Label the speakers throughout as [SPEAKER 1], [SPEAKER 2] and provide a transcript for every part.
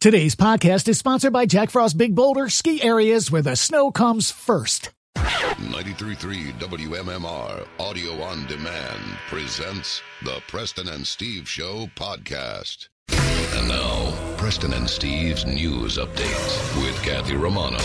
[SPEAKER 1] Today's podcast is sponsored by Jack Frost Big Boulder Ski Areas, where the snow comes first.
[SPEAKER 2] 933 WMMR Audio on Demand presents the Preston and Steve Show podcast. And now, Preston and Steve's news updates with Kathy Romano.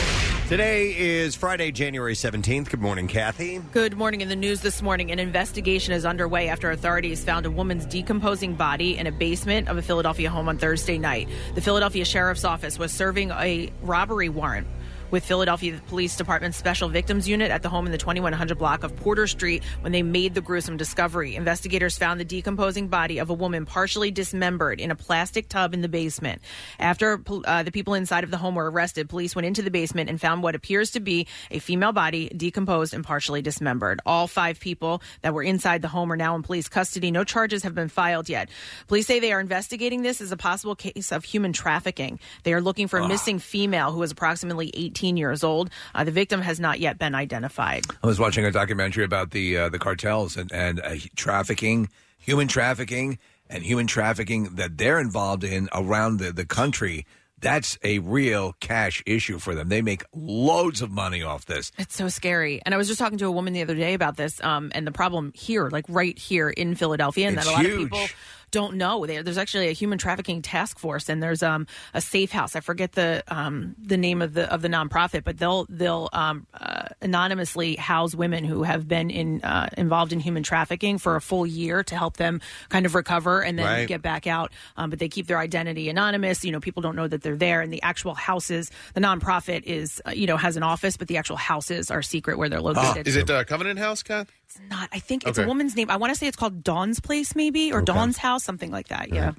[SPEAKER 3] Today is Friday, January 17th. Good morning, Kathy.
[SPEAKER 4] Good morning. In the news this morning, an investigation is underway after authorities found a woman's decomposing body in a basement of a Philadelphia home on Thursday night. The Philadelphia Sheriff's Office was serving a robbery warrant with Philadelphia Police Department's Special Victims Unit at the home in the 2100 block of Porter Street when they made the gruesome discovery. Investigators found the decomposing body of a woman partially dismembered in a plastic tub in the basement. After uh, the people inside of the home were arrested, police went into the basement and found what appears to be a female body decomposed and partially dismembered. All five people that were inside the home are now in police custody. No charges have been filed yet. Police say they are investigating this as a possible case of human trafficking. They are looking for a missing female who is approximately 18. 18 years old. Uh, the victim has not yet been identified.
[SPEAKER 5] I was watching a documentary about the uh, the cartels and and uh, trafficking, human trafficking, and human trafficking that they're involved in around the, the country. That's a real cash issue for them. They make loads of money off this.
[SPEAKER 4] It's so scary. And I was just talking to a woman the other day about this um, and the problem here, like right here in Philadelphia, and
[SPEAKER 5] It's
[SPEAKER 4] that a lot
[SPEAKER 5] huge.
[SPEAKER 4] of people don't know. There- There's actually a human trafficking task force, and there's um, a safe house. I forget the um, the name of the of the nonprofit, but they'll they'll um, uh, anonymously house women who have been in uh, involved in human trafficking for a full year to help them kind of recover and then
[SPEAKER 6] Right.
[SPEAKER 4] get back out. Um, but they keep their identity anonymous. You know, people don't know that they're there, and the actual houses, the nonprofit is uh, you know has an office, but the actual houses are secret where they're
[SPEAKER 5] Ah,
[SPEAKER 4] located.
[SPEAKER 7] is it uh, Covenant House, Kath?
[SPEAKER 4] It's not. I think it's a
[SPEAKER 7] Okay.
[SPEAKER 4] woman's name. I want to say it's called Dawn's Place, maybe, or Dawn's House, something like that. Yeah.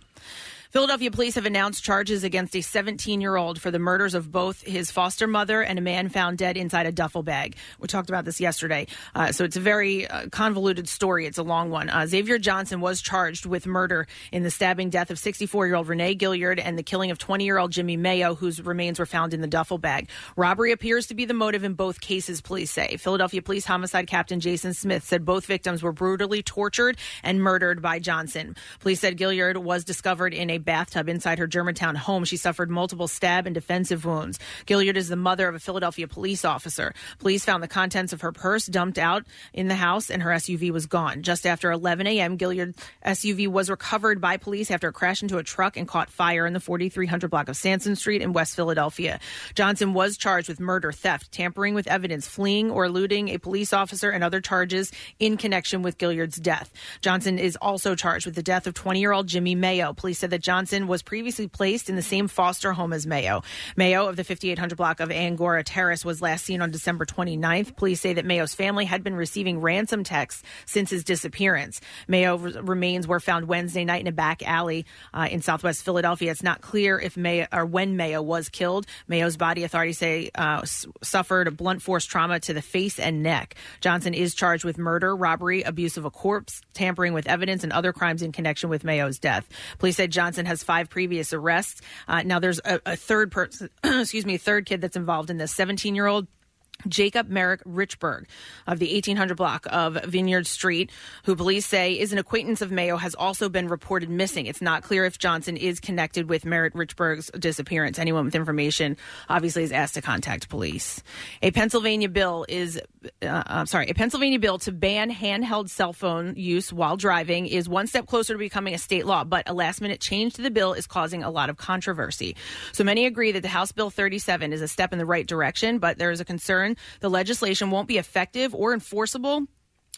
[SPEAKER 4] Philadelphia police have announced charges against a 17 year old for the murders of both his foster mother and a man found dead inside a duffel bag. We talked about this yesterday. Uh, so it's a very uh, convoluted story. It's a long one. Uh, Xavier Johnson was charged with murder in the stabbing death of 64 year old Renee Gilliard and the killing of 20 year old Jimmy Mayo, whose remains were found in the duffel bag. Robbery appears to be the motive in both cases, police say. Philadelphia Police Homicide Captain Jason Smith said both victims were brutally tortured and murdered by Johnson. Police said Gilliard was discovered in a bathtub inside her Germantown home. She suffered multiple stab and defensive wounds. Gilliard is the mother of a Philadelphia police officer. Police found the contents of her purse dumped out in the house and her SUV was gone. Just after 11 a.m., Gilliard's SUV was recovered by police after it crashed into a truck and caught fire in the 4300 block of Sanson Street in West Philadelphia. Johnson was charged with murder, theft, tampering with evidence, fleeing or eluding a police officer, and other charges in connection with Gilliard's death. Johnson is also charged with the death of 20 year old Jimmy Mayo. Police said that Johnson was previously placed in the same foster home as Mayo. Mayo of the 5800 block of Angora Terrace was last seen on December 29th. Police say that Mayo's family had been receiving ransom texts since his disappearance. Mayo remains were found Wednesday night in a back alley uh, in Southwest Philadelphia. It's not clear if Mayo or when Mayo was killed. Mayo's body, authorities say, uh, s- suffered a blunt force trauma to the face and neck. Johnson is charged with murder, robbery, abuse of a corpse, tampering with evidence, and other crimes in connection with Mayo's death. Police said Johnson has five previous arrests. Uh, now there's a, a third person, excuse me, a third kid that's involved in this, 17 year old. Jacob Merrick Richburg of the 1800 block of Vineyard Street, who police say is an acquaintance of Mayo, has also been reported missing. It's not clear if Johnson is connected with Merrick Richburg's disappearance. Anyone with information obviously is asked to contact police. A Pennsylvania bill is, uh, uh, sorry, a Pennsylvania bill to ban handheld cell phone use while driving is one step closer to becoming a state law, but a last minute change to the bill is causing a lot of controversy. So many agree that the House Bill 37 is a step in the right direction, but there is a concern the legislation won't be effective or enforceable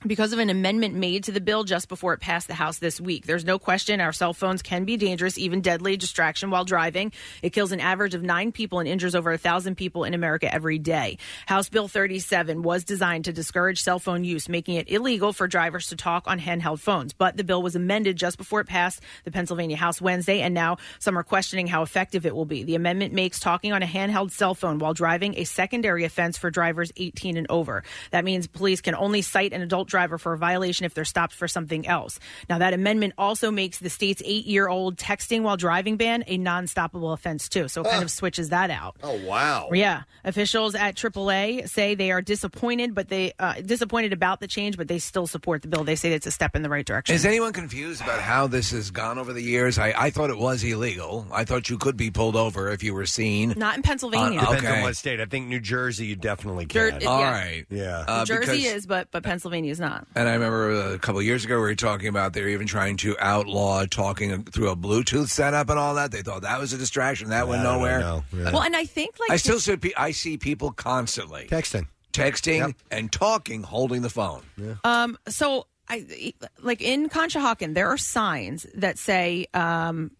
[SPEAKER 4] because of an amendment made to the bill just before it passed the House this week. There's no question our cell phones can be dangerous, even deadly distraction while driving. It kills an average of nine people and injures over a thousand people in America every day. House Bill 37 was designed to discourage cell phone use, making it illegal for drivers to talk on handheld phones. But the bill was amended just before it passed the Pennsylvania House Wednesday, and now some are questioning how effective it will be. The amendment makes talking on a handheld cell phone while driving a secondary offense for drivers 18 and over. That means police can only cite an adult driver for a violation if they're stopped for something else. Now, that amendment also makes the state's eight year old texting while driving ban a non stoppable offense, too. So it kind of switches that out.
[SPEAKER 3] Oh wow!
[SPEAKER 4] Yeah, officials at AAA say they are disappointed, but they uh, disappointed about the change, but they still support the bill. They say it's a step in the right direction.
[SPEAKER 5] Is anyone confused about how this has gone over the years? I, I thought it was illegal. I thought you could be pulled over if you were seen.
[SPEAKER 4] Not in Pennsylvania.
[SPEAKER 5] Uh,
[SPEAKER 3] Depends
[SPEAKER 5] Okay.
[SPEAKER 3] on what state. I think New Jersey, you definitely
[SPEAKER 4] Jer-
[SPEAKER 3] can.
[SPEAKER 4] yeah.
[SPEAKER 5] All right.
[SPEAKER 3] Yeah.
[SPEAKER 5] Uh,
[SPEAKER 4] Jersey
[SPEAKER 5] because-
[SPEAKER 4] is, but but Pennsylvania is not.
[SPEAKER 5] And I remember a couple of years ago we were talking about they were even trying to outlaw talking through a Bluetooth setup and all that. They thought that was a distraction. That went
[SPEAKER 3] I don't
[SPEAKER 5] nowhere.
[SPEAKER 3] know. Yeah.
[SPEAKER 4] Well, and I think like
[SPEAKER 5] I still see, pe- I see people constantly
[SPEAKER 3] Texting.
[SPEAKER 5] texting and talking, holding the phone.
[SPEAKER 4] Um, so I like in Conshohocken, there are signs that say um,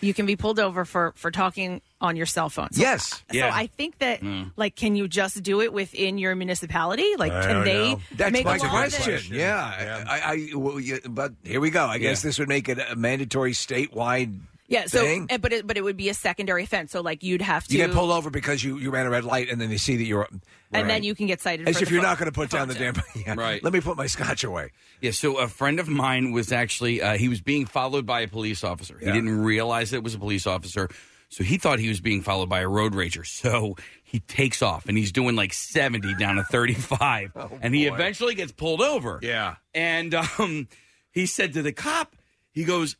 [SPEAKER 4] you can be pulled over for for talking on your cell phone. So,
[SPEAKER 5] Yes.
[SPEAKER 4] So
[SPEAKER 5] Yeah.
[SPEAKER 4] I think that like, can you just do it within your municipality? Like,
[SPEAKER 3] Hmm. I
[SPEAKER 4] can
[SPEAKER 3] don't
[SPEAKER 4] they
[SPEAKER 3] know.
[SPEAKER 5] That's
[SPEAKER 4] make
[SPEAKER 5] my
[SPEAKER 4] a law
[SPEAKER 5] question.
[SPEAKER 4] That,
[SPEAKER 5] Yeah, I, I, well, yeah, but here we go. I guess this would make it a mandatory statewide.
[SPEAKER 4] yeah. So,
[SPEAKER 5] thing.
[SPEAKER 4] eh, but it, but it would be a secondary offense. So like, you'd have to
[SPEAKER 5] You get pulled over because you, you ran a red light, and then they see that you're.
[SPEAKER 4] and
[SPEAKER 5] Right.
[SPEAKER 4] then you can get cited.
[SPEAKER 5] As
[SPEAKER 4] for
[SPEAKER 5] if
[SPEAKER 4] the
[SPEAKER 5] you're
[SPEAKER 4] pho-
[SPEAKER 5] not going to put down the damn. Yeah.
[SPEAKER 6] Right.
[SPEAKER 5] Let me put my scotch away.
[SPEAKER 6] Yeah, so a friend of mine was actually uh, he was being followed by a police officer. He
[SPEAKER 5] Yeah.
[SPEAKER 6] didn't realize it was a police officer, so he thought he was being followed by a road rager. So he takes off and he's doing like seventy down to thirty-five, and he eventually gets pulled over.
[SPEAKER 5] Oh, Yeah.
[SPEAKER 6] and um, he said to the cop, he goes,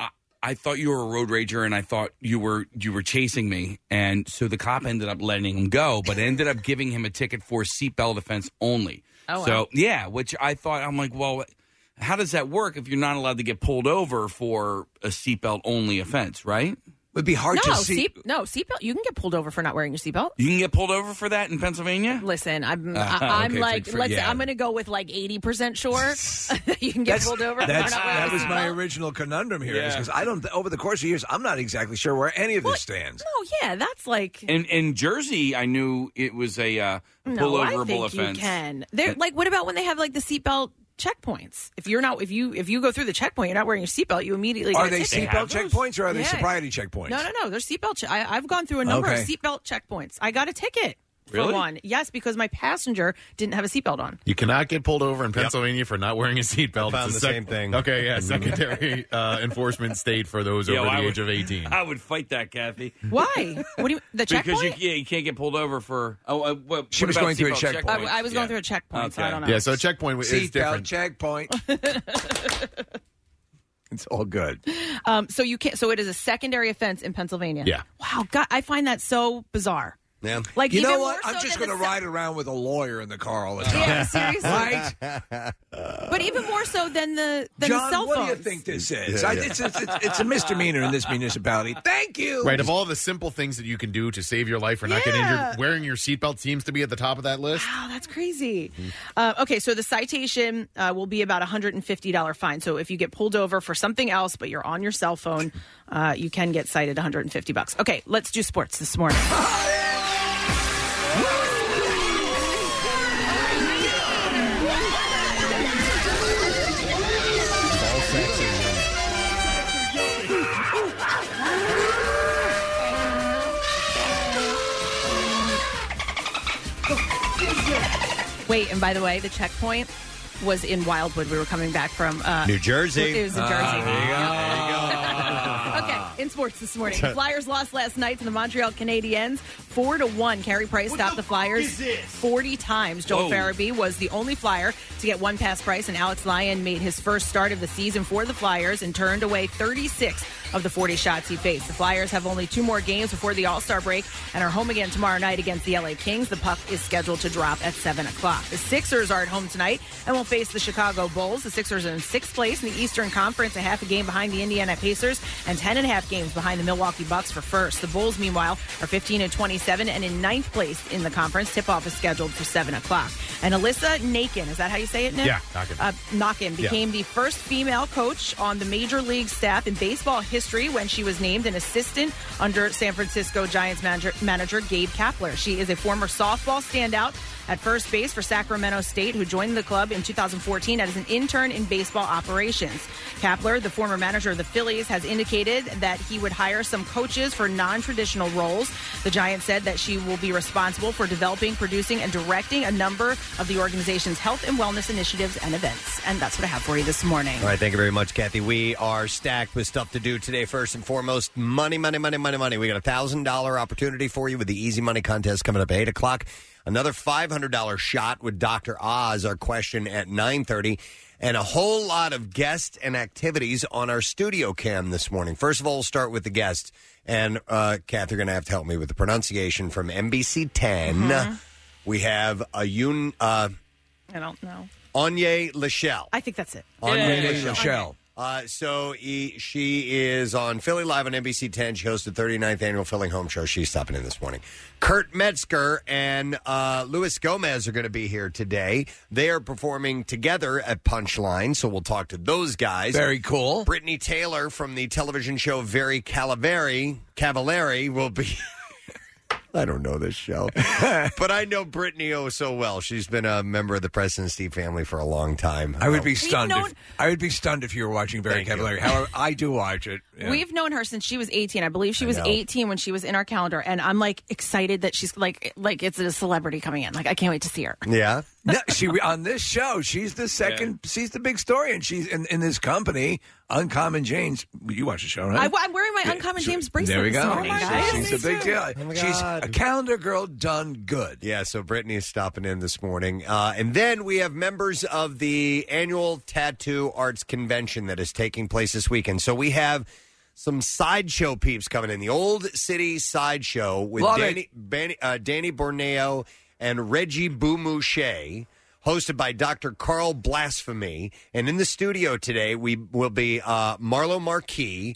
[SPEAKER 6] I-, "I thought you were a road rager, and I thought you were you were chasing me." And so the cop ended up letting him go, but ended up giving him a ticket for seatbelt offense only.
[SPEAKER 4] Oh,
[SPEAKER 6] so
[SPEAKER 4] wow.
[SPEAKER 6] yeah, which I thought I'm like, well, how does that work if you're not allowed to get pulled over for a seatbelt only offense, right?
[SPEAKER 5] It'd be hard
[SPEAKER 4] No,
[SPEAKER 5] to see.
[SPEAKER 4] seat, no seatbelt. You can get pulled over for not wearing your seatbelt.
[SPEAKER 6] You can get pulled over for that in Pennsylvania.
[SPEAKER 4] Listen, I'm
[SPEAKER 6] Ah,
[SPEAKER 4] I, I'm
[SPEAKER 6] okay,
[SPEAKER 4] like
[SPEAKER 6] for- for-
[SPEAKER 4] let's
[SPEAKER 6] yeah.
[SPEAKER 4] I'm going to go with like 80% sure that you can get pulled over. for
[SPEAKER 5] That's,
[SPEAKER 4] not wearing
[SPEAKER 5] that
[SPEAKER 4] a
[SPEAKER 5] was my
[SPEAKER 4] seatbelt.
[SPEAKER 5] original conundrum here,
[SPEAKER 6] Yeah.
[SPEAKER 5] because I don't. Over the course of years, I'm not exactly sure where any of this stands.
[SPEAKER 4] No, yeah, that's like
[SPEAKER 6] In in Jersey, I knew it was a uh,
[SPEAKER 4] no, I
[SPEAKER 6] pulloverable
[SPEAKER 4] think
[SPEAKER 6] offense.
[SPEAKER 4] you can. They're like what about when they have like the seatbelt checkpoints? If you're not if you if you go through the checkpoint, you're not wearing your seatbelt, you immediately
[SPEAKER 5] Are
[SPEAKER 4] get a
[SPEAKER 5] they
[SPEAKER 4] ticket.
[SPEAKER 5] seatbelt checkpoints or are they
[SPEAKER 4] Yeah.
[SPEAKER 5] sobriety checkpoints?
[SPEAKER 4] No, no, no. There's seatbelt. Che- I, I've gone through a number of
[SPEAKER 5] Okay.
[SPEAKER 4] seatbelt checkpoints. I got a ticket for
[SPEAKER 6] Really?
[SPEAKER 4] one. Yes, because my passenger didn't have a seatbelt on.
[SPEAKER 7] You cannot get pulled over in Pennsylvania for not wearing a seatbelt.
[SPEAKER 3] Found
[SPEAKER 7] It's a
[SPEAKER 3] the same thing.
[SPEAKER 7] Okay,
[SPEAKER 5] Mm-hmm.
[SPEAKER 7] yeah, secondary uh, enforcement state for those
[SPEAKER 6] Yeah,
[SPEAKER 7] over
[SPEAKER 6] well,
[SPEAKER 7] the
[SPEAKER 6] I
[SPEAKER 7] age
[SPEAKER 6] would-
[SPEAKER 7] of 18.
[SPEAKER 6] I would fight that, Kathy.
[SPEAKER 4] Why? What do you the checkpoint?
[SPEAKER 6] Because you, yeah, you can't get pulled over for. Oh, uh, what,
[SPEAKER 5] She
[SPEAKER 6] what
[SPEAKER 5] was
[SPEAKER 6] about
[SPEAKER 5] going through a
[SPEAKER 6] seatbelt
[SPEAKER 5] checkpoint.
[SPEAKER 4] I,
[SPEAKER 6] checkpoints?
[SPEAKER 4] I was going
[SPEAKER 6] Yeah.
[SPEAKER 4] through a checkpoint, so I
[SPEAKER 6] Okay.
[SPEAKER 4] don't know.
[SPEAKER 7] yeah, so a checkpoint is
[SPEAKER 5] Seatbelt
[SPEAKER 7] different.
[SPEAKER 5] checkpoint. it's all good.
[SPEAKER 4] Um, so you can't. So it is a secondary offense in Pennsylvania.
[SPEAKER 7] Yeah.
[SPEAKER 4] Wow. God, I find that so bizarre.
[SPEAKER 3] Yeah.
[SPEAKER 4] Like
[SPEAKER 5] You
[SPEAKER 4] even
[SPEAKER 5] know what?
[SPEAKER 4] more so
[SPEAKER 5] I'm just
[SPEAKER 4] than
[SPEAKER 5] going to
[SPEAKER 4] the se-
[SPEAKER 5] ride around with a lawyer in the car all the time.
[SPEAKER 4] Yeah, seriously.
[SPEAKER 5] Right?
[SPEAKER 4] But even more so than the than the
[SPEAKER 5] John,
[SPEAKER 4] cell
[SPEAKER 5] what
[SPEAKER 4] phones.
[SPEAKER 5] do you think this is? I, it's, it's, it's, it's a misdemeanor in this municipality. Thank you.
[SPEAKER 7] Right, of all the simple things that you can do to save your life or not get
[SPEAKER 4] Yeah.
[SPEAKER 7] injured, wearing your seatbelt seems to be at the top of that list.
[SPEAKER 4] Wow, Oh, that's crazy. Uh, okay, so the citation uh, will be about a hundred and fifty dollar fine. So if you get pulled over for something else, but you're on your cell phone, uh, you can get cited one hundred and fifty bucks. Okay, let's do sports this morning. Wait, and by the way, the checkpoint was in Wildwood. We were coming back from uh,
[SPEAKER 3] New Jersey.
[SPEAKER 4] It was in Jersey.
[SPEAKER 7] Ah.
[SPEAKER 4] okay, in sports this morning, Flyers lost last night to the Montreal Canadiens, four to one. Carey Price stopped the, Flyers forty times. Joel
[SPEAKER 6] Whoa.
[SPEAKER 4] Farabee was the only Flyer to get one pass Price, and Alex Lyon made his first start of the season for the Flyers and turned away thirty six of the forty shots he faced. The Flyers have only two more games before the All Star break and are home again tomorrow night against the LA Kings. The puck is scheduled to drop at seven o'clock. The Sixers are at home tonight and will face the Chicago Bulls. The Sixers are in sixth place in the Eastern Conference, a half a game behind the Indiana Pacers and ten and a half games behind the Milwaukee Bucks for first. The Bulls, meanwhile, are 15 and 27 and in ninth place in the conference. Tip off is scheduled for seven o'clock. And Alyssa Nakin, is that how you say it, Nick?
[SPEAKER 7] Yeah, Nakin.
[SPEAKER 4] Uh, Nakin became the first female coach on the major league staff in baseball history when she was named an assistant under San Francisco Giants manager, manager Gabe Kapler. She is a former softball standout at first base for Sacramento State, who joined the club in 2014 as an intern in baseball operations. Kapler, the former manager of the Phillies, has indicated that he would hire some coaches for non traditional roles. The Giants said that she will be responsible for developing, producing, and directing a number of the organization's health and wellness initiatives and events. And that's what I have for you this morning.
[SPEAKER 3] All right, thank you very much, Kathy. We are stacked with stuff to do today. First and foremost, money, money, money, money, money. We got a thousand dollar opportunity for you with the Easy Money Contest coming up at eight o'clock. Another five hundred dollar shot with Doctor Oz. Our question at nine thirty, and a whole lot of guests and activities on our studio cam this morning. First of all, we'll start with the guests, and uh, Kathy, you're going to have to help me with the pronunciation from NBC 10
[SPEAKER 4] Mhm.
[SPEAKER 3] We have a Yun uh,
[SPEAKER 4] I don't know.
[SPEAKER 3] Anye Lachelle.
[SPEAKER 4] I think that's it.
[SPEAKER 3] On
[SPEAKER 4] Yeah.
[SPEAKER 3] Yay Michelle. Uh, so he, she is on Philly Live on NBC 10. She hosted 39th annual Philly Home Show. She's stopping in this morning. Kurt Metzger and uh, Luis Gomez are going to be here today. They are performing together at Punchline, so we'll talk to those guys.
[SPEAKER 5] Very cool.
[SPEAKER 3] Brittany Taylor from the television show Very Calavari Cavallari will be. I don't know this show, but I know Brittany oh so well. She's been a member of the President Steve family for a long time.
[SPEAKER 5] I would be
[SPEAKER 3] Uh,
[SPEAKER 5] stunned. If, I would be stunned if you were watching Barry Cavallari. However, I do watch it. Yeah.
[SPEAKER 4] We've known her since she was 18. I believe she
[SPEAKER 5] I
[SPEAKER 4] was
[SPEAKER 5] know.
[SPEAKER 4] 18 when she was in our calendar, and I'm like excited that she's like like it's a celebrity coming in. Like I can't wait to see her.
[SPEAKER 3] Yeah.
[SPEAKER 5] No, she on this show. She's the second. She's the big story, and she's in, in this company. Uncommon Jane's. You watch the show, right?
[SPEAKER 4] I, am wearing my
[SPEAKER 5] Yeah,
[SPEAKER 4] Uncommon
[SPEAKER 5] sure.
[SPEAKER 4] James bracelet.
[SPEAKER 5] There we
[SPEAKER 4] this
[SPEAKER 5] go.
[SPEAKER 4] morning,
[SPEAKER 5] She's-
[SPEAKER 4] guys.
[SPEAKER 5] she's a big deal. she's a calendar girl done good.
[SPEAKER 3] Yeah, so Brittany is stopping in this morning. Uh, and then we have members of the annual Tattoo Arts Convention that is taking place this weekend. So we have some sideshow peeps coming in. The Old City Sideshow with
[SPEAKER 5] Love
[SPEAKER 3] Danny, Ban- uh, Danny Borneo and Reggie Boumouche. Hosted by Dr. Carl Blasphemy. And in the studio today, we will be uh, Marlo Marquis,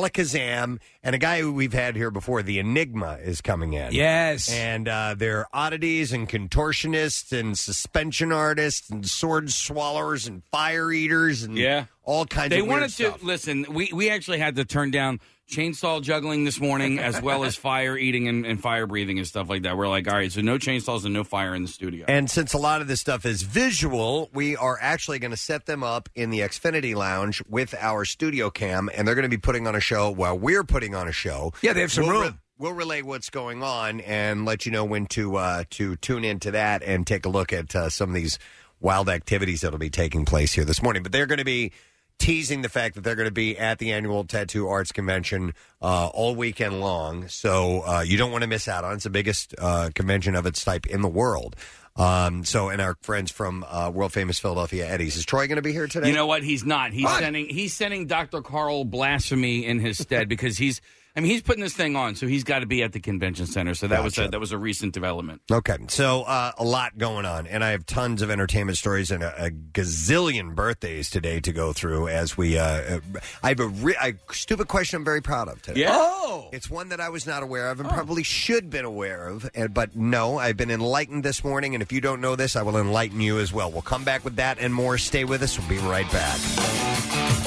[SPEAKER 3] Alakazam, and a guy who we've had here before, The Enigma, is coming in.
[SPEAKER 5] Yes.
[SPEAKER 3] And uh, there are oddities and contortionists and suspension artists and sword swallowers and fire eaters and
[SPEAKER 6] Yeah.
[SPEAKER 3] all kinds
[SPEAKER 6] they
[SPEAKER 3] of weird
[SPEAKER 6] wanted
[SPEAKER 3] stuff.
[SPEAKER 6] to listen. We we actually had to turn down chainsaw juggling this morning, as well as fire eating and, and fire breathing and stuff like that. We're like, all right, so no chainsaws and no fire in the studio.
[SPEAKER 3] And since a lot of this stuff is visual, we are actually going to set them up in the Xfinity Lounge with our studio cam, and they're going to be putting on a show while we're putting on a show.
[SPEAKER 5] Yeah, they have some
[SPEAKER 3] We'll
[SPEAKER 5] room.
[SPEAKER 3] re- we'll relay what's going on and let you know when to uh, to tune into that and take a look at uh, some of these wild activities that'll be taking place here this morning. But they're going to be teasing the fact that they're going to be at the annual Tattoo Arts Convention uh, all weekend long, so uh, you don't want to miss out on it. It's the biggest uh, convention of its type in the world. Um, so, and our friends from uh, world famous Philadelphia Eddies. Is Troy going to be here today?
[SPEAKER 6] You know what? He's not. He's sending he's sending Dr. Carl blasphemy in his stead because he's I mean he's putting this thing on, so he's got to be at the convention center. So that was a, that was a recent development.
[SPEAKER 3] Okay, so uh, a lot going on, and I have tons of entertainment stories and a, a gazillion birthdays today to go through. As we, uh, uh, I have a, re- a stupid question I'm very proud of today.
[SPEAKER 8] Yeah.
[SPEAKER 5] Oh,
[SPEAKER 3] it's one that I was not aware of and probably should been aware of, and, but no, I've been enlightened this morning. And if you don't know this, I will enlighten you as well. We'll come back with that and more. Stay with us. We'll be right back.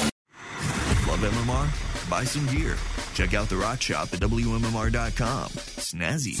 [SPEAKER 9] Love MMR? Buy some gear. Check out the rock shop at WMMR.com. Snazzy.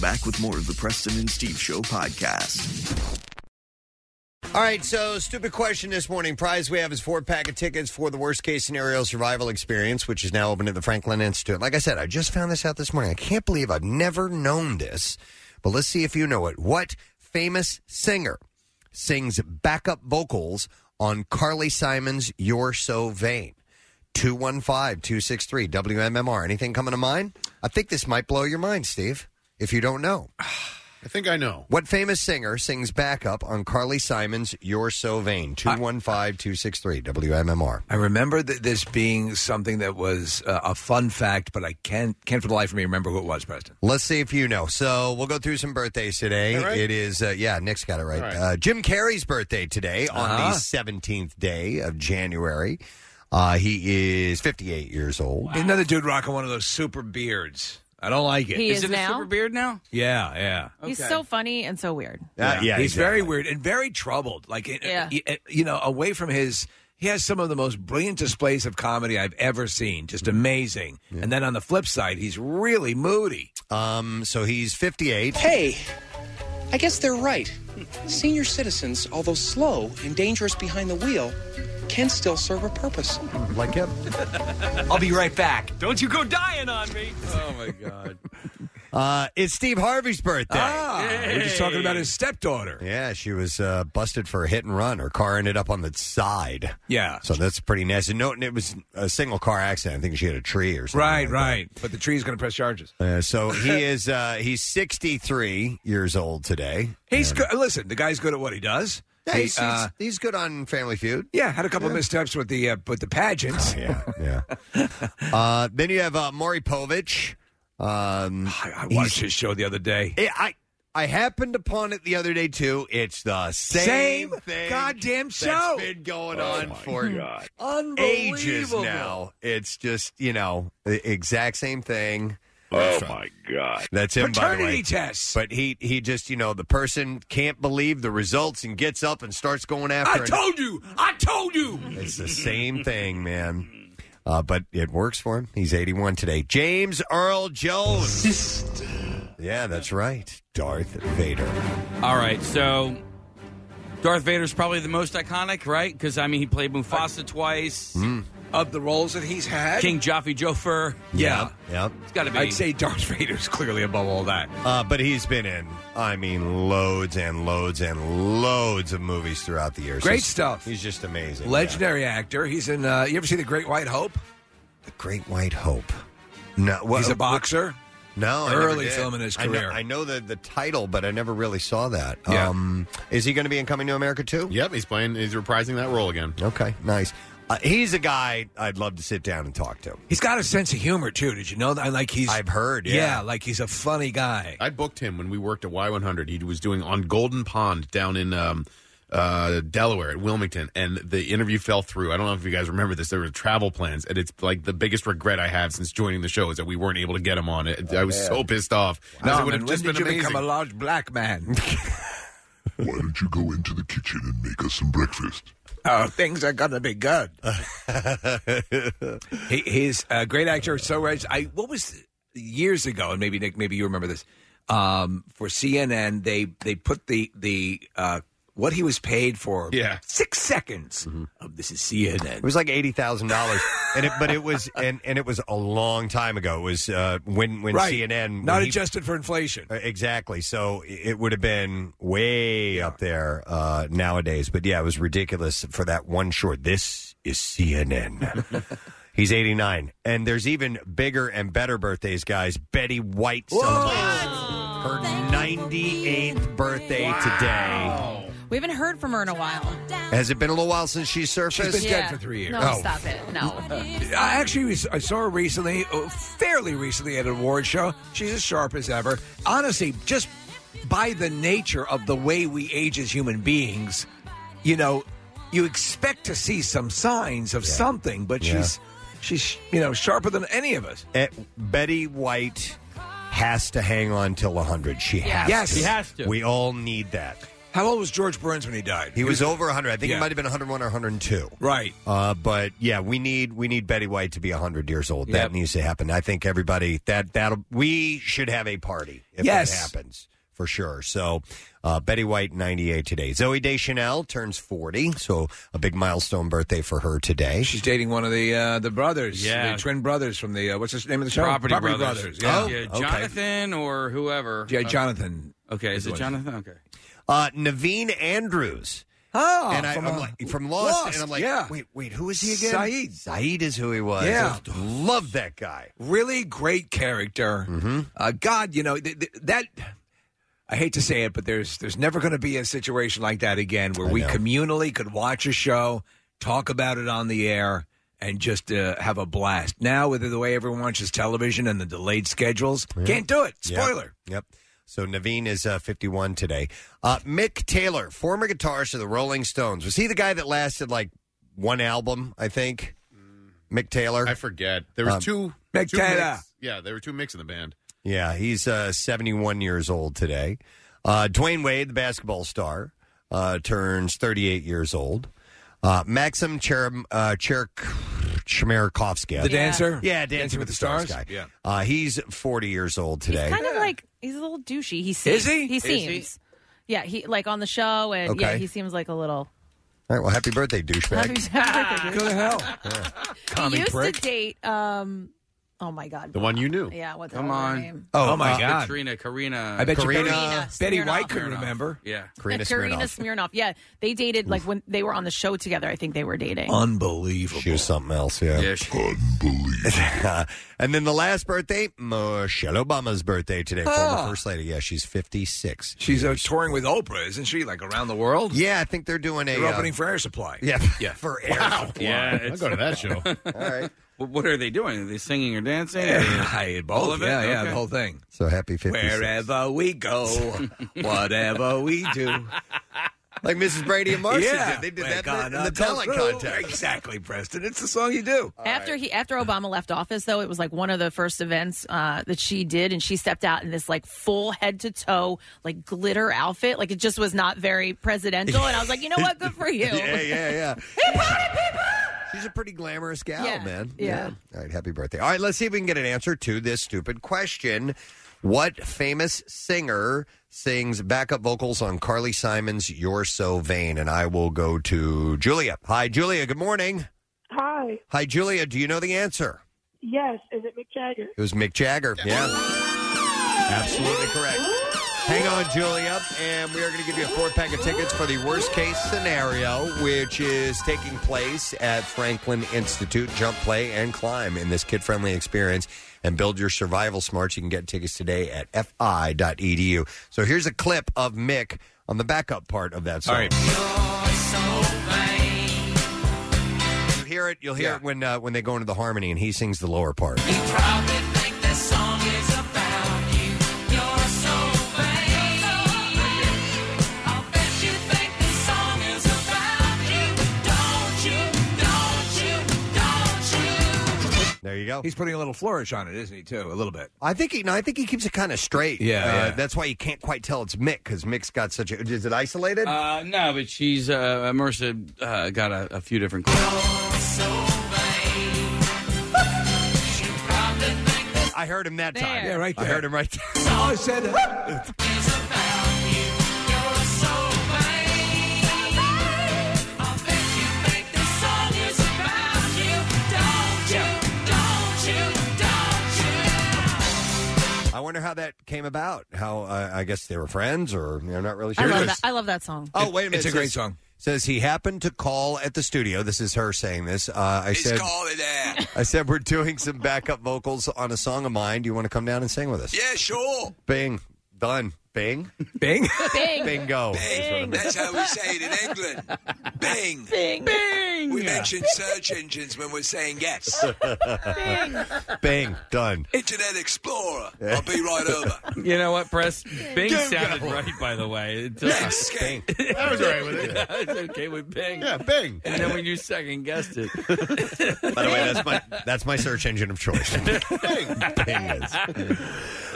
[SPEAKER 9] Back with more of the Preston and Steve Show podcast.
[SPEAKER 3] All right, so stupid question this morning. Prize we have is four pack of tickets for the worst case scenario survival experience, which is now open at the Franklin Institute. Like I said, I just found this out this morning. I can't believe I've never known this, but let's see if you know it. What famous singer sings backup vocals on Carly Simon's You're So Vain? 215 263 WMMR. Anything coming to mind? I think this might blow your mind, Steve, if you don't know.
[SPEAKER 7] I think I know.
[SPEAKER 3] What famous singer sings backup on Carly Simon's You're So Vain? 215 263 WMMR.
[SPEAKER 5] I remember th- this being something that was uh, a fun fact, but I can't can't for the life of me remember who it was, Preston.
[SPEAKER 3] Let's see if you know. So we'll go through some birthdays today.
[SPEAKER 5] All right.
[SPEAKER 3] It is, uh, yeah, Nick's got it right.
[SPEAKER 5] All right.
[SPEAKER 3] Uh, Jim Carrey's birthday today on
[SPEAKER 5] Uh-huh.
[SPEAKER 3] the 17th day of January. Uh, he is 58 years old.
[SPEAKER 5] Another dude rocking one of those super beards. I don't like it.
[SPEAKER 4] He is,
[SPEAKER 6] it a
[SPEAKER 4] now.
[SPEAKER 6] super beard now?
[SPEAKER 5] Yeah, yeah.
[SPEAKER 4] He's so funny and so weird.
[SPEAKER 5] Yeah,
[SPEAKER 3] Uh, yeah,
[SPEAKER 5] he's very weird and very troubled. Like, it-
[SPEAKER 4] Yeah.
[SPEAKER 5] it- you know, away from his, he has some of the most brilliant displays of comedy I've ever seen. Just
[SPEAKER 3] Mm-hmm.
[SPEAKER 5] amazing. And then on the flip side, he's really moody.
[SPEAKER 3] Um, so he's 58.
[SPEAKER 8] Hey, I guess they're right. Senior citizens, although slow and dangerous behind the wheel, can still serve a purpose.
[SPEAKER 3] Like him.
[SPEAKER 8] I'll be right back. Don't you go dying on me.
[SPEAKER 6] Oh my god!
[SPEAKER 3] Uh, it's Steve Harvey's birthday.
[SPEAKER 5] Ah, we we're just talking about his stepdaughter.
[SPEAKER 3] Yeah, she was uh, busted for a hit and run. Her car ended up on the side.
[SPEAKER 5] Yeah.
[SPEAKER 3] So that's pretty nasty. No, and it was a single car accident. I think she hit a tree or something.
[SPEAKER 5] Right,
[SPEAKER 3] like that.
[SPEAKER 5] right. But the tree's going to press charges.
[SPEAKER 3] Uh, so he is uh, he's 63 years old today.
[SPEAKER 5] He's good. Listen, the guy's good at what he does.
[SPEAKER 3] Yeah,
[SPEAKER 5] He,
[SPEAKER 3] he's, he's-
[SPEAKER 5] uh,
[SPEAKER 3] he's good on Family Feud.
[SPEAKER 5] yeah, had a couple
[SPEAKER 3] Yeah. Oh,
[SPEAKER 5] missteps with the uh, with the pageants.
[SPEAKER 3] Yeah, yeah. uh, then you have uh, Maury Povich. Um,
[SPEAKER 5] I, I
[SPEAKER 3] he's-
[SPEAKER 5] watched his show the other day.
[SPEAKER 3] I I- I happened upon it the other day too. It's the same,
[SPEAKER 5] Same
[SPEAKER 3] thing
[SPEAKER 5] goddamn show. Oh
[SPEAKER 3] that's been going on for ages
[SPEAKER 5] Unbelievable.
[SPEAKER 3] now. It's just you know the exact same thing.
[SPEAKER 10] Oh my God!
[SPEAKER 3] That's him, by the
[SPEAKER 5] Paternity
[SPEAKER 3] way.
[SPEAKER 5] tests.
[SPEAKER 3] But he he just you know the person can't believe the results and gets up and starts going
[SPEAKER 5] I
[SPEAKER 3] after. it.
[SPEAKER 5] told you. I told you.
[SPEAKER 3] It's the same thing, man. Uh, but it works for him. He's 81 today. James Earl Jones. Yeah, that's right. Darth Vader.
[SPEAKER 6] All right, so Darth Vader's probably the most iconic, right? Because I mean, he played Mufasa twice,
[SPEAKER 5] Mm-hmm.
[SPEAKER 3] Hmm.
[SPEAKER 5] Of the roles that he's had,
[SPEAKER 6] King Joffy Joffer.
[SPEAKER 5] Yeah.
[SPEAKER 3] Yep.
[SPEAKER 6] It's got to be.
[SPEAKER 5] I'd say Darth Vader's clearly above all that.
[SPEAKER 3] Uh, but he's been in, I mean, loads and loads and loads of movies throughout the years.
[SPEAKER 5] Great
[SPEAKER 3] So
[SPEAKER 5] stuff.
[SPEAKER 3] He's just amazing.
[SPEAKER 5] Legendary actor. He's in. Uh, you ever see The Great White Hope?
[SPEAKER 3] Yeah. The Great White Hope. No, what,
[SPEAKER 5] he's a boxer.
[SPEAKER 3] No, I never
[SPEAKER 5] early
[SPEAKER 3] did.
[SPEAKER 5] film in his
[SPEAKER 3] I know-
[SPEAKER 5] career.
[SPEAKER 3] I know, the the title, but I never really saw that.
[SPEAKER 5] Yeah.
[SPEAKER 3] Um, is he going to be in Coming to America too?
[SPEAKER 7] Yep, he's playing. He's reprising that role again.
[SPEAKER 3] Okay, nice. Uh, he's a guy I'd love to sit down and talk to.
[SPEAKER 5] He's got a sense of humor too. Did you know that? Like he's.
[SPEAKER 3] I've heard.
[SPEAKER 5] yeah.
[SPEAKER 3] Yeah.
[SPEAKER 5] like he's a funny guy.
[SPEAKER 7] I booked him when we worked at Y100. He was doing on Golden Pond down in um, uh, Delaware at Wilmington, and the interview fell through. I don't know if you guys remember this. There were travel plans, and it's like the biggest regret I have since joining the show is that we weren't able to get him on
[SPEAKER 5] Oh,
[SPEAKER 7] it. I was so pissed off. 'Cause it would have
[SPEAKER 5] Norman,
[SPEAKER 7] just
[SPEAKER 5] when
[SPEAKER 7] been
[SPEAKER 5] did you
[SPEAKER 7] amazing.
[SPEAKER 5] become a large black man?
[SPEAKER 10] Why don't you go into the kitchen and make us some breakfast?
[SPEAKER 5] oh, things are gonna be good. he, he's a great actor. So reg- I what was years ago, and maybe Nick, maybe you remember this. Um, for CNN, they they put the the uh, what he was paid for.
[SPEAKER 7] Yeah.
[SPEAKER 5] six seconds of this is
[SPEAKER 3] Mm-hmm. It
[SPEAKER 5] CNN.
[SPEAKER 3] was like eighty thousand dollars, and it but it was and and it was a long time ago. It was uh, when when
[SPEAKER 5] Right,
[SPEAKER 3] CNN when
[SPEAKER 5] not
[SPEAKER 3] he-
[SPEAKER 5] adjusted for inflation.
[SPEAKER 3] Uh, Exactly. So it would have been way up there uh, nowadays. But yeah, it was ridiculous for that one short. This is CNN. He's 89. And there's even bigger and better birthdays, guys. Betty White celebrates her 98th birthday
[SPEAKER 4] We haven't heard from her in a while.
[SPEAKER 3] today. Has it been a little while since she surfaced?
[SPEAKER 5] She's been dead for three years.
[SPEAKER 4] No,
[SPEAKER 3] Oh.
[SPEAKER 4] stop it. No.
[SPEAKER 5] Uh, I actually was- I saw her recently, uh, fairly recently at an award show. She's as sharp as ever. Honestly, just by the nature of the way we age as human beings, you know, you expect to see some signs of something, but
[SPEAKER 3] Yeah.
[SPEAKER 5] she's she's you know sharper than any of us.
[SPEAKER 3] Eh, Betty White has to hang on till 100. She has
[SPEAKER 5] Yes.
[SPEAKER 3] to.
[SPEAKER 5] She
[SPEAKER 6] has to.
[SPEAKER 3] We all need that.
[SPEAKER 5] How old was George Burns when he died?
[SPEAKER 3] He was over 100. I think
[SPEAKER 5] Yeah.
[SPEAKER 3] he might have been 101 or 102.
[SPEAKER 5] right.
[SPEAKER 3] Uh, but yeah, we need we need Betty White to be hundred years old. That
[SPEAKER 6] Yep.
[SPEAKER 3] needs to happen. I think everybody that that will we should have a party if
[SPEAKER 5] Yes.
[SPEAKER 3] that happens for sure. So uh, Betty White ninety eight today. Zoe Deschanel turns forty, so a big milestone birthday for her today.
[SPEAKER 5] She's dating one of the uh, the brothers,
[SPEAKER 6] Yeah.
[SPEAKER 5] the twin brothers from the uh, what's his name of the show?
[SPEAKER 6] Property, Brothers.
[SPEAKER 5] Yeah.
[SPEAKER 3] Oh,
[SPEAKER 6] yeah
[SPEAKER 3] okay.
[SPEAKER 6] Jonathan or whoever.
[SPEAKER 5] yeah, Jonathan.
[SPEAKER 6] Okay, is
[SPEAKER 5] Good
[SPEAKER 6] it
[SPEAKER 5] one.
[SPEAKER 6] Jonathan? Okay.
[SPEAKER 3] Uh, Naveen Andrews.
[SPEAKER 5] Oh,
[SPEAKER 3] and I,
[SPEAKER 5] from,
[SPEAKER 3] I'm
[SPEAKER 5] uh,
[SPEAKER 3] like from Lost,
[SPEAKER 5] Lost,
[SPEAKER 3] and I'm like,
[SPEAKER 5] yeah.
[SPEAKER 3] wait, wait, who is he again?
[SPEAKER 5] Saeed.
[SPEAKER 3] Saeed is who he was.
[SPEAKER 5] Yeah.
[SPEAKER 3] love that guy. Mm-hmm.
[SPEAKER 5] really great character. Uh, God, you know th- th- that. I hate to say it, but there's there's never going to be a situation like that again where
[SPEAKER 3] I
[SPEAKER 5] we
[SPEAKER 3] know.
[SPEAKER 5] communally could watch a show, talk about it on the air, and just uh, have a blast. Now, with the way everyone watches television and the delayed schedules, can't do it.
[SPEAKER 3] Yep.
[SPEAKER 5] Spoiler.
[SPEAKER 3] Yep. So Naveen is uh, 51 today. Uh, Mick Taylor, former guitarist of the Rolling Stones, was he the guy that lasted like one album? I think.
[SPEAKER 5] Mm.
[SPEAKER 3] Mick Taylor.
[SPEAKER 7] I forget. There was
[SPEAKER 3] Um,
[SPEAKER 7] two.
[SPEAKER 3] Mick
[SPEAKER 7] two
[SPEAKER 3] Taylor.
[SPEAKER 7] Micks. Yeah, there were two mix in the band.
[SPEAKER 3] Yeah, he's uh, 71 years old today. Uh, Dwayne Wade, the basketball star, uh, turns 38 years old. Uh, Maxim Cherem, uh, Cher- Chmerkovsky.
[SPEAKER 5] The dancer?
[SPEAKER 3] Yeah, Dancing, with the Stars, guy.
[SPEAKER 5] Yeah.
[SPEAKER 3] Uh, he's 40 years old today.
[SPEAKER 4] Kind of like he's a little douchey. He seems.
[SPEAKER 3] Is he?
[SPEAKER 4] He
[SPEAKER 3] Is he?
[SPEAKER 4] seems. Yeah, he like on the show, and yeah,
[SPEAKER 3] Okay.
[SPEAKER 4] he seems like a little.
[SPEAKER 3] All right, well, happy birthday, douchebag.
[SPEAKER 4] Go
[SPEAKER 5] to hell.
[SPEAKER 4] He
[SPEAKER 3] Common
[SPEAKER 4] used
[SPEAKER 3] prick.
[SPEAKER 4] to date. Um, oh my God.
[SPEAKER 7] The one you knew.
[SPEAKER 4] Yeah. What the
[SPEAKER 6] Come
[SPEAKER 4] hell was her
[SPEAKER 6] on.
[SPEAKER 4] name?
[SPEAKER 5] Oh, my God.
[SPEAKER 6] uh, Katrina, Karina.
[SPEAKER 5] I bet you Karina Betty-
[SPEAKER 4] Smirnoff.
[SPEAKER 5] Betty White could
[SPEAKER 6] Smirnoff.
[SPEAKER 5] remember.
[SPEAKER 6] Yeah.
[SPEAKER 4] Karina Smirnoff. Yeah, they dated like when they were on the show together. I think they were dating.
[SPEAKER 5] Unbelievable.
[SPEAKER 3] She was something else, yeah. Unbelievable. and then the last birthday, Michelle Obama's birthday today,
[SPEAKER 5] Ah.
[SPEAKER 3] former First Lady. Yeah, she's 56.
[SPEAKER 5] She's uh, touring with Oprah, isn't she? Like around the world.
[SPEAKER 3] Yeah, I think they're doing a
[SPEAKER 5] They're
[SPEAKER 3] uh,
[SPEAKER 5] opening for Air Supply.
[SPEAKER 3] Yeah,
[SPEAKER 5] yeah,
[SPEAKER 3] for
[SPEAKER 5] Air
[SPEAKER 6] Yeah, it's-
[SPEAKER 3] All right.
[SPEAKER 6] Well, what are they doing? Are they singing or dancing?
[SPEAKER 5] Yeah, both.
[SPEAKER 6] All of it?
[SPEAKER 5] Yeah, yeah,
[SPEAKER 6] Okay.
[SPEAKER 5] the whole thing.
[SPEAKER 3] So happy 56.
[SPEAKER 5] Wherever we go, whatever we do.
[SPEAKER 3] Like Mrs. Brady and Marcia
[SPEAKER 5] yeah,
[SPEAKER 3] did. They did
[SPEAKER 5] we're
[SPEAKER 3] that in the- in
[SPEAKER 5] gonna
[SPEAKER 3] the
[SPEAKER 5] go
[SPEAKER 3] talent
[SPEAKER 5] through.
[SPEAKER 3] contest.
[SPEAKER 5] Exactly, Preston. It's the song you do.
[SPEAKER 4] After he after Obama left office, though, it was like one of the first events uh, that she did, and she stepped out in this like full head to toe like glitter outfit. Like it just was not very presidential, and I was like, you know what, good for you.
[SPEAKER 3] Yeah, yeah, yeah. She's a pretty glamorous gal,
[SPEAKER 4] Yeah,
[SPEAKER 3] man.
[SPEAKER 4] yeah.
[SPEAKER 3] All right, happy birthday. All right, let's see if we can get an answer to this stupid question. What famous singer sings backup vocals on Carly Simon's You're So Vain? And I will go to Julia. Hi, Julia. Good morning.
[SPEAKER 11] Hi.
[SPEAKER 3] Hi, Julia. Do you know the answer?
[SPEAKER 11] Yes. Is it Mick Jagger?
[SPEAKER 3] It was Mick Jagger. Yeah. Absolutely correct. Hang on, Julia. And we are going to give you a four pack of tickets for the worst case scenario, which is taking place at Franklin Institute. Jump, play, and climb in this kid friendly experience and build your survival smarts. You can get tickets today at fi.edu. E So here's a clip of Mick on the backup part of that song. You hear it. You'll hear it when uh, when they go into the harmony and he sings the lower part. There you go.
[SPEAKER 5] He's putting a little flourish on it, isn't he? Too a little bit.
[SPEAKER 3] I think he. No, I think he keeps it kind of straight.
[SPEAKER 5] Yeah,
[SPEAKER 3] Uh,
[SPEAKER 5] yeah.
[SPEAKER 3] that's why you can't quite tell it's Mick because Mick's got such a. Is it isolated?
[SPEAKER 6] Uh, no, but she's uh, Marissa uh, got a, a few different.
[SPEAKER 3] I heard him that time.
[SPEAKER 5] There. Yeah, right
[SPEAKER 3] I
[SPEAKER 5] there.
[SPEAKER 3] heard him right there.
[SPEAKER 5] Oh, I said that.
[SPEAKER 3] I wonder how that came about. How uh, I guess they were friends, or I'm not really sure.
[SPEAKER 4] I love that. I love that song.
[SPEAKER 3] Oh wait a minute!
[SPEAKER 5] It's a
[SPEAKER 3] It
[SPEAKER 5] great
[SPEAKER 3] says-
[SPEAKER 5] song.
[SPEAKER 3] Says he happened to call at the studio. This is her saying this. Uh, I said, I said we're doing some backup vocals on a song of mine. Do you want to come down and sing with us?
[SPEAKER 5] Yeah, sure.
[SPEAKER 3] Bing, done. Bing,
[SPEAKER 5] Bing,
[SPEAKER 4] Bing.
[SPEAKER 3] bingo.
[SPEAKER 5] That's how we say it in England. Bing.
[SPEAKER 4] Bing.
[SPEAKER 5] Bing. We mention search engines when we're saying yes.
[SPEAKER 3] Bing, done.
[SPEAKER 5] Internet Explorer. I'll be right over.
[SPEAKER 6] You know what, Press? Bing
[SPEAKER 5] Go,
[SPEAKER 6] sounded
[SPEAKER 5] go.
[SPEAKER 6] right, by the way. It
[SPEAKER 5] Yeah,
[SPEAKER 6] does-
[SPEAKER 5] Bing.
[SPEAKER 7] I was all right with it.
[SPEAKER 6] Yeah, it's okay with Bing.
[SPEAKER 7] Yeah, Bing.
[SPEAKER 6] And then when you second guessed it,
[SPEAKER 3] By the way, that's my that's my search engine of choice. Bing is.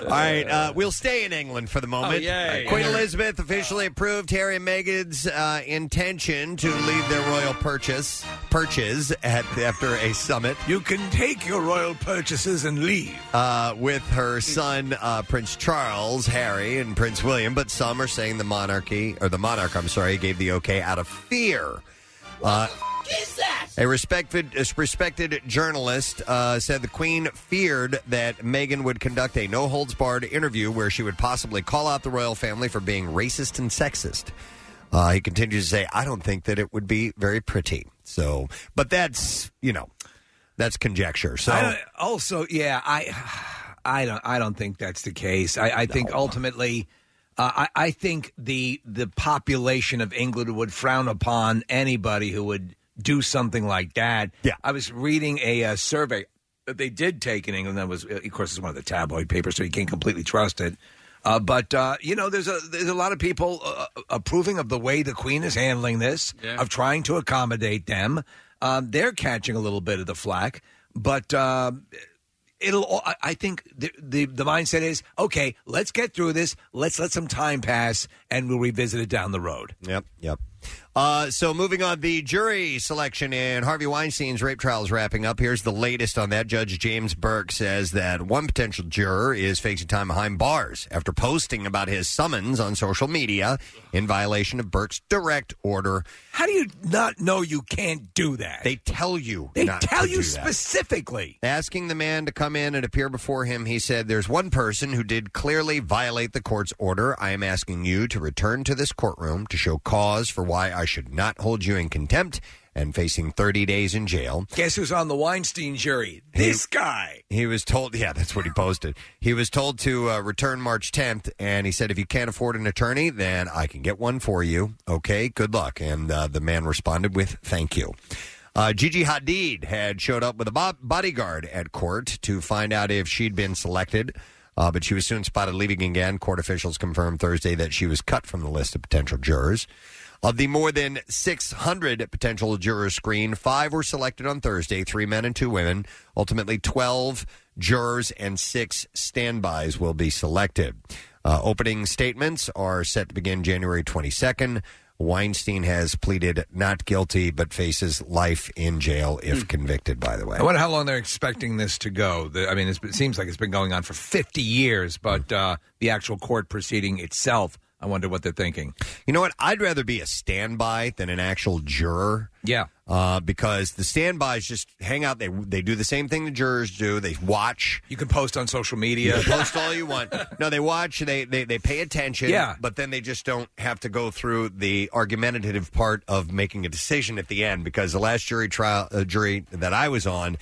[SPEAKER 3] All right, uh, we'll stay in England for the moment.
[SPEAKER 6] Oh, yay.
[SPEAKER 3] Queen Elizabeth officially approved Harry and Meghan's uh, intention to leave their royal purchase purchase at after a summit.
[SPEAKER 5] You can take your royal purchases and leave.
[SPEAKER 3] Uh, with her son uh, Prince Charles, Harry, and Prince William, but some are saying the monarchy or the monarch, I'm sorry, gave the okay out of fear. Uh, A respected, a respected journalist uh, said the Queen feared that Meghan would conduct a no holds barred interview where she would possibly call out the royal family for being racist and sexist. Uh, he continues to say, I don't think that it would be very pretty. So, but that's, you know, that's conjecture. So,
[SPEAKER 5] I don't- also, yeah, I, I don't, I don't think that's the case. I, I think ultimately, Uh, I, I think the the population of England would frown upon anybody who would do something like that. Yeah, I was reading a uh, survey that they did take in England. That was, of course, it's one of the tabloid papers, so you can't completely trust it. Uh, but uh, you know, there's a there's a lot of people uh, approving of the way the Queen is handling this,
[SPEAKER 12] Yeah.
[SPEAKER 5] of trying to accommodate them. Um, they're catching a little bit of the flack, but um it'll I- i think the, the the mindset is okay let's get through this let's let some time pass and we'll revisit it down the road
[SPEAKER 3] yep yep Uh, so moving on, the jury selection in Harvey Weinstein's rape trial is wrapping up. Here's the latest on that. Judge James Burke says that one potential juror is facing time behind bars after posting about his summons on social media in violation of Burke's direct order.
[SPEAKER 5] How do you not know you can't do that?
[SPEAKER 3] They tell you.
[SPEAKER 5] They
[SPEAKER 3] not
[SPEAKER 5] tell
[SPEAKER 3] to
[SPEAKER 5] you
[SPEAKER 3] do that.
[SPEAKER 5] specifically.
[SPEAKER 3] Asking the man to come in and appear before him, he said, There's one person who did clearly violate the court's order. I am asking you to return to this courtroom to show cause for why I should not hold you in contempt and facing 30 days in jail.
[SPEAKER 5] guess who's on the weinstein jury this guy
[SPEAKER 3] He was told, yeah, that's what he posted. He was told to uh, return March 10th, and he said, if you can't afford an attorney, then I can get one for you. Okay, good luck. And uh, the man responded with, thank you. Uh, Gigi Hadid had showed up with a bo- bodyguard at court to find out if she'd been selected, uh, but she was soon spotted leaving again. Court officials confirmed Thursday that she was cut from the list of potential jurors. Of the more than 600 potential jurors screened, five were selected on Thursday three men and two women. Ultimately, 12 jurors and six standbys will be selected. Uh, opening statements are set to begin January 22nd. Weinstein has pleaded not guilty but faces life in jail if convicted, by the way.
[SPEAKER 5] i wonder how long they're expecting this to go The- i mean it's, it seems like it's been going on for 50 years but uh, the actual court proceeding itself i wonder what they're thinking
[SPEAKER 3] You know what? I'd rather be a standby than an actual juror.
[SPEAKER 5] Yeah.
[SPEAKER 3] Uh, because the standbys just hang out. They they do the same thing the jurors do. They watch.
[SPEAKER 5] You can post on social media.
[SPEAKER 3] post all you want. No, they watch. They, they they pay attention.
[SPEAKER 5] Yeah.
[SPEAKER 3] But then they just don't have to go through the argumentative part of making a decision at the end because the last jury trial uh, jury that I was on,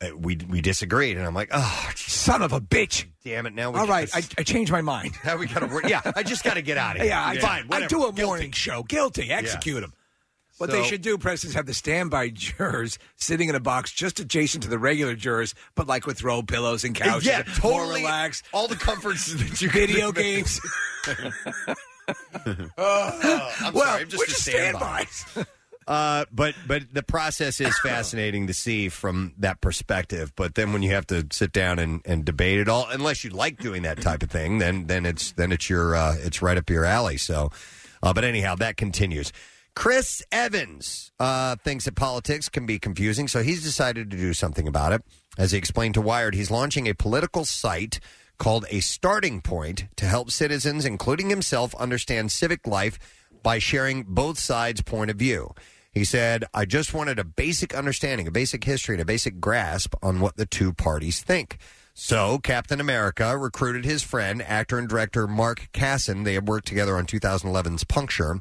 [SPEAKER 3] uh, we we disagreed, and I'm like, oh,
[SPEAKER 5] son of a bitch!
[SPEAKER 3] Damn it! Now we
[SPEAKER 5] all right I, I changed my mind
[SPEAKER 3] now we gotta work yeah i just gotta get out of here.
[SPEAKER 5] yeah, I,
[SPEAKER 3] Yeah.
[SPEAKER 5] fine,
[SPEAKER 3] Fine,
[SPEAKER 5] I
[SPEAKER 3] whatever.
[SPEAKER 5] do a morning show guilty execute him What they
[SPEAKER 3] So-
[SPEAKER 5] should do, Preston, is have the standby jurors sitting in a box just adjacent to the regular jurors, but like with throw pillows and couches,
[SPEAKER 3] Uh, Yeah,
[SPEAKER 5] more
[SPEAKER 3] totally.
[SPEAKER 5] relaxed,
[SPEAKER 3] all the comforts that you could
[SPEAKER 5] video
[SPEAKER 3] imagine.
[SPEAKER 5] games.
[SPEAKER 3] Oh, I'm
[SPEAKER 5] well,
[SPEAKER 3] sorry, I'm just
[SPEAKER 5] we're
[SPEAKER 3] a
[SPEAKER 5] just
[SPEAKER 3] standby.
[SPEAKER 5] standbys.
[SPEAKER 3] Uh, but but the process is fascinating to see from that perspective. But then when you have to sit down and, and debate it all, unless you like doing that type of thing, then then it's then it's your uh, it's right up your alley. So, uh, but anyhow, that continues. Chris Evans uh, thinks that politics can be confusing, so he's decided to do something about it. As he explained to Wired, he's launching a political site called A Starting Point to help citizens, including himself, understand civic life by sharing both sides' point of view. He said, I just wanted a basic understanding, a basic history, and a basic grasp on what the two parties think. So, Captain America recruited his friend, actor and director Mark Casson. They had worked together on 2011's Puncture.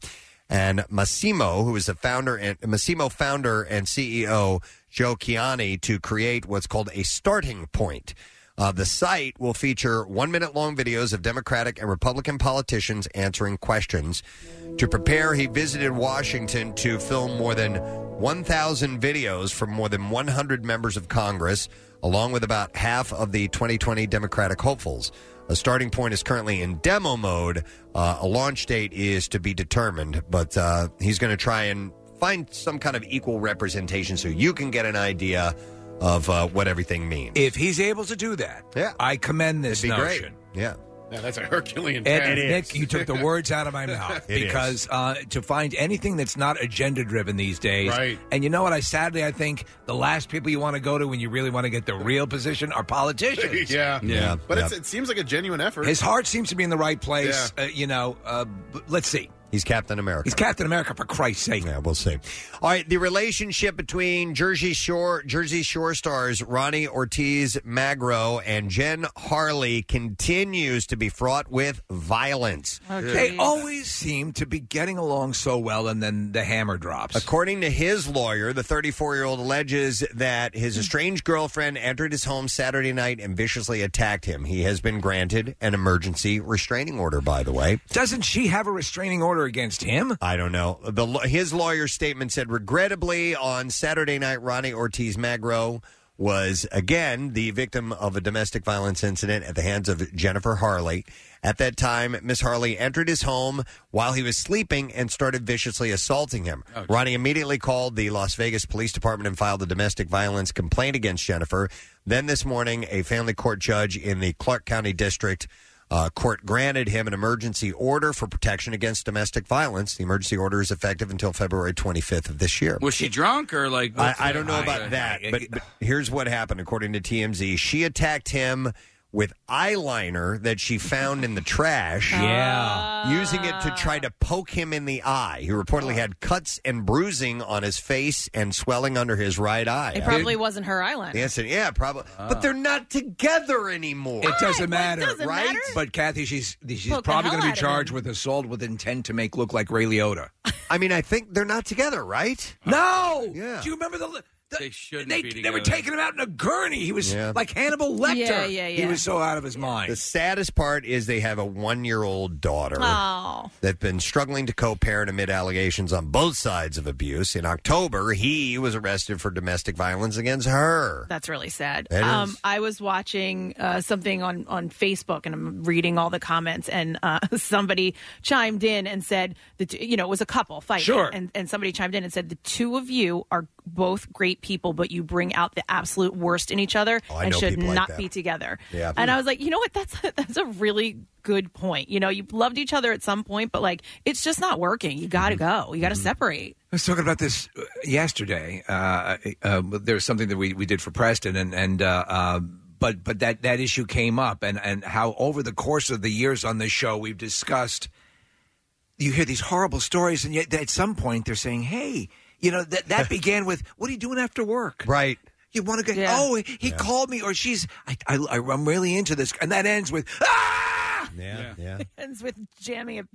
[SPEAKER 3] And Massimo, who is the founder and Massimo founder and CEO Joe Chiani, to create what's called a starting point. Uh, the site will feature one minute long videos of Democratic and Republican politicians answering questions. To prepare, he visited Washington to film more than 1,000 videos from more than 100 members of Congress, along with about half of the 2020 Democratic hopefuls. A starting point is currently in demo mode. Uh, a launch date is to be determined, but uh, he's going to try and find some kind of equal representation so you can get an idea of uh, what everything means.
[SPEAKER 5] If he's able to do that,
[SPEAKER 3] yeah.
[SPEAKER 5] I commend this
[SPEAKER 3] It'd be great.
[SPEAKER 5] notion.
[SPEAKER 3] Yeah.
[SPEAKER 7] Yeah, that's a Herculean
[SPEAKER 5] Ed,
[SPEAKER 7] task.
[SPEAKER 5] Nick, you took the words out of my mouth
[SPEAKER 7] It is.
[SPEAKER 5] because uh, to find anything that's not agenda driven these days,
[SPEAKER 7] Right.
[SPEAKER 5] And you know what? I sadly I think the last people you want to go to when you really want to get the real position are politicians.
[SPEAKER 7] yeah. But It's, it seems like a genuine effort.
[SPEAKER 5] his heart seems to be in the right place. Uh, you know, uh, b- let's see.
[SPEAKER 3] He's Captain America.
[SPEAKER 5] He's Captain America for Christ's sake.
[SPEAKER 3] Yeah, we'll see. All right, the relationship between Jersey Shore Jersey Shore stars Ronnie Ortiz Magro and Jen Harley continues to be fraught with violence.
[SPEAKER 5] They always seem to be getting along so well, and then the hammer drops.
[SPEAKER 3] According to his lawyer, the 34 year old alleges that his estranged girlfriend entered his home Saturday night and viciously attacked him. He has been granted an emergency restraining order, by the way.
[SPEAKER 5] Doesn't she have a restraining order against him?
[SPEAKER 3] I don't know. The, law- his lawyer's statement said, regrettably, on Saturday night, Ronnie Ortiz Magro was again the victim of a domestic violence incident at the hands of Jennifer Harley. At that time, Miss Harley entered his home while he was sleeping and started viciously assaulting him. Ronnie immediately called the Las Vegas Police Department and filed a domestic violence complaint against Jennifer. Then this morning, a family court judge in the Clark County District uh, court granted him an emergency order for protection against domestic violence. The emergency order is effective until February 25th of this year.
[SPEAKER 6] Was she drunk or like?
[SPEAKER 3] I, I don't know
[SPEAKER 5] uh,
[SPEAKER 3] about that, but, but here's what happened according to TMZ. She attacked him with eyeliner that she found in the trash.
[SPEAKER 5] Yeah.
[SPEAKER 3] Using it to try to poke him in the eye. He reportedly had cuts and bruising on his face and swelling under his right eye.
[SPEAKER 4] It probably wasn't her island.
[SPEAKER 3] The incident, yeah, probably. But they're not together anymore.
[SPEAKER 5] It doesn't matter,
[SPEAKER 4] doesn't
[SPEAKER 5] right?
[SPEAKER 4] matter.
[SPEAKER 5] But Kathy, she's she's
[SPEAKER 4] Poke the
[SPEAKER 5] probably going
[SPEAKER 4] hell
[SPEAKER 5] to
[SPEAKER 4] out
[SPEAKER 5] be
[SPEAKER 4] of
[SPEAKER 5] charged with assault with intent to make look like Ray Liotta.
[SPEAKER 3] I mean, I think they're not together, right?
[SPEAKER 5] No.
[SPEAKER 3] Yeah.
[SPEAKER 5] Do you remember the? the they shouldn't they,
[SPEAKER 3] be
[SPEAKER 5] They were
[SPEAKER 3] together.
[SPEAKER 5] taking him out in a gurney. He was
[SPEAKER 3] Yeah.
[SPEAKER 5] like Hannibal Lecter.
[SPEAKER 4] Yeah, yeah,
[SPEAKER 5] He
[SPEAKER 4] yeah.
[SPEAKER 5] was so out of his mind.
[SPEAKER 3] The saddest part is they have a one year old daughter
[SPEAKER 4] Oh.
[SPEAKER 3] that's been struggling to co parent amid allegations on both sides of abuse. In October, he was arrested for domestic violence against her.
[SPEAKER 4] That's really sad.
[SPEAKER 3] That is.
[SPEAKER 4] Um, I was watching uh, something on, on Facebook and I'm reading all the comments, and uh, somebody chimed in and said, the t- you know, it was a couple fighting.
[SPEAKER 12] Sure.
[SPEAKER 4] And, and somebody chimed in and said, the two of you are both great people, but you bring out the absolute worst in each other
[SPEAKER 12] Oh, I
[SPEAKER 4] and
[SPEAKER 12] know
[SPEAKER 4] should
[SPEAKER 12] people like
[SPEAKER 4] not
[SPEAKER 12] that.
[SPEAKER 4] be together.
[SPEAKER 12] Yeah.
[SPEAKER 4] And I was like, you know what? That's a, that's a really good point. You know, you loved each other at some point, but like, it's just not working. You got to
[SPEAKER 12] Mm-hmm.
[SPEAKER 4] go, you got to separate.
[SPEAKER 5] I was talking about this uh, yesterday. Uh, uh, there was something that we, we did for Preston, and and uh, uh, but but that that issue came up, and and how over the course of the years on this show we've discussed. You hear these horrible stories, and yet at some point they're saying, "Hey, you know that that began with what are you doing after work?"
[SPEAKER 3] Right.
[SPEAKER 5] You want to go? Oh, he called me, or she's. I, I, I'm really into this, and that ends with. Ah!
[SPEAKER 3] Yeah. Yeah.
[SPEAKER 4] Ends with jamming of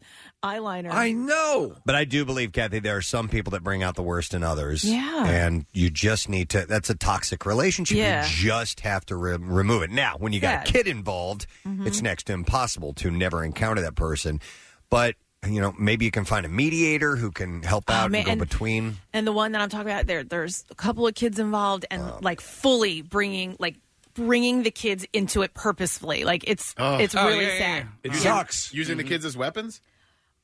[SPEAKER 4] eyeliner.
[SPEAKER 5] I know.
[SPEAKER 3] But I do believe, Kathy, there are some people that bring out the worst in others.
[SPEAKER 4] Yeah.
[SPEAKER 3] And you just need to, that's a toxic relationship.
[SPEAKER 4] Yeah.
[SPEAKER 3] You just have to re- remove it. Now, when you got a
[SPEAKER 4] Yeah. Mm-hmm.
[SPEAKER 3] kid involved, it's next to impossible to never encounter that person. But, you know, maybe you can find a mediator who can help out
[SPEAKER 4] Oh, man,
[SPEAKER 3] and go
[SPEAKER 4] and-
[SPEAKER 3] between.
[SPEAKER 4] And the one that I'm talking about, there, there's a couple of kids involved, and like fully bringing, like bringing the kids into it purposefully. Like it's,
[SPEAKER 5] Oh.
[SPEAKER 4] it's really
[SPEAKER 7] Oh.
[SPEAKER 4] sad. Mm-hmm.
[SPEAKER 7] It
[SPEAKER 4] Oh, Yeah.
[SPEAKER 7] sucks. Using the kids as weapons?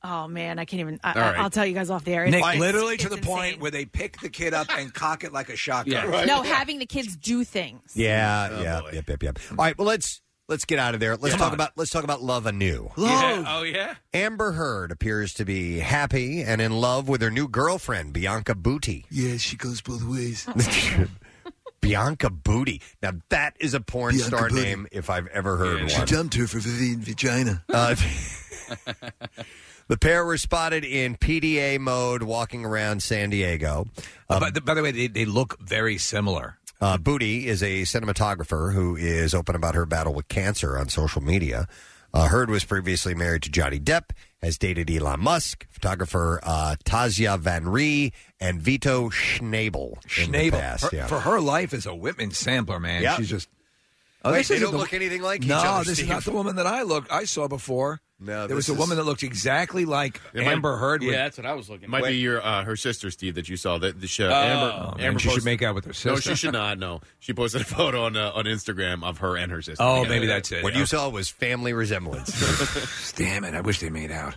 [SPEAKER 4] Oh man, I can't even. I,
[SPEAKER 5] All right.
[SPEAKER 4] I'll tell you guys off the air.
[SPEAKER 5] Nick,
[SPEAKER 4] It's-
[SPEAKER 5] literally to
[SPEAKER 4] it's
[SPEAKER 5] the point where they pick the kid up and cock it like a shotgun.
[SPEAKER 3] Yeah.
[SPEAKER 4] insane. No, having the kids do things.
[SPEAKER 3] Yeah.
[SPEAKER 6] Oh,
[SPEAKER 3] yeah. Yep. Yep. Yep. All right. Well, let's let's get out of there. Let's talk about let's talk about love anew.
[SPEAKER 6] Oh yeah.
[SPEAKER 3] Amber Heard appears to be happy and in love with her new girlfriend, Bianca Booty.
[SPEAKER 5] Yeah, she goes both ways.
[SPEAKER 3] Bianca Booty. Now that is a porn
[SPEAKER 13] Bianca
[SPEAKER 3] star
[SPEAKER 13] Booty.
[SPEAKER 3] name if I've ever heard
[SPEAKER 13] She
[SPEAKER 3] one.
[SPEAKER 13] dumped her for Vivian Vagina.
[SPEAKER 3] Uh, the pair were spotted in PDA mode walking around San Diego. Uh,
[SPEAKER 5] Oh, By the, by the way, they, they look very similar.
[SPEAKER 3] Uh, Booty is a cinematographer who is open about her battle with cancer on social media. Uh, Heard was previously married to Johnny Depp, has dated Elon Musk, photographer uh, Tazia Van Ree, and Vito Schnabel. in the
[SPEAKER 5] Schnabel.
[SPEAKER 3] past,
[SPEAKER 5] Her-
[SPEAKER 3] yeah.
[SPEAKER 5] For her life is a Whitman sampler, man.
[SPEAKER 3] Yep.
[SPEAKER 5] She's just.
[SPEAKER 3] Wait,
[SPEAKER 5] this
[SPEAKER 3] they
[SPEAKER 5] isn't
[SPEAKER 3] don't look anything like each
[SPEAKER 5] no,
[SPEAKER 3] other,
[SPEAKER 5] this
[SPEAKER 3] Steve.
[SPEAKER 5] is not the woman that I looked. I saw before. No, there was
[SPEAKER 7] this
[SPEAKER 5] a
[SPEAKER 7] is-
[SPEAKER 5] woman that looked exactly like
[SPEAKER 7] It might-
[SPEAKER 5] Amber Heard.
[SPEAKER 7] Yeah, that's
[SPEAKER 6] what I was looking.
[SPEAKER 7] Might
[SPEAKER 5] Wait.
[SPEAKER 7] be your uh, her sister Steve that you saw that the show.
[SPEAKER 5] Oh.
[SPEAKER 7] Amber,
[SPEAKER 5] Oh, man,
[SPEAKER 7] Amber
[SPEAKER 5] she should
[SPEAKER 7] posted-
[SPEAKER 5] make out with her
[SPEAKER 7] No,
[SPEAKER 5] sister.
[SPEAKER 7] she should not. No, she posted a photo on uh, on Instagram of her and her sister.
[SPEAKER 5] Oh,
[SPEAKER 7] together.
[SPEAKER 5] maybe that's it.
[SPEAKER 3] What you saw was family resemblance.
[SPEAKER 5] Damn it! I wish they made out.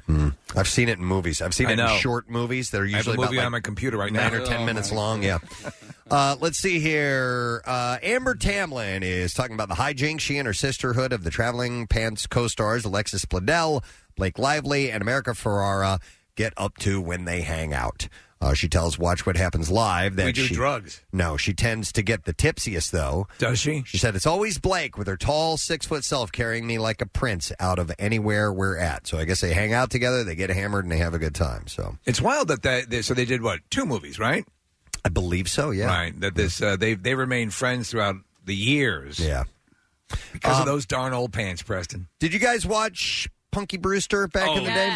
[SPEAKER 3] I've seen it in movies. I've seen
[SPEAKER 5] I
[SPEAKER 3] it
[SPEAKER 5] know.
[SPEAKER 3] in short movies that are
[SPEAKER 5] I have a
[SPEAKER 3] usually
[SPEAKER 5] movie
[SPEAKER 3] about, like,
[SPEAKER 5] on my computer right now.
[SPEAKER 3] nine or ten
[SPEAKER 5] Oh,
[SPEAKER 3] minutes
[SPEAKER 5] my
[SPEAKER 3] long. Yeah.
[SPEAKER 5] God.
[SPEAKER 3] Uh, let's see here. Uh, Amber Tamlin is talking about the hijinks she and her sisterhood of the Traveling Pants co-stars Alexis Bledel, Blake Lively, and America Ferrara get up to when they hang out. Uh, she tells Watch What Happens Live that
[SPEAKER 5] We do
[SPEAKER 3] she,
[SPEAKER 5] drugs.
[SPEAKER 3] No, she tends to get the tipsiest though.
[SPEAKER 5] Does she?
[SPEAKER 3] She said it's always Blake with her tall six foot self carrying me like a prince out of anywhere we're at. So I guess they hang out together, they get hammered, and they have a good time. So
[SPEAKER 5] It's wild that that they, so they did what two movies, right?
[SPEAKER 3] I believe so. Yeah.
[SPEAKER 5] Right. That this uh, they they remained friends throughout the years.
[SPEAKER 3] Yeah. Um,
[SPEAKER 5] Because of those darn old pants, Preston.
[SPEAKER 3] Did you guys watch Punky Brewster back
[SPEAKER 6] Oh,
[SPEAKER 3] in the day?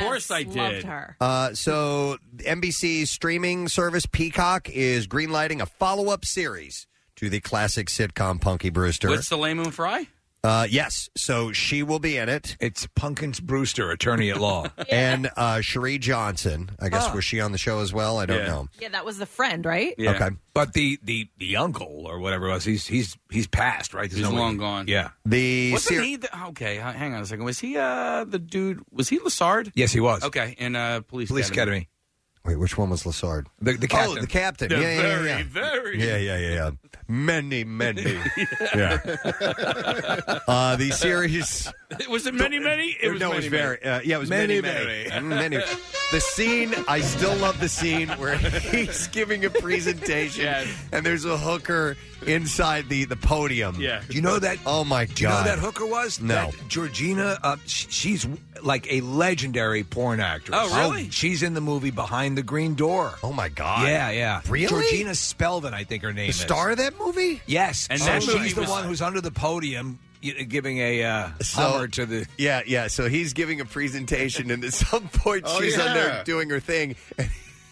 [SPEAKER 3] Uh, so NBC's streaming service Peacock is greenlighting a follow-up series to the classic sitcom Punky Brewster.
[SPEAKER 6] What's the lame moon fry?
[SPEAKER 3] Uh, yes, so she will be in it.
[SPEAKER 5] It's Punkins Brewster, attorney at law,
[SPEAKER 3] and uh, Cherie Johnson. I guess
[SPEAKER 4] Oh.
[SPEAKER 3] was she on the show as well? I don't
[SPEAKER 5] Yeah.
[SPEAKER 3] know.
[SPEAKER 4] Yeah, that was the friend, right?
[SPEAKER 3] Okay.
[SPEAKER 5] But the the the uncle or whatever it was, he's he's he's passed, right? There's
[SPEAKER 6] He's
[SPEAKER 5] no way-
[SPEAKER 6] long gone.
[SPEAKER 5] Yeah.
[SPEAKER 3] The
[SPEAKER 6] Wasn't he the, okay? h- Hang on a second. Was he uh the dude? Was he Lassard?
[SPEAKER 5] Yes, he was.
[SPEAKER 6] Okay, in uh police
[SPEAKER 5] Police Academy.
[SPEAKER 3] Wait, which one was Lassard?
[SPEAKER 5] The, the captain.
[SPEAKER 3] Oh, the captain.
[SPEAKER 5] The
[SPEAKER 3] yeah, yeah,
[SPEAKER 5] very,
[SPEAKER 3] yeah.
[SPEAKER 6] very.
[SPEAKER 3] Yeah, yeah, yeah, yeah. Many, many.
[SPEAKER 5] Yeah.
[SPEAKER 3] uh, the series.
[SPEAKER 6] was it many many? It was
[SPEAKER 3] no, it
[SPEAKER 6] many,
[SPEAKER 3] was very. Uh, yeah, it was
[SPEAKER 6] Many,
[SPEAKER 3] many, many. Mm, Many. The scene. I still love the scene where he's giving a presentation, and there's a hooker inside the the podium.
[SPEAKER 5] Yeah.
[SPEAKER 3] Do you know that? Oh my god.
[SPEAKER 5] Do you know who that hooker was?
[SPEAKER 3] No.
[SPEAKER 5] That Georgina, uh, sh- she's like a legendary porn actress.
[SPEAKER 3] Oh, really?
[SPEAKER 5] she's in the movie Behind the Green Door.
[SPEAKER 3] Oh, my God.
[SPEAKER 5] Yeah, yeah.
[SPEAKER 3] Really?
[SPEAKER 5] Georgina Spelvin, I think her name
[SPEAKER 3] The
[SPEAKER 5] is.
[SPEAKER 3] star of that movie?
[SPEAKER 5] Yes. And
[SPEAKER 3] And
[SPEAKER 5] so
[SPEAKER 3] that movie
[SPEAKER 5] she's the
[SPEAKER 3] was-
[SPEAKER 5] one who's under the podium y- giving a uh,
[SPEAKER 3] So-
[SPEAKER 5] hummer to the.
[SPEAKER 3] Yeah, yeah. So he's giving a presentation, and at some point
[SPEAKER 5] Oh,
[SPEAKER 3] she's on
[SPEAKER 5] yeah.
[SPEAKER 3] there doing her thing,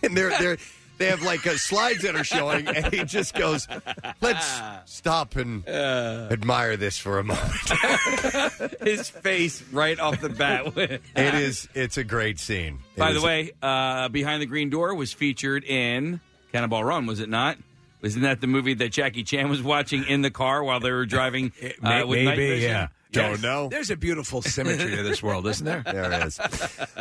[SPEAKER 3] and they're they're they have like uh, slides that are showing, and he just goes, "Let's stop and
[SPEAKER 5] Uh.
[SPEAKER 3] admire this for a moment."
[SPEAKER 6] His face right off the bat. it
[SPEAKER 3] It is it's a great scene. It
[SPEAKER 6] By the
[SPEAKER 3] is-
[SPEAKER 6] way, uh, Behind the Green Door was featured in Cannonball Run, was it not? Wasn't that the movie that Jackie Chan was watching in the car while they were driving uh, with night vision?
[SPEAKER 5] Yes. There's a beautiful symmetry to this world, isn't there?
[SPEAKER 3] There is.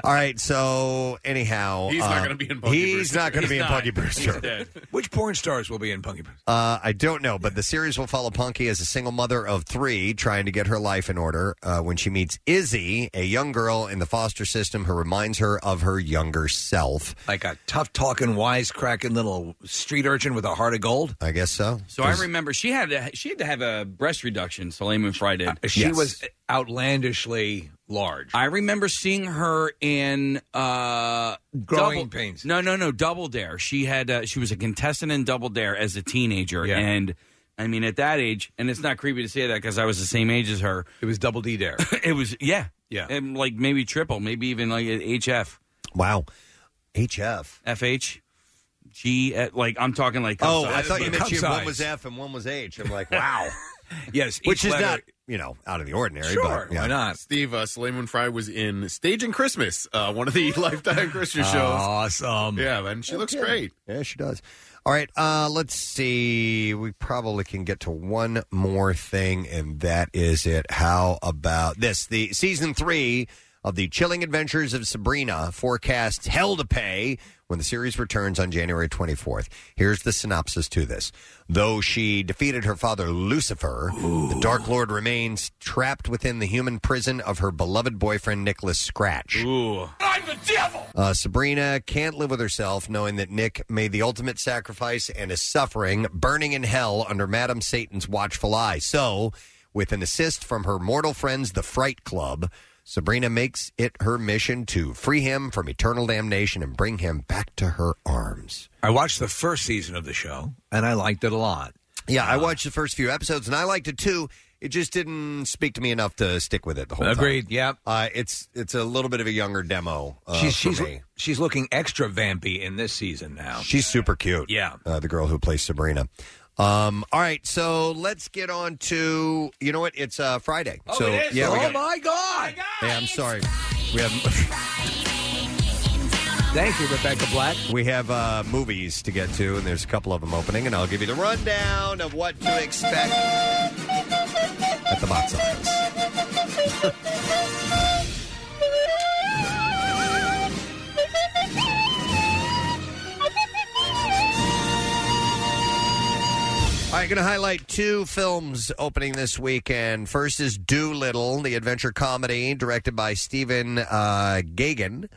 [SPEAKER 3] All right. So anyhow,
[SPEAKER 5] He's not
[SPEAKER 3] uh,
[SPEAKER 5] gonna be in Punky
[SPEAKER 3] he's
[SPEAKER 5] Brewster.
[SPEAKER 3] not going to
[SPEAKER 5] He's
[SPEAKER 3] be in
[SPEAKER 5] not.
[SPEAKER 3] Punky
[SPEAKER 5] He's
[SPEAKER 3] Brewster.
[SPEAKER 5] dead. Which porn stars will be in Punky Brewster?
[SPEAKER 3] Uh, I don't know, but the series will follow Punky as a single mother of three trying to get her life in order uh, when she meets Izzy, a young girl in the foster system who reminds her of her younger self.
[SPEAKER 5] Like uh, a tough talking, wise cracking little street urchin with a heart of gold.
[SPEAKER 3] I guess so.
[SPEAKER 6] So I remember she had to, she had to have a breast reduction. Salim and Fry did.
[SPEAKER 5] Uh, She was outlandishly large.
[SPEAKER 6] I remember seeing her in uh,
[SPEAKER 5] Growing
[SPEAKER 6] Double-
[SPEAKER 5] Pains.
[SPEAKER 6] No, no, no, Double Dare. She had uh, she was a contestant in Double Dare as a teenager, and I mean at that age, and it's not creepy to say that because I was the same age as her.
[SPEAKER 5] It was Double D Dare.
[SPEAKER 6] it was yeah,
[SPEAKER 5] Yeah.
[SPEAKER 6] and like maybe triple, maybe even like at HF,
[SPEAKER 3] Wow, HF,
[SPEAKER 6] FH, G. uh, Like I'm talking like
[SPEAKER 3] Oh,
[SPEAKER 6] cup
[SPEAKER 3] I
[SPEAKER 6] size.
[SPEAKER 3] thought you
[SPEAKER 6] Cup
[SPEAKER 3] mentioned
[SPEAKER 6] size.
[SPEAKER 3] one was F and one was H. I'm like, wow.
[SPEAKER 5] yes,
[SPEAKER 3] Which is
[SPEAKER 7] letter-
[SPEAKER 3] not, you know, out of the ordinary. but, yeah.
[SPEAKER 7] Steve, uh, Salim and Fry was in Staging Christmas, uh, one of the Lifetime Christmas shows.
[SPEAKER 3] um,
[SPEAKER 5] Awesome.
[SPEAKER 7] Yeah, man, she looks
[SPEAKER 3] Okay.
[SPEAKER 7] great.
[SPEAKER 3] Yeah, she does. All right, uh, let's see. We probably can get to one more thing, and that is it. How about this? The season three of the Chilling Adventures of Sabrina forecasts hell to pay when the series returns on January 24th. Here's the synopsis to this. Though she defeated her father Lucifer, the Dark Lord remains trapped within the human prison of her beloved boyfriend Nicholas Scratch.
[SPEAKER 6] I'm the devil.
[SPEAKER 3] Uh, Sabrina can't live with herself knowing that Nick made the ultimate sacrifice and is suffering, burning in hell under Madam Satan's watchful eye. So, with an assist from her mortal friends, the Fright Club, Sabrina makes it her mission to free him from eternal damnation and bring him back to her arms.
[SPEAKER 5] I watched the first season of the show and I liked it a lot.
[SPEAKER 3] Yeah,
[SPEAKER 5] Ah.
[SPEAKER 3] I watched the first few episodes and I liked it too. It just didn't speak to me enough to stick with it the whole time.
[SPEAKER 5] Agreed. Yep.
[SPEAKER 3] Uh, it's it's a little bit of a younger demo. Uh,
[SPEAKER 5] she's
[SPEAKER 3] for
[SPEAKER 5] she's
[SPEAKER 3] me.
[SPEAKER 5] she's looking extra vampy in this season now.
[SPEAKER 3] She's super cute.
[SPEAKER 5] Yeah.
[SPEAKER 3] Uh, the girl who plays Sabrina. Um, all right, so let's get on to you know what? It's uh, Friday.
[SPEAKER 6] Oh,
[SPEAKER 5] Oh,
[SPEAKER 3] so yeah, we got-
[SPEAKER 5] my god!
[SPEAKER 3] yeah, I'm sorry. We have
[SPEAKER 5] Thank you, Rebecca Black.
[SPEAKER 3] we have uh, movies to get to, and there's a couple of them opening, and I'll give you the rundown of what to expect at the box office. All right, going to highlight two films opening this weekend. First is Doolittle, the adventure comedy directed by Stephen uh, Gagan.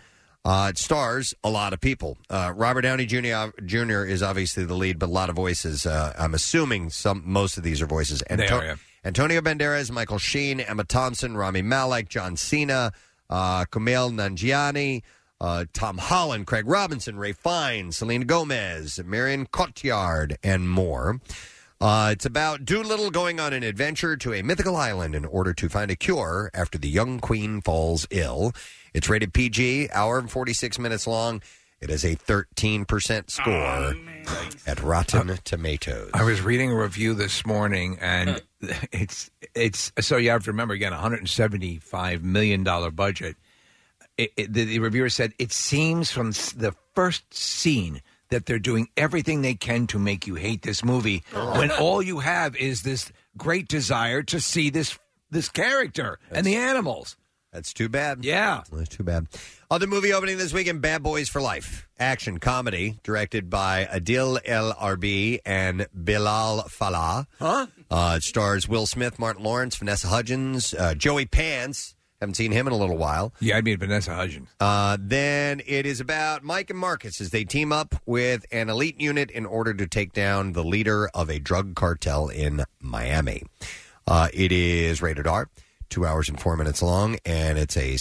[SPEAKER 3] Uh, it stars a lot of people. Uh, Robert Downey Jr. Jr. is obviously the lead, but a lot of voices. Uh, I'm assuming some most of these are voices.
[SPEAKER 5] They
[SPEAKER 3] Anto-
[SPEAKER 5] are, yeah.
[SPEAKER 3] Antonio Banderas, Michael Sheen, Emma Thompson, Rami Malek, John Cena, uh, Kumail Nanjiani, uh, Tom Holland, Craig Robinson, Ray Fine, Selena Gomez, Marion Cotillard, and more. Uh, it's about Doolittle going on an adventure to a mythical island in order to find a cure after the young queen falls ill. It's rated PG, hour and 46 minutes long. It has a 13% score at Rotten Tomatoes.
[SPEAKER 5] I was reading a review this morning, and it's it's so you have to remember again, 175 million dollar budget. It, it, the, the reviewer said it seems from s- the first scene that they're doing everything they can to make you hate this movie when all you have is this great desire to see this this character and the animals.
[SPEAKER 3] That's too bad.
[SPEAKER 5] Yeah,
[SPEAKER 3] That's too bad. Other movie opening this weekend Bad Boys for Life. Action comedy directed by Adil El Arbi and Bilal Falah. Huh? Uh, it stars Will Smith, Martin Lawrence, Vanessa Hudgens, uh, Joey Pants. Haven't seen him in a little while.
[SPEAKER 5] Yeah, I mean Vanessa Hudgens.
[SPEAKER 3] Uh, then it is about Mike and Marcus as they team up with an elite unit in order to take down the leader of a drug cartel in Miami. Uh, it is rated R, two hours and four minutes long, and it's a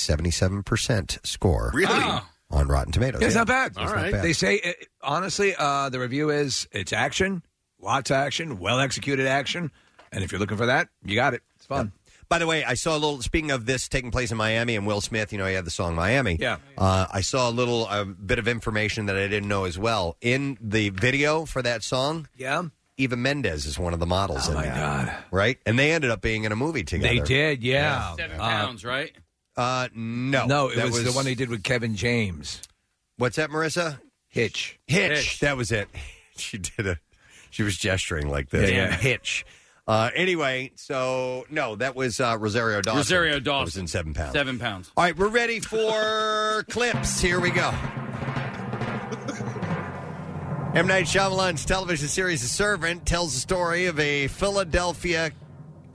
[SPEAKER 3] 77% score.
[SPEAKER 5] Really? Wow.
[SPEAKER 3] On Rotten Tomatoes.
[SPEAKER 5] It's
[SPEAKER 3] Yeah.
[SPEAKER 5] not bad.
[SPEAKER 3] It's not bad.
[SPEAKER 5] They say uh, honestly, uh, the review is it's action, lots of action, well executed action, and if you're looking for that, you got it. It's fun.
[SPEAKER 3] By the way, I saw a little. Speaking of this taking place in Miami and Will Smith, you know, he had the song Miami.
[SPEAKER 5] Yeah.
[SPEAKER 3] Uh, I saw a little a bit of information that I didn't know as well. In the video for that song,
[SPEAKER 5] Yeah. Oh,
[SPEAKER 3] Eva Mendes is one of the models in my that. God. Right? And they ended up being in a movie together.
[SPEAKER 5] They did, yeah.
[SPEAKER 6] Seven
[SPEAKER 5] Uh,
[SPEAKER 6] pounds, right?
[SPEAKER 3] Uh, no.
[SPEAKER 5] No, it
[SPEAKER 3] that
[SPEAKER 5] was, the one they did with Kevin James.
[SPEAKER 3] What's that, Marissa?
[SPEAKER 5] Hitch.
[SPEAKER 3] Hitch. That was it. She did it. She was gesturing like this.
[SPEAKER 5] Yeah, yeah.
[SPEAKER 3] Hitch. Uh, anyway, so no, that was uh, Rosario Dawson.
[SPEAKER 6] Rosario
[SPEAKER 3] That was
[SPEAKER 6] Dawson.
[SPEAKER 3] in seven pounds.
[SPEAKER 6] Seven pounds.
[SPEAKER 3] All right, we're ready for clips. Here we go. M. Night Shyamalan's television series *The Servant* tells the story of a Philadelphia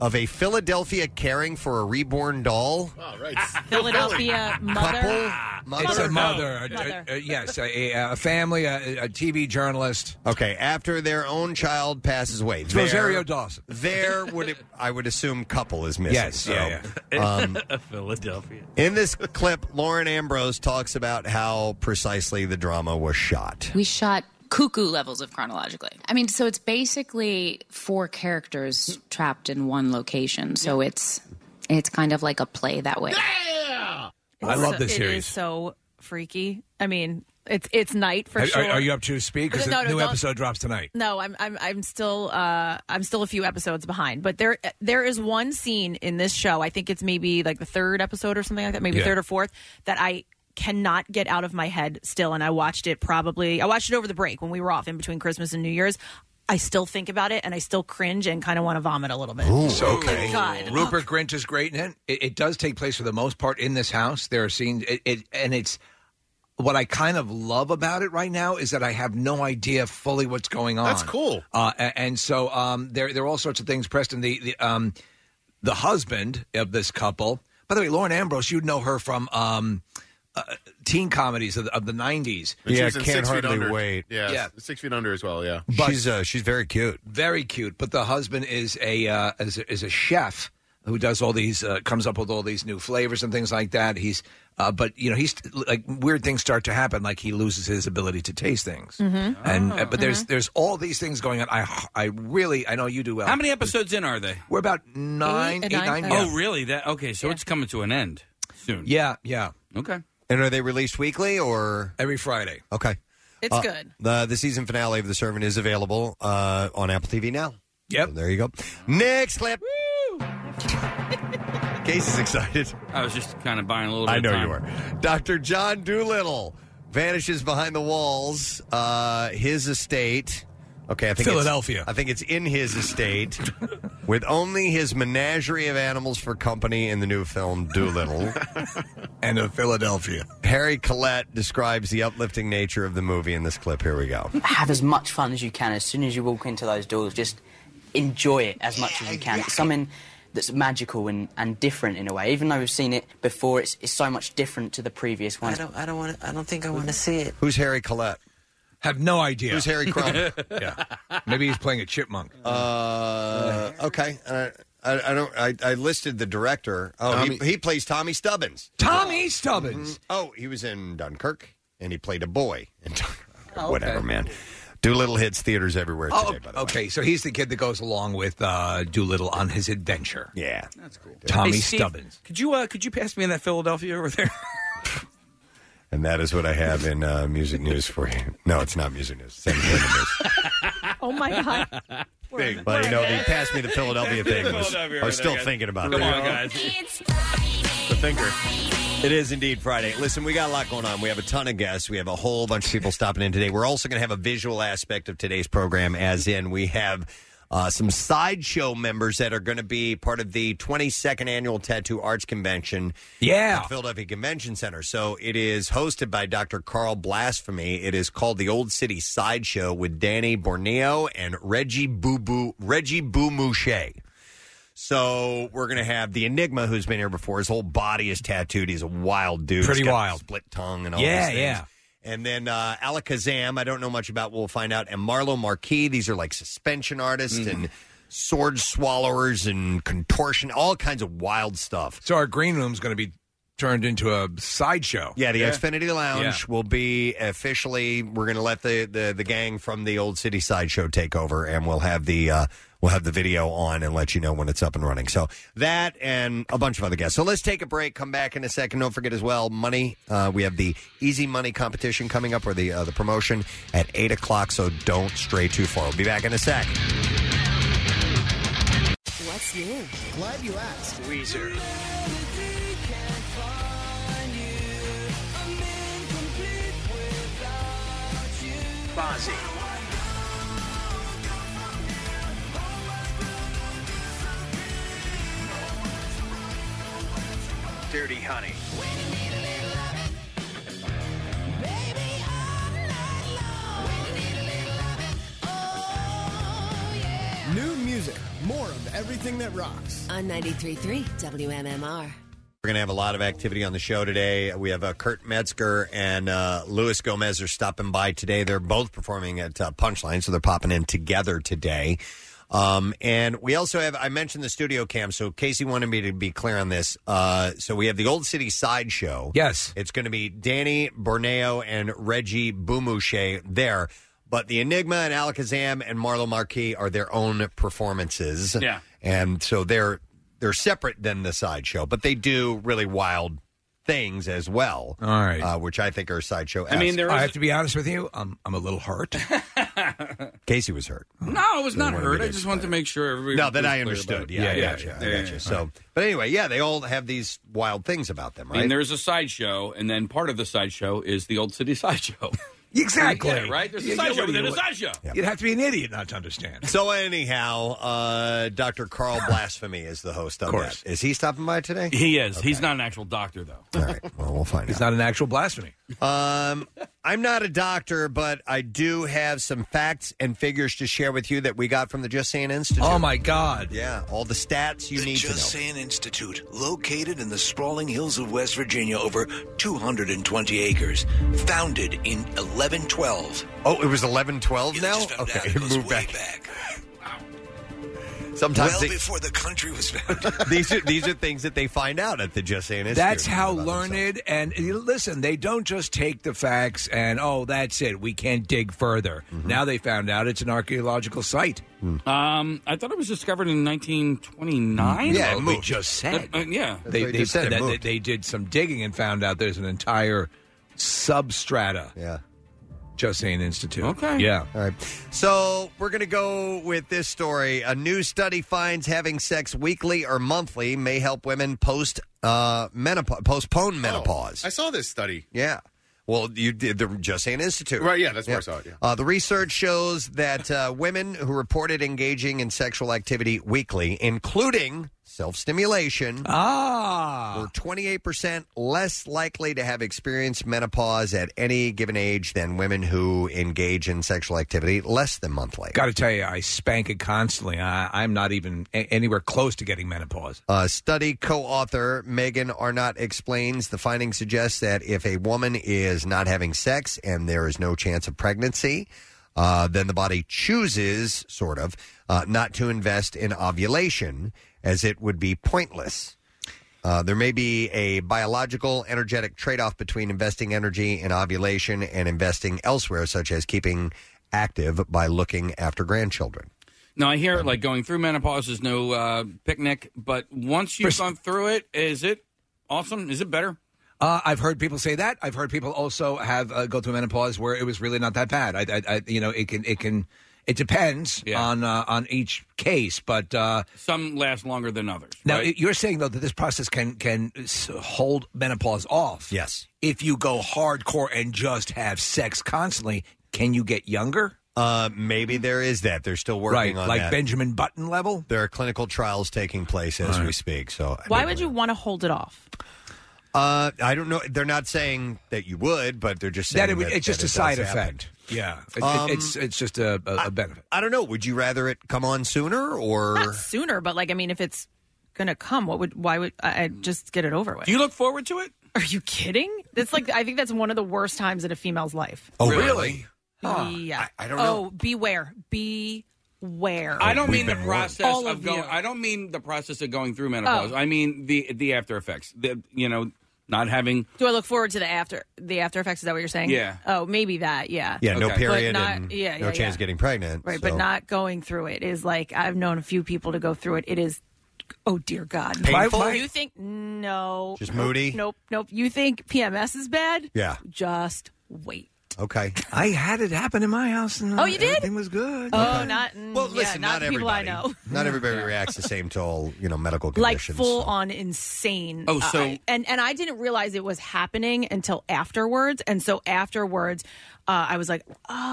[SPEAKER 3] of a Philadelphia caring for a reborn doll.
[SPEAKER 7] Oh, right.
[SPEAKER 4] Philadelphia mother.
[SPEAKER 3] Mother?
[SPEAKER 5] It's a
[SPEAKER 3] No.
[SPEAKER 5] mother. a- a- a- yes, a, uh, a family, a, a TV journalist.
[SPEAKER 3] Okay, after their own child passes away,
[SPEAKER 5] It's
[SPEAKER 3] There-
[SPEAKER 5] Rosario Dawson.
[SPEAKER 3] There would it, I would assume couple is missing.
[SPEAKER 5] Yes,
[SPEAKER 3] so,
[SPEAKER 5] yeah,
[SPEAKER 3] um,
[SPEAKER 6] Philadelphia.
[SPEAKER 3] in this clip, Lauren Ambrose talks about how precisely the drama was shot.
[SPEAKER 12] We shot cuckoo levels of chronologically. I mean, so it's basically four characters trapped in one location. So it's it's kind of like a play that way.
[SPEAKER 5] I
[SPEAKER 4] It's
[SPEAKER 5] love
[SPEAKER 4] so-
[SPEAKER 5] this
[SPEAKER 4] It is
[SPEAKER 5] series.
[SPEAKER 4] so freaky. I mean, it's it's night for
[SPEAKER 5] Are-
[SPEAKER 4] sure.
[SPEAKER 5] are, are you up to speed? Because
[SPEAKER 4] No,
[SPEAKER 5] the
[SPEAKER 4] no,
[SPEAKER 5] new
[SPEAKER 4] don't-
[SPEAKER 5] episode drops tonight.
[SPEAKER 4] No, I'm I'm I'm still uh I'm still a few episodes behind, but there there is one scene in this show. I think it's maybe like the third episode or something like that, maybe
[SPEAKER 13] Yeah.
[SPEAKER 4] third or fourth that I cannot get out of my head still and I watched it probably I watched it over the break when we were off in between Christmas and New Year's. I still think about it and I still cringe and kind of want to vomit a little bit.
[SPEAKER 5] So okay.
[SPEAKER 4] God.
[SPEAKER 5] Rupert Grint is great in it. it. It does take place for the most part in this house. There are scenes, it, it, and it's what I kind of love about it right now is that I have no idea fully what's going on.
[SPEAKER 7] That's cool.
[SPEAKER 5] Uh, a- and, so um, there, there are all sorts of things. Preston, the the, um, the husband of this couple. By the way, Lauren Ambrose, you'd know her from. Um, uh, teen comedies of the, of the 90s.
[SPEAKER 7] And she was in Six Feet Under. Yeah, Six Feet Under as well, yeah.
[SPEAKER 3] she's uh, she's very cute.
[SPEAKER 5] very cute. But the husband is a uh, is, a- is a chef who does all these uh, comes up with all these new flavors and things like that. He's uh, but you know he's like weird things start to happen. Like he loses his ability to taste things.
[SPEAKER 6] Mm-hmm.
[SPEAKER 5] And uh, but there's there's all these things going on. I I really I know you do well.
[SPEAKER 6] How many episodes in are they?
[SPEAKER 5] We're about nine, eight, nine.
[SPEAKER 6] Oh, really? That okay? So it's coming to an end soon.
[SPEAKER 5] Yeah, yeah.
[SPEAKER 6] Okay.
[SPEAKER 3] And are they released weekly or
[SPEAKER 5] every Friday?
[SPEAKER 3] Okay,
[SPEAKER 4] It's
[SPEAKER 3] Uh,
[SPEAKER 4] good.
[SPEAKER 3] The the season finale of The Servant is available uh, on Apple TV now.
[SPEAKER 5] Yep.
[SPEAKER 3] there you go. Next clip. Case is excited.
[SPEAKER 6] I was just kind of buying a little. Bit
[SPEAKER 3] I
[SPEAKER 6] of
[SPEAKER 3] know
[SPEAKER 6] time.
[SPEAKER 3] you are. Dr. John Doolittle vanishes behind the walls. Uh, his estate. Okay, I think it's-
[SPEAKER 5] Philadelphia.
[SPEAKER 3] I think it's in his estate, with only his menagerie of animals for company in the new film Doolittle.
[SPEAKER 5] and of Philadelphia.
[SPEAKER 3] Harry Collette describes the uplifting nature of the movie in this clip. Here we go.
[SPEAKER 14] have as much fun as you can as soon as you walk into those doors. Just enjoy it as much as you can. It's something
[SPEAKER 13] that's magical and, and different in a way. Even though we've seen it before, it's, it's so much different to the previous ones.
[SPEAKER 14] I don't want. I don't think I want to see it.
[SPEAKER 3] Who's Harry Collette?
[SPEAKER 5] Have no idea.
[SPEAKER 3] Who's Harry Crumb?
[SPEAKER 5] yeah. Maybe he's playing a chipmunk.
[SPEAKER 3] Uh, okay. Uh, I, I don't. I, I listed the director. Oh, he,
[SPEAKER 5] Tommy-
[SPEAKER 3] he plays Tommy Stubbins.
[SPEAKER 5] Tommy Stubbins.
[SPEAKER 3] Oh, he was in Dunkirk, and he played a boy. In Dunkirk.
[SPEAKER 5] okay.
[SPEAKER 3] Whatever, man. Doolittle hits theaters everywhere
[SPEAKER 5] Oh,
[SPEAKER 3] today.
[SPEAKER 5] okay. So he's the kid that goes along with uh, Doolittle on his adventure.
[SPEAKER 3] Yeah,
[SPEAKER 5] that's cool.
[SPEAKER 6] Hey,
[SPEAKER 5] Tommy
[SPEAKER 6] Steve,
[SPEAKER 5] Stubbins.
[SPEAKER 6] Could you uh, could you pass me in that Philadelphia over there?
[SPEAKER 3] And that is what I have in uh, music news for you. No, it's not music news. Same thing.
[SPEAKER 4] Oh my god!
[SPEAKER 3] Thing. Well, you know, they passed me the Philadelphia thing. Was, I was still thinking about that.
[SPEAKER 7] The thinker.
[SPEAKER 3] It is indeed Friday. Listen, we got a lot going on. We have a ton of guests. We have a whole bunch of people stopping in today. We're also going to have a visual aspect of today's program, as in we have uh, some sideshow members that are going to be part of the 22nd annual Tattoo Arts Convention.
[SPEAKER 5] Yeah.
[SPEAKER 3] At Philadelphia Convention Center. So it is hosted by Dr. Carl Blasphemy. It is called the Old City Sideshow with Danny Borneo and Reggie Boo Boo, Reggie Boo Mouche. So we're gonna have the Enigma, who's been here before. His whole body is tattooed. He's a wild dude.
[SPEAKER 5] Pretty
[SPEAKER 3] He's got
[SPEAKER 5] wild.
[SPEAKER 3] Split tongue and all.
[SPEAKER 5] Yeah,
[SPEAKER 3] these things.
[SPEAKER 5] yeah.
[SPEAKER 3] And then uh, Alakazam, I don't know much about. We'll find out. And Marlo Marquis. These are like suspension artists
[SPEAKER 5] Mm-hmm.
[SPEAKER 3] and sword swallowers and contortion, all kinds of wild stuff.
[SPEAKER 5] So our green room's going to be turned into a sideshow.
[SPEAKER 3] Yeah, the Xfinity Lounge will be officially. We're going to let the, the the gang from the Old City Sideshow take over, and we'll have the uh, we'll have the video on and let you know when it's up and running. So that and a bunch of other guests. So let's take a break. Come back in a second. Don't forget as well, money. Uh, we have the Easy Money competition coming up, or the uh, the promotion at eight o'clock. So don't stray too far. We'll be back in a sec.
[SPEAKER 15] What's new? Glad you asked. Weezer. Bozzy. Dirty Honey.
[SPEAKER 16] New music, more of everything that rocks.
[SPEAKER 15] On 93.3 WMMR.
[SPEAKER 3] We're going to have a lot of activity on the show today. We have uh, Kurt Metzger and uh, Luis Gomez are stopping by today. They're both performing at uh, Punchline, so they're popping in together today. Um, and we also have, I mentioned the studio cam, so Casey wanted me to be clear on this. Uh, so we have the Old City Sideshow.
[SPEAKER 5] Yes.
[SPEAKER 3] It's going to be Danny Borneo and Reggie Boumouche there. But the Enigma and Alakazam and Marlo Marquis are their own performances.
[SPEAKER 6] Yeah.
[SPEAKER 3] And so they're they're separate than the sideshow, but they do really wild things as well. All right. Uh, which I think are sideshow.
[SPEAKER 5] I have to be honest with you. I'm I'm a little hurt.
[SPEAKER 3] Casey was hurt.
[SPEAKER 6] no, I was not
[SPEAKER 3] Wanted me
[SPEAKER 6] hurt.
[SPEAKER 3] to
[SPEAKER 6] I just wanted to make sure everybody.
[SPEAKER 3] No,
[SPEAKER 6] was
[SPEAKER 3] that I
[SPEAKER 6] clear
[SPEAKER 3] understood.
[SPEAKER 6] about it.
[SPEAKER 3] Yeah, I gotcha. I gotcha. So, but anyway, yeah, they all have these wild things about them,
[SPEAKER 6] I
[SPEAKER 3] right?
[SPEAKER 6] mean, there's a sideshow, and then part of the sideshow is the old city sideshow.
[SPEAKER 5] Exactly.
[SPEAKER 6] Yeah, right? There's a
[SPEAKER 5] Yeah, yeah,
[SPEAKER 6] sideshow
[SPEAKER 5] what do
[SPEAKER 6] within
[SPEAKER 5] you-
[SPEAKER 6] a sideshow.
[SPEAKER 5] You'd have to be an idiot not to understand.
[SPEAKER 3] so anyhow, uh, Dr. Carl Blasphemy is the host of,
[SPEAKER 5] course.
[SPEAKER 3] that. Is he stopping by today?
[SPEAKER 6] He is. He's not an actual doctor, though.
[SPEAKER 3] All right. Well, we'll find
[SPEAKER 5] It's not an actual blasphemy.
[SPEAKER 3] Um, I'm not a doctor, but I do have some facts and figures to share with you that we got from the Just Saying Institute.
[SPEAKER 5] Oh my God!
[SPEAKER 3] Yeah, all the stats you
[SPEAKER 9] the
[SPEAKER 3] need to know.
[SPEAKER 9] Just Saying Institute, located in the sprawling hills of West Virginia, over 220 acres, founded in 1112.
[SPEAKER 3] Oh, it was 1112
[SPEAKER 9] Yeah, they
[SPEAKER 3] now?
[SPEAKER 9] just found out.
[SPEAKER 3] Okay,
[SPEAKER 9] It
[SPEAKER 3] it
[SPEAKER 9] goes
[SPEAKER 3] moved
[SPEAKER 9] way
[SPEAKER 3] back.
[SPEAKER 9] back.
[SPEAKER 3] Sometimes
[SPEAKER 9] well
[SPEAKER 3] they-
[SPEAKER 9] before the country was founded.
[SPEAKER 3] these are these are things that they find out at the Just Saying Institute.
[SPEAKER 5] That's how learned and you- listen, they don't just take the facts and oh, that's it. We can't dig further.
[SPEAKER 3] Mm-hmm.
[SPEAKER 5] Now they found out it's an archaeological site.
[SPEAKER 6] Um, I thought it was discovered in 1929.
[SPEAKER 5] Yeah, it Well, we moved. just said.
[SPEAKER 6] Uh, uh, yeah,
[SPEAKER 5] They, they, that- they, they did some digging and found out there's an entire substrata.
[SPEAKER 3] Yeah.
[SPEAKER 5] Just saying institute.
[SPEAKER 3] Okay.
[SPEAKER 5] Yeah.
[SPEAKER 3] All right. So we're going to go with this story. A new study finds having sex weekly or monthly may help women post uh, menopause, postpone menopause.
[SPEAKER 7] I saw this study.
[SPEAKER 3] Yeah. Well, you did the Just Saying Institute.
[SPEAKER 7] Right, yeah, that's where I saw it, yeah.
[SPEAKER 3] Uh, the research shows that uh, women who reported engaging in sexual activity weekly, including self stimulation
[SPEAKER 5] ah.
[SPEAKER 3] were 28% less likely to have experienced menopause at any given age than women who engage in sexual activity less than monthly.
[SPEAKER 5] Got to tell you, I spank it constantly. I, I'm not even a- anywhere close to getting menopause.
[SPEAKER 3] A study co author Megan Arnott explains the finding suggests that if a woman is not having sex and there is no chance of pregnancy, uh, then the body chooses, sort of, uh, not to invest in ovulation as it would be pointless. Uh, there may be a biological energetic trade off between investing energy in ovulation and investing elsewhere, such as keeping active by looking after grandchildren.
[SPEAKER 6] Now I hear like going through menopause is no uh, picnic, but once you've gone through it, is it awesome? Is it better?
[SPEAKER 5] Uh, I've heard people say that. I've heard people also have uh, go through menopause where it was really not that bad. I, I, I you know, it can, it can, it depends on uh, on each case. But uh,
[SPEAKER 6] some last longer than others.
[SPEAKER 5] now
[SPEAKER 6] right?
[SPEAKER 5] it- you're saying though that this process can can s- hold menopause off.
[SPEAKER 3] Yes.
[SPEAKER 5] If you go hardcore and just have sex constantly, can you get younger?
[SPEAKER 3] Uh, maybe there is that. They're still working
[SPEAKER 5] right,
[SPEAKER 3] on
[SPEAKER 5] like
[SPEAKER 3] that.
[SPEAKER 5] Benjamin Button level.
[SPEAKER 3] There are clinical trials taking place as
[SPEAKER 5] All right.
[SPEAKER 3] we speak. So,
[SPEAKER 4] Why would you want to hold it off?
[SPEAKER 3] uh, I don't know. They're not saying that you would, but they're just saying
[SPEAKER 5] That it would- it's just
[SPEAKER 3] it
[SPEAKER 5] a side
[SPEAKER 3] does happen.
[SPEAKER 5] effect. Yeah, It- it-
[SPEAKER 3] Um,
[SPEAKER 5] it's it's just a, a, a benefit.
[SPEAKER 3] I don't know. Would you rather it come on sooner or?
[SPEAKER 4] Sooner, but like I mean, if it's gonna come, what would? Why would I I'd just get it over with?
[SPEAKER 6] Do you look forward to it?
[SPEAKER 4] Are you kidding? That's like I think that's one of the worst times in a female's life.
[SPEAKER 3] Oh, really?
[SPEAKER 4] Yeah.
[SPEAKER 3] I,
[SPEAKER 6] don't
[SPEAKER 4] oh,
[SPEAKER 6] know.
[SPEAKER 4] beware. Beware.
[SPEAKER 5] Oh,
[SPEAKER 6] I don't mean the process
[SPEAKER 4] All
[SPEAKER 6] of
[SPEAKER 4] you.
[SPEAKER 6] going. I don't mean the process of going through menopause.
[SPEAKER 4] Oh.
[SPEAKER 6] I mean the the after effects. The you know not having
[SPEAKER 4] Do I look forward to the after the after effects? Is that what you're saying?
[SPEAKER 6] Yeah.
[SPEAKER 4] Oh, maybe that. Yeah.
[SPEAKER 3] Yeah, no
[SPEAKER 6] Okay.
[SPEAKER 3] period
[SPEAKER 4] But not-
[SPEAKER 3] and
[SPEAKER 4] yeah,
[SPEAKER 3] no
[SPEAKER 4] yeah,
[SPEAKER 3] chance
[SPEAKER 4] yeah.
[SPEAKER 3] of getting pregnant.
[SPEAKER 4] Right,
[SPEAKER 3] so-
[SPEAKER 4] but not going through it is like I've known a few people to go through it. It is, oh dear God,
[SPEAKER 3] Painful?
[SPEAKER 4] You think no?
[SPEAKER 3] Just moody?
[SPEAKER 4] Nope, nope. You think PMS is bad?
[SPEAKER 3] Yeah.
[SPEAKER 4] Just wait.
[SPEAKER 3] Okay.
[SPEAKER 5] I had it happen in my house. And
[SPEAKER 4] Oh, you did?
[SPEAKER 5] Everything was good.
[SPEAKER 4] Oh, not mm,
[SPEAKER 3] Well,
[SPEAKER 4] yeah,
[SPEAKER 3] listen,
[SPEAKER 4] not,
[SPEAKER 3] not,
[SPEAKER 4] the people I
[SPEAKER 3] everybody.
[SPEAKER 4] know.
[SPEAKER 3] Not everybody reacts the same to all you know medical
[SPEAKER 4] Like
[SPEAKER 3] conditions.
[SPEAKER 4] full on insane.
[SPEAKER 3] Oh, so-
[SPEAKER 4] I- and and I didn't realize it was happening until afterwards, and so afterwards, uh, I was like,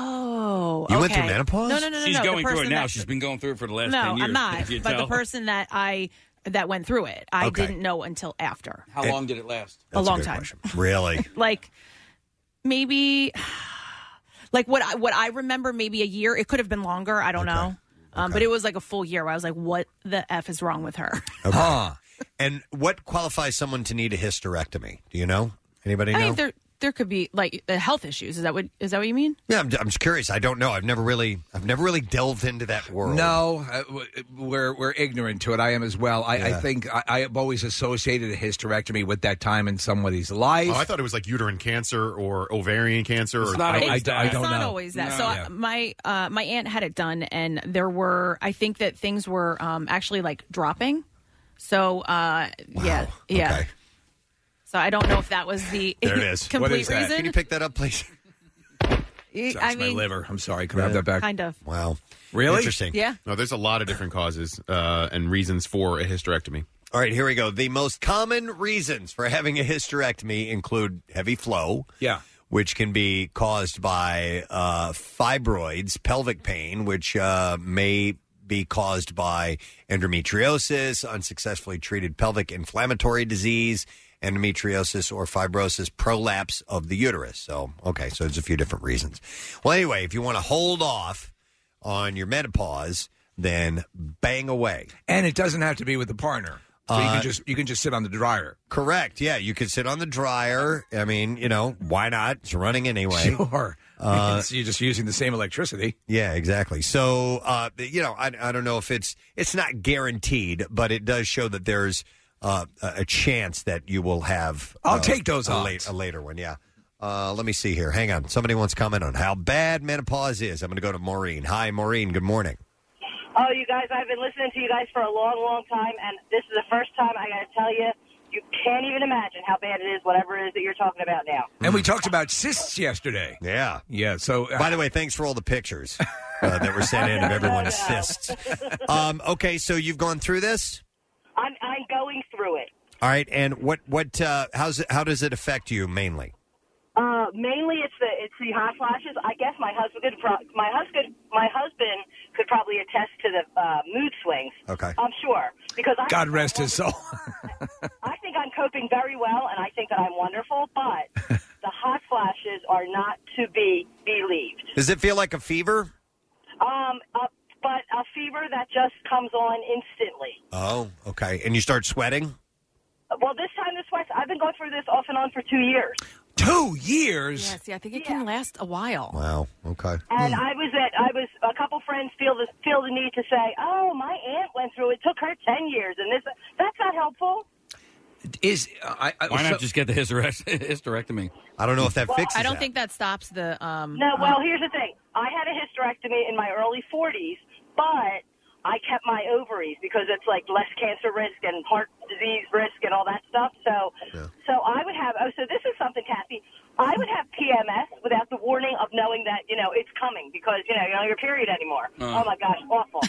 [SPEAKER 4] oh,
[SPEAKER 6] You went through
[SPEAKER 4] okay.
[SPEAKER 6] menopause?
[SPEAKER 4] No, no, no, no.
[SPEAKER 6] She's
[SPEAKER 4] no. The
[SPEAKER 6] going through it
[SPEAKER 4] person
[SPEAKER 6] now.
[SPEAKER 4] that-
[SPEAKER 6] She's been going through it for the last
[SPEAKER 4] no,
[SPEAKER 6] 10 years,
[SPEAKER 4] I'm not.
[SPEAKER 6] if you
[SPEAKER 4] But the
[SPEAKER 6] tell.
[SPEAKER 4] person that I that went through it, I
[SPEAKER 3] Okay.
[SPEAKER 4] didn't know until after.
[SPEAKER 6] How
[SPEAKER 3] It-
[SPEAKER 6] long did it last?
[SPEAKER 4] a long time.
[SPEAKER 3] really.
[SPEAKER 4] Like maybe like what I what I remember maybe a year. It could have been longer, I don't know. Um, but it was like a full year where I was like, what the F is wrong with her?
[SPEAKER 3] Okay. And what qualifies someone to need a hysterectomy? Do you know anybody?
[SPEAKER 4] I
[SPEAKER 3] know?
[SPEAKER 4] think there there could be like uh, health issues. Is that what is that what you mean?
[SPEAKER 3] Yeah, I'm, I'm just curious. I don't know. I've never really, I've never really delved into that world.
[SPEAKER 5] No, uh, w- we're we're ignorant to it. I am as well. I, I
[SPEAKER 3] Yeah.
[SPEAKER 5] think I, I have always associated a hysterectomy with that time in somebody's life.
[SPEAKER 7] Oh, I thought it was like uterine cancer or ovarian cancer. or
[SPEAKER 5] not always
[SPEAKER 7] I, I, I
[SPEAKER 4] it's
[SPEAKER 7] don't
[SPEAKER 3] Oh,
[SPEAKER 4] not
[SPEAKER 7] know.
[SPEAKER 4] always that. so I, my uh, my aunt had it done, and there were I think that things were um, actually like dropping. So uh, yeah, yeah. So I don't know if that was the
[SPEAKER 3] There it is.
[SPEAKER 4] complete reason.
[SPEAKER 3] Can you pick that up, please?
[SPEAKER 4] It- I mean,
[SPEAKER 5] I'm sorry.
[SPEAKER 4] Can I have that back? Kind of.
[SPEAKER 3] Wow.
[SPEAKER 5] Really?
[SPEAKER 7] Interesting.
[SPEAKER 4] Yeah.
[SPEAKER 7] No, there's a lot of different causes uh, and reasons for a hysterectomy.
[SPEAKER 3] All right, here we go. The most common reasons for having a hysterectomy include heavy flow,
[SPEAKER 5] yeah,
[SPEAKER 3] which can be caused by uh, fibroids, pelvic pain, which uh, may be caused by endometriosis, unsuccessfully treated pelvic inflammatory disease, endometriosis or fibrosis, prolapse of the uterus. So, okay, so there's a few different reasons. Well, anyway, if you want to hold off on your menopause, then bang away.
[SPEAKER 5] and it doesn't have to be with the partner. So you
[SPEAKER 3] Uh,
[SPEAKER 5] can just you can just sit on the dryer.
[SPEAKER 3] Correct. Yeah, you could sit on the dryer. I mean, you know, why not? It's running anyway.
[SPEAKER 5] Sure.
[SPEAKER 3] Uh,
[SPEAKER 5] It's- you're just using the same electricity.
[SPEAKER 3] Yeah, exactly. So, uh, you know, I, I don't know if it's it's not guaranteed, but it does show that there's uh, a a chance that you will have.
[SPEAKER 5] I'll
[SPEAKER 3] uh,
[SPEAKER 5] take those
[SPEAKER 3] a,
[SPEAKER 5] odds.
[SPEAKER 3] late, a later one. Yeah. Uh, let me see here. Hang on. Somebody wants to comment on how bad menopause is. I'm going to go to Maureen. Hi, Maureen. Good morning.
[SPEAKER 17] Oh, you guys, I've been listening to you guys for a long, long time, and this is the first time I got to tell you, you can't even imagine how bad it is, whatever it is that you're talking about now.
[SPEAKER 5] And we talked about cysts yesterday.
[SPEAKER 3] Yeah.
[SPEAKER 5] Yeah. So uh,
[SPEAKER 3] By the way, thanks for all the pictures uh, that were sent in of everyone's cysts. Um, okay, so you've gone through this.
[SPEAKER 17] I'm, I'm going through it.
[SPEAKER 3] All right, and what what uh, how's it, how does it affect you mainly?
[SPEAKER 17] Uh, mainly, it's the it's the hot flashes. I guess my husband, pro- my husband, my husband
[SPEAKER 18] could probably attest to the uh, mood swings.
[SPEAKER 3] Okay.
[SPEAKER 18] I'm sure because I
[SPEAKER 5] God rest his soul.
[SPEAKER 18] I think I'm coping very well, and I think that I'm wonderful. But the hot flashes are not to be believed.
[SPEAKER 3] Does it feel like a fever?
[SPEAKER 18] Um, uh, but a fever that just comes on instantly.
[SPEAKER 3] Oh, okay. And you start sweating?
[SPEAKER 18] Well, this time this was I've been going through this off and on for two years.
[SPEAKER 5] Two years.
[SPEAKER 4] Yeah, see, I think it can last a while. Hmm.
[SPEAKER 3] Wow. Okay.
[SPEAKER 18] And I was at I was a couple friends feel the feel the need to say, oh, my aunt went through it. Took her ten years, and this that's not helpful.
[SPEAKER 5] Is I, I,
[SPEAKER 6] why
[SPEAKER 18] so-
[SPEAKER 6] not just get the hysterectomy? hysterectomy?
[SPEAKER 3] I don't know if that
[SPEAKER 18] Well,
[SPEAKER 6] fixes.
[SPEAKER 4] I don't
[SPEAKER 6] that.
[SPEAKER 4] think that stops the. Um,
[SPEAKER 18] No,
[SPEAKER 4] um,
[SPEAKER 18] well, here's the thing. I had a hysterectomy in my early 40s, but I kept my ovaries because it's like less cancer risk and heart disease risk and all that stuff. So, so I would have. Oh, so this is something, Kathy. I would have PMS without the warning of knowing that you know it's coming because you know you're on your period anymore.
[SPEAKER 5] Uh.
[SPEAKER 18] Oh my gosh, awful.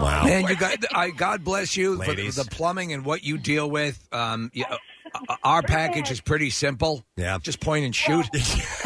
[SPEAKER 3] Wow.
[SPEAKER 5] Man, you got, I, God bless you
[SPEAKER 3] Ladies.
[SPEAKER 5] for the- the plumbing and what you deal with. Um, yeah, uh, our package is pretty simple. Yeah. Just point and shoot.
[SPEAKER 3] it's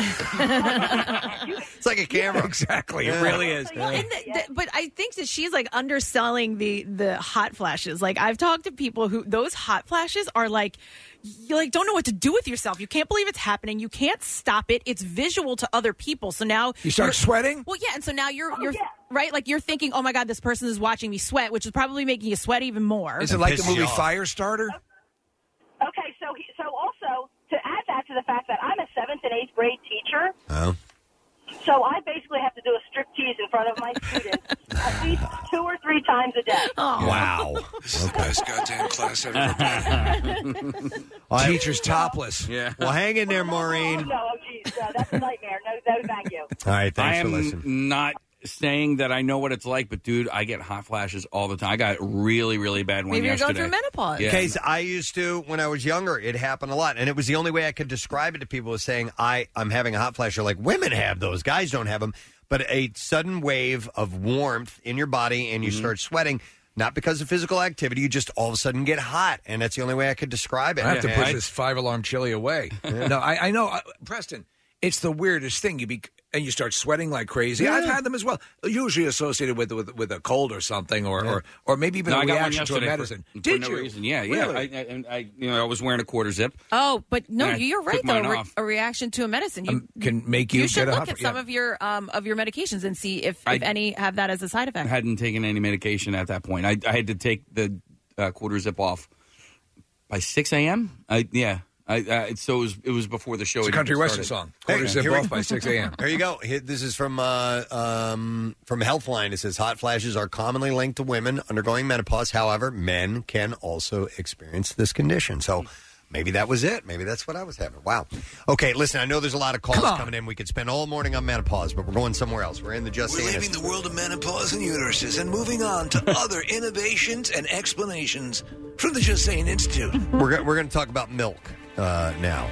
[SPEAKER 3] like a camera.
[SPEAKER 5] Exactly. It really is.
[SPEAKER 4] Well, and the, the, but I think that she's like underselling the the hot flashes. Like I've talked to people who those hot flashes are like you like don't know what to do with yourself. You can't believe it's happening. You can't stop it. It's visual to other people. So now
[SPEAKER 5] You start
[SPEAKER 4] you're-
[SPEAKER 5] sweating?
[SPEAKER 4] Well, yeah, and so now you're you're right. Like you're thinking, oh my god, this person is watching me sweat, which is probably making you sweat even more.
[SPEAKER 5] Is it like the movie Firestarter?
[SPEAKER 18] Okay, so he, so also to add that to the fact that I'm a seventh and eighth grade teacher.
[SPEAKER 3] Oh.
[SPEAKER 18] So I basically have to do a strip tease in front of my students at least two or three times a day. Oh,
[SPEAKER 3] Wow.
[SPEAKER 19] This is the best goddamn class I've ever
[SPEAKER 5] Teacher's topless.
[SPEAKER 6] Yeah.
[SPEAKER 3] Well, hang in there, Maureen.
[SPEAKER 18] Oh, no, oh, geez, no, that's a nightmare. No, no, thank you.
[SPEAKER 3] All right,
[SPEAKER 6] I
[SPEAKER 3] thanks
[SPEAKER 6] am
[SPEAKER 3] for listening.
[SPEAKER 6] Not saying that I know what it's like, but dude, I get hot flashes all the time. I got a really, really bad one
[SPEAKER 4] Maybe you're going
[SPEAKER 6] yesterday.
[SPEAKER 4] through menopause.
[SPEAKER 6] Yeah.
[SPEAKER 3] Case I used to when I was younger, it happened a lot, and it was the only way I could describe it to people was saying I I'm having a hot flash. You're like women have those, guys don't have them, but a sudden wave of warmth in your body and you start sweating. Not because of physical activity, you just all of a sudden get hot, and that's the only way I could describe it.
[SPEAKER 5] I have to
[SPEAKER 3] And-
[SPEAKER 5] put this five alarm chili away. No, I, I know, uh, Preston. It's the weirdest thing. You be and you start sweating like crazy. I've
[SPEAKER 6] Yeah.
[SPEAKER 5] had them as well. Usually associated with with, with a cold or something, or or, or maybe even
[SPEAKER 6] No,
[SPEAKER 5] a
[SPEAKER 6] I got one
[SPEAKER 5] reaction to a
[SPEAKER 6] yesterday
[SPEAKER 5] medicine.
[SPEAKER 6] For,
[SPEAKER 5] Did
[SPEAKER 6] for no
[SPEAKER 5] you?
[SPEAKER 6] reason. Yeah, yeah.
[SPEAKER 5] Really?
[SPEAKER 6] I, I, and I, you know, I was wearing a quarter zip.
[SPEAKER 4] Oh, but no,
[SPEAKER 6] And I
[SPEAKER 4] you're right
[SPEAKER 6] took
[SPEAKER 4] though.
[SPEAKER 6] mine
[SPEAKER 4] a re-
[SPEAKER 6] off.
[SPEAKER 4] a reaction to a medicine. You
[SPEAKER 5] Um, can make you,
[SPEAKER 4] you should
[SPEAKER 5] get a
[SPEAKER 4] look
[SPEAKER 5] hot-
[SPEAKER 4] at some
[SPEAKER 5] yeah.
[SPEAKER 4] of your um, of your medications and see if,
[SPEAKER 6] I-
[SPEAKER 4] if any have that as a side
[SPEAKER 6] I
[SPEAKER 4] effect.
[SPEAKER 6] hadn't taken any medication at that point. I, I had to take the uh, quarter zip off by six a.m. I yeah. I, uh, so it was it was before the show.
[SPEAKER 5] It's a
[SPEAKER 6] had
[SPEAKER 5] country
[SPEAKER 6] even
[SPEAKER 5] western
[SPEAKER 6] started.
[SPEAKER 5] song. Quarter zip
[SPEAKER 3] here we-
[SPEAKER 5] off by six a.m.
[SPEAKER 3] There you go. Here- This is from uh, um, from Healthline. It says hot flashes are commonly linked to women undergoing menopause. However, men can also experience this condition. So maybe that was it. Maybe that's what I was having. Wow. Okay, listen. I know there's a lot of calls coming in. We could spend all morning on menopause, but we're going somewhere else. We're in the just
[SPEAKER 19] We're
[SPEAKER 3] Annis.
[SPEAKER 19] leaving the world of menopause and uteruses and moving on to other innovations and explanations from the Just Saying Institute.
[SPEAKER 3] We're go- we're going to talk about milk uh, now.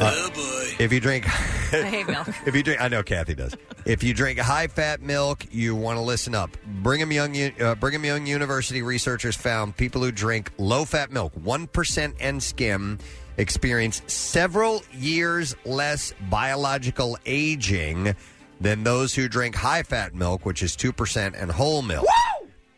[SPEAKER 19] Oh,
[SPEAKER 3] Uh, If you drink, I
[SPEAKER 4] hate milk.
[SPEAKER 3] If you drink, I know Kathy does. If you drink high fat milk, you want to listen up. Brigham Young, U- uh, Brigham Young University researchers found people who drink low fat milk, one percent and skim, experience several years less biological aging than those who drink high fat milk, which is two percent and whole milk.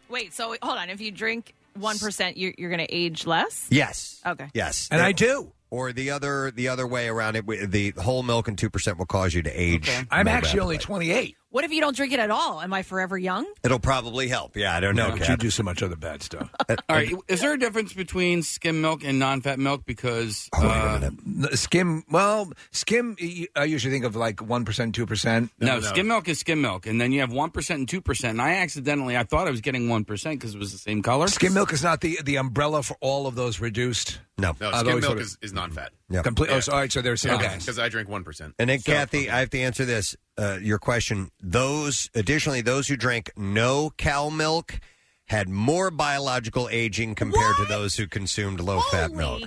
[SPEAKER 4] Wait, so hold on. If you drink one percent, you're you're going to age less.
[SPEAKER 3] Yes.
[SPEAKER 4] Okay.
[SPEAKER 3] Yes,
[SPEAKER 5] And I do.
[SPEAKER 3] Or the other the other way around it, wi- the whole milk and two percent will cause you to age.
[SPEAKER 5] I'm actually
[SPEAKER 3] more rapidly.
[SPEAKER 5] only twenty-eight.
[SPEAKER 4] What if you don't drink it at all? Am I forever young?
[SPEAKER 3] It'll probably help. Yeah, I don't know.
[SPEAKER 5] But you do so much other bad stuff.
[SPEAKER 6] All right, is there a difference between skim milk and non-fat milk? Because
[SPEAKER 3] Oh,
[SPEAKER 6] uh,
[SPEAKER 5] N- Skim. Well, skim. y- I usually think of like one percent, two percent.
[SPEAKER 6] No, skim milk is skim milk, and then you have one percent and two percent. And I accidentally, I thought I was getting one percent because it was the same color.
[SPEAKER 5] Skim milk is not the the umbrella for all of those reduced.
[SPEAKER 3] No,
[SPEAKER 7] No,
[SPEAKER 5] I've
[SPEAKER 7] skim
[SPEAKER 5] always
[SPEAKER 7] milk
[SPEAKER 5] thought it-
[SPEAKER 7] is, is non-fat.
[SPEAKER 5] Complete. Oh, so, all right. So there's okay.
[SPEAKER 7] Because I drink 1%.
[SPEAKER 3] And then, Kathy, I have to answer this uh, your question. Those, additionally, those who drank no cow milk had more biological aging compared to those who consumed low fat milk.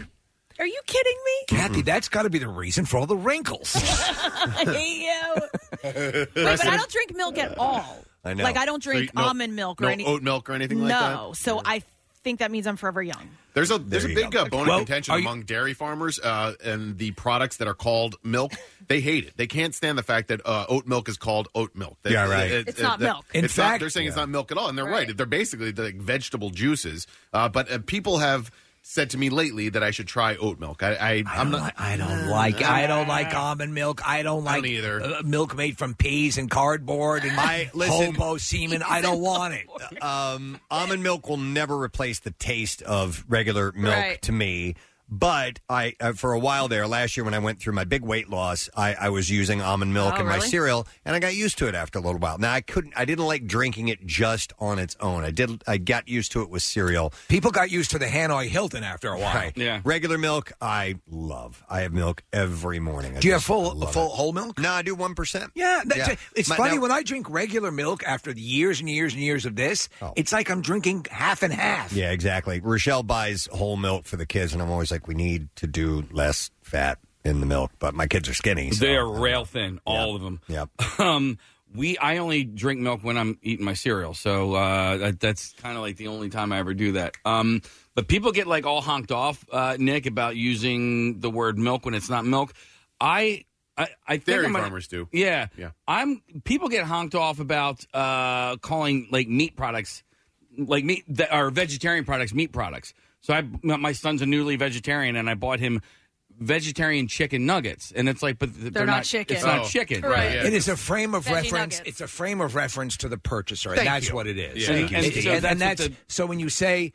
[SPEAKER 4] Are you kidding me?
[SPEAKER 5] Kathy, that's got to be the reason for all the wrinkles.
[SPEAKER 4] I hate you.
[SPEAKER 7] Wait,
[SPEAKER 4] Wait, but I don't drink milk at all.
[SPEAKER 7] I know.
[SPEAKER 4] Like I don't
[SPEAKER 7] So
[SPEAKER 4] drink
[SPEAKER 7] you- no-
[SPEAKER 4] almond milk or
[SPEAKER 7] no
[SPEAKER 4] any
[SPEAKER 7] oat milk or anything
[SPEAKER 4] no.
[SPEAKER 7] like that?
[SPEAKER 4] So I think that means I'm forever young.
[SPEAKER 7] There's a there's
[SPEAKER 4] you
[SPEAKER 7] a big
[SPEAKER 4] go.
[SPEAKER 7] uh, bone
[SPEAKER 4] Well,
[SPEAKER 7] of contention
[SPEAKER 4] are you-
[SPEAKER 7] among dairy farmers uh, and the products that are called milk. They hate it. They can't stand the fact that uh, oat milk is called oat milk. They-
[SPEAKER 5] Yeah, right.
[SPEAKER 7] it-
[SPEAKER 5] It's
[SPEAKER 7] it-
[SPEAKER 5] not
[SPEAKER 7] that-
[SPEAKER 5] milk. In
[SPEAKER 7] it's not-
[SPEAKER 5] fact-
[SPEAKER 7] they're saying it's
[SPEAKER 5] Yeah.
[SPEAKER 7] not milk at all, and they're right. They're basically the vegetable juices. Uh, but uh, people have said to me lately that I should try oat milk. I, I, I am not.
[SPEAKER 5] I don't like I don't
[SPEAKER 7] Ah.
[SPEAKER 5] like almond milk. I don't like either uh, milk made from peas and cardboard and
[SPEAKER 3] I- listen-
[SPEAKER 5] hobo semen. I don't want it.
[SPEAKER 3] um, almond milk will never replace the taste of regular milk
[SPEAKER 5] Right.
[SPEAKER 3] to me. But I, uh, for a while there, last year when I went through my big weight loss, I, I was using almond milk
[SPEAKER 20] Oh,
[SPEAKER 3] in my
[SPEAKER 20] really?
[SPEAKER 3] cereal, and I got used to it after a little while. Now I couldn't, I didn't like drinking it just on its own. I did, I got used to it with cereal.
[SPEAKER 5] People got used to the Hanoi Hilton after a while.
[SPEAKER 3] Right. Regular milk, I love. I have milk every morning. I
[SPEAKER 5] Do you have
[SPEAKER 3] just
[SPEAKER 5] full
[SPEAKER 3] love
[SPEAKER 5] full
[SPEAKER 3] it.
[SPEAKER 5] whole milk?
[SPEAKER 3] No, I do one percent.
[SPEAKER 5] Yeah, that's
[SPEAKER 3] Yeah.
[SPEAKER 5] it. it's
[SPEAKER 3] My-
[SPEAKER 5] funny
[SPEAKER 3] now-
[SPEAKER 5] when I drink regular milk after the years and years and years of this. It's like I'm drinking half and half.
[SPEAKER 3] Yeah, exactly. Rochelle buys whole milk for the kids, and I'm always like, we need to do less fat in the milk, but my kids are skinny. So.
[SPEAKER 6] They are rail thin, all of them.
[SPEAKER 3] Yep.
[SPEAKER 6] Um, we I only drink milk when I'm eating my cereal, so uh, that, that's kind of like the only time I ever do that. Um, but people get like all honked off, uh, Nick, about using the word milk when it's not milk. I I, I think
[SPEAKER 7] Dairy
[SPEAKER 6] I'm gonna-
[SPEAKER 7] farmers do.
[SPEAKER 6] Yeah,
[SPEAKER 7] Yeah.
[SPEAKER 6] I'm people get honked off about uh, calling like meat products, like meat that are vegetarian products, meat products. So I, my son's a newly vegetarian, and I bought him vegetarian chicken nuggets, and it's like, but th- they're,
[SPEAKER 4] not chicken.
[SPEAKER 6] It's not
[SPEAKER 4] Oh,
[SPEAKER 6] chicken.
[SPEAKER 4] right.
[SPEAKER 5] It is a frame of
[SPEAKER 4] Veggie
[SPEAKER 5] reference.
[SPEAKER 4] nuggets.
[SPEAKER 5] It's a frame of reference to the purchaser.
[SPEAKER 6] Thank
[SPEAKER 5] and that's
[SPEAKER 6] you.
[SPEAKER 5] what it is.
[SPEAKER 6] Yeah.
[SPEAKER 5] Thank you,
[SPEAKER 6] And- and
[SPEAKER 5] Steve.
[SPEAKER 6] so
[SPEAKER 5] and, and
[SPEAKER 6] that's
[SPEAKER 5] that's
[SPEAKER 6] what
[SPEAKER 5] so when you say.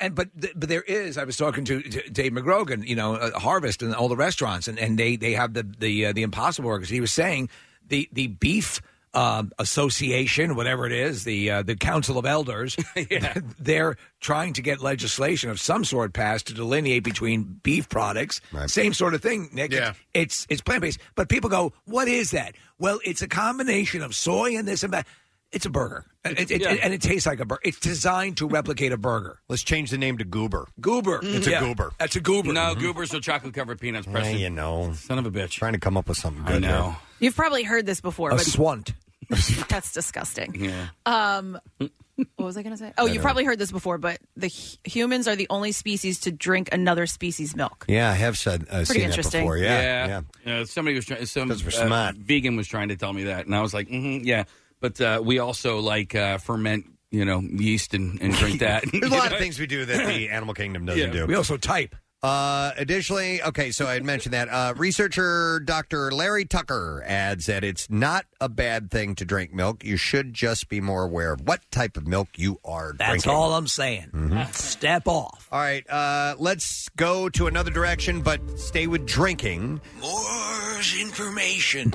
[SPEAKER 5] And but th- but there is. I was talking to, to Dave McGrogan, you know, uh, Harvest and all the restaurants, and, and they they have the the uh, the Impossible Burgers. He was saying the the beef um, association, whatever it is, the uh, the Council of Elders, they're trying to get legislation of some sort passed to delineate between beef products. Same sort of thing, Nick. Yeah. It's it's plant based, but people go, "What is that?" Well, it's a combination of soy and this and that. It's a burger, Uh, It- it-
[SPEAKER 3] Yeah.
[SPEAKER 5] and it tastes like a burger. It's designed to replicate a burger.
[SPEAKER 3] Let's change the name to Goober.
[SPEAKER 5] Goober. Mm-hmm.
[SPEAKER 3] It's a
[SPEAKER 5] Yeah.
[SPEAKER 3] goober.
[SPEAKER 5] That's a goober. Mm-hmm.
[SPEAKER 6] No, goobers are chocolate covered peanuts.
[SPEAKER 3] Yeah,
[SPEAKER 6] Preston.
[SPEAKER 3] you know,
[SPEAKER 6] son of a bitch,
[SPEAKER 3] trying to come up with something good. I
[SPEAKER 6] know.
[SPEAKER 4] You've probably heard this
[SPEAKER 3] Oh,
[SPEAKER 4] before, but
[SPEAKER 5] swant.
[SPEAKER 4] that's
[SPEAKER 3] Mm-hmm.
[SPEAKER 4] disgusting.
[SPEAKER 6] Yeah.
[SPEAKER 4] Um, what was I going to say? Oh, you've probably heard this before, but the hu- humans are the only species to drink another species' milk.
[SPEAKER 3] Yeah, I have said uh,
[SPEAKER 4] Pretty
[SPEAKER 3] seen
[SPEAKER 4] interesting.
[SPEAKER 3] that before. Yeah,
[SPEAKER 6] yeah. Uh, somebody was trying. Some
[SPEAKER 3] we're
[SPEAKER 6] uh,
[SPEAKER 3] smart.
[SPEAKER 6] vegan was trying to tell me that, and I was like, mm yeah. But uh, we also like uh, ferment, you know, yeast and, and drink that.
[SPEAKER 3] There's a lot of things we do that the animal kingdom doesn't
[SPEAKER 6] Yeah.
[SPEAKER 3] do.
[SPEAKER 6] We
[SPEAKER 5] also type.
[SPEAKER 3] Uh, additionally, okay, so I had mentioned that uh, researcher Dr. Larry Tucker adds that it's not a bad thing to drink milk. You should just be more aware of what type of milk you are
[SPEAKER 5] That's
[SPEAKER 3] drinking.
[SPEAKER 5] all I'm saying. Step off.
[SPEAKER 3] Mm-hmm. All right, uh, let's go to another direction, but stay with drinking.
[SPEAKER 9] There's information.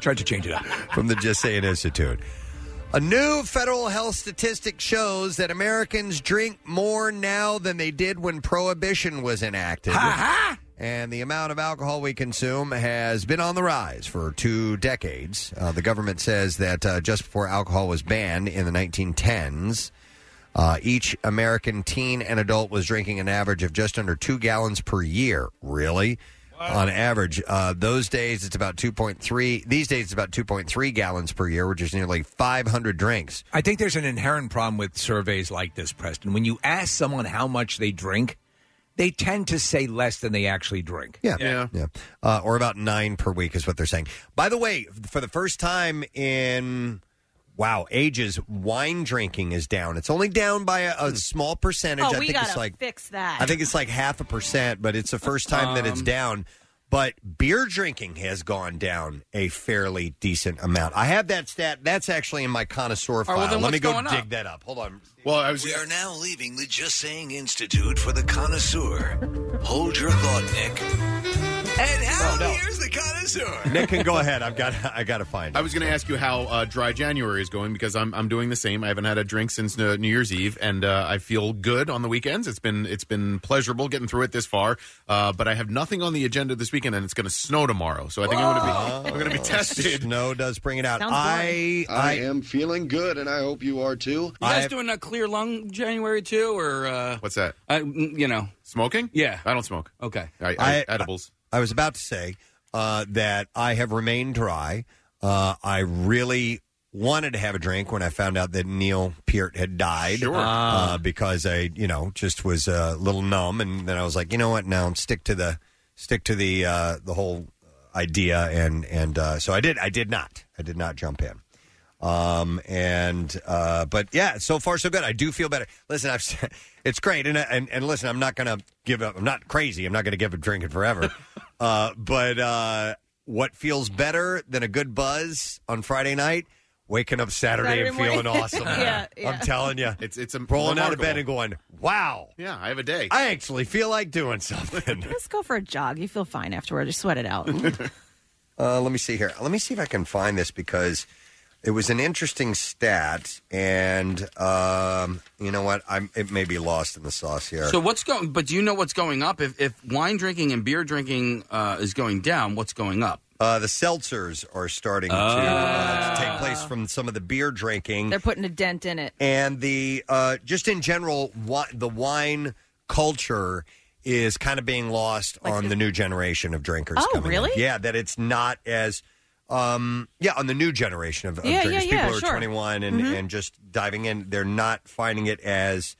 [SPEAKER 5] Tried to change it up.
[SPEAKER 3] From the Just Say It Institute. A new federal health statistic shows that Americans drink more now than they did when prohibition was enacted. And the amount of alcohol we consume has been on the rise for two decades. Uh, the government says that uh, just before alcohol was banned in the 1910s, uh, each American teen and adult was drinking an average of just under two gallons per year. Really? On average, uh, those days it's about 2.3. These days it's about 2.3 gallons per year, which is nearly 500 drinks.
[SPEAKER 5] I think there's an inherent problem with surveys like this, Preston. When you ask someone how much they drink, they tend to say less than they actually drink.
[SPEAKER 3] Yeah. Yeah. Uh, or about nine per week is what they're saying. By the way, for the first time in, wow, ages, wine drinking is down. It's only down by a,
[SPEAKER 9] Hmm.
[SPEAKER 3] a small percentage.
[SPEAKER 4] Oh,
[SPEAKER 3] I
[SPEAKER 4] we
[SPEAKER 3] think
[SPEAKER 4] gotta
[SPEAKER 3] it's like,
[SPEAKER 4] fix that.
[SPEAKER 3] I think it's like half a percent, but it's the first time that it's
[SPEAKER 4] Um,
[SPEAKER 3] down. But beer drinking has gone down a fairly decent amount. I have that stat. That's actually in my connoisseur
[SPEAKER 9] right,
[SPEAKER 3] file.
[SPEAKER 9] Oh, well, then
[SPEAKER 3] Let me
[SPEAKER 9] what's
[SPEAKER 3] go
[SPEAKER 9] going
[SPEAKER 3] dig
[SPEAKER 9] up?
[SPEAKER 3] that up. Hold on.
[SPEAKER 7] Well, I was.
[SPEAKER 9] We are now leaving the Just Saying Institute for the connoisseur. Hold your thought, Nick. And how
[SPEAKER 3] Oh,
[SPEAKER 9] here's the connoisseur.
[SPEAKER 3] Nick can go ahead. I've got. I got to find.
[SPEAKER 7] I was going to ask you how uh, dry January is going because I'm I'm doing the same. I haven't had a drink since uh, New Year's Eve, and uh, I feel good on the weekends. It's been it's been pleasurable getting through it this far, uh, but I have nothing on the agenda this weekend, and it's going to snow tomorrow. So I think I'm going to be I'm going to be tested.
[SPEAKER 3] Snow does bring it out.
[SPEAKER 7] Sounds boring.
[SPEAKER 3] I
[SPEAKER 10] am feeling good, and I hope you are too.
[SPEAKER 6] You guys doing a clear lung January too, or uh,
[SPEAKER 7] what's that?
[SPEAKER 6] I, you know,
[SPEAKER 7] smoking?
[SPEAKER 6] Yeah,
[SPEAKER 7] I don't smoke.
[SPEAKER 6] Okay,
[SPEAKER 7] I,
[SPEAKER 3] I-
[SPEAKER 7] I, edibles.
[SPEAKER 3] I was about to say uh, that I have remained dry. Uh, I really wanted to have a drink when I found out that Neil Peart had died.
[SPEAKER 20] Sure. Ah.
[SPEAKER 3] Uh, because I, you know, just was uh, a little numb, and then I was like, you know what? Now stick to the stick to the uh, the whole idea, and and uh, so I did. I did not. I did not jump in. Um and uh but yeah so far so good I do feel better listen I've said it's great and and and listen I'm not gonna give up I'm not crazy I'm not gonna give up drinking forever uh but uh what feels better than a good buzz on Friday night waking up Saturday,
[SPEAKER 7] Saturday
[SPEAKER 3] and feeling
[SPEAKER 7] morning.
[SPEAKER 3] awesome
[SPEAKER 7] Yeah, yeah.
[SPEAKER 3] I'm telling you it's it's rolling out of bed and going wow
[SPEAKER 7] yeah I have a day
[SPEAKER 3] I actually feel like doing something
[SPEAKER 4] Just go for a jog. You feel fine afterward. Just sweat it out.
[SPEAKER 3] Uh, let me see here. Let me see if I can find this because it was an interesting stat, and um, you know what? I'm, it may be lost in the sauce here.
[SPEAKER 6] So what's going? But do you know what's going up? If if wine drinking and beer drinking uh, is going down, what's going up?
[SPEAKER 3] Uh, the seltzers are starting to, uh, to take place from some of the beer drinking
[SPEAKER 4] They're putting a dent in it.
[SPEAKER 3] and the uh, just in general, wi- the wine culture is kind of being lost on the new generation of drinkers.
[SPEAKER 4] Oh,
[SPEAKER 3] coming in.
[SPEAKER 4] really?
[SPEAKER 3] Yeah, that it's not as um, yeah on the new generation of, of
[SPEAKER 4] Yeah, yeah,
[SPEAKER 3] drinkers.
[SPEAKER 4] yeah,
[SPEAKER 3] People who are
[SPEAKER 4] sure.
[SPEAKER 3] 21 and,
[SPEAKER 4] Mhm.
[SPEAKER 3] and just diving in. They're not finding it as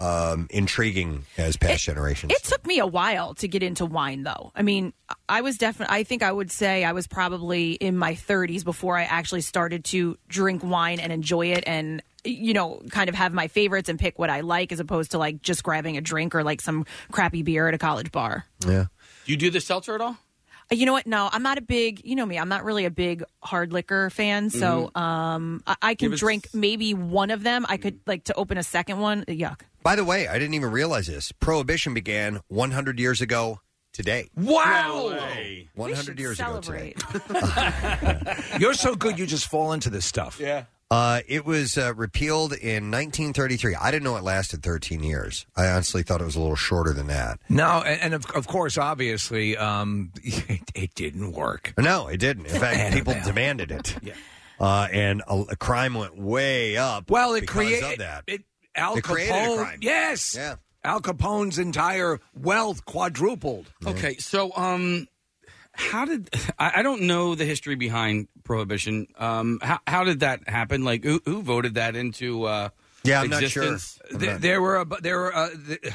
[SPEAKER 3] um, intriguing as past generations.
[SPEAKER 4] It took me a while to get into wine, though. I mean, I was definitely, I think I would say I was probably in my 30s before I actually started to drink wine and enjoy it and, you know, kind of have my favorites and pick what I like as opposed to like just grabbing a drink or like some crappy beer at a college bar.
[SPEAKER 3] yeah.
[SPEAKER 6] Do you do the seltzer at all?
[SPEAKER 4] Uh, You know what? No, I'm not a big. You know me. I'm not really a big hard liquor fan. So, um, I, I can
[SPEAKER 3] If it's-
[SPEAKER 4] drink maybe one of them. I could like to open a second one. Yuck.
[SPEAKER 3] By the way, I didn't even realize this. Prohibition began 100 years ago today.
[SPEAKER 5] Wow.
[SPEAKER 3] 100 years ago today.
[SPEAKER 5] You're so good, you just fall into this stuff.
[SPEAKER 6] Yeah.
[SPEAKER 3] Uh, it was uh, repealed in 1933. I didn't know it lasted 13 years. I honestly thought it was a little shorter than that.
[SPEAKER 5] No, and, and of, of course, obviously, um, it, it didn't work.
[SPEAKER 3] No, it didn't. In fact, people demanded it. Yeah. Uh, and a, a crime went way up.
[SPEAKER 5] Well, it
[SPEAKER 3] because of
[SPEAKER 5] created
[SPEAKER 3] that.
[SPEAKER 5] It, Al
[SPEAKER 3] It created a
[SPEAKER 5] Capone.
[SPEAKER 3] crime.
[SPEAKER 5] Yes.
[SPEAKER 3] Yeah.
[SPEAKER 5] Al Capone's entire wealth quadrupled.
[SPEAKER 6] Okay, so um, how did I, I don't know the history behind prohibition? Um, how how did that happen? Like who, who voted that into? Uh,
[SPEAKER 5] Yeah, I'm not sure.
[SPEAKER 6] existence?
[SPEAKER 5] I'm Th- not- there were a, bu- there were uh, the,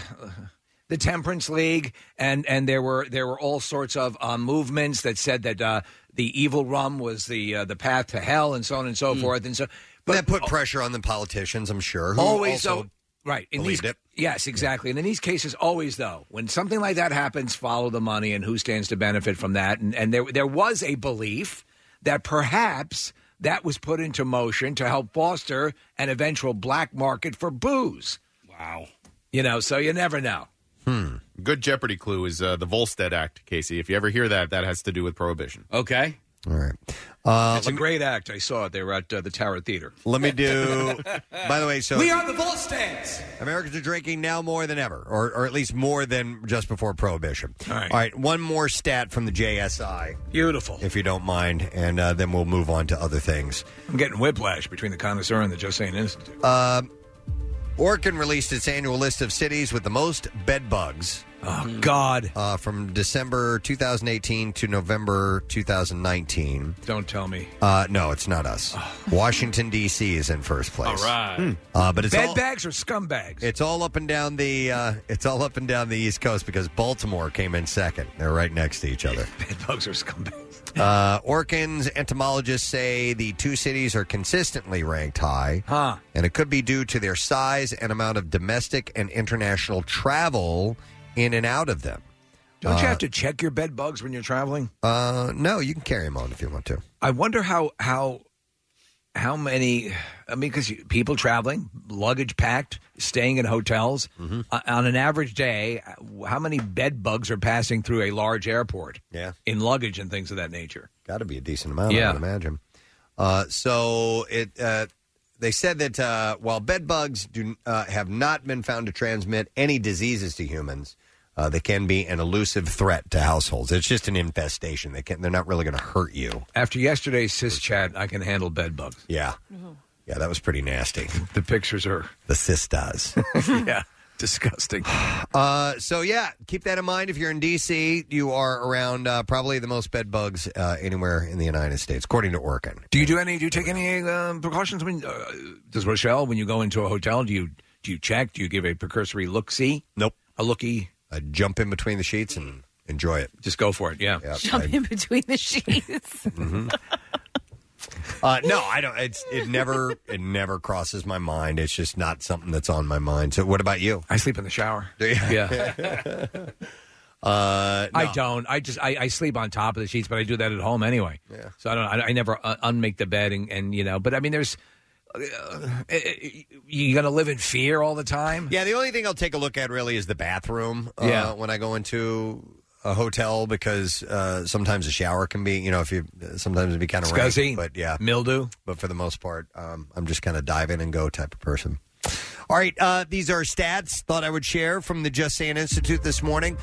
[SPEAKER 5] the Temperance League, and and there were there were all sorts of uh, movements that said that uh, the evil rum was the uh, the path to hell, and so on and so
[SPEAKER 6] Hmm.
[SPEAKER 5] forth, and so. But
[SPEAKER 3] that put pressure on the politicians, I'm sure. Who
[SPEAKER 5] always
[SPEAKER 3] also
[SPEAKER 5] though, right in
[SPEAKER 3] believed
[SPEAKER 5] these,
[SPEAKER 3] it.
[SPEAKER 5] Yes, exactly. And in these cases, always though, when something like that happens, follow the money and who stands to benefit from that. And, and there there was a belief that perhaps that was put into motion to help foster an eventual black market for booze.
[SPEAKER 6] Wow.
[SPEAKER 5] You know, so you never know.
[SPEAKER 7] Hmm. Good Jeopardy clue is uh, the Volstead Act, Casey. If you ever hear that, that has to do with prohibition.
[SPEAKER 6] Okay.
[SPEAKER 3] All right. Uh,
[SPEAKER 5] it's a great act. I saw it. They were at uh, the Tower Theater.
[SPEAKER 3] Let me do. by the way, so
[SPEAKER 5] we are the Volsteads.
[SPEAKER 3] Americans are drinking now more than ever, or, or at least more than just before Prohibition. All right. one more stat from the JSI.
[SPEAKER 5] Beautiful.
[SPEAKER 3] If you don't mind, and uh, then we'll move on to other things.
[SPEAKER 5] I'm getting whiplash between the connoisseur and the Just Saying Institute.
[SPEAKER 3] Uh, Orkin released its annual list of cities with the most bed bugs.
[SPEAKER 5] Oh, God.
[SPEAKER 3] Uh, from December 2018 to November 2019.
[SPEAKER 5] Don't tell me.
[SPEAKER 3] Uh, no, it's not us. Washington, D.C. is in first place.
[SPEAKER 5] Oh. Hmm.
[SPEAKER 3] Uh, but it's
[SPEAKER 5] Bed
[SPEAKER 3] all,
[SPEAKER 5] bags or scumbag?
[SPEAKER 3] It's all up and down the uh, it's all up and down the East Coast because Baltimore came in second. They're right next to each other.
[SPEAKER 5] Bed bugs or scumbags?
[SPEAKER 3] Uh, Orkins entomologists say the two cities are consistently ranked high,
[SPEAKER 5] huh.
[SPEAKER 3] and it could be due to their size and amount of domestic and international travel in and out of them.
[SPEAKER 5] Don't
[SPEAKER 3] Uh,
[SPEAKER 5] you have to check your bed bugs when you're traveling?
[SPEAKER 3] Uh, no, you can carry them on if you want to.
[SPEAKER 5] I wonder how how how many. I mean, because people traveling, luggage packed, staying in hotels
[SPEAKER 3] Mm-hmm.
[SPEAKER 5] uh, on an average day, uh, how many bed bugs are passing through a large airport?
[SPEAKER 3] Yeah.
[SPEAKER 5] in luggage and things of that nature.
[SPEAKER 3] Got to be a decent amount, I
[SPEAKER 5] Yeah.
[SPEAKER 3] would imagine. Uh, so it uh, they said that uh, while bed bugs do uh, have not been found to transmit any diseases to humans, uh, they can be an elusive threat to households. It's just an infestation. They can they're not really going to hurt you.
[SPEAKER 5] After yesterday's cis chat, I can handle bed bugs.
[SPEAKER 3] Yeah, yeah, that was pretty nasty.
[SPEAKER 5] The pictures are
[SPEAKER 3] the sisters.
[SPEAKER 5] yeah, Disgusting.
[SPEAKER 3] Uh, so yeah, keep that in mind. If you're in D.C., you are around uh, probably the most bed bugs uh, anywhere in the United States, according to Orkin.
[SPEAKER 5] Do you do any? Do you take any um, precautions when? Uh, does Rochelle, when you go into a hotel, do you do you check? Do you give a precursory look? See?
[SPEAKER 3] Nope.
[SPEAKER 5] A lookie.
[SPEAKER 3] I jump in between the sheets and enjoy it.
[SPEAKER 5] Just go for it. Yeah.
[SPEAKER 4] Jump in between the sheets.
[SPEAKER 3] Mm-hmm. Uh, no, I don't. It's it never it never crosses my mind. It's just not something that's on my mind. So, what about you?
[SPEAKER 5] I sleep in the shower.
[SPEAKER 3] Do you?
[SPEAKER 5] Yeah.
[SPEAKER 3] uh,
[SPEAKER 5] I don't. I just I, I sleep on top of the sheets, but I do that at home anyway. Yeah. So I don't. I, I never uh, unmake the bed and, and you know. But I mean, there's uh, you got to live in fear all the time.
[SPEAKER 3] Yeah, the only thing I'll take a look at really is the bathroom. Uh,
[SPEAKER 5] Yeah.
[SPEAKER 3] When I go into a hotel because uh, sometimes a shower can be, you know, if you sometimes it'd be kind of
[SPEAKER 5] Scuzzy.
[SPEAKER 3] rank, but yeah,
[SPEAKER 5] mildew.
[SPEAKER 3] But for the most part, um, I'm just kind of dive in and go type of person. All right, uh, these are stats thought I would share from the Just Saying Institute this morning.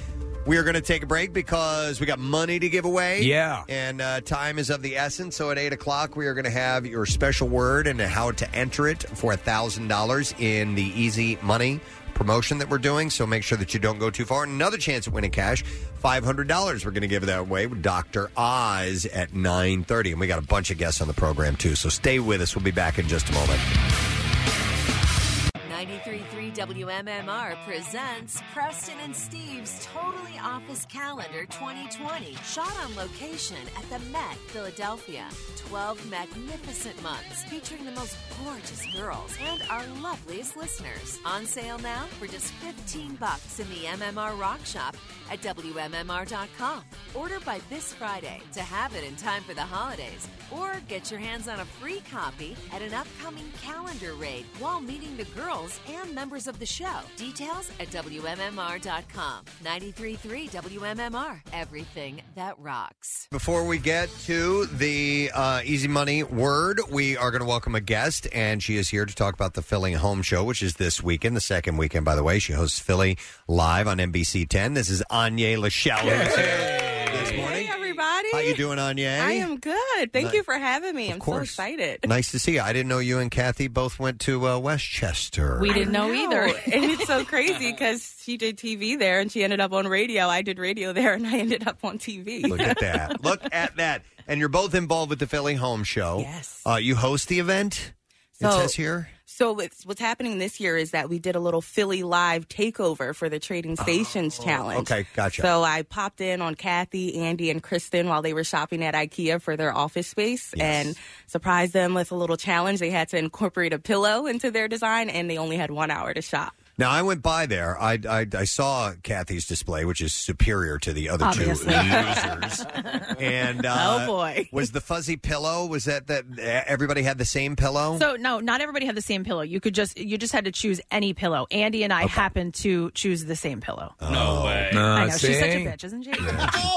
[SPEAKER 3] We are going to take a break because we got money to give away.
[SPEAKER 5] Yeah.
[SPEAKER 3] And uh, time is of the essence. So at 8 o'clock, we are going to have your special word and how to enter it for $1,000 in the easy money promotion that we're doing. So make sure that you don't go too far. Another chance at winning cash, $500. We're going to give that away with Dr. Oz at 9.30. And we got a bunch of guests on the program, too. So stay with us. We'll be back in just a moment.
[SPEAKER 15] 93.3 WMMR presents Preston and Steve's Totally Office Calendar 2020, shot on location at the Met, Philadelphia. 12 magnificent months featuring the most gorgeous girls and our loveliest listeners. On sale now for just 15 bucks in the MMR Rock Shop at WMMR.com. Order by this Friday to have it in time for the holidays or get your hands on a free copy at an upcoming calendar raid while meeting the girls and members of the show. Details at WMMR.com. 93.3 WMMR. Everything that rocks.
[SPEAKER 3] Before we get to the uh, easy money word, we are going to welcome a guest, and she is here to talk about the Filling Home Show, which is this weekend, the second weekend, by the way. She hosts Philly live on NBC 10. This is Anya Lachelle. who's here This morning.
[SPEAKER 21] everybody.
[SPEAKER 3] How you doing, Anya?
[SPEAKER 21] I am good. Thank
[SPEAKER 3] Ni-
[SPEAKER 21] you for having me. I'm so
[SPEAKER 3] course.
[SPEAKER 21] excited.
[SPEAKER 3] Nice to see you. I didn't know you and Kathy both went to uh, Westchester.
[SPEAKER 21] I and it's so crazy because she did TV there and she ended up on radio. I did radio there and I ended up on TV.
[SPEAKER 3] Look at that. Look at that. And you're both involved with the Philly Home Show. Yes. Uh, you host the event. it
[SPEAKER 21] So-
[SPEAKER 3] says here.
[SPEAKER 21] So it's, what's happening this year is that we did a little Philly live takeover for the Trading Stations
[SPEAKER 3] Oh,
[SPEAKER 21] Challenge.
[SPEAKER 3] Okay, gotcha.
[SPEAKER 21] oh, So I popped in on Kathy, Andy, and Kristen while they were shopping at IKEA for their office space and surprised them with a little challenge. They had to incorporate a pillow into their design and they only had one hour to shop.
[SPEAKER 3] Now I went by there. I, I I saw Kathy's display, which is superior to the other
[SPEAKER 21] Obviously.
[SPEAKER 3] two losers. and uh,
[SPEAKER 4] Oh, boy.
[SPEAKER 3] was the fuzzy pillow? Was that that everybody had the same pillow?
[SPEAKER 4] So no, not everybody had the same pillow. You could just you just had to choose any pillow. Andy and I happened to choose the same pillow.
[SPEAKER 3] no way.
[SPEAKER 4] I know she's such a bitch, isn't she?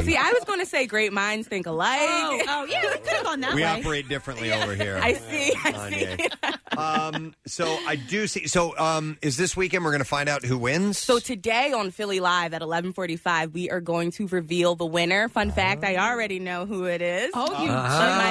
[SPEAKER 21] See, I was going to say great minds think alike. Oh, yeah, we could have gone
[SPEAKER 3] we operate differently over here.
[SPEAKER 21] I see. I see.
[SPEAKER 3] Kanye. um, so I do see. So um, is this weekend we're going to find out who wins?
[SPEAKER 21] So today on Philly Live at 11:45, we are going to reveal the winner. Fun fact: I
[SPEAKER 3] Oh.
[SPEAKER 21] already know who it is. Oh,
[SPEAKER 3] you
[SPEAKER 21] my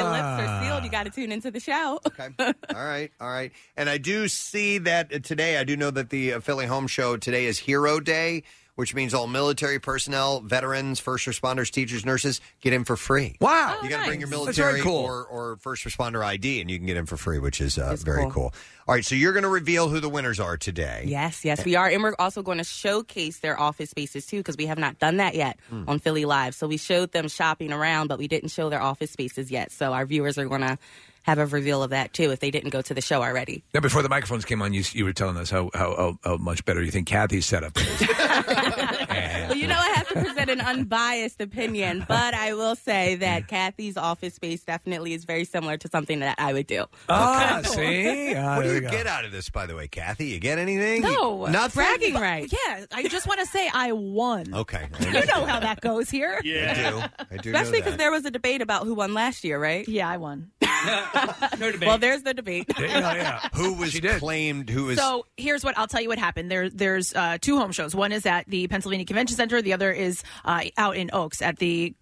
[SPEAKER 3] Ah.
[SPEAKER 21] lips are sealed. You got to tune into the show. Okay.
[SPEAKER 3] all right, all right. And I do see that uh, today. I do know that the uh, Philly Home Show today is Hero Day, which means all military personnel, veterans, first responders, teachers, nurses get in for free.
[SPEAKER 5] Wow, Oh,
[SPEAKER 3] you got to bring your
[SPEAKER 5] nice. That's very
[SPEAKER 3] military
[SPEAKER 5] cool.
[SPEAKER 3] or or first responder ID, and you can get in for free, which is uh, very cool. All right, so you're going to reveal who the winners are today.
[SPEAKER 21] Yes, yes, we are, and we're also going to showcase their office spaces too because we have not done that yet
[SPEAKER 3] Hmm.
[SPEAKER 21] on Philly Live. So we showed them shopping around, but we didn't show their office spaces yet. So our viewers are going to have a reveal of that too if they didn't go to the show already.
[SPEAKER 5] Now, before the microphones came on, you, you were telling us how, how, how, how much better you think Kathy's setup is.
[SPEAKER 21] Well, you know, I have to present an unbiased opinion, but I will say that Kathy's office space definitely is very similar to something that I would do.
[SPEAKER 5] Ah, see? Ah,
[SPEAKER 3] what do
[SPEAKER 5] there we
[SPEAKER 3] you
[SPEAKER 5] go.
[SPEAKER 3] get out of this, by the way, Kathy? You get anything?
[SPEAKER 4] No,
[SPEAKER 3] You- nothing.
[SPEAKER 4] bragging rights. Yeah, I just want to say I won.
[SPEAKER 3] Okay,
[SPEAKER 4] You know how that goes here.
[SPEAKER 3] I do. I do. know
[SPEAKER 21] Especially because
[SPEAKER 3] that.
[SPEAKER 21] there was a debate about who won last year, right?
[SPEAKER 4] Yeah, I won.
[SPEAKER 21] no debate. Well, there's the debate.
[SPEAKER 3] Who was claimed? Who is
[SPEAKER 4] So here's what I'll tell you what happened. There, there's uh, two home shows. One is at the Pennsylvania Convention Center. The other is uh, out in Oaks at the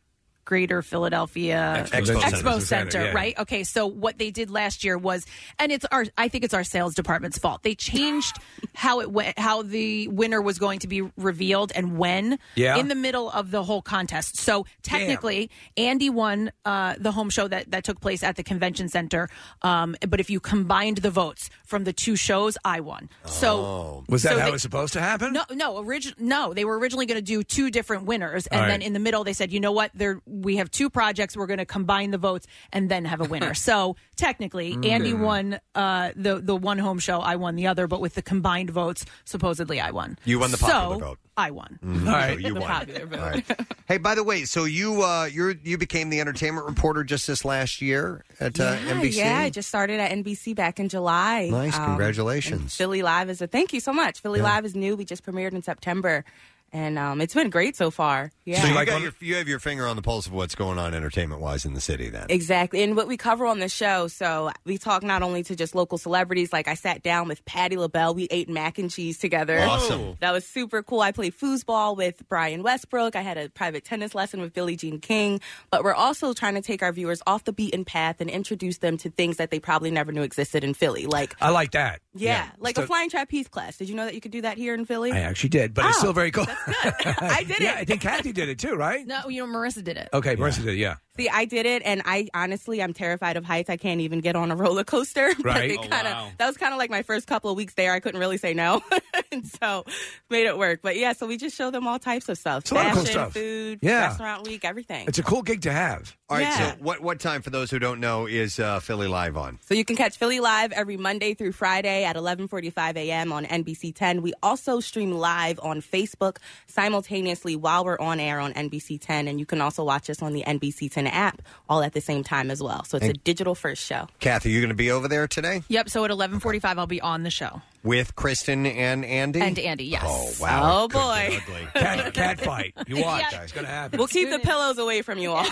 [SPEAKER 4] Greater Philadelphia
[SPEAKER 14] Expo Expo Center.
[SPEAKER 4] Expo
[SPEAKER 14] Center, yeah.
[SPEAKER 4] right? Okay, so what they did last year was, and it's our, I think it's our sales department's fault. They changed how it went, how the winner was going to be revealed and when
[SPEAKER 14] Yeah.
[SPEAKER 4] in the middle of the whole contest. So technically, Andy won uh, the home show that, that took place at the convention center. Um, but if you combined the votes from the two shows, I won.
[SPEAKER 3] Oh.
[SPEAKER 4] So
[SPEAKER 5] Was that
[SPEAKER 4] so
[SPEAKER 5] how
[SPEAKER 4] they-
[SPEAKER 5] it was supposed to happen?
[SPEAKER 4] no, no. Origi- no, they were originally going to do two different winners, and
[SPEAKER 5] All right.
[SPEAKER 4] then in the middle they said, you know what? There we have two projects. We're going to combine the votes and then have a winner. so technically, Andy
[SPEAKER 3] Mm.
[SPEAKER 4] won uh, the the one home show. I won the other, but with the combined votes, supposedly I won.
[SPEAKER 3] You won the popular
[SPEAKER 4] so,
[SPEAKER 3] vote.
[SPEAKER 4] I won.
[SPEAKER 3] Mhm. All right. So you
[SPEAKER 4] The
[SPEAKER 3] won.
[SPEAKER 4] popular vote.
[SPEAKER 3] All right. Hey, by the way, so you uh, you you became the entertainment reporter just this last year at uh,
[SPEAKER 21] Yeah,
[SPEAKER 3] NBC.
[SPEAKER 21] Yeah, I just started at NBC back in July.
[SPEAKER 3] nice.
[SPEAKER 21] Um, and
[SPEAKER 3] Congratulations.
[SPEAKER 21] Philly Live is a thank you so much. Philly
[SPEAKER 3] Yeah.
[SPEAKER 21] Live is new. We just premiered in September, and um, it's been great so far. Yeah.
[SPEAKER 3] So you, got your, you have your finger on the pulse of what's going on entertainment wise in the city. Then
[SPEAKER 21] Exactly. And what we cover on the show, so we talk not only to just local celebrities, like I sat down with Patti LaBelle. We ate mac and cheese together.
[SPEAKER 3] Awesome.
[SPEAKER 21] That was super cool. I played foosball with Brian Westbrook. I had a private tennis lesson with Billie Jean King. But we're also trying to take our viewers off the beaten path and introduce them to things that they probably never knew existed in Philly. Like,
[SPEAKER 5] I like that.
[SPEAKER 21] yeah, like
[SPEAKER 5] So-
[SPEAKER 21] a flying trapeze class. Did you know that you could do that here in Philly?
[SPEAKER 5] I actually did, but it's
[SPEAKER 21] Oh,
[SPEAKER 5] still very cool.
[SPEAKER 21] I did
[SPEAKER 5] yeah,
[SPEAKER 21] it.
[SPEAKER 5] I think Kathy did it too, right?
[SPEAKER 4] No, you know Marissa did it.
[SPEAKER 5] Okay, Marissa did. Yeah.
[SPEAKER 21] See, I did it, and I honestly, I'm terrified of heights. I can't even get on a roller coaster. But
[SPEAKER 5] Right.
[SPEAKER 21] it
[SPEAKER 5] Oh,
[SPEAKER 21] kinda,
[SPEAKER 5] wow.
[SPEAKER 21] That was kind of like my first couple of weeks there. I couldn't really say no, and so made it work. But yeah, so we just show them all types of stuff:
[SPEAKER 5] It's a lot of cool
[SPEAKER 21] fashion,
[SPEAKER 5] stuff.
[SPEAKER 21] food,
[SPEAKER 3] Yeah.
[SPEAKER 21] restaurant week, everything.
[SPEAKER 5] It's a cool gig to have.
[SPEAKER 3] All right.
[SPEAKER 21] Yeah.
[SPEAKER 3] So what what time for those who don't know is uh, Philly Live on?
[SPEAKER 21] So you can catch Philly Live every Monday through Friday at 11:45 a.m. on NBC 10. We also stream live on Facebook simultaneously while we're on air on NBC 10, and you can also watch us on the NBC 10 app all at the same time as well. So it's
[SPEAKER 3] And-
[SPEAKER 21] a digital first show.
[SPEAKER 3] Kathy, you going to be over there today
[SPEAKER 4] Yep. So at eleven forty five, I'll be on the show.
[SPEAKER 3] with Kristen and Andy?
[SPEAKER 4] And Andy, yes.
[SPEAKER 3] Oh wow.
[SPEAKER 21] Oh,
[SPEAKER 3] It could get
[SPEAKER 21] boy.
[SPEAKER 3] ugly.
[SPEAKER 5] Cat, cat fight. You watch.
[SPEAKER 21] Yeah.
[SPEAKER 5] It's going to happen.
[SPEAKER 21] We'll keep the pillows away from you all.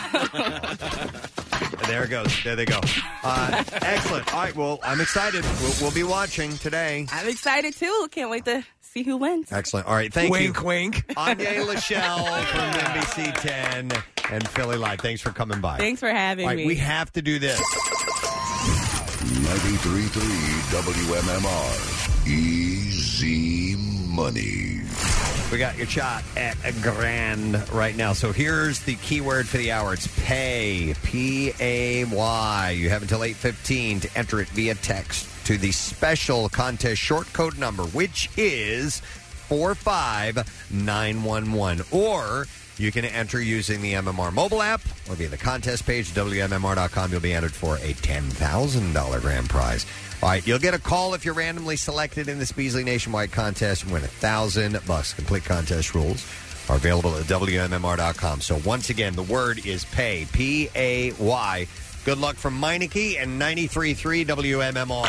[SPEAKER 3] There it goes. There they go. Uh, excellent. All right. Well, I'm excited. We'll, we'll be watching today.
[SPEAKER 21] I'm excited too. Can't wait to see who wins.
[SPEAKER 3] Excellent. All right. Thank
[SPEAKER 5] wink,
[SPEAKER 3] you.
[SPEAKER 5] wink.
[SPEAKER 3] Anya Lachelle from NBC 10 and Philly Live. Thanks for coming by.
[SPEAKER 21] Thanks for having
[SPEAKER 3] All right,
[SPEAKER 21] me.
[SPEAKER 3] we have to do this.
[SPEAKER 2] 93.3 WMMR. Easy money.
[SPEAKER 3] We got your shot at a grand right now. So here's the keyword for the hour. It's pay. P A Y. You have until 8:15 to enter it via text to the special contest short code number, which is 45911. Or you can enter using the MMR mobile app or via the contest page, WMMR.com. You'll be entered for a $10,000 grand prize. All right, you'll get a call if you're randomly selected in this Beasley Nationwide contest and win a thousand bucks. Complete contest rules are available at WMMR.com. So once again, the word is pay, P A Y. Good luck from Meineke and 93.3 WMMR.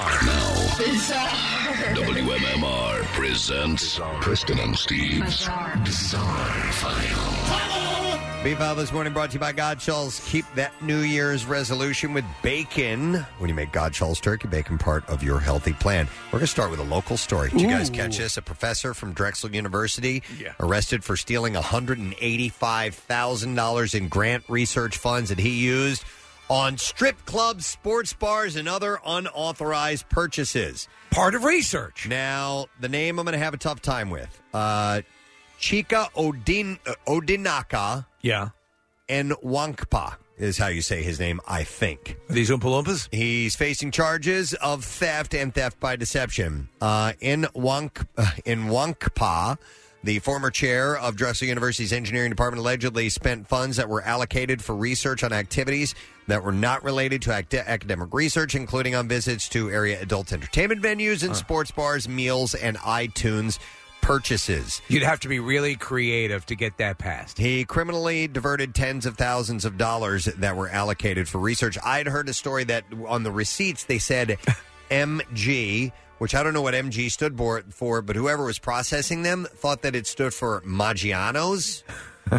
[SPEAKER 2] WMMR presents Preston and Steve's Bizarre File.
[SPEAKER 3] Beef File this morning brought to you by Godshalls. Keep that New Year's resolution with bacon. When you make Godshalls turkey bacon part of your healthy plan, we're going to start with a local story. Did you guys
[SPEAKER 9] Ooh.
[SPEAKER 3] catch this? A professor from Drexel University arrested for stealing $185,000 in grant research funds that he used on strip clubs, sports bars, and other unauthorized purchases.
[SPEAKER 5] Part of research.
[SPEAKER 3] Now, the name I'm going to have a tough time with uh, Chika Odin, uh, Odinaka.
[SPEAKER 5] Yeah.
[SPEAKER 3] And Wankpa is how you say his name, I think.
[SPEAKER 5] These Oompa Loompas?
[SPEAKER 3] He's facing charges of theft and theft by deception. Uh, in Wank uh, in Wankpa, the former chair of Drexel University's engineering department allegedly spent funds that were allocated for research on activities that were not related to acti- academic research, including on visits to area adult entertainment venues and sports bars, meals, and iTunes purchases.
[SPEAKER 5] You'd have to be really creative to get that passed.
[SPEAKER 3] He criminally diverted tens of thousands of dollars that were allocated for research. I'd heard a story that on the receipts they said MG, which I don't know what MG stood for, for but whoever was processing them thought that it stood for Maggiano's.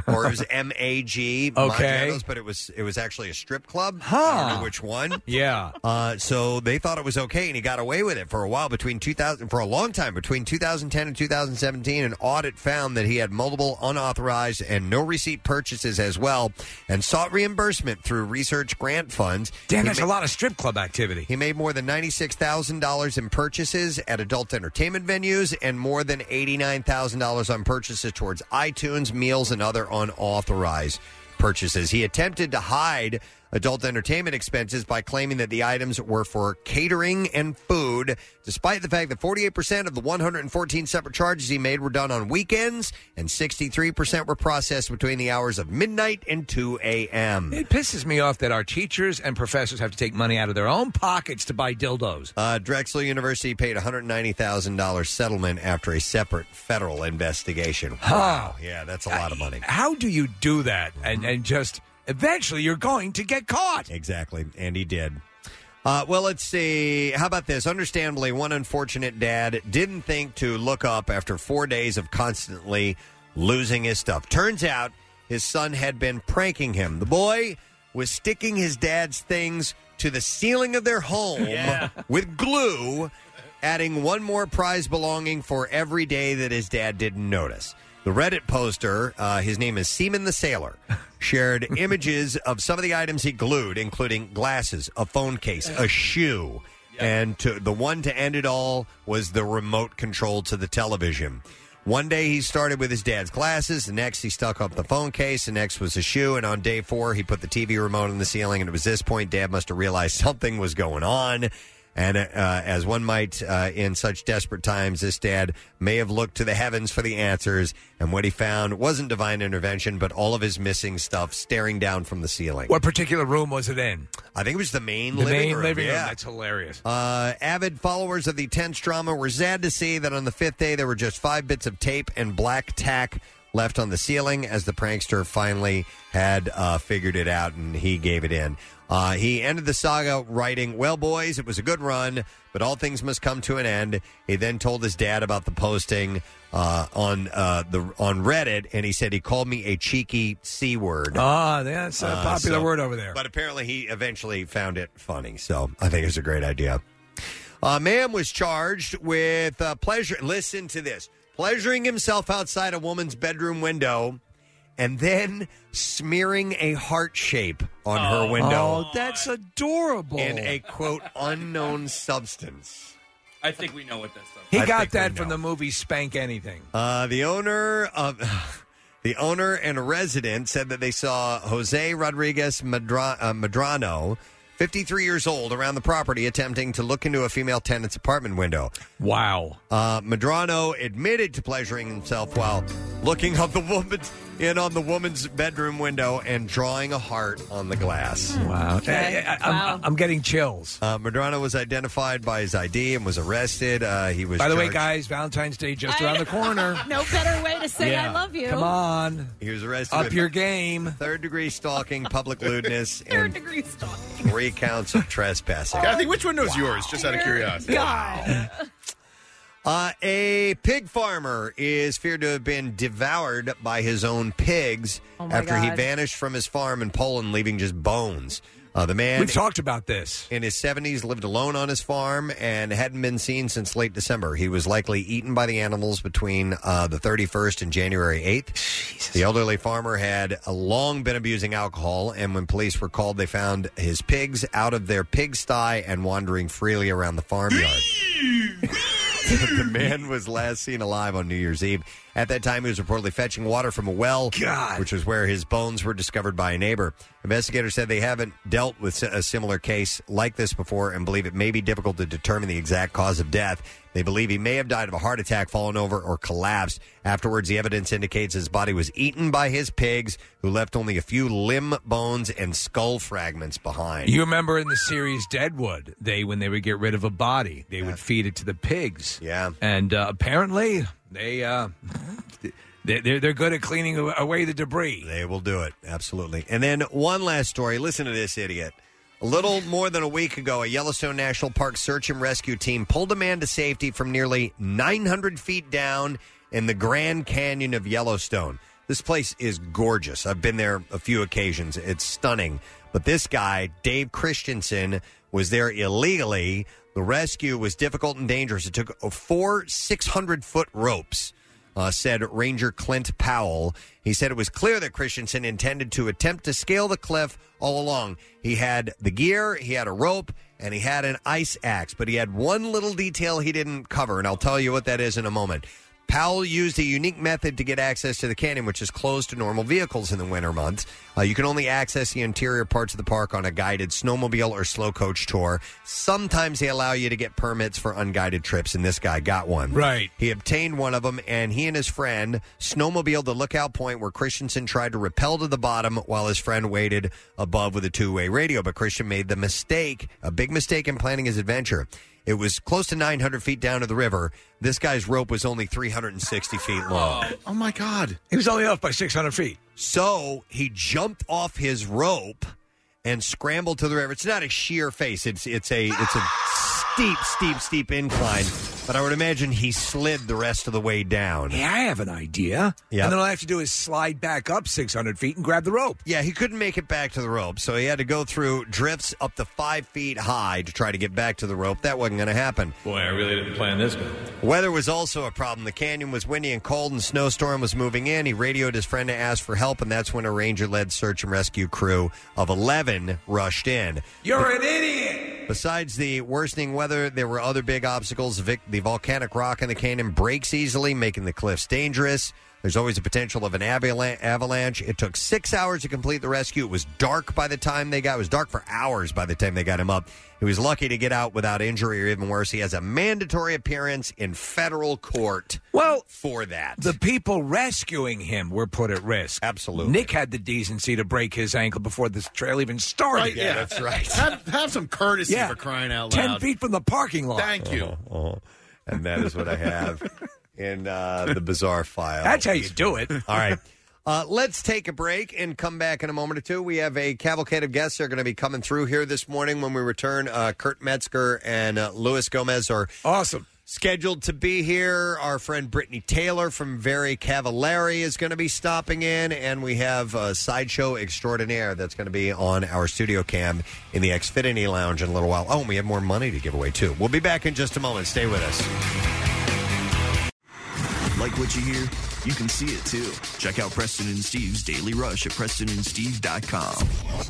[SPEAKER 3] or it was M A G.
[SPEAKER 5] Okay.
[SPEAKER 3] Mangiatos, but it was it was actually a strip club. I
[SPEAKER 5] Huh.
[SPEAKER 3] don't know which one.
[SPEAKER 5] Yeah.
[SPEAKER 3] Uh, so they thought it was okay, and he got away with it for a while between 2000 for a long time between 2010 and 2017. An audit found that he had multiple unauthorized and no receipt purchases as well, and sought reimbursement through research grant funds.
[SPEAKER 5] Damn,
[SPEAKER 3] He
[SPEAKER 5] that's a
[SPEAKER 3] ma-
[SPEAKER 5] lot of strip club activity.
[SPEAKER 3] He made more than ninety-six thousand dollars in purchases at adult entertainment venues, and more than eighty-nine thousand dollars on purchases towards iTunes, meals, and other unauthorized purchases. He attempted to hide adult entertainment expenses by claiming that the items were for catering and food, despite the fact that forty-eight percent of the one hundred and fourteen separate charges he made were done on weekends, and sixty-three percent were processed between the hours of midnight and two a.m.
[SPEAKER 5] It pisses me off that our teachers and professors have to take money out of their own pockets to buy dildos.
[SPEAKER 3] Uh, Drexel University paid $190,000 settlement after a separate federal investigation. Wow. Yeah, that's a lot of money.
[SPEAKER 5] How do you do that? And and just eventually you're going to get caught.
[SPEAKER 3] Exactly. And he did. Uh, well, let's see. How about this? Understandably, one unfortunate dad didn't think to look up after four days of constantly losing his stuff. Turns out his son had been pranking him. The boy was sticking his dad's things to the ceiling of their home with glue, adding one more prize belonging for every day that his dad didn't notice. The Reddit poster, uh, his name is Seaman the Sailor, shared images of some of the items he glued, including glasses, a phone case, a shoe, and to, the one to end it all was the remote control to the television. One day he started with his dad's glasses. The next he stuck up the phone case. The next was a shoe. And on day four, he put the TV remote on the ceiling. And it was this point dad must have realized something was going on. And uh, as one might uh, in such desperate times, this dad may have looked to the heavens for the answers. And what he found wasn't divine intervention, but all of his missing stuff staring down from the ceiling.
[SPEAKER 5] What particular room was it in?
[SPEAKER 3] I think it was the main
[SPEAKER 5] The
[SPEAKER 3] living
[SPEAKER 5] main
[SPEAKER 3] room.
[SPEAKER 5] living room.
[SPEAKER 3] yeah.
[SPEAKER 5] That's hilarious.
[SPEAKER 3] Uh, avid followers of the tense drama were sad to see that on the fifth day there were just five bits of tape and black tack left on the ceiling as the prankster finally had uh, figured it out and he gave it in. Uh, he ended the saga writing, Well, boys, it was a good run, but all things must come to an end. He then told his dad about the posting uh, on uh, the on Reddit, and he said he called me a cheeky C word.
[SPEAKER 5] Ah, that's a
[SPEAKER 3] Uh,
[SPEAKER 5] popular
[SPEAKER 3] so-
[SPEAKER 5] word over there.
[SPEAKER 3] But apparently he eventually found it funny, so I think it's a great idea. A man was charged with uh, pleasure. Listen to this pleasuring himself outside a woman's bedroom window and then smearing a heart shape on her window
[SPEAKER 5] Oh, that's adorable.
[SPEAKER 3] in a quote unknown substance.
[SPEAKER 6] I think we know what this is.
[SPEAKER 5] He
[SPEAKER 3] I
[SPEAKER 5] got
[SPEAKER 3] think we
[SPEAKER 5] that from
[SPEAKER 3] know.
[SPEAKER 5] the movie Spank Anything.
[SPEAKER 3] Uh, the owner of the owner and a resident said that they saw Jose Rodriguez Madra- uh, Madrano, 53 years old, around the property attempting to look into a female tenant's apartment window.
[SPEAKER 5] Wow.
[SPEAKER 3] Uh, Madrano admitted to pleasuring himself while looking up the woman's in on the woman's bedroom window and drawing a heart on the glass.
[SPEAKER 5] Wow. Okay. I- I- I'm- Wow. I'm getting chills.
[SPEAKER 3] Uh, Madrano was identified by his ID and was arrested. Uh, he was
[SPEAKER 5] By the way,
[SPEAKER 3] charged-
[SPEAKER 5] guys, Valentine's Day just around the corner.
[SPEAKER 4] No better way to say I
[SPEAKER 3] Yeah.
[SPEAKER 4] love you.
[SPEAKER 5] Come on.
[SPEAKER 3] He was arrested.
[SPEAKER 5] Up
[SPEAKER 3] with
[SPEAKER 5] your game.
[SPEAKER 3] Third degree stalking, public lewdness,
[SPEAKER 4] Third
[SPEAKER 3] and
[SPEAKER 4] degree stalking.
[SPEAKER 3] three counts of trespassing.
[SPEAKER 7] Kathy, which window's yours? Just out of
[SPEAKER 4] Dear
[SPEAKER 7] curiosity.
[SPEAKER 4] God.
[SPEAKER 3] Uh, a pig farmer is feared to have been devoured by his own pigs
[SPEAKER 5] Oh my
[SPEAKER 3] after he
[SPEAKER 5] God.
[SPEAKER 3] vanished from his farm in Poland, leaving just bones. Uh, the man
[SPEAKER 5] We've talked about this.
[SPEAKER 3] in his 70s lived alone on his farm and hadn't been seen since late December. He was likely eaten by the animals between uh, the 31st and January 8th. The elderly farmer had uh, long been abusing alcohol, and when police were called, they found his pigs out of their pigsty and wandering freely around the farmyard. the man was last seen alive on New Year's Eve. At that time, he was reportedly fetching water from a well, which was where his bones were discovered by a neighbor. Investigators said they haven't dealt with a similar case like this before and believe it may be difficult to determine the exact cause of death. They believe he may have died of a heart attack, fallen over, or collapsed. Afterwards, the evidence indicates his body was eaten by his pigs, who left only a few limb bones and skull fragments behind.
[SPEAKER 5] You remember in the series Deadwood, they when they would get rid of a body, they would feed it to the pigs.
[SPEAKER 3] Yeah,
[SPEAKER 5] and uh, apparently they uh, they they're, they're good at cleaning aw- away the debris.
[SPEAKER 3] They will do it absolutely. And then one last story. Listen to this idiot. A little more than a week ago, a Yellowstone National Park search and rescue team pulled a man to safety from nearly 900 feet down in the Grand Canyon of Yellowstone. This place is gorgeous. I've been there a few occasions. It's stunning. But this guy, Dave Christensen, was there illegally. The rescue was difficult and dangerous. It took uh, four 600 foot ropes uh, said Ranger Clint Powell. He said it was clear that Christensen intended to attempt to scale the cliff all along. He had the gear, he had a rope, and he had an ice axe, but he had one little detail he didn't cover, and I'll tell you what that is in a moment. Powell used a unique method to get access to the canyon, which is closed to normal vehicles in the winter months. Uh, you can only access the interior parts of the park on a guided snowmobile or slow coach tour. Sometimes they allow you to get permits for unguided trips, and this guy got one. Right. He obtained one of them, and he and his friend snowmobiled to lookout point where Christensen tried to rappel to the bottom while his friend waited above with a two way radio. But Christian made the mistake, a big mistake in planning his adventure. It was close to 900 feet down to the river. This guy's rope was only 360 feet long.
[SPEAKER 7] Oh my God!
[SPEAKER 5] He was only off by 600 feet.
[SPEAKER 3] So he jumped off his rope and scrambled to the river. It's not a sheer face. It's it's a it's a steep, steep, steep incline. But I would imagine he slid the rest of the way down.
[SPEAKER 5] Hey, I have an idea.
[SPEAKER 3] Yeah.
[SPEAKER 5] And then all I have to do is slide back up 600 feet and grab the rope.
[SPEAKER 3] Yeah, he couldn't make it back to the rope, so he had to go through drifts up to five feet high to try to get back to the rope. That wasn't going to happen.
[SPEAKER 22] Boy, I really didn't plan this one.
[SPEAKER 3] Weather was also a problem. The canyon was windy and cold, and snowstorm was moving in. He radioed his friend to ask for help, and that's when a ranger-led search and rescue crew of 11 rushed in.
[SPEAKER 5] You're an idiot.
[SPEAKER 3] Besides the worsening weather, there were other big obstacles. Vic- The volcanic rock in the canyon breaks easily, making the cliffs dangerous. There's always a potential of an avalan- avalanche. It took six hours to complete the rescue. It was dark by the time they got. It was dark for hours by the time they got him up. He was lucky to get out without injury, or even worse, he has a mandatory appearance in federal court.
[SPEAKER 5] Well,
[SPEAKER 3] for that,
[SPEAKER 5] the people rescuing him were put at risk.
[SPEAKER 3] Absolutely.
[SPEAKER 5] Nick had the decency to break his ankle before this trail even started.
[SPEAKER 7] Right, Oh, yeah. Yeah, that's right. Have- have some courtesy for crying out
[SPEAKER 5] Ten
[SPEAKER 7] loud.
[SPEAKER 5] feet from the parking lot.
[SPEAKER 7] Thank you.
[SPEAKER 3] Oh, and that is what I have in uh, the bizarre file.
[SPEAKER 5] That's how you do it.
[SPEAKER 3] All right. Uh, let's take a break and come back in a moment or two. We have a cavalcade of guests that are going to be coming through here this morning when we return. Uh, Kurt Metzger and uh, Luis Gomez are
[SPEAKER 5] awesome.
[SPEAKER 3] Scheduled to be here. Our friend Brittany Taylor from Very Cavallari is going to be stopping in, and we have uh, Sideshow Extraordinaire that's going to be on our studio cam in the Xfinity Lounge in a little while. Oh, and we have more money to give away, too. We'll be back in just a moment. Stay with us.
[SPEAKER 23] Like what you hear? You can see it too. Check out Preston and Steve's Daily Rush at PrestonandSteve.com.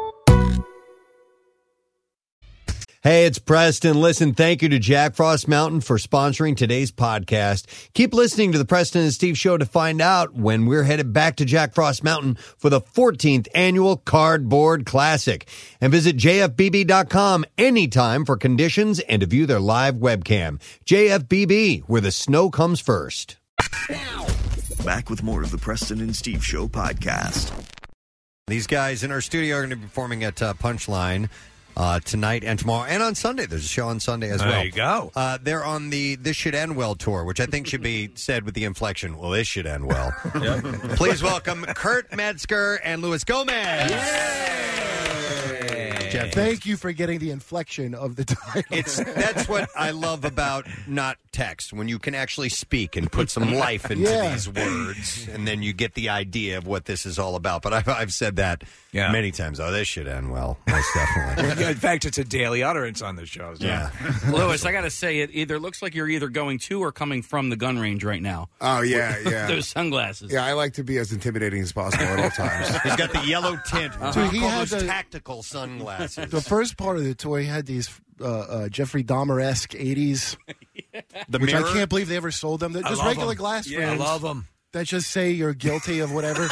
[SPEAKER 3] Hey, it's Preston. Listen, thank you to Jack Frost Mountain for sponsoring today's podcast. Keep listening to the Preston and Steve show to find out when we're headed back to Jack Frost Mountain for the 14th annual Cardboard Classic. And visit jfbb.com anytime for conditions and to view their live webcam. JFBB, where the snow comes first.
[SPEAKER 23] Back with more of the Preston and Steve Show podcast.
[SPEAKER 3] These guys in our studio are going to be performing at uh, Punchline uh, tonight and tomorrow, and on Sunday. There's a show on Sunday as
[SPEAKER 5] There
[SPEAKER 3] well.
[SPEAKER 5] you go.
[SPEAKER 3] Uh, they're on the "This Should End Well" tour, which I think should be said with the inflection. Well, this should end well. Please welcome Kurt Metzger and Luis Gomez. Jeff,
[SPEAKER 24] Thank you for getting the inflection of the title.
[SPEAKER 3] It's that's what I love about not text when you can actually speak and put some life into
[SPEAKER 24] Yeah.
[SPEAKER 3] these words, and then you get the idea of what this is all about. But I've, I've said that many times. Oh, this should end well. Most definitely.
[SPEAKER 5] Yeah, In fact, it's a daily utterance on the show. so-
[SPEAKER 3] Yeah.
[SPEAKER 6] Lewis, I got to say, it either looks like you're either going to or coming from the gun range right now.
[SPEAKER 24] Oh, yeah,
[SPEAKER 6] With
[SPEAKER 24] yeah.
[SPEAKER 6] Those sunglasses.
[SPEAKER 24] yeah, I like to be as intimidating as possible at all times.
[SPEAKER 3] He's got the yellow tint.
[SPEAKER 24] Uh-huh.
[SPEAKER 3] Dude,
[SPEAKER 24] Dude, he
[SPEAKER 3] call
[SPEAKER 24] had
[SPEAKER 3] those
[SPEAKER 24] the-
[SPEAKER 3] tactical sunglasses.
[SPEAKER 24] the first part of the tour, he had these uh, uh, Jeffrey Dahmer esque 80s.
[SPEAKER 3] The
[SPEAKER 24] which
[SPEAKER 3] mirror?
[SPEAKER 24] I can't believe they ever sold them. They're
[SPEAKER 5] I
[SPEAKER 24] just
[SPEAKER 5] love
[SPEAKER 24] regular
[SPEAKER 5] 'em.
[SPEAKER 24] glass
[SPEAKER 5] Yeah, I
[SPEAKER 24] frames.
[SPEAKER 5] love 'em.
[SPEAKER 24] that just say you're guilty of whatever?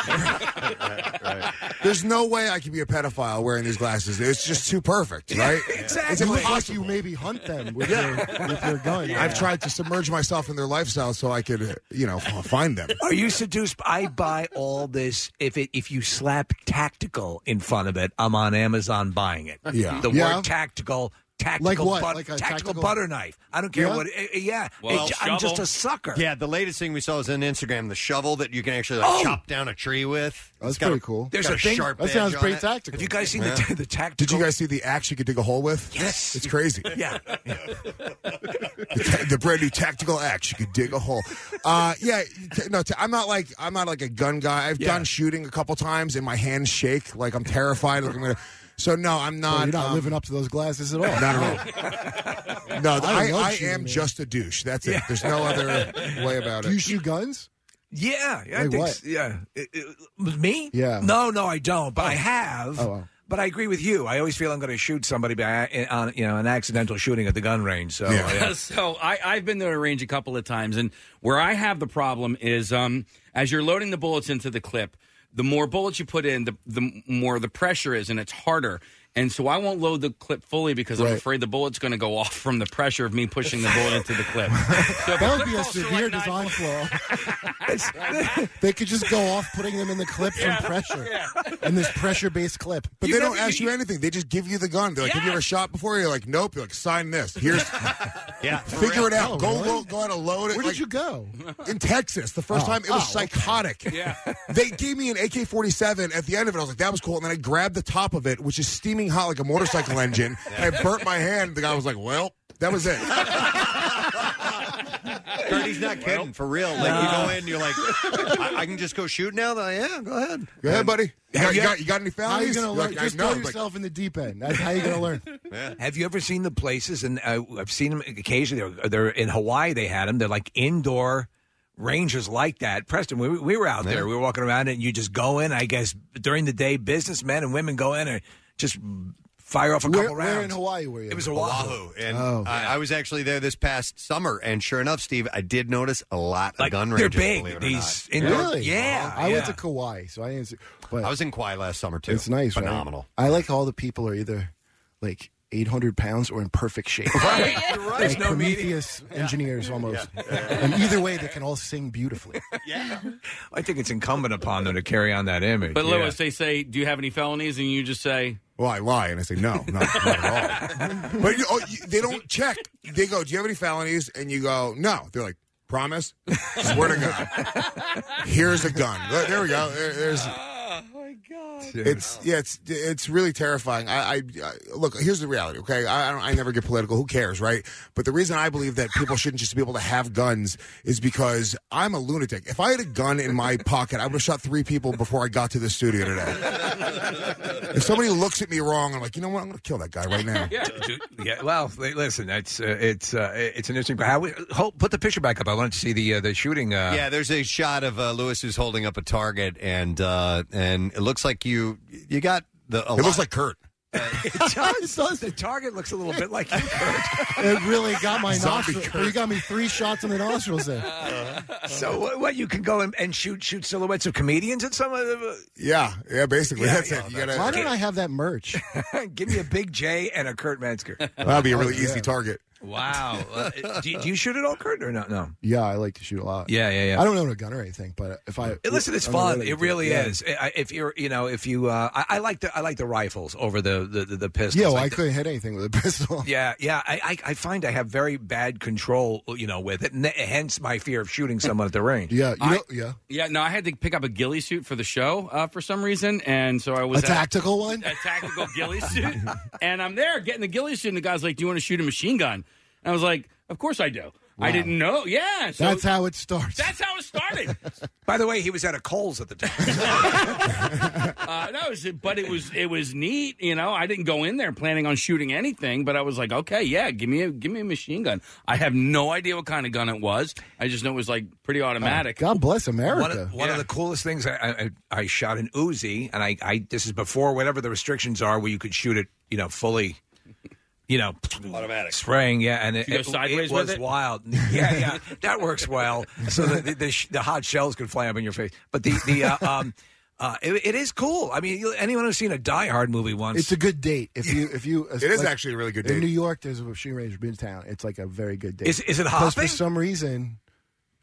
[SPEAKER 1] There's no way I could be a pedophile wearing these glasses. It's just too perfect,
[SPEAKER 24] Yeah,
[SPEAKER 1] right?
[SPEAKER 24] exactly.
[SPEAKER 1] It's impossible.
[SPEAKER 24] you maybe hunt them with your
[SPEAKER 1] Yeah.
[SPEAKER 24] with your gun.
[SPEAKER 1] I've tried to submerge myself in their lifestyle so I could, uh, you know, f- find them.
[SPEAKER 5] Are you seduced? I buy all this. If it if you slap tactical in front of it, I'm on Amazon buying it.
[SPEAKER 1] Yeah.
[SPEAKER 5] the
[SPEAKER 1] Yeah.
[SPEAKER 5] word tactical. Tactical,
[SPEAKER 3] Like what?
[SPEAKER 5] but-
[SPEAKER 3] Like a
[SPEAKER 5] tactical,
[SPEAKER 3] tactical-
[SPEAKER 5] butter knife. I don't care
[SPEAKER 3] Yeah?
[SPEAKER 5] what. eh, eh, yeah, It- I'm just a sucker.
[SPEAKER 3] Yeah, the latest thing we saw was on Instagram the shovel that you can actually like,
[SPEAKER 5] Oh!
[SPEAKER 3] chop down a tree with.
[SPEAKER 1] That's
[SPEAKER 3] It's got
[SPEAKER 1] pretty
[SPEAKER 3] a-
[SPEAKER 1] cool.
[SPEAKER 3] There's
[SPEAKER 1] Got
[SPEAKER 3] a,
[SPEAKER 1] a thing-
[SPEAKER 3] sharp.
[SPEAKER 1] That
[SPEAKER 3] edge
[SPEAKER 1] sounds
[SPEAKER 3] on
[SPEAKER 1] pretty
[SPEAKER 3] it.
[SPEAKER 1] tactical. Have you guys
[SPEAKER 5] seen the- the tactical?
[SPEAKER 1] Did you guys see the axe you could dig a hole with?
[SPEAKER 5] Yes,
[SPEAKER 1] it's crazy.
[SPEAKER 5] Yeah,
[SPEAKER 1] the, ta- the brand new tactical axe you could dig a hole. Uh, yeah, t- no, t- I'm not like I'm not like a gun guy. I've done shooting a couple times, and my hands shake like I'm terrified. Like I'm gonna. So no,
[SPEAKER 24] So
[SPEAKER 1] I'm not.
[SPEAKER 24] you're not
[SPEAKER 1] um,
[SPEAKER 24] living up to those glasses at all.
[SPEAKER 1] Not at all. No,
[SPEAKER 24] I
[SPEAKER 1] I, I,
[SPEAKER 24] love shooting,
[SPEAKER 1] am
[SPEAKER 24] man.
[SPEAKER 1] just a douche. That's it.
[SPEAKER 24] Yeah.
[SPEAKER 1] There's no other way about
[SPEAKER 24] Do you
[SPEAKER 1] it.
[SPEAKER 24] shoot guns?
[SPEAKER 5] Yeah, yeah, I
[SPEAKER 24] Like
[SPEAKER 5] think
[SPEAKER 24] what?
[SPEAKER 5] s- yeah. It- it- me?
[SPEAKER 24] Yeah.
[SPEAKER 5] No, no, I don't. But I have.
[SPEAKER 24] Oh, wow.
[SPEAKER 5] But I agree with you. I always feel I'm going to shoot somebody by uh, on you know an accidental shooting at the gun range. So Oh, yeah.
[SPEAKER 6] so I, I've been to a range a couple of times, and where I have the problem is um, as you're loading the bullets into the clip, the more bullets you put in, the, the more the pressure is, and it's harder. And so I won't load the clip fully because I'm
[SPEAKER 24] Right.
[SPEAKER 6] afraid the bullet's going to go off from the pressure of me pushing the bullet into the clip. So
[SPEAKER 24] that
[SPEAKER 6] if the
[SPEAKER 24] would be a
[SPEAKER 6] clip falls to, like,
[SPEAKER 24] severe design flaw. they could just go off putting them in the clip from pressure, in this pressure-based clip.
[SPEAKER 1] But they don't ask you anything. They just give you the gun. They're like, "Have you ever shot before?" You're like, "Nope." You're like, "Sign this. Here's
[SPEAKER 3] yeah,
[SPEAKER 1] figure it out.
[SPEAKER 24] Oh,
[SPEAKER 1] go,
[SPEAKER 24] really?
[SPEAKER 1] go, go out and load it."
[SPEAKER 24] Where
[SPEAKER 1] Like,
[SPEAKER 24] did you go?
[SPEAKER 1] in Texas. The first
[SPEAKER 24] Oh.
[SPEAKER 1] time it was
[SPEAKER 24] Oh, okay.
[SPEAKER 1] psychotic.
[SPEAKER 24] Yeah.
[SPEAKER 1] they gave me an AK 47 at the end of it. I was like, that was cool. And then I grabbed the top of it, which is steaming hot like a motorcycle engine. And I burnt my hand. The guy was like, well, that was it.
[SPEAKER 3] He's not kidding for real. Like you go in, you're like, I, I can just go shoot now. They're Like, yeah, go ahead.
[SPEAKER 1] Go ahead, buddy. You got, you got, you got any
[SPEAKER 24] How are you going
[SPEAKER 1] felonies?
[SPEAKER 24] to
[SPEAKER 1] You're
[SPEAKER 24] learn?
[SPEAKER 1] like, I
[SPEAKER 24] Just
[SPEAKER 1] know.
[SPEAKER 24] throw
[SPEAKER 1] Like,
[SPEAKER 24] yourself in the deep end. That's how you going to learn.
[SPEAKER 5] Have you ever seen the places? And uh, I've seen them occasionally. They're, they're in Hawaii. They had them. They're like indoor ranges like that. Preston, we, we were out there. We were walking around, and you just go in. I guess during the day, businessmen and women go in and just fire off a
[SPEAKER 24] Where,
[SPEAKER 5] couple rounds.
[SPEAKER 24] where in Hawaii were you?
[SPEAKER 5] It was Oahu.
[SPEAKER 3] And
[SPEAKER 1] Oh.
[SPEAKER 3] I, I was actually there this past summer, and sure enough, Steve, I did notice a lot of gun
[SPEAKER 5] they're
[SPEAKER 3] ranges.
[SPEAKER 5] big,
[SPEAKER 3] believe it or
[SPEAKER 5] these
[SPEAKER 3] not.
[SPEAKER 5] indoor-
[SPEAKER 24] Really?
[SPEAKER 5] Yeah,
[SPEAKER 24] I went
[SPEAKER 5] yeah.
[SPEAKER 24] to Kauai, so I didn't see. But
[SPEAKER 3] I was in Kauai last summer too.
[SPEAKER 24] It's nice, right?
[SPEAKER 3] phenomenal.
[SPEAKER 24] I like all the people are either like 800 pounds or in perfect shape.
[SPEAKER 3] Right,
[SPEAKER 24] Like
[SPEAKER 3] right. There's no medium.
[SPEAKER 24] Prometheus engineers almost. And either way, they can all sing beautifully.
[SPEAKER 5] I think it's incumbent upon them to carry on that image.
[SPEAKER 6] But
[SPEAKER 5] yeah.
[SPEAKER 6] Lewis, they say, "Do you have any felonies?" And you just say,
[SPEAKER 1] well, I lie and I say no, no, not at all. But you, oh, you, they don't check. They go, "Do you have any felonies?" And you go, "No." They're like, "Promise, swear to God." Here's a gun. There- There we go. There- there's It's yeah, it's it's really terrifying. I, I, I look. Here's the reality. Okay, I I, don't, I never get political. Who cares, right? But the reason I believe that people shouldn't just be able to have guns is because I'm a lunatic. If I had a gun in my pocket, I would have shot three people before I got to the studio today. if somebody looks at me wrong, I'm like, you know what? I'm going to kill that guy right now.
[SPEAKER 5] yeah, well, li- listen, it's uh, it's uh, it's an interesting. How, we- hold, put the picture back up. I wanted to see the uh, the shooting. Uh,
[SPEAKER 3] yeah, there's a shot of uh, Lewis who's holding up a target, and uh, and it looks like you you got the. it looks like
[SPEAKER 1] Kurt.
[SPEAKER 5] it does. The target looks a little bit like you,
[SPEAKER 24] It really got my
[SPEAKER 5] Zombie
[SPEAKER 24] nostrils.
[SPEAKER 5] curse.
[SPEAKER 24] You got me three shots in the nostrils there.
[SPEAKER 5] So what, what? You can go and, and shoot shoot silhouettes of comedians at some of the.
[SPEAKER 1] Yeah, yeah. Basically,
[SPEAKER 5] Yeah,
[SPEAKER 1] that's
[SPEAKER 5] yeah,
[SPEAKER 1] it. You
[SPEAKER 5] that's-
[SPEAKER 1] gotta,
[SPEAKER 24] Why don't I have that merch?
[SPEAKER 5] Give me a big J and a Kurt Metzger. Oh,
[SPEAKER 1] That'd be a really easy target.
[SPEAKER 5] Wow. Uh, do, you- do you shoot at all, Kurt, or no? No.
[SPEAKER 24] Yeah, I like to shoot a lot.
[SPEAKER 5] Yeah, yeah, yeah.
[SPEAKER 24] I don't own a gun or anything, but if I
[SPEAKER 5] Hey, Listen, it's
[SPEAKER 24] I'm gonna
[SPEAKER 5] fun.
[SPEAKER 24] really
[SPEAKER 5] It
[SPEAKER 24] do
[SPEAKER 5] really
[SPEAKER 24] Yeah.
[SPEAKER 5] is. I- I- If you're, you know, if you, uh, I, I like the I like the rifles over the the, the, the pistols.
[SPEAKER 24] Yeah, well,
[SPEAKER 5] Like
[SPEAKER 24] I
[SPEAKER 5] the-
[SPEAKER 24] couldn't hit anything with a pistol.
[SPEAKER 5] Yeah, yeah. I, I I find I have very bad control, you know, with it. and hence my fear of shooting someone at the range.
[SPEAKER 24] Yeah,
[SPEAKER 6] I- know-
[SPEAKER 24] yeah.
[SPEAKER 6] "Yeah, no, I had to pick up a ghillie suit for the show uh, for some reason, and so I was
[SPEAKER 24] a
[SPEAKER 6] at-
[SPEAKER 24] tactical one.
[SPEAKER 6] a tactical ghillie suit, and I'm there getting the ghillie suit, and the guy's like, "Do you want to shoot a machine gun?" And I was like, "Of course I do. I didn't know. Yeah, so
[SPEAKER 24] That's how it starts.
[SPEAKER 6] that's how it started.
[SPEAKER 5] By the way, he was at a Coles at the time.
[SPEAKER 6] uh, no, it was, but it was it was neat. You know, I didn't go in there planning on shooting anything, but I was like, okay, yeah, give me a give me a machine gun. I have no idea what kind of gun it was. I just know it was like pretty automatic.
[SPEAKER 24] God bless America.
[SPEAKER 5] One of, one of the coolest things I, I I shot an Uzi, and I, I this is before whatever the restrictions are where you could shoot it, you know, fully. you know,
[SPEAKER 3] automatic
[SPEAKER 5] spraying. Yeah, and it,
[SPEAKER 6] You go
[SPEAKER 5] it-
[SPEAKER 6] sideways
[SPEAKER 5] it
[SPEAKER 6] with
[SPEAKER 5] was
[SPEAKER 6] it?
[SPEAKER 5] wild. Yeah, yeah, that works well. So the the, the, sh- the hot shells could fly up in your face, but the the uh, um, uh, it, it is cool. I mean, you- anyone who's seen a Die Hard movie once,
[SPEAKER 24] It's a good date if you if you.
[SPEAKER 5] It is actually a really good
[SPEAKER 24] In
[SPEAKER 5] date.
[SPEAKER 24] New York, there's a machine range Boomtown. It's like a very good date.
[SPEAKER 5] Is- is it
[SPEAKER 24] Because
[SPEAKER 5] hopping?
[SPEAKER 24] for some reason?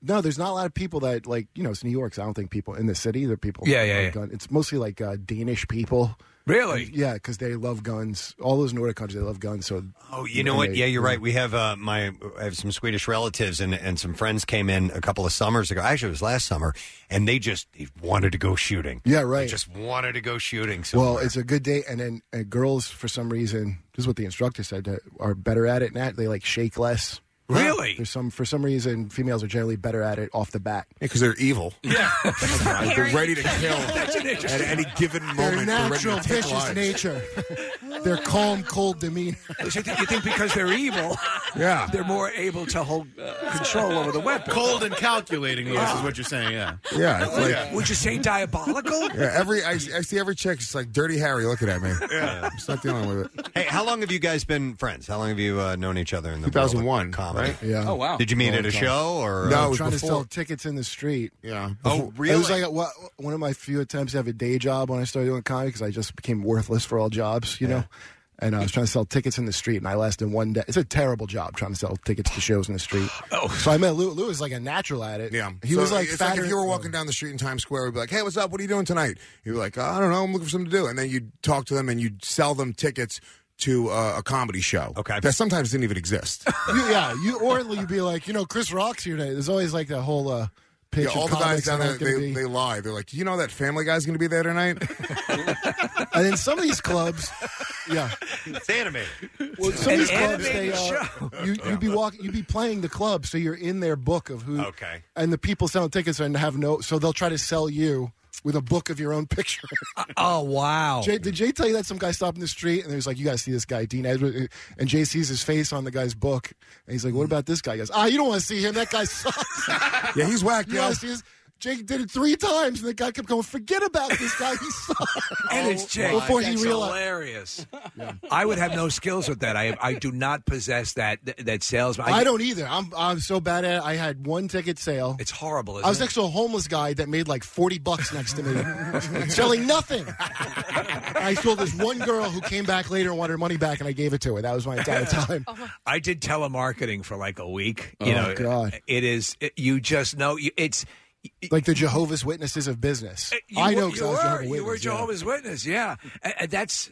[SPEAKER 24] No, there's not a lot of people that like you know it's New York, so I don't think people in the city. There are people.
[SPEAKER 5] Yeah,
[SPEAKER 24] that
[SPEAKER 5] yeah,
[SPEAKER 24] love
[SPEAKER 5] yeah.
[SPEAKER 24] gun- It's mostly like uh, Danish people.
[SPEAKER 5] Really?
[SPEAKER 24] And- yeah, because they love guns. All those Nordic countries, they love guns. So
[SPEAKER 3] Oh, you know what? Yeah, you're
[SPEAKER 1] Mm-hmm.
[SPEAKER 3] right. We have uh, my I have some Swedish relatives and and some friends came in a couple of summers ago. Actually, it was last summer, and they just they wanted to go shooting.
[SPEAKER 24] Yeah, right.
[SPEAKER 3] They just wanted to go shooting. somewhere.
[SPEAKER 24] Well, it's a good date, and then uh, girls, for some reason, this is what the instructor said, uh, are better at it. Now they like shake less.
[SPEAKER 5] Really?
[SPEAKER 24] There's some for some reason, females are generally better at it off the bat
[SPEAKER 1] because they're evil.
[SPEAKER 24] Yeah,
[SPEAKER 1] Like, they're ready to kill
[SPEAKER 24] That's an
[SPEAKER 1] at
[SPEAKER 24] interesting-
[SPEAKER 1] any given
[SPEAKER 24] their
[SPEAKER 1] moment. they're ready to
[SPEAKER 24] natural
[SPEAKER 1] take
[SPEAKER 24] vicious
[SPEAKER 1] lives.
[SPEAKER 24] nature, their calm, cold demeanor.
[SPEAKER 5] you think, you think because they're evil,
[SPEAKER 1] yeah,
[SPEAKER 5] they're more able to hold uh, control over the weapon.
[SPEAKER 7] Cold and calculating, Lewis, is what you're saying. Yeah.
[SPEAKER 1] Yeah, it's like- Yeah.
[SPEAKER 5] Would you say diabolical?
[SPEAKER 1] Yeah, every I, I see every chick. It's like Dirty Harry looking at me. Yeah, I'm just not dealing with it.
[SPEAKER 3] Hey, how long have you guys been friends? How long have you uh, known each other in the
[SPEAKER 1] 2001,
[SPEAKER 3] world of comedy?
[SPEAKER 1] right? Yeah. Oh, wow.
[SPEAKER 3] Did you meet
[SPEAKER 1] Long
[SPEAKER 3] at a
[SPEAKER 1] time.
[SPEAKER 3] show or
[SPEAKER 1] No,
[SPEAKER 3] uh,
[SPEAKER 1] it was
[SPEAKER 24] trying to
[SPEAKER 1] before-
[SPEAKER 24] sell tickets in the street.
[SPEAKER 1] Yeah.
[SPEAKER 3] Oh,
[SPEAKER 24] It was like a, wa- one of my few attempts to have a day job when I started doing comedy because I just became worthless for all jobs, you know. And I was trying to sell tickets in the street, and I lasted one day. It's a terrible job trying to sell tickets to shows in the street. Oh, so I met Lou. Lou was like a natural at it. Yeah, he
[SPEAKER 1] So
[SPEAKER 24] was like
[SPEAKER 1] it's
[SPEAKER 24] fatter.
[SPEAKER 1] if you were walking down the street in Times Square, we'd be like, "Hey, what's up? What are you doing tonight?" You'd be like, "I don't know. I'm looking for something to do." And then you'd talk to them, and you'd sell them tickets to uh, a comedy show. Okay, that sometimes didn't even exist.
[SPEAKER 24] You- yeah, you or you'd be like, you know, Chris Rock's here today. There's always like that whole uh, pitch.
[SPEAKER 1] Yeah,
[SPEAKER 24] of
[SPEAKER 1] all the guys
[SPEAKER 24] comics
[SPEAKER 1] down
[SPEAKER 24] and how
[SPEAKER 1] there,
[SPEAKER 24] it's gonna
[SPEAKER 1] they,
[SPEAKER 24] be.
[SPEAKER 1] they lie. They're like, "Do you know that Family Guy's going to be there tonight?"
[SPEAKER 24] and then some of these clubs, yeah,
[SPEAKER 3] it's anime.
[SPEAKER 24] Well, some of
[SPEAKER 3] An
[SPEAKER 24] these clubs, they,
[SPEAKER 3] animated
[SPEAKER 24] uh,
[SPEAKER 3] show.
[SPEAKER 24] you, you'd be walking, you'd be playing the club, so you're in their book of who.
[SPEAKER 3] Okay.
[SPEAKER 24] And the people selling tickets and have no, so they'll try to sell you with a book of your own picture.
[SPEAKER 5] oh wow!
[SPEAKER 24] Jay, did Jay tell you that some guy stopped in the street and there's like, you guys see this guy, Dean Edwards, and Jay sees his face on the guy's book, and he's like, what about this guy? He goes, ah, you don't want to see him. That guy sucks.
[SPEAKER 1] yeah, he's whack.
[SPEAKER 24] You
[SPEAKER 1] yo.
[SPEAKER 24] don't wanna see this- Jake did it three times, and the guy kept going, forget about this guy. He sucks. Oh,
[SPEAKER 5] And it's Jay.
[SPEAKER 24] Before he
[SPEAKER 5] That's
[SPEAKER 24] realized.
[SPEAKER 5] hilarious. I would have no skills with that. I I do not possess that that, that sales.
[SPEAKER 24] I, don't either. I'm I'm so bad at it. I had one ticket sale.
[SPEAKER 5] It's horrible.
[SPEAKER 24] I was
[SPEAKER 5] isn't it?
[SPEAKER 24] next to a homeless guy that made like forty bucks next to me, selling nothing. I sold this one girl who came back later and wanted her money back, and I gave it to her. That was my entire time.
[SPEAKER 5] I did telemarketing for like a week. You
[SPEAKER 24] Oh,
[SPEAKER 5] know,
[SPEAKER 24] God.
[SPEAKER 5] it is. it- you just know you- it's.
[SPEAKER 24] Like the Jehovah's Witnesses of business.
[SPEAKER 5] You
[SPEAKER 24] I
[SPEAKER 5] were-
[SPEAKER 24] know
[SPEAKER 5] you
[SPEAKER 24] because I was
[SPEAKER 5] were,
[SPEAKER 24] Jehovah's
[SPEAKER 5] you were
[SPEAKER 24] Witness. yeah.
[SPEAKER 5] Jehovah's Witness. Yeah, and, and that's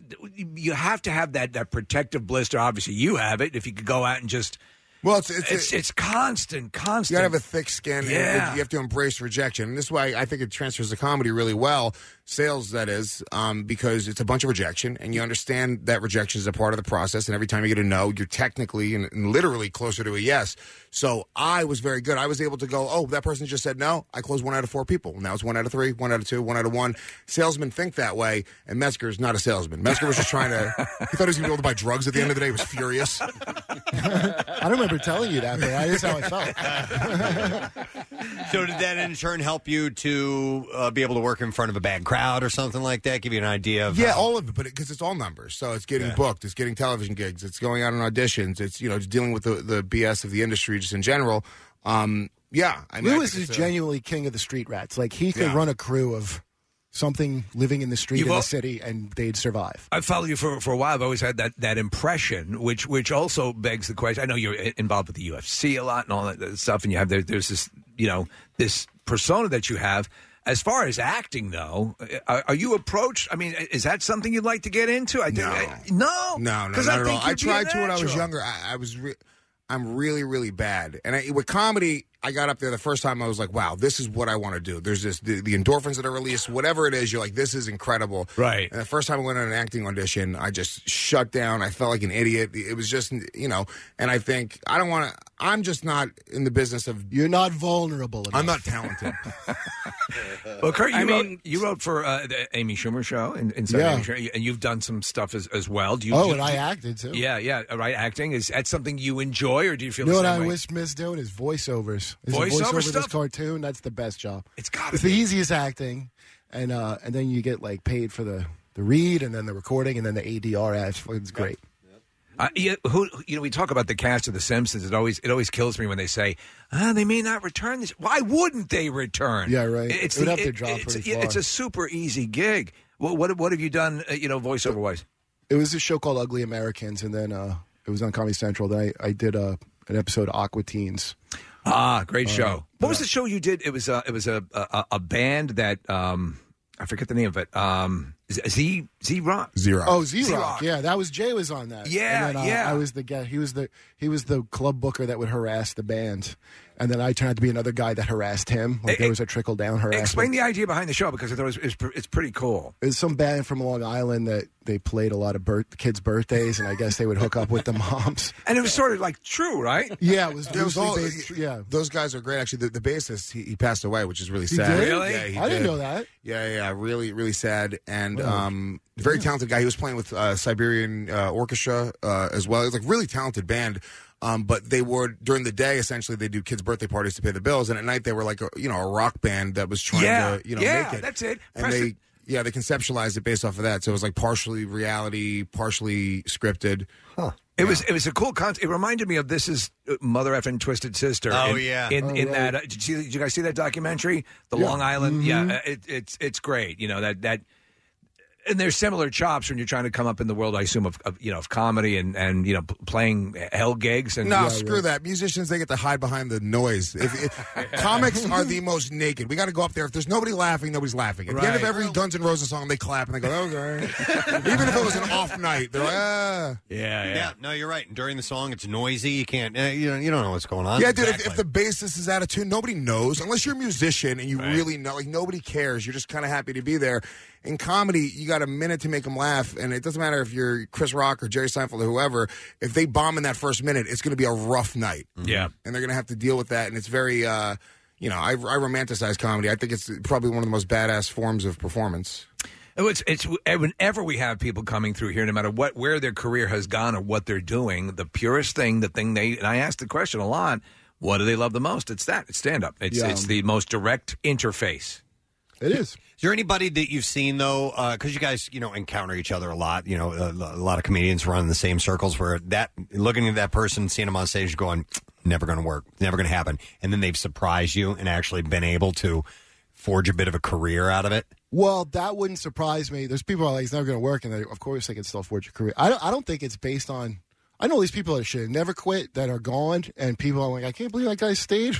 [SPEAKER 5] you have to have that that protective blister. Obviously, you have it. If you could go out and just
[SPEAKER 1] well, it's
[SPEAKER 5] it's, it's, constant,
[SPEAKER 1] You
[SPEAKER 5] constant.
[SPEAKER 1] gotta have a thick skin.
[SPEAKER 5] Yeah.
[SPEAKER 1] And you have to embrace rejection. And this is why I think it transfers to comedy really well, sales that is, um, because it's a bunch of rejection, and you understand that rejection is a part of the process. And every time you get a no, you're technically and, and literally closer to a yes. So I was very good. I was able to go, oh, that person just said no. I closed one out of four people. Now it's one out of three, one out of two, one out of one. Salesmen think that way, and Metzger is not a salesman. Metzger was just trying to. He thought he was gonna be able to buy drugs at the end of the day. He was furious.
[SPEAKER 24] I don't remember telling you that, but that is how I felt.
[SPEAKER 3] So did that in turn help you to uh, be able to work in front of a bad crowd or something like that? Give you an idea of uh,
[SPEAKER 1] yeah, all of it, but because it's all numbers, so it's getting booked, it's getting television gigs, it's going out on auditions, it's you know just dealing with the, the BS of the industry just in general. Um, yeah, I mean, I
[SPEAKER 24] Lewis
[SPEAKER 1] think
[SPEAKER 24] is
[SPEAKER 1] it's a-
[SPEAKER 24] genuinely king of the street rats. Like he could
[SPEAKER 1] Yeah.
[SPEAKER 24] run a crew of something living in the street
[SPEAKER 5] You've
[SPEAKER 24] in
[SPEAKER 5] al-
[SPEAKER 24] the city, and they'd survive.
[SPEAKER 5] I followed you for, for a while. I've always had that, that impression, which which also begs the question. I know you're i- involved with the UFC a lot and all that stuff, and you have there, there's this you know this persona that you have. As far as acting, though, are, are you approached? I mean, is that something you'd like to get into? I think, I- no,
[SPEAKER 1] No, no,
[SPEAKER 5] 'Cause
[SPEAKER 1] not
[SPEAKER 5] I
[SPEAKER 1] at
[SPEAKER 5] think
[SPEAKER 1] all. I
[SPEAKER 5] you'd be a
[SPEAKER 1] tried to when I was
[SPEAKER 5] natural.
[SPEAKER 1] younger. I, I was, re- I'm really, really bad. And I, with comedy, I got up there the first time. I was like, wow, this is what I want to do. There's this the, the endorphins that are released, whatever it is. You're like, this is incredible,
[SPEAKER 5] Right.
[SPEAKER 1] And the first time I went on an acting audition, I just shut down. I felt like an idiot. It was just, you know. And I think I don't want to. I'm just not in the business of.
[SPEAKER 24] You're not vulnerable. Enough.
[SPEAKER 1] I'm not talented.
[SPEAKER 5] Well, Kurt, you
[SPEAKER 1] I
[SPEAKER 5] wrote, you wrote for uh, the Amy Schumer show, and, and
[SPEAKER 24] Yeah.
[SPEAKER 5] Amy Schumer, and you've done some stuff as, as well. Do you?
[SPEAKER 24] oh,
[SPEAKER 5] do-
[SPEAKER 24] and I
[SPEAKER 5] do-
[SPEAKER 24] acted too.
[SPEAKER 5] Yeah, yeah, right. Acting is that something you enjoy, or do you feel?
[SPEAKER 24] You know
[SPEAKER 5] the
[SPEAKER 24] what
[SPEAKER 5] same
[SPEAKER 24] I
[SPEAKER 5] way?
[SPEAKER 24] wish miss doing is voiceovers. Is
[SPEAKER 5] Voiceover
[SPEAKER 24] voiceover this
[SPEAKER 5] stuff?
[SPEAKER 24] cartoon? That's the best job.
[SPEAKER 5] It's got
[SPEAKER 24] It's the easiest acting, and uh, and then you get like paid for the the read, and then the recording, and then the ADR. ad. It's, it's great.
[SPEAKER 5] Uh, yeah, who you know? We talk about the cast of The Simpsons. It always it always kills me when they say ah, they may not return this. Why wouldn't they return?
[SPEAKER 24] Yeah, right.
[SPEAKER 5] It's
[SPEAKER 24] It would
[SPEAKER 5] the-
[SPEAKER 24] have to drop
[SPEAKER 5] it's,
[SPEAKER 24] pretty
[SPEAKER 5] yeah,
[SPEAKER 24] far.
[SPEAKER 5] it's a super easy gig. What what, what have you done? Uh, you know, voiceover wise.
[SPEAKER 24] It was a show called Ugly Americans, and then uh, it was on Comedy Central. Then I, I did uh an episode of Aqua Teens.
[SPEAKER 5] Ah, great
[SPEAKER 24] Uh,
[SPEAKER 5] show. What was the show you did? It was a it was a a, a band that um I forget the name of it. Um, Z Z Z Rock
[SPEAKER 24] Oh, Z Rock. Yeah, that was Jay was on that.
[SPEAKER 5] Yeah,
[SPEAKER 24] And then, uh,
[SPEAKER 5] yeah.
[SPEAKER 24] I was the guy. He was the he was the club booker that would harass the band, and then I turned out to be another guy that harassed him. Like there was a trickle down harassment.
[SPEAKER 5] Explain the idea behind the show because I thought it was, it's, it's pretty cool.
[SPEAKER 24] It's some band from Long Island that they played a lot of birth, kids' birthdays, and I guess they would hook up with the moms.
[SPEAKER 5] And it was sort of like true, right?
[SPEAKER 24] Yeah, it was
[SPEAKER 1] It was
[SPEAKER 24] loosely
[SPEAKER 1] all-
[SPEAKER 24] based- yeah.
[SPEAKER 1] Those guys are great. Actually, the, the bassist he, he passed away, which is really
[SPEAKER 24] He
[SPEAKER 1] sad.
[SPEAKER 24] did?
[SPEAKER 1] Yeah,
[SPEAKER 24] Really?
[SPEAKER 1] he
[SPEAKER 24] I didn't
[SPEAKER 1] did.
[SPEAKER 24] know that.
[SPEAKER 1] Yeah, yeah, really, really sad. And
[SPEAKER 24] Wow.
[SPEAKER 1] um, very talented guy. He was playing with uh, Siberian uh, Orchestra uh, as well. It was like really talented band. Um, but they were during the day essentially they do kids' birthday parties to pay the bills, and at night they were like a, you know a rock band that was trying
[SPEAKER 5] Yeah,
[SPEAKER 1] to you know
[SPEAKER 5] yeah,
[SPEAKER 1] make it.
[SPEAKER 5] that's it.
[SPEAKER 1] And
[SPEAKER 5] Preston-
[SPEAKER 1] they yeah they conceptualized it based off of that. So it was like partially reality, partially scripted.
[SPEAKER 5] It was it was a cool concept. It reminded me of this is uh, Mother effing Twisted Sister.
[SPEAKER 1] Oh,
[SPEAKER 5] in,
[SPEAKER 1] yeah.
[SPEAKER 5] in,
[SPEAKER 1] Oh,
[SPEAKER 5] in
[SPEAKER 1] right.
[SPEAKER 5] that uh, did, you see, did you guys see that documentary, The
[SPEAKER 1] Yeah.
[SPEAKER 5] Long Island?
[SPEAKER 1] Mhm.
[SPEAKER 5] Yeah, uh, it, it's it's great. You know that that and there's similar chops when you're trying to come up in the world. I assume of, of you know of comedy and and you know p- playing hell gigs and
[SPEAKER 1] no, screw that. Musicians, they get to hide behind the noise. If, if, comics are the most naked. We got to go up there. If there's nobody laughing, nobody's laughing. At the end of
[SPEAKER 5] Right.
[SPEAKER 1] every Guns N' Roses song, they clap and they go, okay. Even if it was an off night, they're like, ah.
[SPEAKER 3] Yeah, yeah. no, you're right. And during the song, it's noisy. You can't. eh, You don't, you don't know what's going on.
[SPEAKER 1] yeah, dude, if, if the bassist is out of tune, nobody knows. Unless you're a musician and you really know, like, nobody cares. You're just kind of happy to be there. In comedy, you got a minute to make them laugh, and it doesn't matter if you're Chris Rock or Jerry Seinfeld or whoever. If they bomb in that first minute, it's going to be a rough night.
[SPEAKER 3] Mm-hmm.
[SPEAKER 5] Yeah.
[SPEAKER 1] and they're going to have to deal with that. And it's very, uh, you know, I, I romanticize comedy. I think it's probably one of the most badass forms of performance.
[SPEAKER 5] Oh, It's, it's whenever we have people coming through here, no matter what where their career has gone or what they're doing, the purest thing, the thing they and I ask the question a lot: What do they love the most? It's that it's stand up. It's
[SPEAKER 3] Yeah.
[SPEAKER 5] it's the most direct interface.
[SPEAKER 24] It is.
[SPEAKER 3] Is there anybody that you've seen though? Because you guys, you know, encounter each other a lot. You know, a, a lot of comedians run in the same circles. Where that looking at that person, seeing them on stage, going, never going to work, never going to happen, and then they've surprised you and actually been able to forge a bit of a career out of it.
[SPEAKER 24] Well, that wouldn't surprise me. There's people who are like it's never going to work, and they, of course they can still forge a career. I don't, I don't think it's based on. I know these people that should never quit that are gone, and people are like, I can't believe that guy stayed.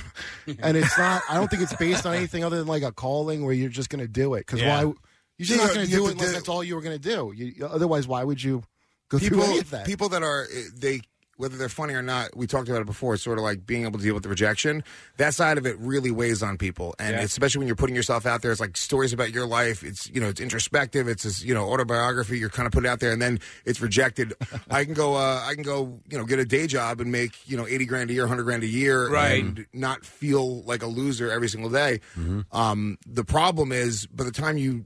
[SPEAKER 24] and it's not. I don't think it's based on anything other than like a calling where you're just going to do it. Because
[SPEAKER 1] Yeah.
[SPEAKER 24] why? You're just
[SPEAKER 1] You
[SPEAKER 24] not
[SPEAKER 1] know,
[SPEAKER 24] going to
[SPEAKER 1] you
[SPEAKER 24] do
[SPEAKER 1] have
[SPEAKER 24] it
[SPEAKER 1] to
[SPEAKER 24] unless
[SPEAKER 1] do-
[SPEAKER 24] that's all you were going to do. You, otherwise, why would you go
[SPEAKER 1] people,
[SPEAKER 24] through any of that?
[SPEAKER 1] People that are eh, they whether they're funny or not, we talked about it before. It's sort of like being able to deal with the rejection. That side of it really weighs on people, and
[SPEAKER 8] Yeah.
[SPEAKER 1] especially when you're putting yourself out there. It's like stories about your life. It's you know it's introspective. It's this, you know autobiography. You're kind of put it out there, and then it's rejected. I can go. Uh, I can go. You know, get a day job and make you know eighty grand a year, hundred grand a year,
[SPEAKER 5] Right.
[SPEAKER 1] And not feel like a loser every single day.
[SPEAKER 24] Mm-hmm.
[SPEAKER 1] Um, the problem is, by the time you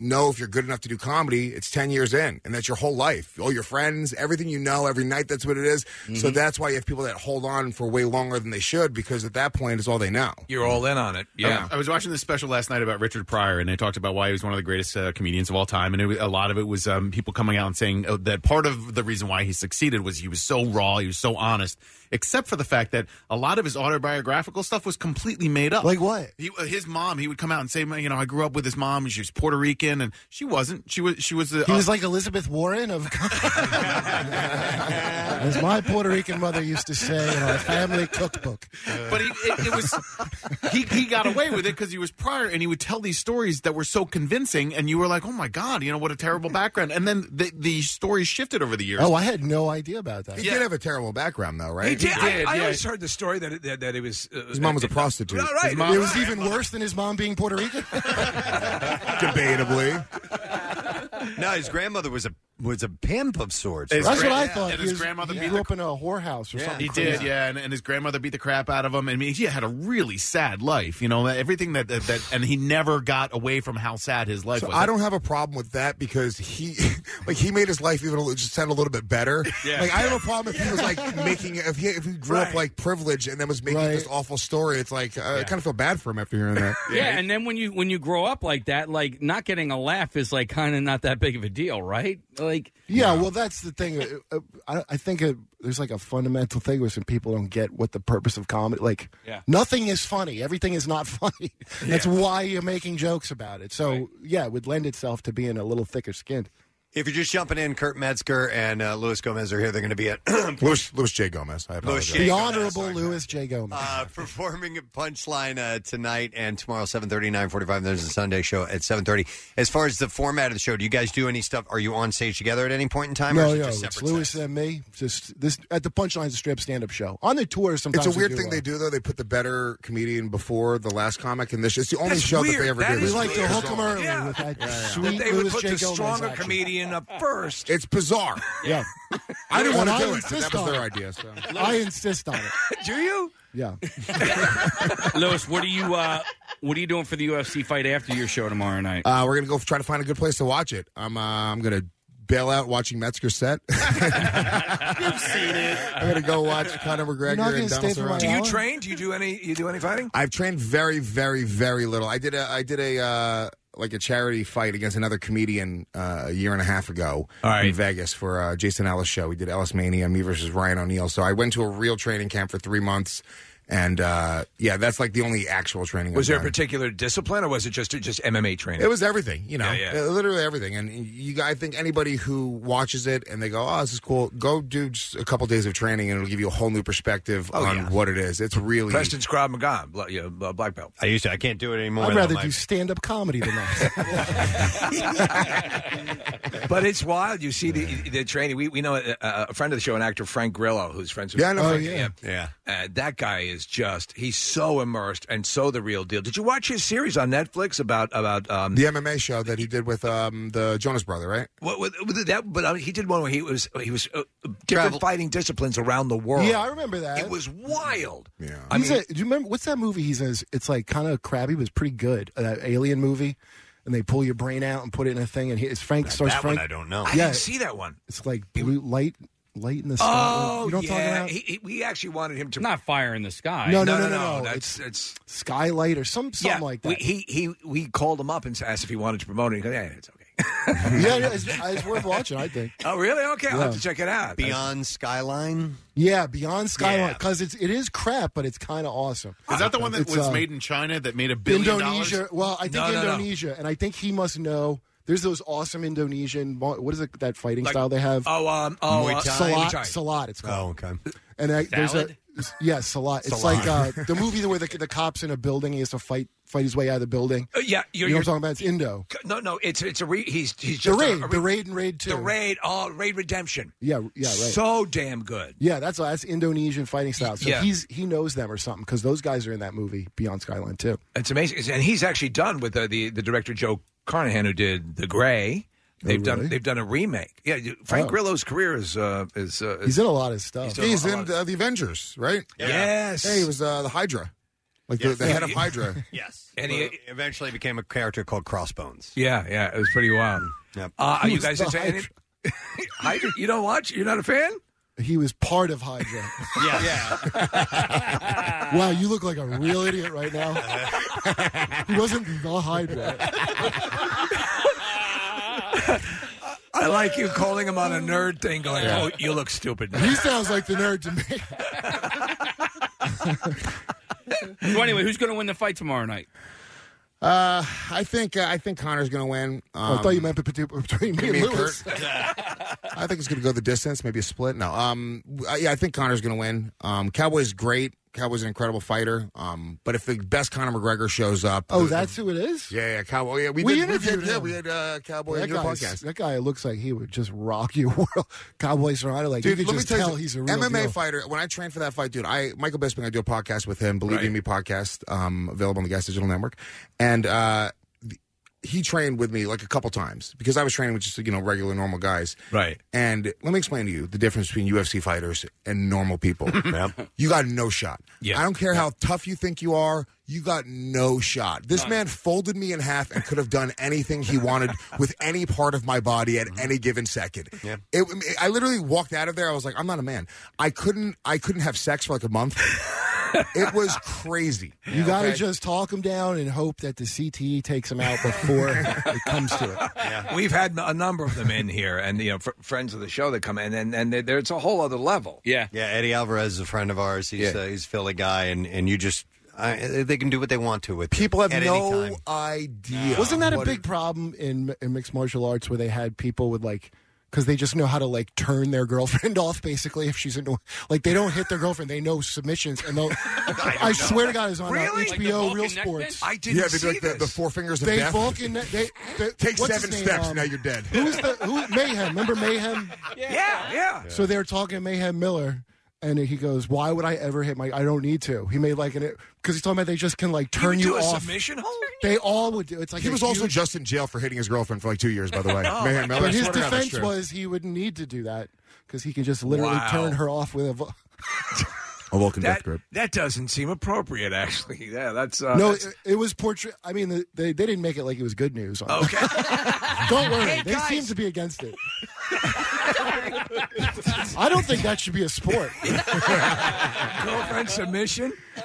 [SPEAKER 1] know if you're good enough to do comedy, it's 10 years in, and that's your whole life. All your friends, everything you know, every night, that's what it is. So
[SPEAKER 7] Mm-hmm.
[SPEAKER 5] Mhm.
[SPEAKER 1] that's why you have people that hold on for way longer than they should because at that point, it's all they know.
[SPEAKER 5] You're all in on it. Yeah.
[SPEAKER 7] I, I was watching this special last night about Richard Pryor, and they talked about why he was one of the greatest uh, comedians of all time. And it was, a lot of it was um, people coming out and saying uh, that part of the reason why he succeeded was he was so raw, he was so honest, except for the fact that a lot of his autobiographical stuff was completely made up.
[SPEAKER 24] Like what?
[SPEAKER 7] He, uh, his mom, he would come out and say, "Man, you know, I grew up with his mom, and she was Puerto Rican, and she wasn't. She was. She was. The,
[SPEAKER 24] He was
[SPEAKER 7] uh,
[SPEAKER 24] like Elizabeth Warren of. As my Puerto Rican mother used to say in our family cookbook.
[SPEAKER 7] but he, it, it was he, he got away with it because he was prior and he would tell these stories that were so convincing and you were like oh my god you know what a terrible background and then the, the story shifted over the years
[SPEAKER 24] Oh, I had no idea about that.
[SPEAKER 1] He did have a terrible background, though, right?
[SPEAKER 5] He did. I, I
[SPEAKER 7] yeah.
[SPEAKER 5] always heard the story that it- that, that it was uh,
[SPEAKER 1] His mom was a
[SPEAKER 5] uh,
[SPEAKER 1] prostitute.
[SPEAKER 5] Right, right.
[SPEAKER 1] His mom-
[SPEAKER 24] it was even worse than his mom being Puerto Rican.
[SPEAKER 1] Debatably.
[SPEAKER 3] no, his grandmother was a was a pimp of sorts.
[SPEAKER 7] His
[SPEAKER 3] right?
[SPEAKER 7] gran-
[SPEAKER 24] I thought
[SPEAKER 7] and
[SPEAKER 24] he
[SPEAKER 7] his
[SPEAKER 24] was-
[SPEAKER 7] grandmother
[SPEAKER 24] he
[SPEAKER 7] beat
[SPEAKER 24] grew up in a whorehouse or something.
[SPEAKER 7] he
[SPEAKER 24] crazy.
[SPEAKER 7] did, yeah, and, and his grandmother beat the crap out of him. I mean, he had a really sad life, you know, everything that that, that and he never got away from how sad his life
[SPEAKER 1] So
[SPEAKER 7] was.
[SPEAKER 1] I don't have a problem with that because he, like, he made his life even a little- just sound a little bit better.
[SPEAKER 7] Yeah.
[SPEAKER 1] Like, I have a problem if he was like making if he if he grew up like privileged and then was making this awful story. It's like uh, I kind of feel bad for him after hearing that.
[SPEAKER 6] Yeah, and then when you when you grow up like that, like not getting a laugh is like kind of not that big of a deal, right? like
[SPEAKER 24] Yeah, well, that's the thing. Uh, uh, I, I think uh there's like a fundamental thing where some people don't get what the purpose of comedy. Like,
[SPEAKER 6] Yeah.
[SPEAKER 24] nothing is funny. Everything is not funny. That's why you're making jokes about it. So yeah, it would lend itself to being a little thicker skinned.
[SPEAKER 3] If you're just jumping in, Kurt Metzger and uh, Luis Gomez are here. They're going to be at
[SPEAKER 1] Louis, Louis J. Gomez. I
[SPEAKER 3] Louis
[SPEAKER 1] apologize.
[SPEAKER 3] J.
[SPEAKER 24] The
[SPEAKER 3] Gomez.
[SPEAKER 24] honorable Louis J. Gomez.
[SPEAKER 3] Uh, performing at Punchline uh, tonight and tomorrow, 7.30, 9.45. There's a Sunday show at 7.30. As far as the format of the show, do you guys do any stuff? Are you on stage together at any point in time?
[SPEAKER 24] no,
[SPEAKER 3] or is it
[SPEAKER 24] no,
[SPEAKER 3] just
[SPEAKER 24] it's
[SPEAKER 3] separate?
[SPEAKER 24] Louis and me. Just this at the punchline's a strip stand up show. On the tour, sometimes
[SPEAKER 1] it's a
[SPEAKER 24] we
[SPEAKER 1] weird
[SPEAKER 24] do,
[SPEAKER 1] thing
[SPEAKER 24] uh,
[SPEAKER 1] they do though. They put the better comedian before the last comic in this. It's the only show that they ever do.
[SPEAKER 24] We
[SPEAKER 1] This
[SPEAKER 24] like to
[SPEAKER 1] is
[SPEAKER 24] hook them
[SPEAKER 1] bizarre.
[SPEAKER 24] early with that sweet
[SPEAKER 5] they would
[SPEAKER 24] Louis
[SPEAKER 5] put
[SPEAKER 24] J.
[SPEAKER 5] the
[SPEAKER 24] Gomez
[SPEAKER 5] stronger
[SPEAKER 24] action.
[SPEAKER 5] comedian up first.
[SPEAKER 1] It's bizarre.
[SPEAKER 24] Yeah.
[SPEAKER 1] I didn't want to
[SPEAKER 24] And
[SPEAKER 1] do it. but
[SPEAKER 24] insist
[SPEAKER 1] That was
[SPEAKER 24] on
[SPEAKER 1] their
[SPEAKER 24] it.
[SPEAKER 1] idea. So.
[SPEAKER 24] I insist on it.
[SPEAKER 5] do you?
[SPEAKER 24] Yeah.
[SPEAKER 6] Lewis, what are you uh, what are you doing for the UFC fight after your show tomorrow night?
[SPEAKER 1] Uh, we're gonna go f- try to find a good place to watch it. I'm uh, I'm gonna bail out watching Metzger set.
[SPEAKER 6] You've seen it.
[SPEAKER 1] I'm gonna go watch Conor McGregor and Donald Cerrone.
[SPEAKER 5] Do you train? Do you do any? You do any fighting?
[SPEAKER 1] I've trained very, very, very little. I did a I did a uh, like a charity fight against another comedian uh, a year and a half ago in Vegas for uh, Jason Ellis show. We did Ellis Mania, me versus Ryan O'Neal. So I went to a real training camp for three months, and uh, yeah, that's like the only actual training.
[SPEAKER 5] Was
[SPEAKER 1] I've
[SPEAKER 5] there a
[SPEAKER 1] done.
[SPEAKER 5] particular discipline, or was it just just MMA training?
[SPEAKER 1] It was everything, you know,
[SPEAKER 5] Yeah, yeah.
[SPEAKER 1] Uh, literally everything. And you, I think anybody who watches it and they go, "Oh, this is cool," go do just a couple days of training, and it'll give you a whole new perspective
[SPEAKER 5] Oh,
[SPEAKER 1] on
[SPEAKER 5] yeah.
[SPEAKER 1] what it is. It's really
[SPEAKER 5] Preston's Krav Maga, bla- yeah, bla- black belt.
[SPEAKER 3] I used to. I can't do it anymore.
[SPEAKER 24] I'd rather do stand up comedy than that.
[SPEAKER 5] But it's wild. You see the the training. We we know a, a friend of the show, an actor Frank Grillo, who's friends with.
[SPEAKER 1] Yeah, I know
[SPEAKER 5] Oh,
[SPEAKER 1] Frank.
[SPEAKER 5] yeah.
[SPEAKER 3] Yeah.
[SPEAKER 5] Uh, that guy is just. He's so immersed and so the real deal. Did you watch his series on Netflix about about um,
[SPEAKER 1] the MMA show that he did with um, the Jonas brother, right?
[SPEAKER 5] What, what, what- that, but uh, he did one where he was he was uh, different fighting disciplines around the world.
[SPEAKER 24] Yeah, I remember that.
[SPEAKER 5] It was wild. Yeah, I
[SPEAKER 24] He's
[SPEAKER 5] mean,
[SPEAKER 24] a, do you remember what's that movie he's in? It's- It's like kind of crappy, but it's pretty good. Uh, That alien movie, and they pull your brain out and put it in a thing, and he, it's Frank. stars
[SPEAKER 5] that one
[SPEAKER 24] Frank.
[SPEAKER 5] I don't know. I didn't see that one.
[SPEAKER 24] It's like blue light, light in the sky.
[SPEAKER 5] oh
[SPEAKER 24] you know what I'm talking
[SPEAKER 5] yeah,
[SPEAKER 24] about?
[SPEAKER 5] He- he- we actually wanted him to Oh,
[SPEAKER 6] not fire in the sky.
[SPEAKER 24] No, no, no, no, no.
[SPEAKER 5] That's it's
[SPEAKER 24] Skylight or some something
[SPEAKER 5] yeah.
[SPEAKER 24] like that.
[SPEAKER 5] we, he he we called him up and asked if he wanted to promote it. He goes, yeah, it's okay.
[SPEAKER 24] yeah, yeah, it's, it's worth watching. I think.
[SPEAKER 5] Oh really? Okay, I'll
[SPEAKER 24] Yeah.
[SPEAKER 5] have to check it out.
[SPEAKER 3] Beyond Skyline?
[SPEAKER 24] Yeah, Beyond Skyline
[SPEAKER 3] Yeah.
[SPEAKER 24] because it's it is crap, but it's kind of awesome.
[SPEAKER 7] Is that the one that
[SPEAKER 24] It's,
[SPEAKER 7] was
[SPEAKER 24] uh,
[SPEAKER 7] made in China that made a billion
[SPEAKER 24] Indonesia.
[SPEAKER 7] dollars?
[SPEAKER 24] Well, I think Indonesia, and I think he must know. There's those awesome Indonesian. mo- What is it? That fighting
[SPEAKER 5] Like-
[SPEAKER 24] style they have?
[SPEAKER 5] Oh, um, oh, uh,
[SPEAKER 24] salat.
[SPEAKER 5] Muay Thai.
[SPEAKER 24] Salat. It's called.
[SPEAKER 3] Oh, okay.
[SPEAKER 24] And I, there's a
[SPEAKER 5] Salad?
[SPEAKER 24] yeah, salat. It's
[SPEAKER 5] Salat.
[SPEAKER 24] like uh, the movie where the, the cops in a building. He has to fight fight his way out of the building.
[SPEAKER 5] Uh, yeah,
[SPEAKER 24] you know what
[SPEAKER 5] you're, you're
[SPEAKER 24] I'm talking about? It's Indo.
[SPEAKER 5] no, no. It's it's a re, he's he's
[SPEAKER 24] The
[SPEAKER 5] just a-
[SPEAKER 24] raid,
[SPEAKER 5] a re-
[SPEAKER 24] the raid, and raid two.
[SPEAKER 5] the raid. Oh, raid redemption.
[SPEAKER 24] Yeah, yeah, right.
[SPEAKER 5] So damn good.
[SPEAKER 24] yeah, that's that's Indonesian fighting style. So
[SPEAKER 5] Yeah.
[SPEAKER 24] he's he knows them or something because those guys are in that movie Beyond Skyline too.
[SPEAKER 5] It's amazing, and he's actually done with uh, the the director Joe Carnahan who did The Gray. They've done
[SPEAKER 24] Oh, really?
[SPEAKER 5] they've done a remake. Yeah, you- Frank
[SPEAKER 24] Oh.
[SPEAKER 5] Grillo's career is uh, is, uh, is
[SPEAKER 24] He's in a lot of stuff.
[SPEAKER 5] done a
[SPEAKER 1] He's
[SPEAKER 5] lot
[SPEAKER 1] in
[SPEAKER 5] of-
[SPEAKER 1] uh, the Avengers, right?
[SPEAKER 5] Yeah. Yes.
[SPEAKER 1] Hey, he was uh, the Hydra, like the, the head of Hydra.
[SPEAKER 3] yes.
[SPEAKER 5] And he
[SPEAKER 3] eventually became a character called Crossbones.
[SPEAKER 5] Yeah, yeah, it was pretty wild.
[SPEAKER 3] Yep.
[SPEAKER 5] Uh, are
[SPEAKER 24] Who's
[SPEAKER 5] you guys
[SPEAKER 24] the
[SPEAKER 5] into any? Hydra? You don't watch? You're not a fan?
[SPEAKER 24] He was part of Hydra.
[SPEAKER 3] yeah.
[SPEAKER 24] wow, you look like a real idiot right now. he wasn't the Hydra.
[SPEAKER 5] I like you calling him on a nerd thing, going, "Oh, you look stupid."
[SPEAKER 24] He sounds like the nerd to me.
[SPEAKER 6] So anyway, who's going to win the fight tomorrow night?
[SPEAKER 1] Uh, I think uh, I think Connor's going to win.
[SPEAKER 24] Oh,
[SPEAKER 1] Um,
[SPEAKER 24] I thought you meant between, between me and
[SPEAKER 1] me and
[SPEAKER 24] Lewis.
[SPEAKER 1] I think it's going to go the distance, maybe a split. No, um, I- yeah, I think Connor's going to win. Um, Cowboy's great. Cowboy's an incredible fighter. Um, but if the best Conor McGregor shows up,
[SPEAKER 24] Oh,
[SPEAKER 1] the-
[SPEAKER 24] that's who it is.
[SPEAKER 1] yeah, yeah, Cowboy. Yeah, we,
[SPEAKER 24] We
[SPEAKER 1] did, we
[SPEAKER 24] interviewed
[SPEAKER 1] did, yeah,
[SPEAKER 24] him.
[SPEAKER 1] we had uh, Cowboy on
[SPEAKER 24] that,
[SPEAKER 1] your
[SPEAKER 24] guy,
[SPEAKER 1] podcast.
[SPEAKER 24] that guy looks like he would just rock your world. Cowboy Serrano, like you could just tell he's a real
[SPEAKER 1] MMA
[SPEAKER 24] deal.
[SPEAKER 1] fighter. When I trained for that fight, dude, I Michael Bisping, I do a podcast with him, Believe in Me podcast, um, available on the Gas Digital Network, and uh, th- he trained with me like a couple times because I was training with just you know regular normal guys.
[SPEAKER 5] Right.
[SPEAKER 1] And let me explain to you the difference between UFC fighters and normal people. You got no shot.
[SPEAKER 5] Yeah.
[SPEAKER 1] I don't care how tough you think you are. You got no shot. This man folded me in half and could have done anything he wanted with any part of my body
[SPEAKER 5] Mm-hmm.
[SPEAKER 1] at any given second.
[SPEAKER 3] Yeah.
[SPEAKER 1] It, I literally walked out of there. I was like, I'm not a man. I couldn't. I couldn't have sex for like a month. it was crazy.
[SPEAKER 24] you got to
[SPEAKER 1] Okay?
[SPEAKER 24] just talk him down and hope that the CTE takes him out before it comes to it.
[SPEAKER 5] We've had a number of them in here, and you know, fr- friends of the show that come in, and and there- there's a whole other level.
[SPEAKER 6] Yeah,
[SPEAKER 3] yeah. Eddie Alvarez is a friend of ours. He's uh, he's a Philly guy, and and you just I, they can do what they want to with
[SPEAKER 24] People have
[SPEAKER 3] it at any
[SPEAKER 24] no
[SPEAKER 3] time.
[SPEAKER 1] idea.
[SPEAKER 24] Wasn't that a
[SPEAKER 3] What
[SPEAKER 24] big problem in in mixed martial arts where they had people with like because they just know how to like turn their girlfriend off basically if she's into like they don't hit their girlfriend they know submissions and they'll I,
[SPEAKER 1] know.
[SPEAKER 24] swear to God it's on uh,
[SPEAKER 1] Really? Like the
[SPEAKER 24] HBO
[SPEAKER 1] Vulcan
[SPEAKER 24] Real
[SPEAKER 1] neck
[SPEAKER 24] Sports
[SPEAKER 1] I didn't Yeah, they do, like, see the- this. the four fingers of
[SPEAKER 24] they
[SPEAKER 1] death.
[SPEAKER 24] Vulcan ne- they, they
[SPEAKER 1] Take
[SPEAKER 24] what's
[SPEAKER 1] seven
[SPEAKER 24] his name?
[SPEAKER 1] steps,
[SPEAKER 24] Um,
[SPEAKER 1] now you're dead.
[SPEAKER 24] who's the who Mayhem remember Mayhem
[SPEAKER 5] yeah, yeah.
[SPEAKER 24] so they were talking to Mayhem Miller, and he goes, "Why would I ever hit my? I don't need to." He made like an because he's talking about they just can like turn
[SPEAKER 1] would
[SPEAKER 24] you
[SPEAKER 1] do a
[SPEAKER 24] off.
[SPEAKER 1] submission
[SPEAKER 5] hold?
[SPEAKER 24] They all would do. It's like
[SPEAKER 1] he
[SPEAKER 24] a
[SPEAKER 1] was also
[SPEAKER 24] huge-
[SPEAKER 1] just in jail for hitting his girlfriend for like two years, by the way.
[SPEAKER 24] Oh,
[SPEAKER 1] Mayhem
[SPEAKER 24] my
[SPEAKER 1] Miller.
[SPEAKER 24] God. But his
[SPEAKER 1] Swear to God, that's
[SPEAKER 24] defense
[SPEAKER 1] true.
[SPEAKER 24] was he wouldn't need to do that because he can just literally
[SPEAKER 5] Wow.
[SPEAKER 24] turn her off with a. vo-
[SPEAKER 1] a Vulcan
[SPEAKER 5] that,
[SPEAKER 24] death grip.
[SPEAKER 5] That doesn't seem appropriate, actually. Yeah, that's uh,
[SPEAKER 24] no,
[SPEAKER 5] that's-
[SPEAKER 24] it, it was portrait. I mean, the, they they didn't make it like it was good news. On okay, don't worry.
[SPEAKER 5] Hey,
[SPEAKER 24] they
[SPEAKER 5] guys.
[SPEAKER 24] seem to be against it. I don't think that should be a sport.
[SPEAKER 5] girlfriend submission.
[SPEAKER 3] no,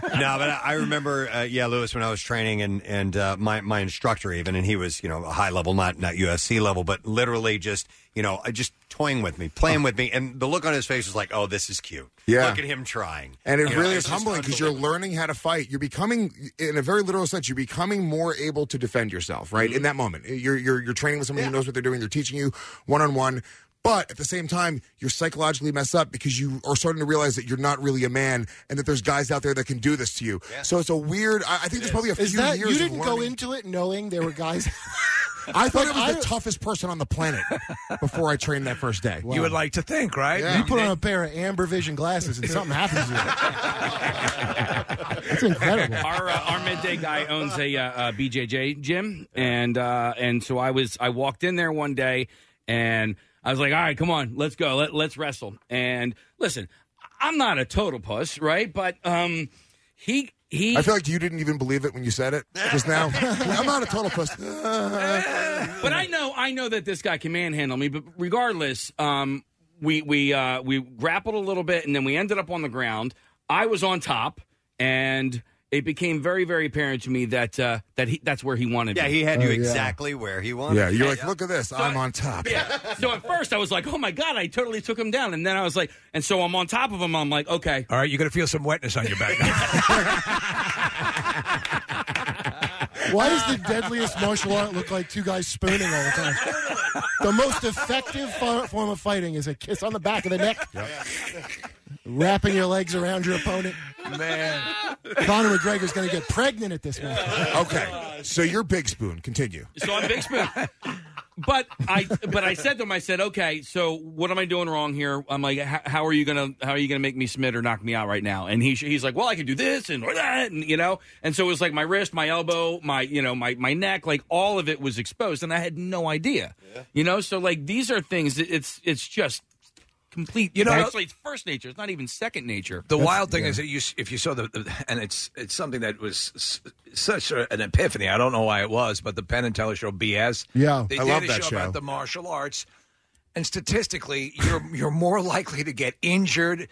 [SPEAKER 3] but I, I remember, uh, yeah, Lewis, when I was training, and and uh, my my instructor even, and he was, you know, a high level, not not UFC level, but literally just, you know, uh, just toying with me, playing with me, and the look on his face was like, oh, this is cute.
[SPEAKER 1] Oh. Yeah.
[SPEAKER 3] look at him trying,
[SPEAKER 1] And it
[SPEAKER 3] You know,
[SPEAKER 1] really
[SPEAKER 3] it's
[SPEAKER 1] is
[SPEAKER 3] just
[SPEAKER 1] humbling because you're learning how to fight. You're becoming, in a very literal sense, you're becoming more able to defend yourself. Right
[SPEAKER 24] Mm-hmm.
[SPEAKER 1] in that moment, you're you're, you're training with someone who knows what they're doing. They're teaching you one on one. But at the same time, you're psychologically messed up because you are starting to realize that you're not really a man, and that there's guys out there that can do this to you. So it's a weird. I, I think there's probably a few
[SPEAKER 24] Is that
[SPEAKER 1] years.
[SPEAKER 24] you
[SPEAKER 1] of
[SPEAKER 24] didn't go
[SPEAKER 1] learning-
[SPEAKER 24] into it knowing there were guys?
[SPEAKER 1] I thought it was
[SPEAKER 24] I-
[SPEAKER 1] the toughest person on the planet before I trained that first day.
[SPEAKER 24] Wow. You would like
[SPEAKER 5] to think, right?
[SPEAKER 24] You put on a pair of amber vision glasses and something happens to you. That's incredible.
[SPEAKER 6] Our uh, our midday guy owns a uh, uh, BJJ gym, and uh, and so I was I walked in there one day, and I was like, all right, come on, let's go, let let's wrestle. And listen, I'm not a total puss, right? But um, he he.
[SPEAKER 1] I feel like you didn't even believe it when you said it just now. I'm not a total puss.
[SPEAKER 6] but I know I know that this guy can manhandle me. But regardless, um, we we uh, we grappled a little bit, and then we ended up on the ground. I was on top, and it became very very apparent to me that uh, that he, that's where he wanted.
[SPEAKER 3] Yeah,
[SPEAKER 6] me.
[SPEAKER 3] he had you exactly where he wanted.
[SPEAKER 1] Oh, Yeah, you're like, look at this, I'm on top.
[SPEAKER 6] Yeah. So at first I was like, oh my god, I totally took him down, and then I was like, and so I'm on top of him. I'm like, okay,
[SPEAKER 5] All right, you're gonna feel some wetness on your back.
[SPEAKER 24] Why does the deadliest martial art look like two guys spooning all the time? The most effective fo- form of fighting is a kiss on the back of the neck, wrapping your legs around your opponent.
[SPEAKER 5] Man,
[SPEAKER 24] Conor McGregor's going to get pregnant at this match.
[SPEAKER 1] Okay, Uh, so you're Big Spoon. Continue.
[SPEAKER 6] So I'm Big Spoon. But I but I said to him, I said, okay, so what am I doing wrong here? I'm like, "H- how are you gonna how are you gonna make me smit or knock me out right now? And he he's like, well, I can do this and or that, and you know. And so it was like my wrist, my elbow, my you know my my neck, like all of it was exposed, and I had no idea, you know. So like these are things. that It's it's just complete.
[SPEAKER 5] You know-
[SPEAKER 6] actually, it's first nature. It's not even second nature.
[SPEAKER 5] The wild thing is that you, if you saw the, the- and it's it's something that was s- such a, an epiphany. I don't know why it was, but the Penn and Teller show BS.
[SPEAKER 24] Yeah.
[SPEAKER 5] they
[SPEAKER 24] I
[SPEAKER 5] did
[SPEAKER 24] love
[SPEAKER 5] a
[SPEAKER 24] that
[SPEAKER 5] show,
[SPEAKER 24] show.
[SPEAKER 5] about the martial arts, and statistically, you're you're more likely to get injured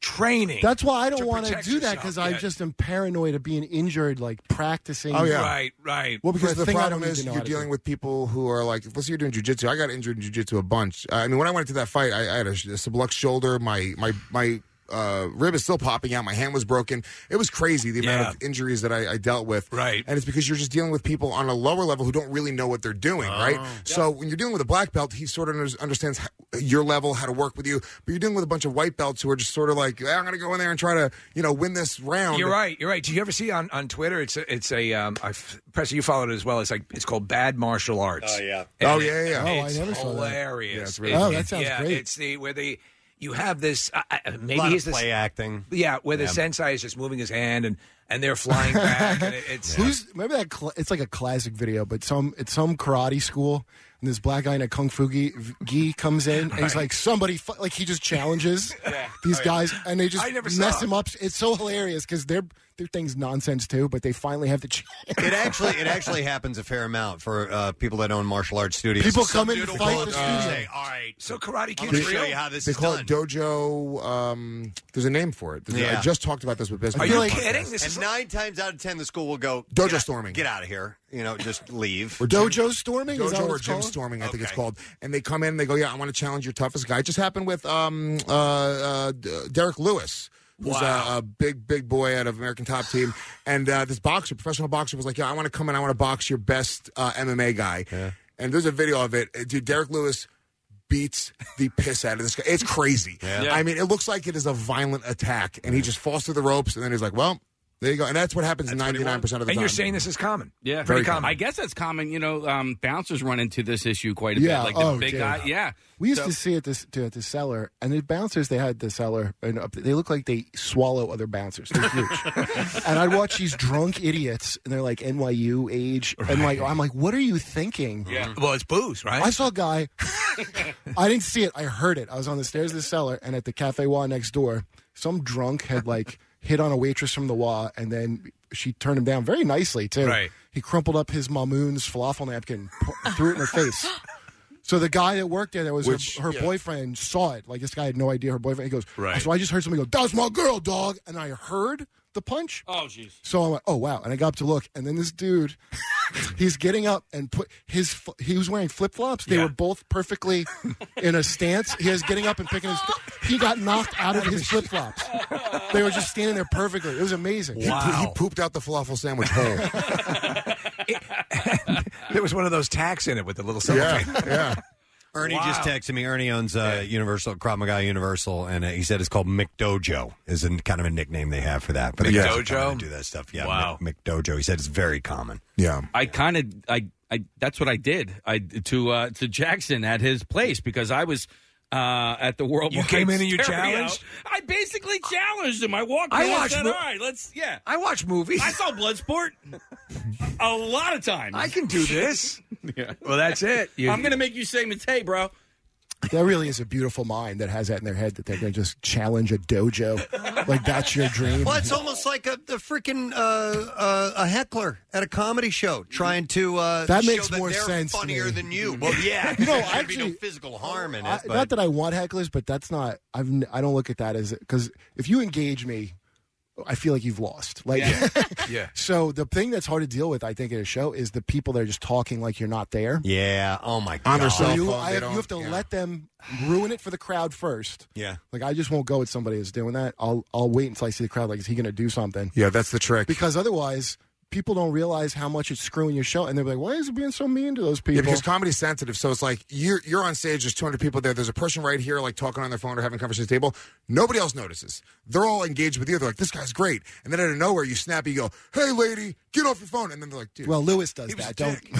[SPEAKER 5] training.
[SPEAKER 24] That's why I don't
[SPEAKER 5] to
[SPEAKER 24] want to
[SPEAKER 5] protect
[SPEAKER 24] do that
[SPEAKER 5] yourself.
[SPEAKER 24] because
[SPEAKER 5] Yeah.
[SPEAKER 24] I just am paranoid of being injured, like practicing.
[SPEAKER 1] Oh,
[SPEAKER 5] right, right.
[SPEAKER 24] Well, because
[SPEAKER 1] the
[SPEAKER 24] the thing I
[SPEAKER 1] problem
[SPEAKER 24] don't need
[SPEAKER 1] is
[SPEAKER 24] to know
[SPEAKER 1] you're
[SPEAKER 24] how to
[SPEAKER 1] dealing with people who are like, let's say you're doing jujitsu. I got injured in jujitsu a bunch. I mean, when I went into that fight, I, I had a, sh- a subluxed shoulder. My my my uh, rib is still popping out. My hand was broken. It was crazy the amount of injuries that I, I dealt with. Right, and it's because you're just dealing with people on a lower level who don't really know what they're doing. Right,
[SPEAKER 5] Oh.
[SPEAKER 1] so when you're dealing with a black belt, he sort of under- understands how, your level, how to work with you. But you're dealing with a bunch of white belts who are just sort of like, "Eh, I'm going to go in there and try to you know win this round.
[SPEAKER 5] You're right. You're right. Do you ever see on, on Twitter? It's a, it's a um, I've, Preston, you followed it as well. It's like it's called bad martial arts.
[SPEAKER 3] Oh, yeah.
[SPEAKER 5] And
[SPEAKER 3] Oh,
[SPEAKER 5] it-
[SPEAKER 3] yeah, yeah. Oh, I
[SPEAKER 5] It's
[SPEAKER 3] never saw that.
[SPEAKER 5] hilarious.
[SPEAKER 3] Yeah, it's
[SPEAKER 5] It-
[SPEAKER 3] really Oh, that
[SPEAKER 5] it-
[SPEAKER 3] sounds
[SPEAKER 5] yeah,
[SPEAKER 3] great.
[SPEAKER 5] It's the where they you have this uh, uh, maybe
[SPEAKER 3] Lot of
[SPEAKER 5] he's this-
[SPEAKER 3] play acting.
[SPEAKER 5] Yeah, where the
[SPEAKER 24] Yeah.
[SPEAKER 5] sensei is just moving his hand and and they're flying back. and it, it's
[SPEAKER 24] Who's remember that? Cl- it's like a classic video, but some at some karate school, and this black guy in a kung fu gi, gi comes in, and he's Right. like, "Somebody!" fu-" Like he just challenges Yeah. these Oh, yeah. guys, and they just I never saw mess it. him up. It's so hilarious because their their thing's nonsense too, but they finally have to. Ch-
[SPEAKER 3] It actually it actually happens a fair amount for uh, people that own martial arts studios.
[SPEAKER 24] People
[SPEAKER 3] Some
[SPEAKER 24] come in
[SPEAKER 3] dude
[SPEAKER 24] to
[SPEAKER 3] will
[SPEAKER 24] fight
[SPEAKER 3] call
[SPEAKER 24] the
[SPEAKER 3] up and
[SPEAKER 24] studio.
[SPEAKER 3] say, All right,
[SPEAKER 5] so Karate
[SPEAKER 3] I'm gonna show you how this
[SPEAKER 1] they
[SPEAKER 3] is
[SPEAKER 1] call
[SPEAKER 3] done.
[SPEAKER 1] it dojo. Um, there's a name for it. There's-
[SPEAKER 3] Yeah.
[SPEAKER 1] I just talked about this with Biz.
[SPEAKER 3] and nine times out of ten, the school will go
[SPEAKER 1] Dojo
[SPEAKER 3] "Get out-
[SPEAKER 1] storming.
[SPEAKER 3] Get out of here. You know, just leave.
[SPEAKER 1] Or
[SPEAKER 24] dojo storming?
[SPEAKER 1] Dojo or gym storming, I think it's called. And they come in, they go, "Yeah, I want to challenge your toughest guy." It just happened with um, uh, uh, D- Derek Lewis, who's a, a big, big boy out of American Top Team, and uh, this boxer, professional boxer, was like, "Yeah, I want to come in, I want to box your best uh, MMA guy." And there's a video of it, Uh, dude. Derek Lewis beats the piss out of this guy. It's crazy.
[SPEAKER 8] Yeah. Yeah.
[SPEAKER 1] I mean, it looks like it is a violent attack, and he just falls through the ropes, and then he's like, "Well." There you go, and that's what happens ninety nine percent of the
[SPEAKER 5] And
[SPEAKER 1] time.
[SPEAKER 5] you're saying this is common.
[SPEAKER 6] Yeah,
[SPEAKER 1] Very common.
[SPEAKER 6] I guess that's common. You know, um, bouncers run into this issue quite a
[SPEAKER 24] Yeah,
[SPEAKER 6] bit. Like the
[SPEAKER 24] oh,
[SPEAKER 6] big
[SPEAKER 24] dude.
[SPEAKER 6] guy. Yeah,
[SPEAKER 24] We used
[SPEAKER 6] So-
[SPEAKER 24] to see it this to, at the cellar, and the bouncers they had at the cellar, and up- they look like they swallow other bouncers. They're huge, and I'd watch these drunk idiots, and they're like NYU age, and like I'm like, what are you thinking?
[SPEAKER 5] Yeah. Well, it's booze, right?
[SPEAKER 24] I saw a guy. I didn't see it. I heard it. I was on the stairs of the cellar, and at the cafe wa next door, some drunk had like hit on a waitress from the wa, and then she turned him down very nicely too.
[SPEAKER 5] Right.
[SPEAKER 24] He crumpled up his mamoon's falafel napkin, pu- threw it in her face. So the guy that worked there, that was
[SPEAKER 1] Which-
[SPEAKER 24] her, her
[SPEAKER 1] yeah.
[SPEAKER 24] boyfriend, saw it. Like this guy had no idea her boyfriend. He goes,
[SPEAKER 1] Right.
[SPEAKER 24] So I just heard somebody go, "That's my girl, dog," and I heard the punch.
[SPEAKER 6] Oh, jeez.
[SPEAKER 24] So I'm like, oh wow, and I got up to look, and then this dude, he's getting up and put his fl- he was wearing flip flops. They
[SPEAKER 5] Yeah.
[SPEAKER 24] were both perfectly in a stance. He was getting up and picking his. He got knocked out of his flip flops. They were just standing there perfectly. It was amazing.
[SPEAKER 1] He, he pooped out the falafel sandwich hole.
[SPEAKER 5] There was one of those tacks in it with the little
[SPEAKER 3] Yeah,
[SPEAKER 5] cellophane.
[SPEAKER 1] yeah.
[SPEAKER 3] Ernie just texted me. Ernie owns uh, Universal Krav Maga Universal, and uh, he said it's called McDojo. Is a, kind of a nickname they have for that. But
[SPEAKER 5] Yeah.
[SPEAKER 3] Dojo do that stuff. Yeah, wow. McDojo. He said it's very common.
[SPEAKER 1] Yeah.
[SPEAKER 6] I kind of I, I that's what I did. I to uh, to Jackson at his place because I was uh, at the World.
[SPEAKER 5] You came
[SPEAKER 6] Wide
[SPEAKER 5] in and you
[SPEAKER 6] Stereo.
[SPEAKER 5] challenged?
[SPEAKER 6] I basically challenged him. I walked.
[SPEAKER 5] I
[SPEAKER 6] in
[SPEAKER 5] watch
[SPEAKER 6] and said,
[SPEAKER 5] mo-
[SPEAKER 6] All right, let's yeah.
[SPEAKER 5] I watch movies.
[SPEAKER 6] I saw Bloodsport a lot of times. I
[SPEAKER 5] can do this. Well, that's it. You-
[SPEAKER 6] I'm gonna make you say mate, bro.
[SPEAKER 24] That really is a beautiful mind that has that in their head that they're going to just challenge a dojo, like that's your dream.
[SPEAKER 3] Well, it's almost like a the freaking uh, uh, a heckler at a comedy show trying to uh,
[SPEAKER 24] That
[SPEAKER 3] show
[SPEAKER 24] makes more
[SPEAKER 3] they're
[SPEAKER 24] sense to
[SPEAKER 3] Funnier
[SPEAKER 24] me.
[SPEAKER 3] than you. Well, yeah.
[SPEAKER 24] You know,
[SPEAKER 3] there should be no
[SPEAKER 24] actually-
[SPEAKER 3] physical harm in it.
[SPEAKER 24] I,
[SPEAKER 3] but-
[SPEAKER 24] not that I want hecklers, but that's not. I've n- I don't look at that as because if you engage me, I feel like you've lost. Like,
[SPEAKER 5] yeah.
[SPEAKER 24] so the thing that's hard to deal with, I think, at a show is the people that are just talking like you're not there.
[SPEAKER 3] Yeah. Oh my god.
[SPEAKER 24] On their cell phone, they don't- yeah. let them ruin it for the crowd first.
[SPEAKER 3] Yeah.
[SPEAKER 24] Like I just won't go with somebody that's doing that. I'll I'll wait until I see the crowd. Like, is he going to do something?
[SPEAKER 1] Yeah, that's the trick.
[SPEAKER 24] Because otherwise, people don't realize how much it's screwing your show, and they're like, "Why is it being so mean to those people?"
[SPEAKER 1] Yeah, because comedy's sensitive. So it's like you're you're on stage. There's 200 people there. There's a person right here, like talking on their phone or having a conversation at the table. Nobody else notices. They're all engaged with you. They're like, "This guy's great." And then out of nowhere, you snap. You go, "Hey, lady, get off your phone!" And then they're like, "Dude."
[SPEAKER 24] Well, Lewis does that. Don't.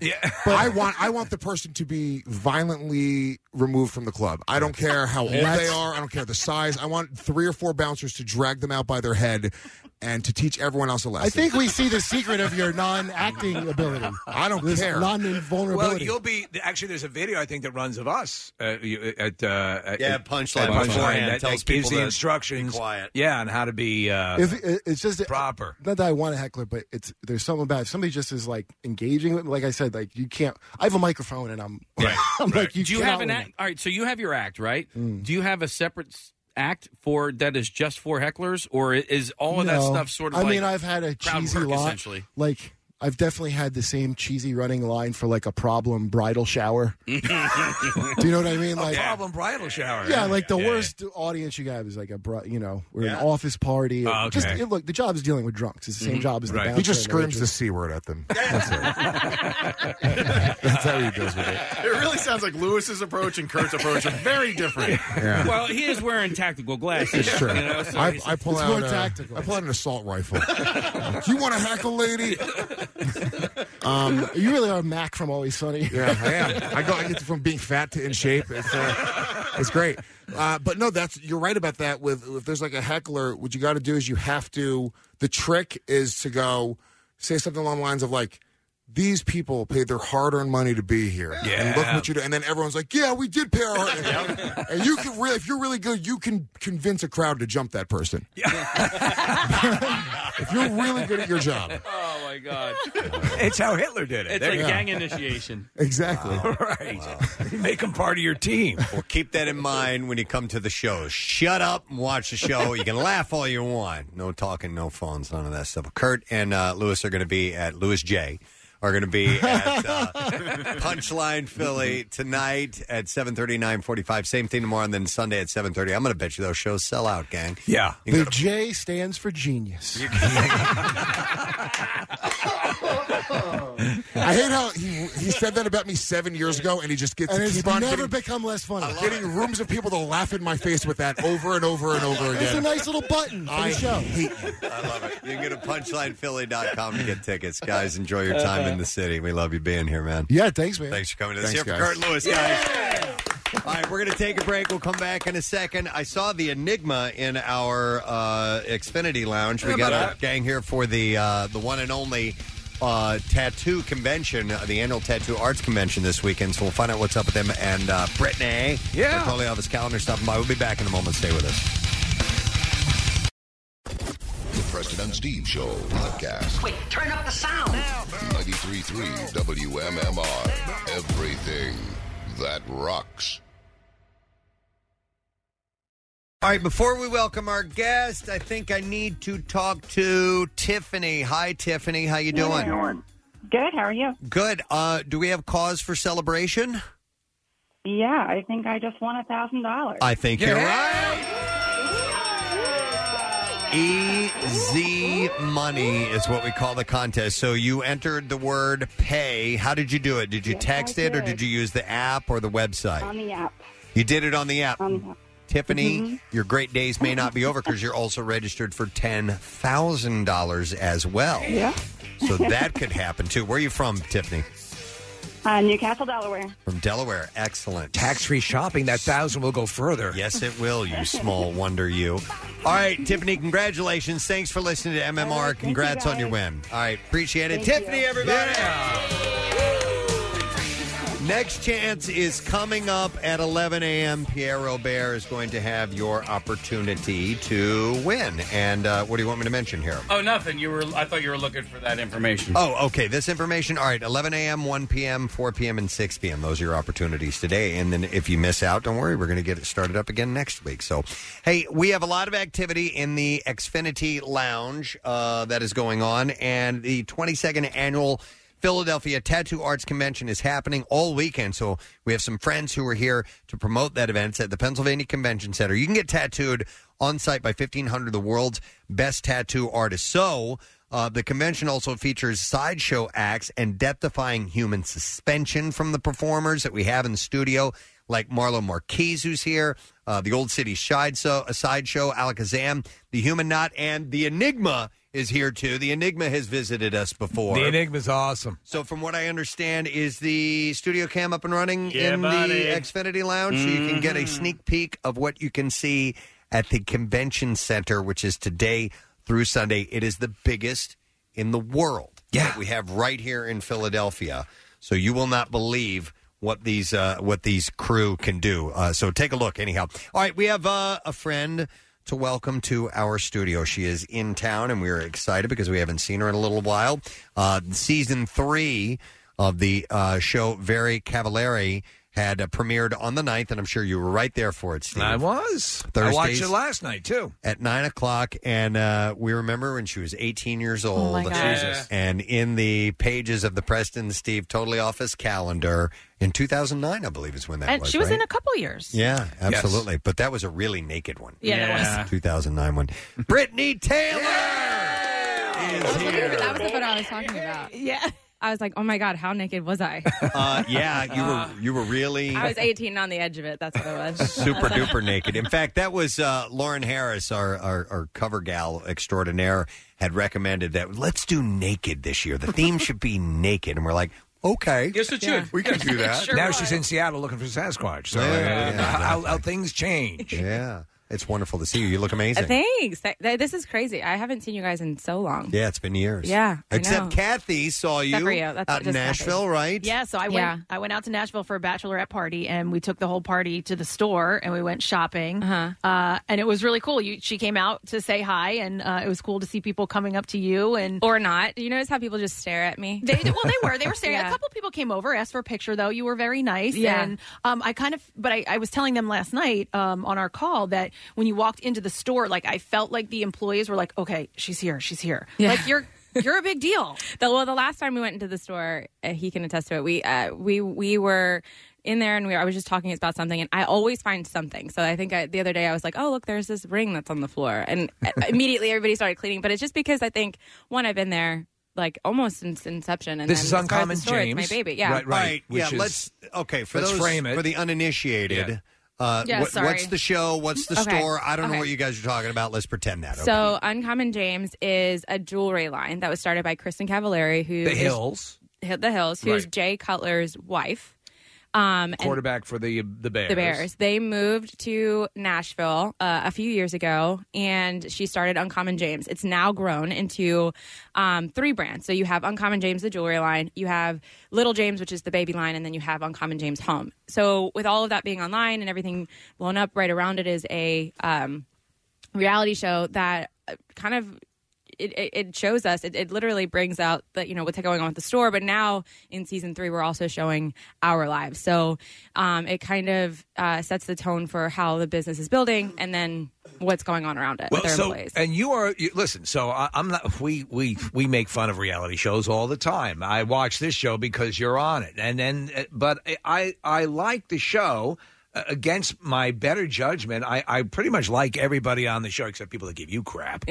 [SPEAKER 5] Yeah.
[SPEAKER 1] But I want I want the person to be violently removed from the club. I don't care how old they
[SPEAKER 24] That's-
[SPEAKER 1] are. I don't care the size. I want three or four bouncers to drag them out by their head and to teach everyone else a lesson.
[SPEAKER 24] I think we see the secret of your non-acting ability.
[SPEAKER 1] I don't
[SPEAKER 24] This
[SPEAKER 1] care.
[SPEAKER 24] Non-vulnerability.
[SPEAKER 5] Well, you'll be actually. There's a video I think that runs of us uh, you- at uh, at-
[SPEAKER 24] Yeah,
[SPEAKER 5] at-
[SPEAKER 24] Punchline
[SPEAKER 5] at
[SPEAKER 24] beforehand
[SPEAKER 5] that,
[SPEAKER 24] tells
[SPEAKER 5] that gives
[SPEAKER 24] people
[SPEAKER 5] the
[SPEAKER 24] to
[SPEAKER 5] instructions.
[SPEAKER 24] be quiet.
[SPEAKER 5] Yeah, on how to be. Uh,
[SPEAKER 24] if it- it's just
[SPEAKER 5] proper.
[SPEAKER 24] Not that I want a heckler, but it's there's something about if somebody just is like engaging with. Like I said, like you can't. I have a microphone and I'm. I'm like you. Hmm.
[SPEAKER 6] do you
[SPEAKER 24] cannot
[SPEAKER 6] have an
[SPEAKER 24] win.
[SPEAKER 6] act? All right, so you have your act, right? Do you have a separate s- act for that is just for hecklers, or i- is all of that
[SPEAKER 24] No.
[SPEAKER 6] stuff sort of?
[SPEAKER 24] I
[SPEAKER 6] like
[SPEAKER 24] mean, I've had a
[SPEAKER 6] crowd
[SPEAKER 24] cheesy
[SPEAKER 6] work,
[SPEAKER 24] lot.
[SPEAKER 6] essentially.
[SPEAKER 24] Like I've definitely had the same cheesy running line for like a problem bridal shower.
[SPEAKER 5] do
[SPEAKER 24] you know what I mean? Like-
[SPEAKER 5] a problem bridal shower.
[SPEAKER 24] Yeah, like the
[SPEAKER 5] Yeah.
[SPEAKER 24] worst audience you have is like a, bro, you know, we're an office party.
[SPEAKER 5] Oh,
[SPEAKER 24] Just
[SPEAKER 5] okay.
[SPEAKER 24] it- look, the job is dealing with drunks. It's the
[SPEAKER 6] Mm-hmm.
[SPEAKER 24] same
[SPEAKER 5] Mhm.
[SPEAKER 24] job as the
[SPEAKER 5] Right.
[SPEAKER 24] bouncer
[SPEAKER 1] He just
[SPEAKER 24] and
[SPEAKER 1] screams the
[SPEAKER 24] waitress.
[SPEAKER 1] c word at them. That's it. That's how he deals with it.
[SPEAKER 7] It really sounds like Lewis's approach and Kurt's approach are very different.
[SPEAKER 1] Yeah.
[SPEAKER 6] Well, he is wearing tactical glasses.
[SPEAKER 1] Sure.
[SPEAKER 6] You know, so
[SPEAKER 1] I,
[SPEAKER 6] he's-
[SPEAKER 1] I pull out a- I pull out an assault rifle. you want to hack a lady? um,
[SPEAKER 24] You really are Mac from Always Sunny.
[SPEAKER 1] yeah, I am. I go. I get from being fat to in shape. It's, uh, it's great. Uh, but no, that's you're right about that. With if there's like a heckler, what you got to do is you have to. The trick is to go say something along the lines of like, these people paid their hard-earned money to be here. And look
[SPEAKER 8] Yeah.
[SPEAKER 1] what you do. And then everyone's like, yeah, we did pay our hard And you can really, if you're really good, you can convince a crowd to jump that person. if you're really good at your job.
[SPEAKER 6] Oh my god!
[SPEAKER 5] It's how Hitler did it.
[SPEAKER 6] It's
[SPEAKER 5] There
[SPEAKER 6] a
[SPEAKER 5] you go.
[SPEAKER 6] gang initiation.
[SPEAKER 1] Exactly.
[SPEAKER 5] right. Make them part of your team.
[SPEAKER 3] Well, keep that in mind when you come to the show. Shut up and watch the show. You can laugh all you want. No talking, no phones, none of that stuff. Kurt and uh, Lewis are going to be at Lewis J. Are going to be at uh, Punchline Philly tonight at 7.30, 9.45. Same thing tomorrow, and then Sunday at 7.30. I'm going to bet you those shows sell out, gang.
[SPEAKER 5] Yeah.
[SPEAKER 3] You
[SPEAKER 24] The J stands for genius.
[SPEAKER 1] I hate how he, he said that about me seven years ago, and he just gets
[SPEAKER 24] and
[SPEAKER 1] to
[SPEAKER 24] it's
[SPEAKER 1] keep on
[SPEAKER 24] never
[SPEAKER 1] getting,
[SPEAKER 24] become less funny.
[SPEAKER 1] getting rooms of people to laugh in my face with that over and over and over again.
[SPEAKER 24] It's a nice little button for
[SPEAKER 1] I
[SPEAKER 24] the show.
[SPEAKER 3] I love it. You can go to punchlinephilly.com to get tickets. Guys, enjoy your time in the city. We love you being here, man.
[SPEAKER 24] Yeah, thanks, man.
[SPEAKER 3] Thanks for coming to this.
[SPEAKER 24] Thanks,
[SPEAKER 3] Here for
[SPEAKER 24] guys.
[SPEAKER 3] Kurt Lewis, guys. All right, we're going to take a break. We'll come back in a second. I saw the Enigma in our uh, Xfinity Lounge. We got a gang here for the uh, the one and only uh, tattoo convention, uh, the annual tattoo arts convention this weekend. So we'll find out what's up with them and uh, Brittany. Yeah, totally off his calendar stopping by. We'll be back in a moment. Stay with us.
[SPEAKER 2] The Preston and Steve Show podcast.
[SPEAKER 11] Wait, turn up the sound.
[SPEAKER 2] 93.3 WMMR. Everything that rocks.
[SPEAKER 3] All right, before we welcome our guest, I think I need to talk to Tiffany. Hi, Tiffany. How you doing?
[SPEAKER 18] Good. How are you?
[SPEAKER 3] Good. Uh, do we have cause for celebration?
[SPEAKER 18] Yeah, I think I just won a thousand dollars.
[SPEAKER 3] I think you're right. Easy money is what we call the contest. So you entered the word pay. How did you do it? Did you
[SPEAKER 18] Yes,
[SPEAKER 3] text
[SPEAKER 18] I
[SPEAKER 3] it or
[SPEAKER 18] did. Um,
[SPEAKER 3] did you use the app or the website?
[SPEAKER 18] on the app.
[SPEAKER 3] you did it on the app. Tiffany,
[SPEAKER 18] Mhm.
[SPEAKER 3] your great days may not be over because you're also registered for $10,000 as well.
[SPEAKER 18] Yeah.
[SPEAKER 3] So that could happen too. Where are you from, Tiffany?
[SPEAKER 18] Uh, Newcastle, Delaware.
[SPEAKER 3] From Delaware. Excellent.
[SPEAKER 5] Tax free shopping. That thousand will go further.
[SPEAKER 3] Yes, it will, you small wonder you. All right, Tiffany, congratulations. Thanks for listening to MMR. Congrats on your win. All right, appreciate it.
[SPEAKER 8] Thank
[SPEAKER 3] Tiffany,
[SPEAKER 8] you.
[SPEAKER 3] everybody. Next chance is coming up at 11 a.m. Pierre Robert is going to have your opportunity to win. And uh, what do you want me to mention here?
[SPEAKER 6] Oh, nothing. You were. I thought you were looking for that information.
[SPEAKER 3] Oh, okay. This information. All right. 11 a.m., 1 p.m., 4 p.m., and 6 p.m. Those are your opportunities today. And then if you miss out, don't worry. We're going to get it started up again next week. So, hey, we have a lot of activity in the Xfinity Lounge uh, that is going on, and the 22nd annual. Philadelphia Tattoo Arts Convention is happening all weekend. So we have some friends who are here to promote that event. It's at the Pennsylvania Convention Center. You can get tattooed on site by 1,500 of the world's best tattoo artists. So uh, the convention also features sideshow acts and death defying human suspension from the performers that we have in the studio, like Marlo Marquez, who's here, uh, the Old City Sideshow, uh, sideshow Alakazam, the Human Knot, and the Enigma is here too. The Enigma has visited us before.
[SPEAKER 5] The Enigma's awesome.
[SPEAKER 3] So, from what I understand, is the studio cam up and running
[SPEAKER 5] Yeah,
[SPEAKER 3] in
[SPEAKER 5] buddy.
[SPEAKER 3] the Xfinity Lounge, so you can get a sneak peek of what you can see at the convention center, which is today through Sunday. It is the biggest in the world. Yeah, we have right here in Philadelphia. So you will not believe what these uh, what these crew can do. Uh, so take a look, anyhow. All right, we have uh, a friend to welcome to our studio. She is in town, and we are excited because we haven't seen her in a little while. Uh, season three of the uh, show Very Cavallari had uh, premiered on the 9th, and I'm sure you were right there for it, Steve.
[SPEAKER 5] I was. I watched
[SPEAKER 3] Thursdays
[SPEAKER 5] it last night, too.
[SPEAKER 3] at 9 o'clock, and uh, we remember when she was 18 years
[SPEAKER 4] Oh
[SPEAKER 3] old.
[SPEAKER 5] my God. Jesus.
[SPEAKER 3] And in the pages of the Preston Steve Totally Office calendar in 2009, I believe is when that
[SPEAKER 4] and
[SPEAKER 3] was,
[SPEAKER 4] she was
[SPEAKER 3] right?
[SPEAKER 4] in a couple years.
[SPEAKER 3] Yeah, absolutely. But that was a really naked one.
[SPEAKER 4] Yeah, that was. Yeah.
[SPEAKER 3] 2009 one. Brittany Taylor is here.
[SPEAKER 25] That was the photo I was talking about. Yeah. I was like, oh my God, how naked was I?
[SPEAKER 3] Uh, yeah, you were you were really
[SPEAKER 25] I was 18 on the edge of it. That's what I was.
[SPEAKER 3] super duper naked. In fact, that was uh, Lauren Harris, our, our our cover gal extraordinaire, had recommended that let's do naked this year. The theme should be naked, and we're like, okay,
[SPEAKER 5] Yes, it should.
[SPEAKER 3] We can do that.
[SPEAKER 5] now she's in Seattle looking for Sasquatch. So
[SPEAKER 3] Yeah,
[SPEAKER 5] uh,
[SPEAKER 3] yeah,
[SPEAKER 5] how, how things change.
[SPEAKER 3] Yeah. It's wonderful to see you. You look amazing.
[SPEAKER 25] Thanks. Th- th- this is crazy. I haven't seen you guys in so long.
[SPEAKER 3] Yeah, it's been years.
[SPEAKER 25] Yeah, I
[SPEAKER 3] Except
[SPEAKER 25] know.
[SPEAKER 3] Kathy saw you,
[SPEAKER 25] Except for you. That's
[SPEAKER 3] out in
[SPEAKER 25] just Kathy.
[SPEAKER 3] Nashville, right?
[SPEAKER 4] Yeah, so I went.
[SPEAKER 25] Yeah.
[SPEAKER 4] I went out to Nashville for a bachelorette party, and we took the whole party to the store, and we went shopping. Uh-huh. and it was really cool. You, she came out to say hi, and uh, it was cool to see people coming up to you and
[SPEAKER 25] or not. You notice how people just stare at me?
[SPEAKER 4] They, well, they were. They were staring.
[SPEAKER 25] Yeah.
[SPEAKER 4] A couple people came over, asked for a picture, though. You were very nice.
[SPEAKER 25] Yeah.
[SPEAKER 4] And um, I kind of, but I, I was telling them last night um, on our call that when you walked into the store, like I felt like the employees were like, okay, she's here, she's here. Like you're, you're a big deal.
[SPEAKER 25] The, well, the last time we went into the store, uh, he can attest to it. We uh, we we were in there, and we were, I was just talking about something, and I always find something. So I think I, the other day I was like, "Oh, look, there's this ring that's on the floor," and uh, immediately everybody started cleaning. But it's just because I think one, I've been there like almost since inception, and
[SPEAKER 5] This is
[SPEAKER 25] then as far as
[SPEAKER 5] uncommon,
[SPEAKER 25] the store, it's
[SPEAKER 5] James.
[SPEAKER 25] my baby, yeah,
[SPEAKER 5] Right, right. Which
[SPEAKER 3] yeah,
[SPEAKER 5] is-
[SPEAKER 3] let's okay for
[SPEAKER 5] let's
[SPEAKER 3] those
[SPEAKER 5] frame it.
[SPEAKER 3] for the uninitiated. Uh,
[SPEAKER 25] Yeah,
[SPEAKER 3] what-
[SPEAKER 25] sorry.
[SPEAKER 3] what's the show? What's the
[SPEAKER 25] Okay.
[SPEAKER 3] store? I don't know
[SPEAKER 25] Okay.
[SPEAKER 3] what you guys are talking about. Let's pretend that. okay?
[SPEAKER 25] So, Uncommon James is a jewelry line that was started by Kristen Cavallari, who
[SPEAKER 5] The
[SPEAKER 25] is-
[SPEAKER 5] Hills.
[SPEAKER 25] Hi- the Hills, who's
[SPEAKER 5] Right.
[SPEAKER 25] Jay Cutler's wife, um, and
[SPEAKER 5] quarterback for the the Bears.
[SPEAKER 25] the Bears. They moved to Nashville uh, a few years ago, and she started Uncommon James. It's now grown into um, three brands. So you have Uncommon James, the jewelry line. You have Little James, which is the baby line, and then you have Uncommon James Home. So with all of that being online and everything blown up, right around it is a um, reality show that uh, kind of it, it, it shows us it, it literally brings out that you know what's going on with the store but now in season three we're also showing our lives so um, it kind of uh, sets the tone for how the business is building and then what's going on around it with their
[SPEAKER 5] so,
[SPEAKER 25] employees
[SPEAKER 5] And you are you, listen. So I, I'm not. We we we make fun of reality shows all the time. I watch this show because you're on it, and then uh, but I I like the show. Uh, Against my better judgment, I, I pretty much like everybody on the show except people that give you crap.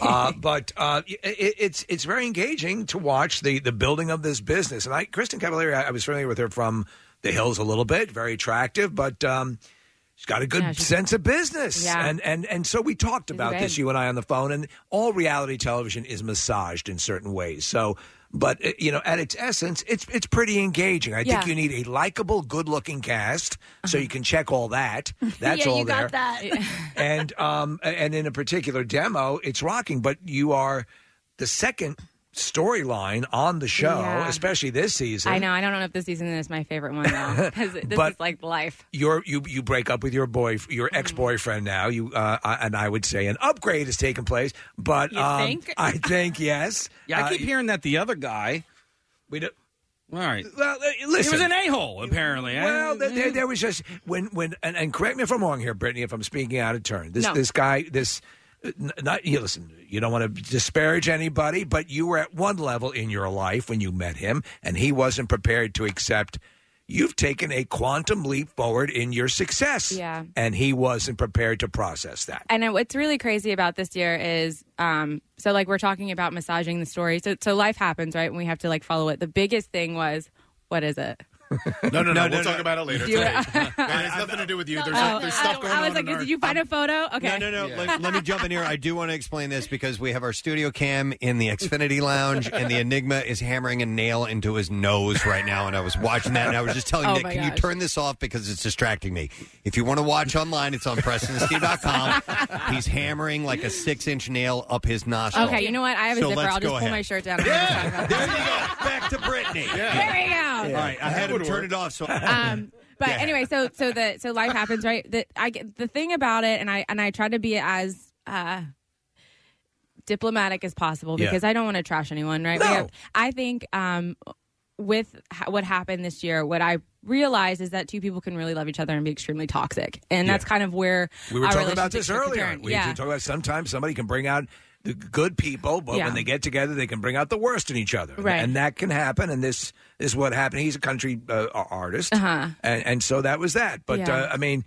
[SPEAKER 5] uh, but uh, i- i it's it's very engaging to watch the the building of this business. And I, Kristen Cavallari, I, I was familiar with her from The Hills a little bit, very attractive, but um, she's got a good
[SPEAKER 25] Yeah, she's-
[SPEAKER 5] sense of business.
[SPEAKER 25] Yeah.
[SPEAKER 5] And and and so we talked about
[SPEAKER 25] babe.
[SPEAKER 5] this, you and I, on the phone. And all reality television is massaged in certain ways. So. But uh, you know, at its essence, it's it's pretty engaging. I
[SPEAKER 25] Yeah. Uh-huh.
[SPEAKER 5] think you need a likable, good-looking cast, so you can check all that. That's all there and um and in a particular demo it's rocking but you are the second storyline on the show
[SPEAKER 25] Yeah.
[SPEAKER 5] especially this season
[SPEAKER 25] i know i don't know if this season is my favorite one though because this
[SPEAKER 5] But-
[SPEAKER 25] is like life
[SPEAKER 5] you're, you you break up with your boy your
[SPEAKER 6] Mm-hmm.
[SPEAKER 5] ex boyfriend now you uh, I- and I would say an upgrade has taken place but
[SPEAKER 6] You
[SPEAKER 5] um,
[SPEAKER 6] think?
[SPEAKER 5] I think yes
[SPEAKER 6] Yeah,
[SPEAKER 5] Uh,
[SPEAKER 6] I keep hearing that the other guy. We do. All right.
[SPEAKER 5] Well, uh, listen.
[SPEAKER 6] He was an a hole, apparently. eh? Mm-hmm. I-
[SPEAKER 5] Well, there, there, there was just when when and, and correct me if I'm wrong here, Brittany, if I'm speaking out of turn. This
[SPEAKER 6] No.
[SPEAKER 5] this guy this. n- Not you. Listen, you don't want to disparage anybody, but you were at one level in your life when you met him, and he wasn't prepared to accept. You've taken a quantum leap forward in your success,
[SPEAKER 25] Yeah.
[SPEAKER 5] and he wasn't prepared to process that.
[SPEAKER 25] And uh, what's really crazy about this year is, um, so like we're talking about massaging the story. So, so life happens, right? And we have to like follow it. The biggest thing was, what is it?
[SPEAKER 7] No, no, no.
[SPEAKER 25] No,
[SPEAKER 7] we'll
[SPEAKER 25] no,
[SPEAKER 7] talk
[SPEAKER 25] no.
[SPEAKER 7] about it later.
[SPEAKER 25] You-
[SPEAKER 7] Today. it has nothing to do with you. There's,
[SPEAKER 25] Oh,
[SPEAKER 7] there's
[SPEAKER 25] I-
[SPEAKER 7] stuff going
[SPEAKER 25] I
[SPEAKER 7] on.
[SPEAKER 25] was like,
[SPEAKER 7] in our-
[SPEAKER 25] did you find a photo? Okay.
[SPEAKER 3] No, no, no. Let, let me jump in here. I do want to explain this because we have our studio cam in the Xfinity Lounge, and the Enigma is hammering a nail into his nose right now. And I was watching that, and I was just telling
[SPEAKER 25] Oh,
[SPEAKER 3] Nick,
[SPEAKER 25] my
[SPEAKER 3] can you
[SPEAKER 25] gosh.
[SPEAKER 3] turn this off because it's distracting me? If you want to watch online, it's on PrestonSteve.com. He's hammering like a six inch nail up his nostril.
[SPEAKER 25] Okay, you know what? I have a
[SPEAKER 3] So
[SPEAKER 25] zipper.
[SPEAKER 3] let's
[SPEAKER 25] I'll
[SPEAKER 3] go
[SPEAKER 25] just pull
[SPEAKER 3] ahead.
[SPEAKER 25] my shirt down. Yeah.
[SPEAKER 3] Back to Brittany.
[SPEAKER 25] There we go.
[SPEAKER 3] All right, I had him turn it off. So
[SPEAKER 25] Um, but anyway, so so the so life happens, right? The I get- the thing about it, and I and I try to be as uh, diplomatic as possible
[SPEAKER 8] Yeah.
[SPEAKER 25] because I don't want to trash anyone, right?
[SPEAKER 8] No.
[SPEAKER 25] I think um, with ha- what happened this year, what I realized is that two people can really love each other and be extremely toxic, and that's
[SPEAKER 5] Yeah.
[SPEAKER 25] kind of where
[SPEAKER 5] We were
[SPEAKER 25] our
[SPEAKER 5] talking about this
[SPEAKER 25] relationships took a
[SPEAKER 5] earlier.
[SPEAKER 25] turn.
[SPEAKER 5] We
[SPEAKER 25] yeah.
[SPEAKER 5] were talking about sometimes somebody can bring out the good people, but
[SPEAKER 25] Yeah.
[SPEAKER 5] when they get together, they can bring out the worst in each other,
[SPEAKER 25] Right.
[SPEAKER 5] And that can happen. And this is what happened. He's a country uh, a- artist,
[SPEAKER 25] Uh-huh.
[SPEAKER 5] and and so that was that. But
[SPEAKER 25] Yeah.
[SPEAKER 5] uh, I mean.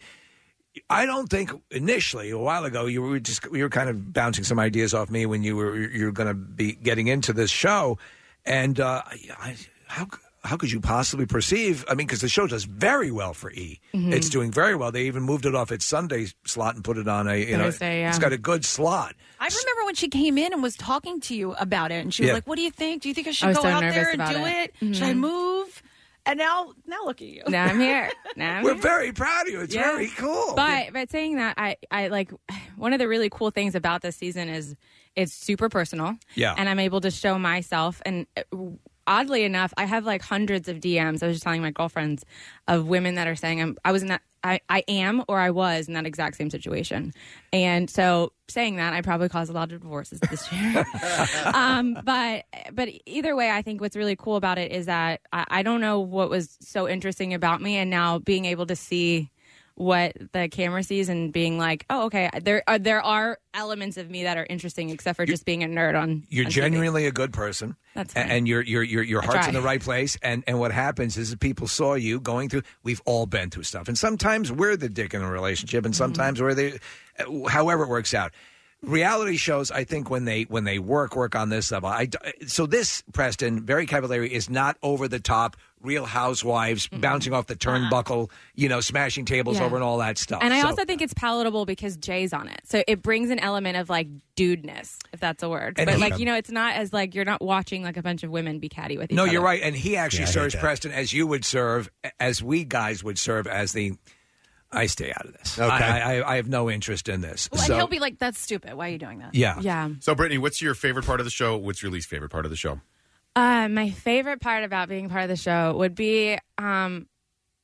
[SPEAKER 5] I don't think initially a while ago you were just you were kind of bouncing some ideas off me when you were you're going to be getting into this show, and uh, I, I- how how could you possibly perceive? I mean, because the show does very well for E.
[SPEAKER 25] Mhm.
[SPEAKER 5] It's doing very well. They even moved it off its Sunday slot and put it on a you
[SPEAKER 25] Thursday,
[SPEAKER 5] know
[SPEAKER 25] yeah.
[SPEAKER 5] it's got a good slot.
[SPEAKER 4] I remember when she came in and was talking to you about it, and she was
[SPEAKER 5] Yeah.
[SPEAKER 4] like, "What do you think? Do you think I should
[SPEAKER 25] I was
[SPEAKER 4] go
[SPEAKER 25] so
[SPEAKER 4] out
[SPEAKER 25] nervous
[SPEAKER 4] there and
[SPEAKER 25] about
[SPEAKER 4] do it?
[SPEAKER 25] it.
[SPEAKER 4] Should I
[SPEAKER 25] Mhm.
[SPEAKER 4] move?" And now, now look at you.
[SPEAKER 25] Now I'm here. Now I'm
[SPEAKER 5] We're
[SPEAKER 25] here.
[SPEAKER 5] very proud of you. It's
[SPEAKER 25] Yeah.
[SPEAKER 5] very cool.
[SPEAKER 25] But but saying that, I I like one of the really cool things about this season is it's super personal.
[SPEAKER 8] Yeah.
[SPEAKER 25] and I'm able to show myself. And uh, oddly enough, I have like hundreds of DMs. I was just telling my girlfriends of women that are saying I'm I was in that. I, I am or I was in that exact same situation. And so saying that I probably caused a lot of divorces this year. um, but but either way, I think what's really cool about it is that I, I don't know what was so interesting about me, and now being able to see what the camera sees and being like, oh, okay, there are, there are elements of me that are interesting, except for just being a nerd on.
[SPEAKER 5] You're
[SPEAKER 25] on TV.
[SPEAKER 5] genuinely a good person.
[SPEAKER 25] That's
[SPEAKER 5] A-
[SPEAKER 25] fine.
[SPEAKER 5] and your your your your
[SPEAKER 25] I
[SPEAKER 5] heart's
[SPEAKER 25] try.
[SPEAKER 5] in the right place. And and what happens is that people saw you going through. We've all been through stuff, and sometimes we're the dick in a relationship,
[SPEAKER 25] Mm-hmm.
[SPEAKER 5] and sometimes we're the. uh, However, it works out. Reality shows, I think, when they when they work work on this level. I d- so this Preston very Cavallari is not over the top. Real Housewives bouncing off the turnbuckle, you know, smashing tables
[SPEAKER 25] Mm-hmm. Yeah.
[SPEAKER 5] over and all that stuff.
[SPEAKER 25] And I
[SPEAKER 5] So-
[SPEAKER 25] also think it's palatable because Jay's on it, so it brings an element of like dudeness, if that's a word.
[SPEAKER 5] And
[SPEAKER 25] but
[SPEAKER 5] he-
[SPEAKER 25] like you know, it's not as like you're not watching like a bunch of women be catty with each
[SPEAKER 5] No,
[SPEAKER 25] other.
[SPEAKER 5] you're right. And he actually
[SPEAKER 25] Yeah, I hate
[SPEAKER 5] serves
[SPEAKER 25] that.
[SPEAKER 5] Preston as you would serve, as we guys would serve as the. I stay out of this.
[SPEAKER 7] Okay.
[SPEAKER 5] I, I, I have no interest in this.
[SPEAKER 4] Well,
[SPEAKER 7] So-
[SPEAKER 4] and he'll be like, "That's stupid. Why are you doing that?"
[SPEAKER 25] Yeah.
[SPEAKER 7] So, Brittany, what's your favorite part of the show? What's your least favorite part of the show?
[SPEAKER 25] Uh, my favorite part about being part of the show would be, um,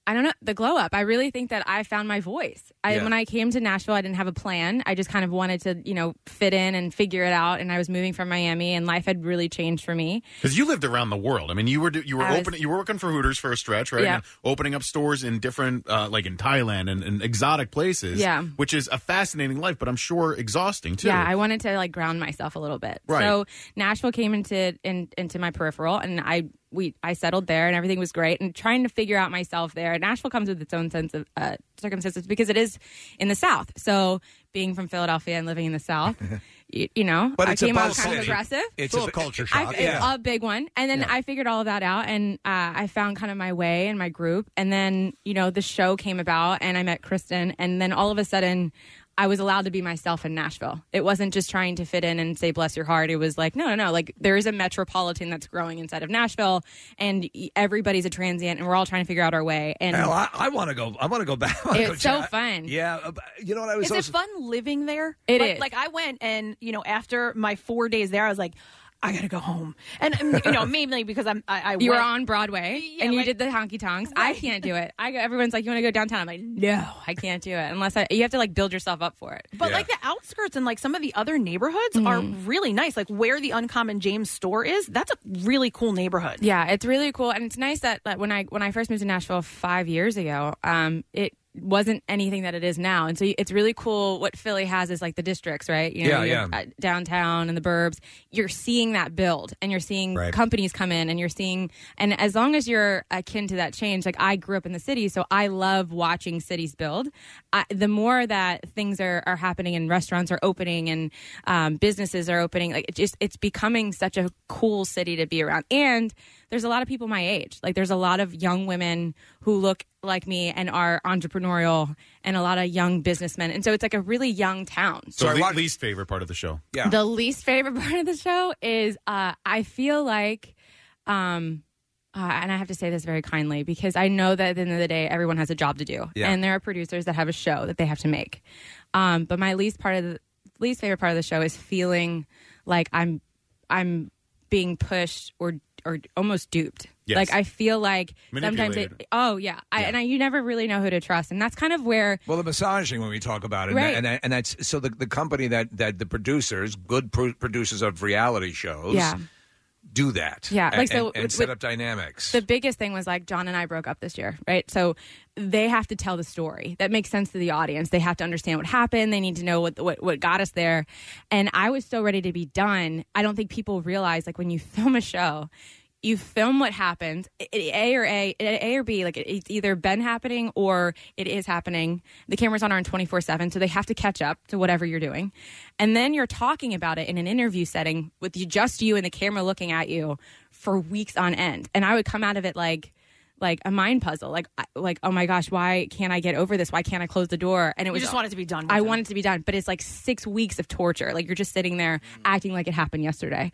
[SPEAKER 25] I don't know, the glow up. I really think that I found my voice. I,
[SPEAKER 8] Yeah.
[SPEAKER 25] When I came to Nashville, I didn't have a plan. I just kind of wanted to, you know, fit in and figure it out. And I was moving from Miami, and life had really changed for me.
[SPEAKER 7] Because you lived around the world. I mean, you were do- you were
[SPEAKER 25] I was-
[SPEAKER 7] opening you were working for Hooters for a stretch, right?
[SPEAKER 25] Yeah.
[SPEAKER 7] And opening up stores in different, uh, like in Thailand and, and exotic places.
[SPEAKER 25] Yeah.
[SPEAKER 7] which is a fascinating life, but I'm sure exhausting too.
[SPEAKER 25] Yeah, I wanted to like ground myself a little bit.
[SPEAKER 7] Right.
[SPEAKER 25] So Nashville came into in, into my peripheral, and I we I settled there, and everything was great. And trying to figure out myself there, Nashville comes with its own sense of uh, circumstances because it is in the South. So being from Philadelphia and living in the South, you, you know,
[SPEAKER 8] But
[SPEAKER 25] I
[SPEAKER 8] it's a
[SPEAKER 25] came out
[SPEAKER 8] buzz
[SPEAKER 25] kind of
[SPEAKER 8] city.
[SPEAKER 25] aggressive.
[SPEAKER 8] It's a It's a bu- culture
[SPEAKER 25] I-
[SPEAKER 8] shock.
[SPEAKER 25] it's
[SPEAKER 8] Yeah.
[SPEAKER 25] a big one. And then I figured all of that out, and uh, I found kind of my way and my group. And then you know the show came about, and I met Kristen, and then all of a sudden. I was allowed to be myself in Nashville. It wasn't just trying to fit in and say bless your heart. It was like no, no, no. Like there is a metropolitan that's growing inside of Nashville, and y- everybody's a transient, and we're all trying to figure out our way. And
[SPEAKER 5] Hell, I, I want to go. I want to go back. I wanna
[SPEAKER 25] It's
[SPEAKER 5] go
[SPEAKER 25] so
[SPEAKER 5] check-
[SPEAKER 25] fun.
[SPEAKER 5] Yeah, uh, but you know what I was.
[SPEAKER 4] is
[SPEAKER 5] also,
[SPEAKER 4] it fun living there?
[SPEAKER 25] It
[SPEAKER 4] like,
[SPEAKER 25] is.
[SPEAKER 4] Like I went and you know after my four days there, I was like, I gotta go home. And um, you know mainly because I'm I, I
[SPEAKER 25] you were
[SPEAKER 4] went-
[SPEAKER 25] on Broadway and you did the honky tonks. I can't do it. I go, everyone's like, you want to go downtown? I'm like, no, I can't do it unless I. You have to like build yourself up for it.
[SPEAKER 4] But like the outskirts and like some of the other neighborhoods are
[SPEAKER 25] Mm-hmm.
[SPEAKER 4] really nice. Like where the Uncommon James store is, that's a really cool neighborhood.
[SPEAKER 25] Yeah, it's really cool, and it's nice that, that when I when I first moved to Nashville five years ago, um, it wasn't anything that it is now, and so you- it's really cool what Philly has is like the districts, right? You know,
[SPEAKER 8] Yeah,
[SPEAKER 25] you have,
[SPEAKER 8] yeah.
[SPEAKER 25] uh, Downtown and the burbs, you're seeing that build, and you're seeing
[SPEAKER 8] Right.
[SPEAKER 25] companies come in, and you're seeing, and as long as you're akin to that change, like I grew up in the city, so I love watching cities build. I, the more that things are are happening, and restaurants are opening, and um, businesses are opening, like it just it's becoming such a cool city to be around, and there's a lot of people my age. Like there's a lot of young women who look like me and are entrepreneurial and a lot of young businessmen. And so it's like a really young town.
[SPEAKER 7] So, le- least favorite part of the show.
[SPEAKER 5] Yeah.
[SPEAKER 25] The least favorite part of the show is uh, I feel like, um, uh, and I have to say this very kindly because I know that at the end of the day, everyone has a job to do,
[SPEAKER 8] Yeah.
[SPEAKER 25] and there are producers that have a show that they have to make. Um, but my least part of the least favorite part of the show is feeling like I'm I'm being pushed or or almost duped.
[SPEAKER 8] Yes.
[SPEAKER 25] Like I feel like sometimes
[SPEAKER 5] Manipulated.
[SPEAKER 25] it. Oh yeah, I, and I, you never really know who to trust, and that's kind of where
[SPEAKER 5] Well, the massaging when we talk about it,
[SPEAKER 25] Right.
[SPEAKER 5] and, and, and that's so the, the company that that the producers, good pro- producers of reality shows,
[SPEAKER 25] Yeah.
[SPEAKER 5] do that.
[SPEAKER 25] Yeah,
[SPEAKER 5] and,
[SPEAKER 25] like, so
[SPEAKER 5] and- and
[SPEAKER 25] with-
[SPEAKER 5] set
[SPEAKER 25] with-
[SPEAKER 5] up dynamics.
[SPEAKER 25] The biggest thing was like John and I broke up this year, right? So they have to tell the story that makes sense to the audience. They have to understand what happened. They need to know what what, what got us there. And I was so ready to be done. I don't think people realize like when you film a show. You film what happens, it- it- A or A, A or B. Like it- it's either been happening or it is happening. The cameras on are on twenty four seven, so they have to catch up to whatever you're doing. And then you're talking about it in an interview setting with you, just you and the camera looking at you for weeks on end and i would come out of it like like a mind puzzle like I- like oh my gosh why can't i get over this why can't i close the door and it
[SPEAKER 4] You
[SPEAKER 25] was
[SPEAKER 4] just want it to be done with
[SPEAKER 25] i
[SPEAKER 4] them.
[SPEAKER 25] wanted to be done but it's like six weeks of torture like you're just sitting there acting like it happened yesterday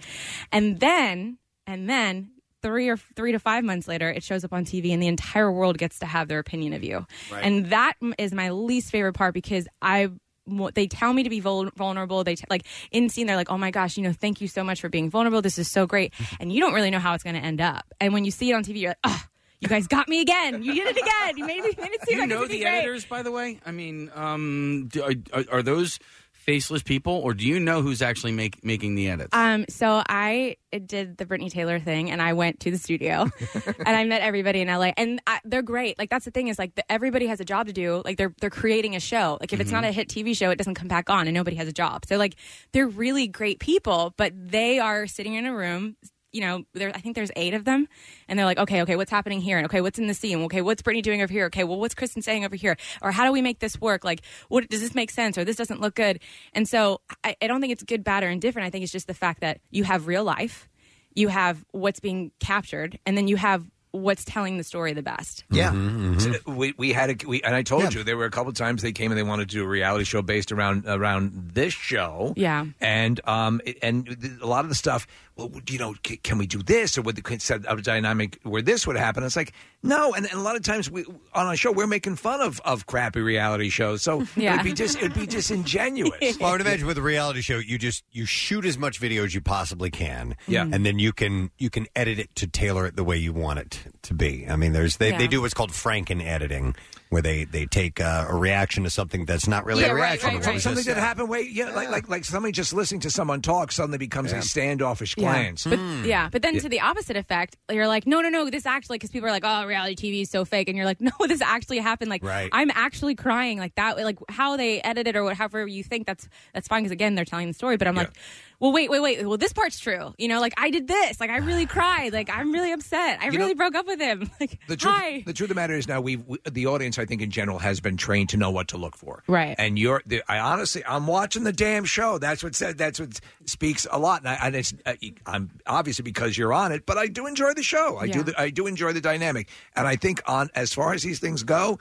[SPEAKER 25] and then and then three or three to five months later, it shows up on TV, and the entire world gets to have their opinion of you.
[SPEAKER 8] Right.
[SPEAKER 25] And that m- is my least favorite part because I. mo- They tell me to be vul- vulnerable. They t- like in scene. They're like, "Oh my gosh, you know, thank you so much for being vulnerable. This is so great." And you don't really know how it's going to end up. And when you see it on TV, you're like, "Oh, you guys got me again. You did it again. You made, me- made it seem
[SPEAKER 6] you
[SPEAKER 25] like
[SPEAKER 6] know
[SPEAKER 25] it's gonna
[SPEAKER 6] the
[SPEAKER 25] be great."
[SPEAKER 6] editors, by the way. I mean, um, do, are, are those faceless people, or do you know who's actually make, making the edits?
[SPEAKER 25] Um, so I did the Brittany Taylor thing, and I went to the studio, and I met everybody in LA, and I, they're great. Like that's the thing is like the, everybody has a job to do. Like they're they're creating a show. Like if it's
[SPEAKER 11] Mhm.
[SPEAKER 25] not a hit TV show, it doesn't come back on, and nobody has a job. So like they're really great people, but they are sitting in a room. You know, there I think there's eight of them, and they're like, okay, okay, what's happening here, and okay, what's in the scene, okay, what's Brittany doing over here, okay, well, what's Kristen saying over here, or how do we make this work? Like, what does this make sense, or this doesn't look good? And so I, I don't think it's good, bad, or indifferent. I think it's just the fact that you have real life, you have what's being captured, and then you have what's telling the story the best.
[SPEAKER 5] Yeah,
[SPEAKER 3] Mm-hmm,
[SPEAKER 5] we we had a we and I told you there were a couple times they came and they wanted to do a reality show based around around this show.
[SPEAKER 25] Yeah.
[SPEAKER 5] and um it- and th- a lot of the stuff. Well, you know, c- can we do this or would the set up a dynamic where this would happen? It's like no, and, and a lot of times we on our show we're making fun of of crappy reality shows, so it
[SPEAKER 25] Yeah.
[SPEAKER 5] would be just it would be disingenuous.
[SPEAKER 3] Well, I would imagine with a reality show, you just you shoot as much video as you possibly can,
[SPEAKER 5] Yeah.
[SPEAKER 3] and then you can you can edit it to tailor it the way you want it to be. I mean, there's they,
[SPEAKER 25] Yeah.
[SPEAKER 3] they do what's called Franken editing, where they they take uh, a reaction to something that's not really
[SPEAKER 5] Yeah,
[SPEAKER 3] a
[SPEAKER 5] right,
[SPEAKER 3] reaction.
[SPEAKER 5] right,
[SPEAKER 3] it's
[SPEAKER 5] right.
[SPEAKER 3] just-
[SPEAKER 5] Something that happened. Wait, yeah, like like like somebody just listening to someone talk suddenly becomes
[SPEAKER 3] Yeah. Hmm.
[SPEAKER 5] a standoffish
[SPEAKER 25] Yeah.
[SPEAKER 5] glance.
[SPEAKER 25] But, yeah, but then to the opposite effect, you're like, no, no, no, this actually, because people are like, oh, reality TV is so fake, and you're like, no, this actually happened. Like,
[SPEAKER 5] Right.
[SPEAKER 25] I'm actually crying. Like that, like how they edited or whatever you think that's that's fine, because again, they're telling the story. But I'm like, well, wait, wait, wait. Well, this part's true. You know, like I did this. Like I really cried. Like I'm really upset. I
[SPEAKER 5] You know-
[SPEAKER 25] really broke up with him. Like
[SPEAKER 5] The truth,
[SPEAKER 25] hi.
[SPEAKER 5] the truth of the matter is now we've, we the audience I think in general has been trained to know what to look for.
[SPEAKER 25] Right.
[SPEAKER 5] And you're the, I honestly I'm watching the damn show. That's what said. That's what speaks a lot. And, I, and it's uh, I'm obviously because you're on it, but I do enjoy the show. I
[SPEAKER 12] Yeah.
[SPEAKER 5] do the, I do enjoy the dynamic, and I think on as far as these things go.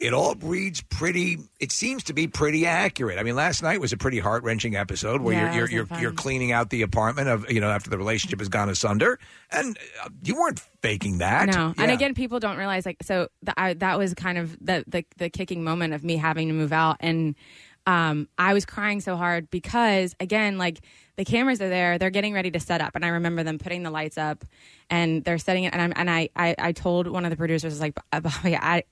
[SPEAKER 5] It all reads pretty. It seems to be pretty accurate. I mean, last night was a pretty heart wrenching episode where
[SPEAKER 12] Yeah, it
[SPEAKER 5] you're
[SPEAKER 12] was
[SPEAKER 5] you're
[SPEAKER 12] fun.
[SPEAKER 5] you're, you're cleaning out the apartment of you know after the relationship has gone asunder, and uh, you weren't faking that.
[SPEAKER 25] No, and
[SPEAKER 5] Yeah.
[SPEAKER 25] again, people don't realize like so the, I, that was kind of the, the the kicking moment of me having to move out, and um, I was crying so hard because again, like the cameras are there, they're getting ready to set up, and I remember them putting the lights up, and they're setting it, and I'm and I I, I told one of the producers like, Bobby, I.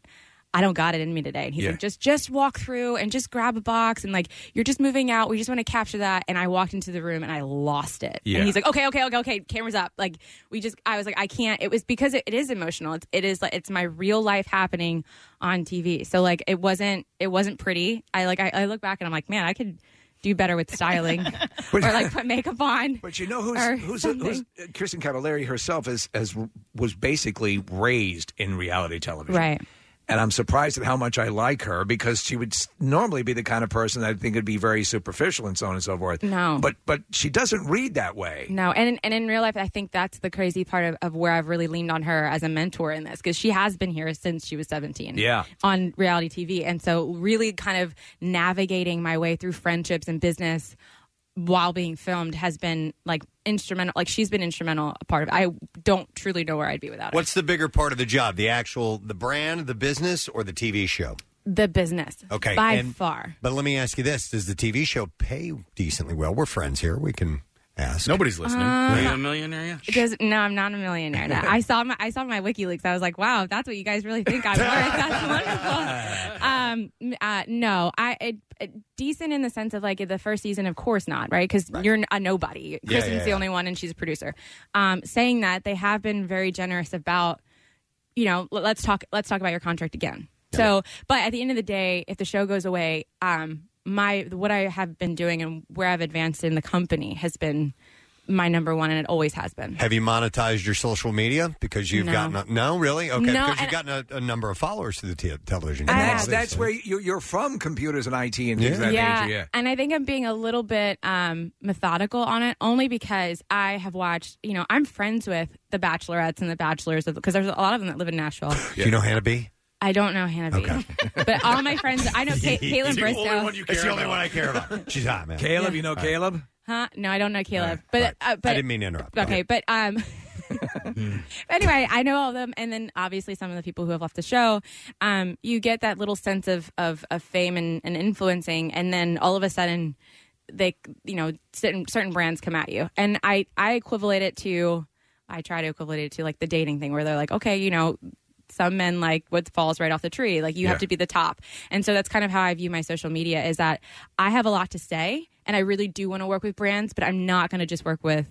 [SPEAKER 25] I don't got it in me today. And he's
[SPEAKER 8] Yeah.
[SPEAKER 25] like, just just walk through and just grab a box and like you're just moving out. We just want to capture that. And I walked into the room and I lost it.
[SPEAKER 8] Yeah.
[SPEAKER 25] And he's like, okay, okay, okay, okay, cameras up. Like we just, I was like, I can't. It was because it, it is emotional. It's, it is like it's my real life happening on TV. So like it wasn't, it wasn't pretty. I like, I, I look back and I'm like, man, I could do better with styling or like put makeup on.
[SPEAKER 5] But you know who's
[SPEAKER 25] or
[SPEAKER 5] who's,
[SPEAKER 25] something.
[SPEAKER 5] who's uh, Kristen Cavallari herself is as was basically raised in reality television.
[SPEAKER 25] right.
[SPEAKER 5] And I'm surprised at how much I like her because she would s- normally be the kind of person that I think would be very superficial and so on and so forth.
[SPEAKER 25] No.
[SPEAKER 5] But but she doesn't read that way.
[SPEAKER 25] No, and in- and in real life, I think that's the crazy part of, of where I've really leaned on her as a mentor in this because she has been here since she was seventeen.
[SPEAKER 8] Yeah.
[SPEAKER 25] on reality TV, and so really kind of navigating my way through friendships and business while being filmed has been like instrumental. Like she's been instrumental a part of. It. I don't truly know where I'd be without
[SPEAKER 3] What's the bigger part of the job? The actual the brand, the business, or the TV show?
[SPEAKER 25] it. the business.
[SPEAKER 3] Okay,
[SPEAKER 25] by
[SPEAKER 3] and-
[SPEAKER 25] far.
[SPEAKER 3] But let me ask you this: Does the TV show pay decently well? We're friends here; we can ask.
[SPEAKER 7] Nobody's
[SPEAKER 25] listening. Uh,
[SPEAKER 6] Are you a millionaire yet?
[SPEAKER 25] It does, no, I'm not a millionaire. Now. I saw my I saw my WikiLeaks. I was like, wow, if that's what you guys really think I'm worth. That's wonderful. Um, m- uh, no, I it, it, decent in the sense of like the first season, of course not, right? Because you're n- a nobody.
[SPEAKER 8] Yeah,
[SPEAKER 25] Kristen's
[SPEAKER 8] yeah,
[SPEAKER 25] the
[SPEAKER 8] yeah.
[SPEAKER 25] only one, and she's a producer. Um, saying that, they have been very generous about you know l- let's talk let's talk about your contract again so but at the end of the day if the show goes away um my what i have been doing and where i've advanced in the company has been my number one and it always has been
[SPEAKER 3] Have you monetized your social media because you've
[SPEAKER 25] No.
[SPEAKER 3] gotten a, no really okay
[SPEAKER 25] No,
[SPEAKER 3] because you've
[SPEAKER 25] and-
[SPEAKER 3] gotten a, a number of followers through the te- television.
[SPEAKER 5] And that's that's where you're, you're from computers and IT and things of that nature. Yeah.
[SPEAKER 25] and I think I'm being a little bit um, methodical on it, only because I have watched. You know, I'm friends with the Bachelorettes and the Bachelors of because there's a lot of them that live in Nashville.
[SPEAKER 3] Do you know Hannah B?
[SPEAKER 25] I don't know Hannah B, but all my friends, I know Ca- Caitlin Bristow.
[SPEAKER 3] That's the only one I care about. She's hot, man.
[SPEAKER 5] Caleb, you know Caleb.
[SPEAKER 25] Huh? No, I don't know Caleb. But, uh, but
[SPEAKER 3] I didn't mean to interrupt.
[SPEAKER 25] Okay, but um, anyway, I know all of them, and then obviously some of the people who have left the show. Um, you get that little sense of of, of fame and, and influencing, and then all of a sudden, they you know certain certain brands come at you, and I I equivalent it to I try to equivalent it to like the dating thing where they're like, okay, you know. Some men like what falls right off the tree. Like you
[SPEAKER 8] Yeah.
[SPEAKER 25] have to be the top, and so that's kind of how I view my social media. Is that I have a lot to say, and I really do want to work with brands, but I'm not going to just work with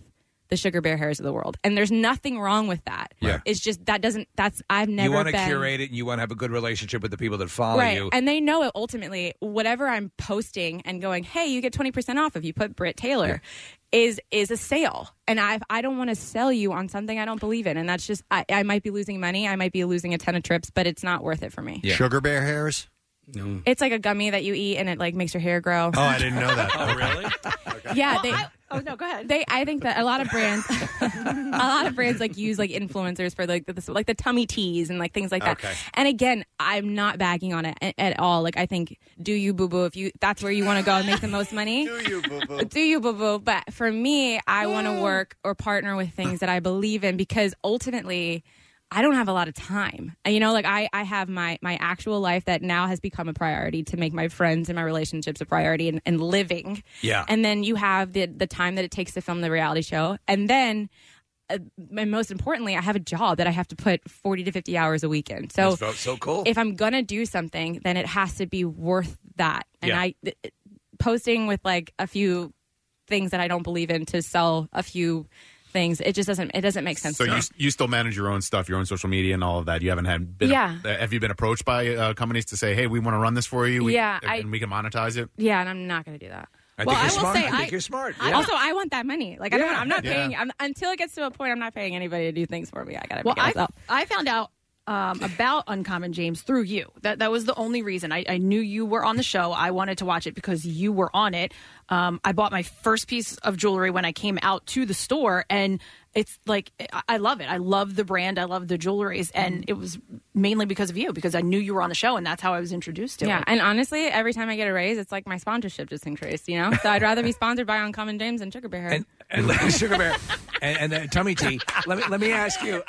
[SPEAKER 25] the sugar bear hairs of the world. And there's nothing wrong with that.
[SPEAKER 5] Yeah.
[SPEAKER 25] It's just that doesn't that's I've never
[SPEAKER 5] you want to
[SPEAKER 25] been
[SPEAKER 5] curate it and you want to have a good relationship with the people that follow
[SPEAKER 25] right.
[SPEAKER 5] you.
[SPEAKER 25] And they know it ultimately whatever I'm posting and going, "Hey, you get 20% off if you put Britt Taylor." Is is a sale, and I I don't want to sell you on something I don't believe in, and that's just I, I might be losing money, I might be losing a ton of trips, but it's not worth it for me.
[SPEAKER 3] Sugar bear hairs?
[SPEAKER 25] It's like a gummy that you eat, and it like makes your hair grow.
[SPEAKER 3] Oh, I didn't know that.
[SPEAKER 25] Yeah, they. oh no, go ahead. They, I think that a lot of brands, a lot of brands like use like influencers for like the like the tummy teas and like things like that.
[SPEAKER 11] Okay.
[SPEAKER 25] And again, I'm not bagging on it a- at all. Like I think, do you boo boo if you that's where you want to go and make the most money? do you boo boo? Do you boo boo? But for me, I want to work or partner with things that I believe in because ultimately. I don't have a lot of time. And, You know, like I, I have my, my actual life that now has become a priority to make my friends and my relationships a priority and, and living.
[SPEAKER 11] Yeah.
[SPEAKER 25] And then you have the, the time that it takes to film the reality show. And then, uh, and most importantly, I have a job that I have to put 40 to 50 hours a week in. So,
[SPEAKER 5] That's so- so cool.
[SPEAKER 25] If I'm going to do something, then it has to be worth that. And
[SPEAKER 5] Yeah.
[SPEAKER 25] I, th- posting with like a few things that I don't believe in to sell a few things, it just doesn't, it doesn't make sense.
[SPEAKER 7] So
[SPEAKER 25] to me.
[SPEAKER 7] you, you still manage your own stuff, your own social media, and all of that. You haven't had been
[SPEAKER 25] Yeah.
[SPEAKER 7] uh, have you been approached by uh, companies to say, "Hey, we want to run this for you. We,
[SPEAKER 25] Yeah,
[SPEAKER 7] and
[SPEAKER 25] I-
[SPEAKER 7] we can monetize it."
[SPEAKER 25] Yeah, and I'm not going to do that.
[SPEAKER 7] I
[SPEAKER 25] well,
[SPEAKER 7] think
[SPEAKER 25] I
[SPEAKER 7] you're
[SPEAKER 25] will
[SPEAKER 7] smart.
[SPEAKER 25] say,
[SPEAKER 7] I
[SPEAKER 25] I,
[SPEAKER 7] think you're smart.
[SPEAKER 25] I-
[SPEAKER 7] Yeah.
[SPEAKER 25] also, I want that money. Like, I don't, I'm not
[SPEAKER 4] Yeah.
[SPEAKER 25] paying I'm, until it gets to a point. I'm not paying anybody to do things for me. I got to
[SPEAKER 4] Well,
[SPEAKER 25] make it
[SPEAKER 4] I,
[SPEAKER 25] myself.
[SPEAKER 4] I found out um, about Uncommon James through you. That that was the only reason. I, I knew you were on the show. I wanted to watch it because you were on it. Um, I bought my first piece of jewelry when I came out to the store, and it's like I, I love it. I love the brand. I love the jewelries, and it was mainly because of you because I knew you were on the show, and that's how I was introduced to
[SPEAKER 25] Yeah,
[SPEAKER 4] it.
[SPEAKER 25] and honestly, every time I get a raise, it's like my sponsorship just increased. You know, so I'd rather be sponsored by Uncommon James than Sugar Bear.
[SPEAKER 5] And, and Sugar Bear and, and then Tummy Tea. Let me let me ask you.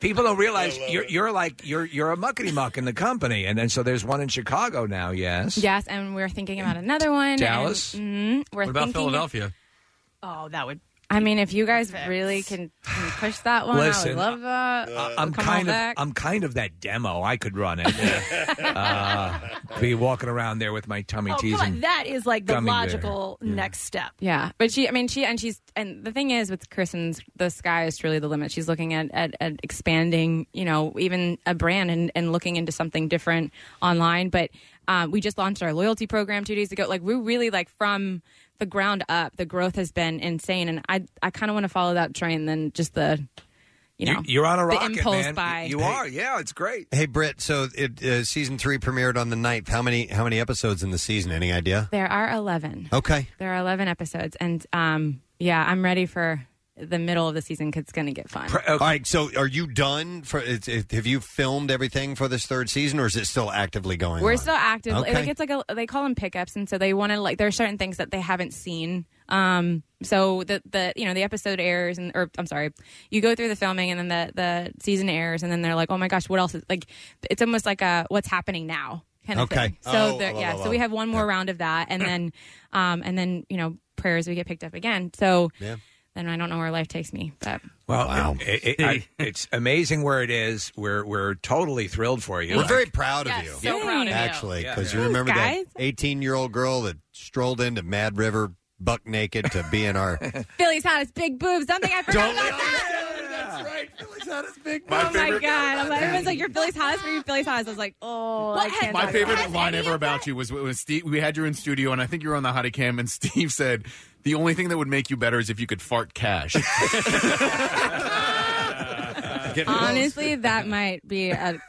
[SPEAKER 5] People don't realize you're you're like you're you're a muckety muck in the company, and then so there's one in Chicago now. Yes.
[SPEAKER 25] yes, and we're thinking about another one.
[SPEAKER 5] Dallas?
[SPEAKER 25] And, hmm we're thinking,
[SPEAKER 4] Oh, that would.
[SPEAKER 25] I mean, if you guys really can, can push that one,
[SPEAKER 5] Listen,
[SPEAKER 25] Oh, I would love that.
[SPEAKER 5] I- I'm
[SPEAKER 25] Come on
[SPEAKER 5] kind of
[SPEAKER 25] back.
[SPEAKER 5] I'm kind of that demo. I could run it. uh, be walking around there with my tummy
[SPEAKER 4] Oh,
[SPEAKER 5] tees.
[SPEAKER 4] come on.
[SPEAKER 5] and-
[SPEAKER 4] That is like the
[SPEAKER 5] gummy bear.
[SPEAKER 4] logical next step.
[SPEAKER 25] Yeah, but she, I mean, she and she's and the thing is with Kristen's, the sky is truly the limit. She's looking at at, at expanding, you know, even a brand and and looking into something different online. But um, we just launched our loyalty program two days ago. Like we're really like from the ground up. The growth has been insane, and I I kind of want to follow that train than just the, you know,
[SPEAKER 5] you're on a
[SPEAKER 25] the
[SPEAKER 5] rocket,
[SPEAKER 25] impulse
[SPEAKER 5] man.
[SPEAKER 25] buy.
[SPEAKER 5] You are. Yeah, it's great.
[SPEAKER 3] Hey Britt, so it uh, season three premiered on the ninth. How many how many episodes in the season? Any idea?
[SPEAKER 25] There are eleven.
[SPEAKER 3] Okay.
[SPEAKER 25] There are eleven episodes, and um, yeah, I'm ready for the middle of the season because it's going to get fun.
[SPEAKER 3] All right. So are you done for? It, it, have you filmed everything for this third season, or is it still actively going?
[SPEAKER 25] We're
[SPEAKER 3] on?
[SPEAKER 25] still active.
[SPEAKER 3] Okay.
[SPEAKER 25] Like it's like a, they call them pickups, and so they want to like there are certain things that they haven't seen. Um, so the the you know the episode airs and or I'm sorry, you go through the filming and then the the season airs and then they're like, oh my gosh, what else? Is, like it's almost like a what's happening now kind of
[SPEAKER 11] Okay.
[SPEAKER 25] thing. So
[SPEAKER 11] Oh,
[SPEAKER 25] there-
[SPEAKER 11] oh,
[SPEAKER 25] yeah,
[SPEAKER 11] oh, oh,
[SPEAKER 25] so we have one more round of that, and then um and then you know prayers we get picked up again. So
[SPEAKER 3] yeah.
[SPEAKER 25] then I don't know where life takes me, but
[SPEAKER 5] Well, it- it- I- it's amazing where it is. We're we're totally thrilled for you.
[SPEAKER 3] We're very proud of you.
[SPEAKER 25] so proud of you.
[SPEAKER 3] Actually,
[SPEAKER 5] Yeah.
[SPEAKER 3] because
[SPEAKER 5] Thanks,
[SPEAKER 3] you remember
[SPEAKER 25] guys.
[SPEAKER 3] that 18 year old girl that strolled into Mad River buck naked to be in our.
[SPEAKER 25] Philly's hottest big boobs. Something I forgot.
[SPEAKER 3] Don't
[SPEAKER 25] about.
[SPEAKER 11] That's right. Philly's not as big.
[SPEAKER 25] oh my god! I'm like, everyone's like, "You're Philly's hottest. Are you Philly's hottest?" I was like, "Oh, I can't
[SPEAKER 7] My
[SPEAKER 25] talk
[SPEAKER 7] favorite
[SPEAKER 25] about it."
[SPEAKER 7] line ever about you was when Steve. We had you in studio, and I think you were on the hottie cam, and Steve said, "The only thing that would make you better is if you could fart cash."
[SPEAKER 25] Honestly, that might be a.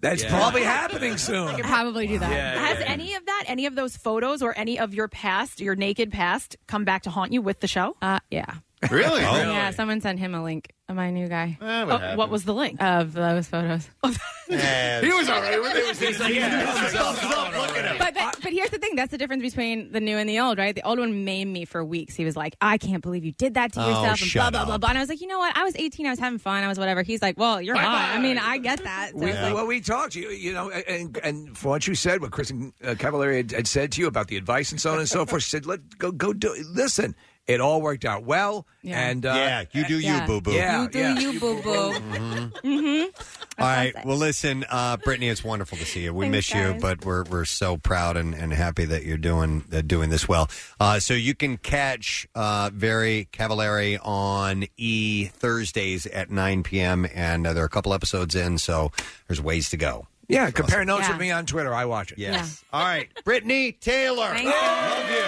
[SPEAKER 5] That's
[SPEAKER 7] Yeah.
[SPEAKER 5] probably happening soon.
[SPEAKER 4] I
[SPEAKER 25] could probably do that.
[SPEAKER 4] Has any of that, any of those photos, or any of your past, your naked past, come back to haunt you with the show?
[SPEAKER 25] Uh, yeah.
[SPEAKER 7] Really?
[SPEAKER 25] Yeah, someone sent him a link. My new guy.
[SPEAKER 4] Uh, what Oh, what happened? was the link
[SPEAKER 25] of those photos?
[SPEAKER 3] he
[SPEAKER 7] was all right with it.
[SPEAKER 24] He's
[SPEAKER 7] like,
[SPEAKER 25] But, but but here's the thing. That's the difference between the new and the old, right? The old one maimed me for weeks. He was like, "I can't believe you did that to
[SPEAKER 8] Oh,
[SPEAKER 25] yourself," and blah
[SPEAKER 8] shut
[SPEAKER 25] blah blah
[SPEAKER 8] up.
[SPEAKER 25] blah. And I was like, "You know what? I was 18. I was having fun. I was whatever." He's like, "Well, you're
[SPEAKER 5] Bye-bye.
[SPEAKER 25] hot. I mean, I get that." So
[SPEAKER 5] We,
[SPEAKER 25] it's like-
[SPEAKER 5] well, we talked, you, you know, and and for what you said, what Kristen uh, Cavallari had, had said to you about the advice and so on and so forth, she said, "Let go, go do. Listen, it all worked out well."
[SPEAKER 25] Yeah.
[SPEAKER 5] And uh,
[SPEAKER 3] Yeah, you do you, Yeah. boo-boo.
[SPEAKER 5] Yeah,
[SPEAKER 25] you do
[SPEAKER 5] yeah.
[SPEAKER 25] you, boo boo. hmm
[SPEAKER 3] Mm-hmm. All right. Well, listen, uh, Brittany, it's wonderful to see you. We
[SPEAKER 25] Thanks,
[SPEAKER 3] miss you,
[SPEAKER 25] guys.
[SPEAKER 3] but we're we're so proud and, and happy that you're doing uh, doing this well. Uh, so you can catch uh, Very Cavallari on E Thursdays at 9 p.m. and uh, there are a couple episodes in, so there's ways to go.
[SPEAKER 5] Yeah, compare notes
[SPEAKER 3] Yeah.
[SPEAKER 5] with me on Twitter. I watch it.
[SPEAKER 3] Yes. All right, Brittany Taylor. Love you.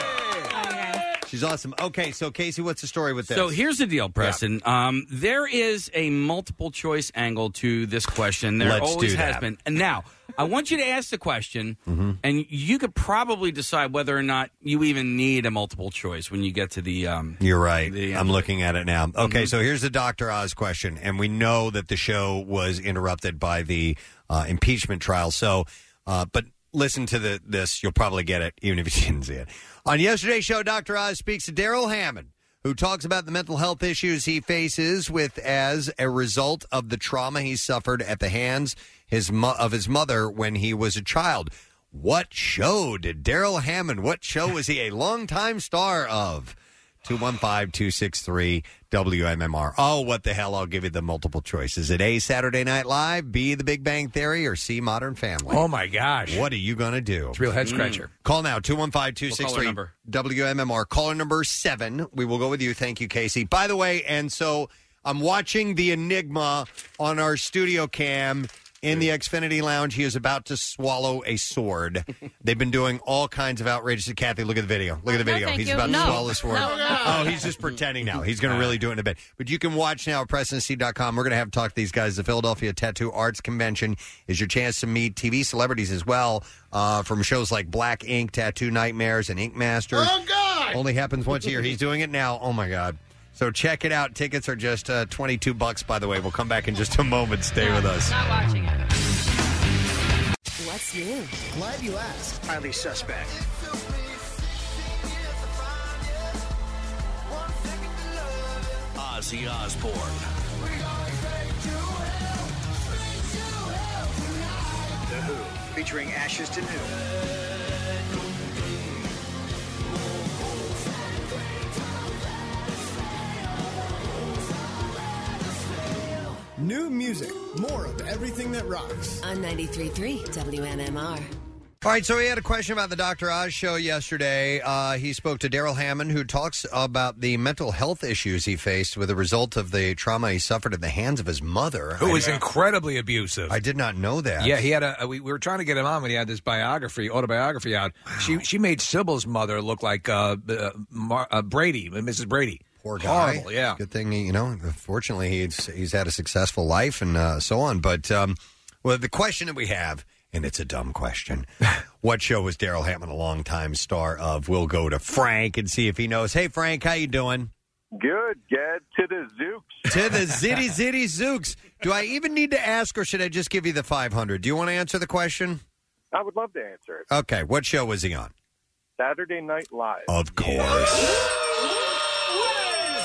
[SPEAKER 3] She's awesome. Okay, so Casey, what's the story with this?
[SPEAKER 6] So here's the deal, Preston. Um, there is a multiple choice angle to this question. There
[SPEAKER 3] Let's
[SPEAKER 6] always
[SPEAKER 3] do
[SPEAKER 6] has
[SPEAKER 3] that.
[SPEAKER 6] been. And now, I want you to ask the question, and you could probably decide whether or not you even need a multiple choice when you get to the. mm-hmm. Um,
[SPEAKER 3] You're right. I'm looking at it now. Okay, so here's the Dr. Oz question. And we know that the show was interrupted by the uh, impeachment trial. So, uh, but listen to the, this. You'll probably get it, even if you didn't see it. On yesterday's show, Dr. Oz speaks to Daryl Hammond, who talks about the mental health issues he faces with as a result of the trauma he suffered at the hands his mo- of his mother when he was a child. What show did Daryl Hammond, what show was he a longtime star of? 215-263 WMMR. Oh, what the hell? I'll give you the multiple choices. Is it A, Saturday Night Live, B, The Big Bang Theory, or C, Modern Family?
[SPEAKER 5] Oh, my gosh.
[SPEAKER 3] What are you going to do? It's
[SPEAKER 5] real head scratcher.
[SPEAKER 3] Call now,
[SPEAKER 5] We'll call our
[SPEAKER 3] 215-263
[SPEAKER 5] number.
[SPEAKER 3] WMMR. Caller number seven. We will go with you. Thank you, Casey. By the way, and so I'm watching the Enigma on our studio cam in the Xfinity Lounge. He is about to swallow a sword. They've been doing all kinds of outrageous. Kathy, look at the video. Look at the
[SPEAKER 24] No,
[SPEAKER 3] video.
[SPEAKER 24] thank
[SPEAKER 3] he's
[SPEAKER 24] you.
[SPEAKER 3] about to
[SPEAKER 24] No.
[SPEAKER 3] swallow a sword.
[SPEAKER 24] No, no.
[SPEAKER 3] Oh, he's just pretending now. He's going to really do it in a bit. But you can watch now at PrestonC.com. We're going to have a talk to these guys. The Philadelphia Tattoo Arts Convention is your chance to meet TV celebrities as well uh, from shows like Black Ink, Tattoo Nightmares, and Ink Masters.
[SPEAKER 11] Oh, God!
[SPEAKER 3] Only happens once a year. He's doing it now. Oh, my God. So check it out. Tickets are just uh, 22 bucks, by the way. We'll come back in just a moment. Stay with us.
[SPEAKER 25] Not watching it.
[SPEAKER 15] What's new? Glad you asked. Highly suspect.
[SPEAKER 9] Ozzy Osbourne.
[SPEAKER 12] The Who, featuring Ashes to New.
[SPEAKER 16] New music, more of everything that rocks.
[SPEAKER 15] On 93.3 WMMR.
[SPEAKER 3] All right, so we had a question about the Dr. Oz show yesterday. Uh, he spoke to Daryl Hammond, who talks about the mental health issues he faced with the result of the trauma he suffered at the hands of his mother.
[SPEAKER 5] Who
[SPEAKER 3] I-
[SPEAKER 5] was incredibly abusive.
[SPEAKER 3] I did not know that.
[SPEAKER 5] Yeah, he had a. We, we were trying to get him on when he had this biography, autobiography out. She she made Sybil's mother look like uh, uh, Mar, uh Brady, Mrs. Brady.
[SPEAKER 3] Poor guy.
[SPEAKER 5] Horrible. Yeah.
[SPEAKER 3] Good thing, he, you know, fortunately, he's, he's had a successful life and uh, so on. But, um, well, the question that we have, and it's a dumb question what show was Daryl Hammond a longtime star of? We'll go to Frank and see if he knows. Hey, Frank, how you doing?
[SPEAKER 13] Good. Get to the zoo.
[SPEAKER 3] to the zitty zitty zooks. Do I even need to ask, or should I just give you the five hundred? Do you want to answer the question?
[SPEAKER 13] I would love to answer it.
[SPEAKER 3] Okay, what show was he on?
[SPEAKER 13] Saturday Night Live.
[SPEAKER 3] Of course,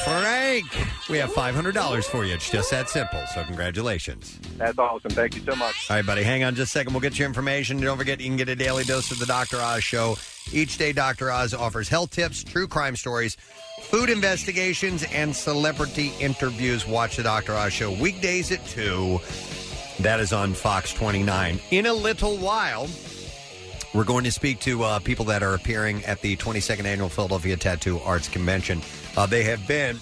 [SPEAKER 3] Frank. We have five hundred dollars for you. It's just that simple. So congratulations.
[SPEAKER 13] That's awesome. Thank you so much.
[SPEAKER 3] All right, buddy, hang on just a second. We'll get your information. Don't forget, you can get a daily dose of the Dr. Oz show. Each day, Dr. Oz offers health tips, true crime stories, food investigations, and celebrity interviews. Watch the Dr. Oz show weekdays at 2. That is on Fox 29. In a little while, we're going to speak to uh, people that are appearing at the 22nd Annual Philadelphia Tattoo Arts Convention. Uh, they have been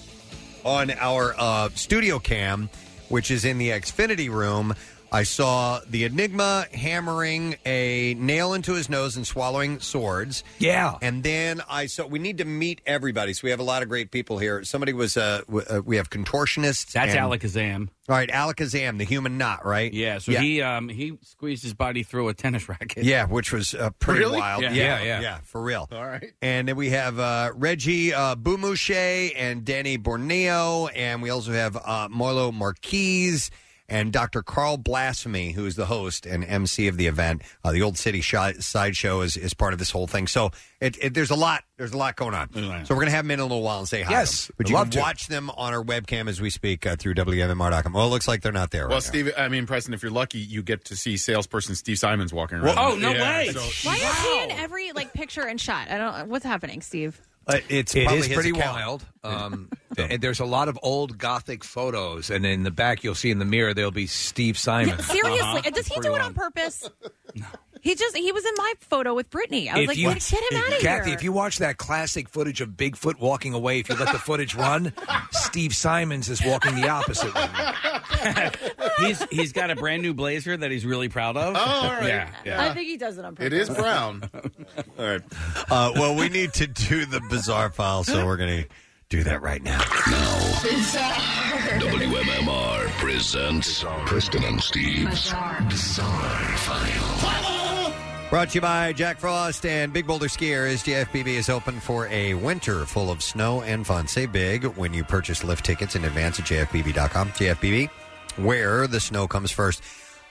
[SPEAKER 3] on our uh, studio cam, which is in the Xfinity room. I saw the Enigma hammering a nail into his nose and swallowing swords.
[SPEAKER 5] Yeah.
[SPEAKER 3] And then I saw, we need to meet everybody. So we have a lot of great people here. Somebody was, uh, w- uh, we have contortionists.
[SPEAKER 6] That's
[SPEAKER 3] and-
[SPEAKER 6] Alakazam.
[SPEAKER 3] All right, Alakazam, the human knot, right?
[SPEAKER 6] Yeah. So he um, he squeezed his body through a tennis racket.
[SPEAKER 3] Yeah, which was uh, pretty
[SPEAKER 6] Really?
[SPEAKER 3] wild.
[SPEAKER 6] Yeah.
[SPEAKER 3] yeah,
[SPEAKER 6] Yeah, yeah.
[SPEAKER 3] for real.
[SPEAKER 6] All right.
[SPEAKER 3] And then we have uh, Reggie uh, Bumouche and Danny Borneo, and we also have uh, Marlo Marquez and Dr. Carl Blasphemy, who is the host and MC of the event. Uh, the Old City Shi- Sideshow is, is part of this whole thing. So it, it, there's a lot there's a lot going on. So we're going to have him in a little while and say hi. to
[SPEAKER 7] Yes,
[SPEAKER 3] him. But
[SPEAKER 7] I'd
[SPEAKER 3] you
[SPEAKER 7] love
[SPEAKER 3] can
[SPEAKER 7] to.
[SPEAKER 3] watch them on our webcam as we speak uh, through WMMR.com. Well, it looks like they're not there
[SPEAKER 7] well,
[SPEAKER 3] right now.
[SPEAKER 7] Steve, I mean, Preston, if you're lucky, you get to see salesperson Steve Simons walking around.
[SPEAKER 3] Well, oh, no way.
[SPEAKER 7] so-
[SPEAKER 25] Why is he in every like picture and shot? I don't. What's happening, Steve?
[SPEAKER 3] Uh, it's
[SPEAKER 5] it
[SPEAKER 3] probably
[SPEAKER 5] is
[SPEAKER 3] his
[SPEAKER 5] pretty
[SPEAKER 3] account.
[SPEAKER 5] wild. Um, and there's a lot of old Gothic photos, and in the back you'll see in the mirror there'll be Steve Simon. Uh-huh.
[SPEAKER 25] Seriously, does he do it on purpose? He just he was in my photo with Brittany. I was like, "Get- get him
[SPEAKER 5] if-
[SPEAKER 25] out of here.
[SPEAKER 5] Kathy, if you watch that classic footage of Bigfoot walking away, if you let the footage run, Steve Simons is walking the opposite way.
[SPEAKER 6] he's he's got a brand new blazer that he's really proud of.
[SPEAKER 5] Oh, all right.
[SPEAKER 6] Yeah, yeah.
[SPEAKER 4] I think he does it on purpose.
[SPEAKER 3] All right. Uh, well, we need to do the bizarre file, so we're going to do that right now.
[SPEAKER 2] WMMR presents Preston and Steve's Bizarre, File.
[SPEAKER 3] Brought to you by Jack Frost and Big Boulder Skier. SGFBB is open for a winter full of snow and fun. Say big when you purchase lift tickets in advance at jfbb.com. JFBB, where the snow comes first.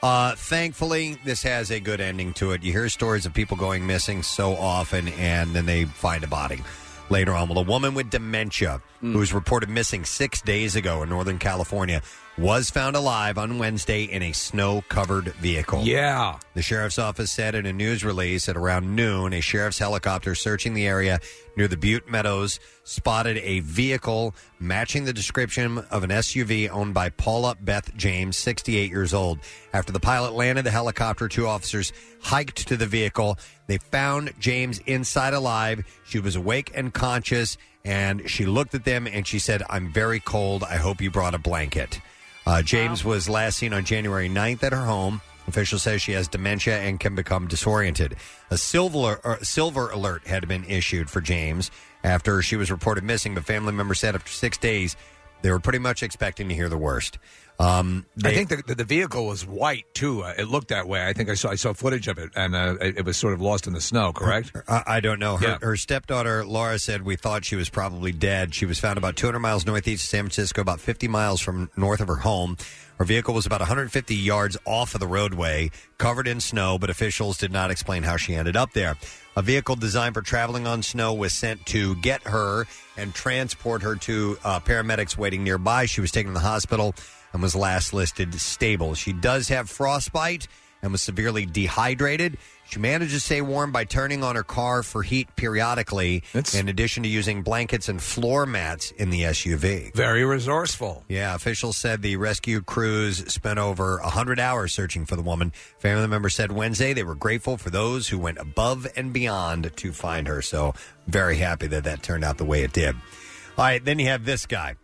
[SPEAKER 3] Uh, thankfully, this has a good ending to it. You hear stories of people going missing so often, and then they find a body later on. Well, a woman with dementia who was reported missing six days ago in Northern California was found alive on Wednesday in a snow covered vehicle.
[SPEAKER 5] Yeah.
[SPEAKER 3] The sheriff's office said in a news release at around noon, a sheriff's helicopter searching the area near the Butte Meadows spotted a vehicle matching the description of an SUV owned by Paula Beth James, 68 years old. After the pilot landed the helicopter, two officers hiked to the vehicle. They found James inside alive. She was awake and conscious, and she looked at them and she said, I'm very cold. I hope you brought a blanket. Uh, James was last seen on January 9th at her home. Official says she has dementia and can become disoriented. A silver er, silver alert had been issued for James after she was reported missing, but family members said after six days they were pretty much expecting to hear the worst. Um,
[SPEAKER 5] I
[SPEAKER 3] they-
[SPEAKER 5] think the, the, the vehicle was white too. Uh, it looked that way. I think I saw I saw footage of it, and uh, it, it was sort of lost in the snow. Correct?
[SPEAKER 3] I, I don't know. Her,
[SPEAKER 5] Yeah.
[SPEAKER 3] her stepdaughter Laura said we thought she was probably dead. She was found about 200 miles northeast of San Francisco, about 50 miles from north of her home. Her vehicle was about 150 yards off of the roadway, covered in snow, but officials did not explain how she ended up there. A vehicle designed for traveling on snow was sent to get her and transport her to uh, paramedics waiting nearby. She was taken to the hospital and was last listed stable. She does have frostbite and was severely dehydrated. She managed to stay warm by turning on her car for heat periodically, in addition to using blankets and floor mats in the SUV.
[SPEAKER 5] Very resourceful.
[SPEAKER 3] Yeah, officials said the rescue crews spent over 100 hours searching for the woman. Family members said Wednesday they were grateful for those who went above and beyond to find her. So, very happy that that turned out the way it did. All right, then you have this guy.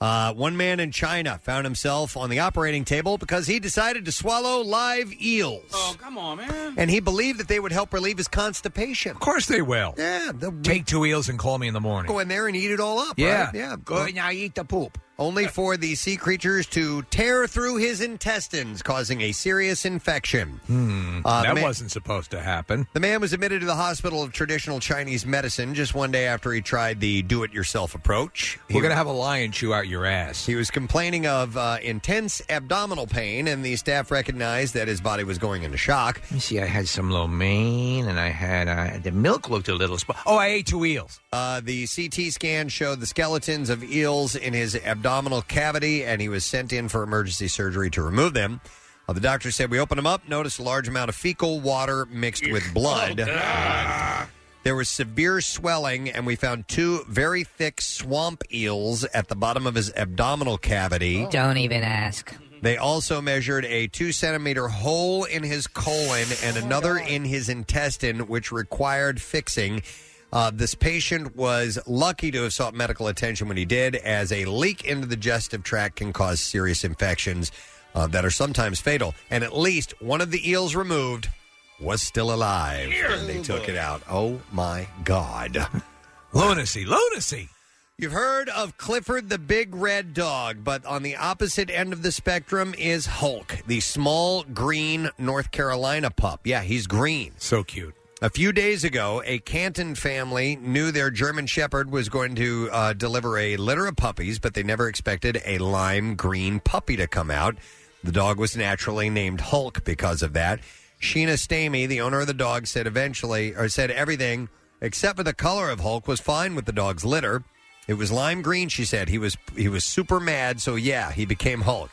[SPEAKER 3] Uh, one man in China found himself on the operating table because he decided to swallow live eels. Oh,
[SPEAKER 6] come on, man.
[SPEAKER 3] And he believed that they would help relieve his constipation. Of
[SPEAKER 5] course they will.
[SPEAKER 3] Yeah.
[SPEAKER 5] Take two eels and call me in the morning.
[SPEAKER 3] Go in there and eat it all up.
[SPEAKER 5] Yeah.
[SPEAKER 3] right? yeah.
[SPEAKER 5] Go and I eat the poop.
[SPEAKER 3] Only for the sea creatures to tear through his intestines, causing a serious infection.
[SPEAKER 5] Hmm.
[SPEAKER 3] Uh,
[SPEAKER 5] that
[SPEAKER 3] ma-
[SPEAKER 5] wasn't supposed to happen.
[SPEAKER 3] The man was admitted to the hospital of traditional Chinese medicine just one day after he tried the do-it-yourself approach.
[SPEAKER 5] We're gonna have a lion chew out your ass.
[SPEAKER 3] He was complaining of uh, intense abdominal pain, and the staff recognized that his body was going into shock.
[SPEAKER 5] You see, I had some lo mein, and I had uh, the milk looked a little. Sp- oh, I ate two eels.
[SPEAKER 3] Uh, the CT scan showed the skeletons of eels in his abdominal cavity, and he was sent in for emergency surgery to remove them. Uh, the doctor said, We opened him up, noticed a large amount of fecal water mixed with blood. There was severe swelling, and we found two very thick swamp eels at the bottom of his abdominal cavity.
[SPEAKER 8] Don't even ask.
[SPEAKER 3] They also measured a two centimeter hole in his colon and another in his intestine, which required fixing. Uh, this patient was lucky to have sought medical attention when he did, as a leak into the digestive tract can cause serious infections uh, that are sometimes fatal. And at least one of the eels removed was still alive. when they took it out. Oh my God.
[SPEAKER 5] Lunacy, lunacy.
[SPEAKER 3] You've heard of Clifford the Big Red Dog, but on the opposite end of the spectrum is Hulk, the small green North Carolina pup. Yeah, he's green.
[SPEAKER 5] So cute.
[SPEAKER 3] A few days ago, a Canton family knew their German Shepherd was going to uh, deliver a litter of puppies, but they never expected a lime green puppy to come out. The dog was naturally named Hulk because of that. Sheena Stamey, the owner of the dog, said eventually, or said everything except for the color of Hulk was fine with the dog's litter. It was lime green, she said. He was he was super mad, so yeah, he became Hulk.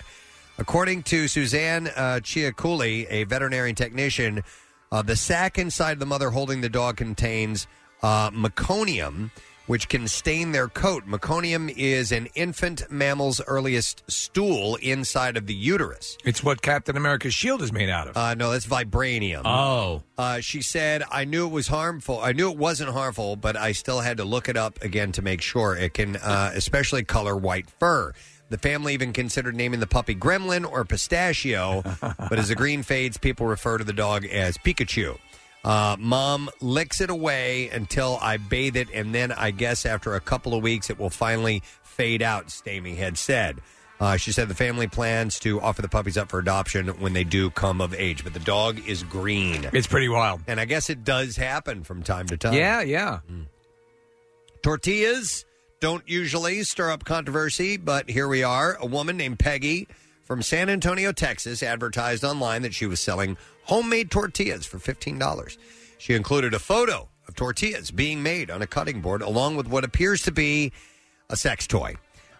[SPEAKER 3] According to Suzanne uh, Chiaculi, a veterinary technician, uh, the sac inside the mother holding the dog contains uh, meconium, which can stain their coat. Meconium is an infant mammal's earliest stool inside of the uterus.
[SPEAKER 5] It's what Captain America's shield is made out of.
[SPEAKER 3] Uh, no, that's vibranium.
[SPEAKER 5] Oh.
[SPEAKER 3] Uh, she said, I knew it was harmful. I knew it wasn't harmful, but I still had to look it up again to make sure. It can uh, especially color white fur. The family even considered naming the puppy Gremlin or Pistachio, but as the green fades, people refer to the dog as Pikachu. Uh, Mom licks it away until I bathe it, and then I guess after a couple of weeks, it will finally fade out, Stamey had said. Uh, she said the family plans to offer the puppies up for adoption when they do come of age, but the dog is green.
[SPEAKER 5] It's pretty wild.
[SPEAKER 3] And I guess it does happen from time to time.
[SPEAKER 5] Yeah, yeah.
[SPEAKER 3] Tortillas don't usually stir up controversy, but here we are. A woman named Peggy from San Antonio, Texas, advertised online that she was selling homemade tortillas for $15. She included a photo of tortillas being made on a cutting board, along with what appears to be a sex toy.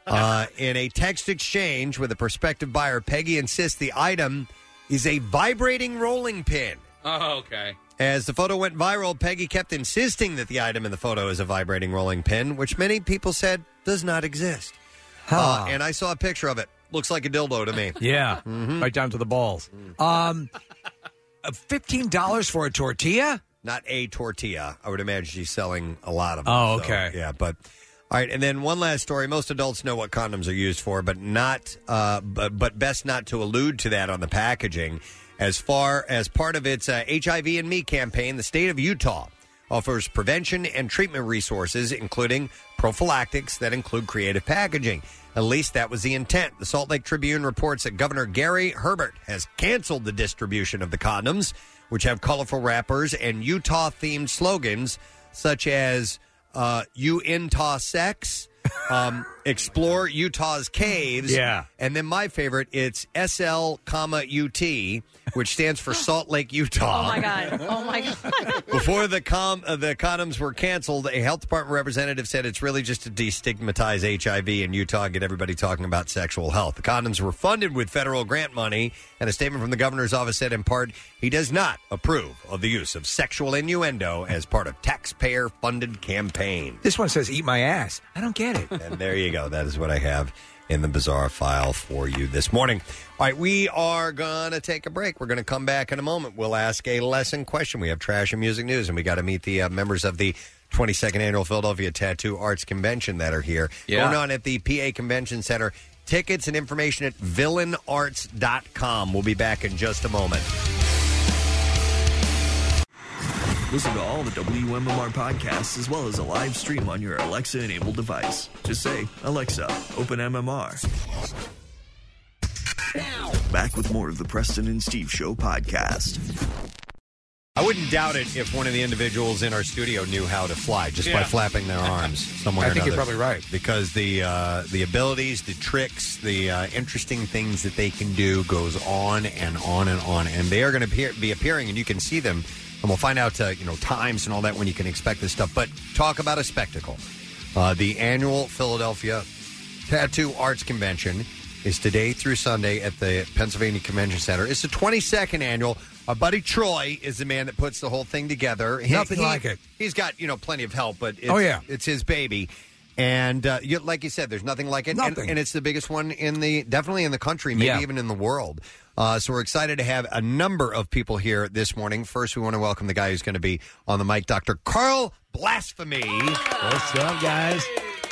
[SPEAKER 3] Uh, in a text exchange with a prospective buyer, Peggy insists the item is a vibrating rolling pin.
[SPEAKER 6] Oh, okay.
[SPEAKER 3] As the photo went viral, Peggy kept insisting that the item in the photo is a vibrating rolling pin, which many people said does not exist. Uh, and I saw a picture of it. Looks like a dildo to me.
[SPEAKER 5] Yeah,
[SPEAKER 3] Mm-hmm.
[SPEAKER 5] right down to the balls. Um, uh, fifteen dollars for a tortilla?
[SPEAKER 3] Not a tortilla. I would imagine she's selling a lot of them.
[SPEAKER 5] Oh,
[SPEAKER 3] so,
[SPEAKER 5] okay.
[SPEAKER 3] yeah, but all right. And then one last story. Most adults know what condoms are used for, but not, uh, but, but best not to allude to that on the packaging. As far as part of its uh, HIV and Me campaign, the state of Utah offers prevention and treatment resources, including prophylactics that include creative packaging. At least that was the intent. The Salt Lake Tribune reports that Governor Gary Herbert has canceled the distribution of the condoms, which have colorful wrappers and Utah themed slogans such as uh, You Utah Sex, um, Explore Utah's Caves.
[SPEAKER 5] Yeah.
[SPEAKER 3] And then my favorite, it's SL, comma UT, which stands for Salt Lake, Utah.
[SPEAKER 4] Oh my god! Oh my god!
[SPEAKER 3] Before the com uh, the condoms were canceled, a health department representative said it's really just to destigmatize HIV in Utah and get everybody talking about sexual health. The condoms were funded with federal grant money, and a statement from the governor's office said in part he does not approve of the use of sexual innuendo as part of taxpayer funded campaign.
[SPEAKER 5] This one says, "Eat my ass." I don't get it.
[SPEAKER 3] And there you go. That is what I have in the bizarre file for you this morning. All right, we are going to take a break. We're going to come back in a moment. We'll ask a lesson question. We have trash and music news, and we got to meet the uh, members of the 22nd Annual Philadelphia Tattoo Arts Convention that are here.
[SPEAKER 5] Yeah.
[SPEAKER 3] Going on at the PA Convention Center. Tickets and information at villainarts.com. We'll be back in just a moment.
[SPEAKER 23] Listen to all the WMMR podcasts as well as a live stream on your Alexa enabled device. Just say, Alexa, open MMR. Back with more of the Preston and Steve Show podcast.
[SPEAKER 3] I wouldn't doubt it if one of the individuals in our studio knew how to fly just by
[SPEAKER 5] Yeah.
[SPEAKER 3] flapping their arms somewhere.
[SPEAKER 5] I
[SPEAKER 3] or
[SPEAKER 5] think you're
[SPEAKER 3] another.
[SPEAKER 5] probably right.
[SPEAKER 3] because the uh, the abilities, the tricks, the uh, interesting things that they can do goes on and on and on, and they are going to appear, be appearing, and you can see them, and we'll find out uh, you know times and all that when you can expect this stuff. But talk about a spectacle! Uh, the annual Philadelphia Tattoo Arts Convention is today through Sunday at the Pennsylvania Convention Center. It's the 22nd annual. Our buddy Troy is the man that puts the whole thing together. He-
[SPEAKER 5] Nothing
[SPEAKER 3] he-
[SPEAKER 5] like it.
[SPEAKER 3] He's got you know plenty of help, but it's,
[SPEAKER 5] Oh, yeah.
[SPEAKER 3] it's his baby. And uh, you, like you said, there's nothing like it, And-
[SPEAKER 5] Nothing.
[SPEAKER 3] And, it's the biggest one in the definitely in the country, maybe
[SPEAKER 5] Yeah.
[SPEAKER 3] even in the world. Uh, so we're excited to have a number of people here this morning. First, we want to welcome the guy who's going to be on the mic, Dr. Carl Blasphemy. What's up, guys?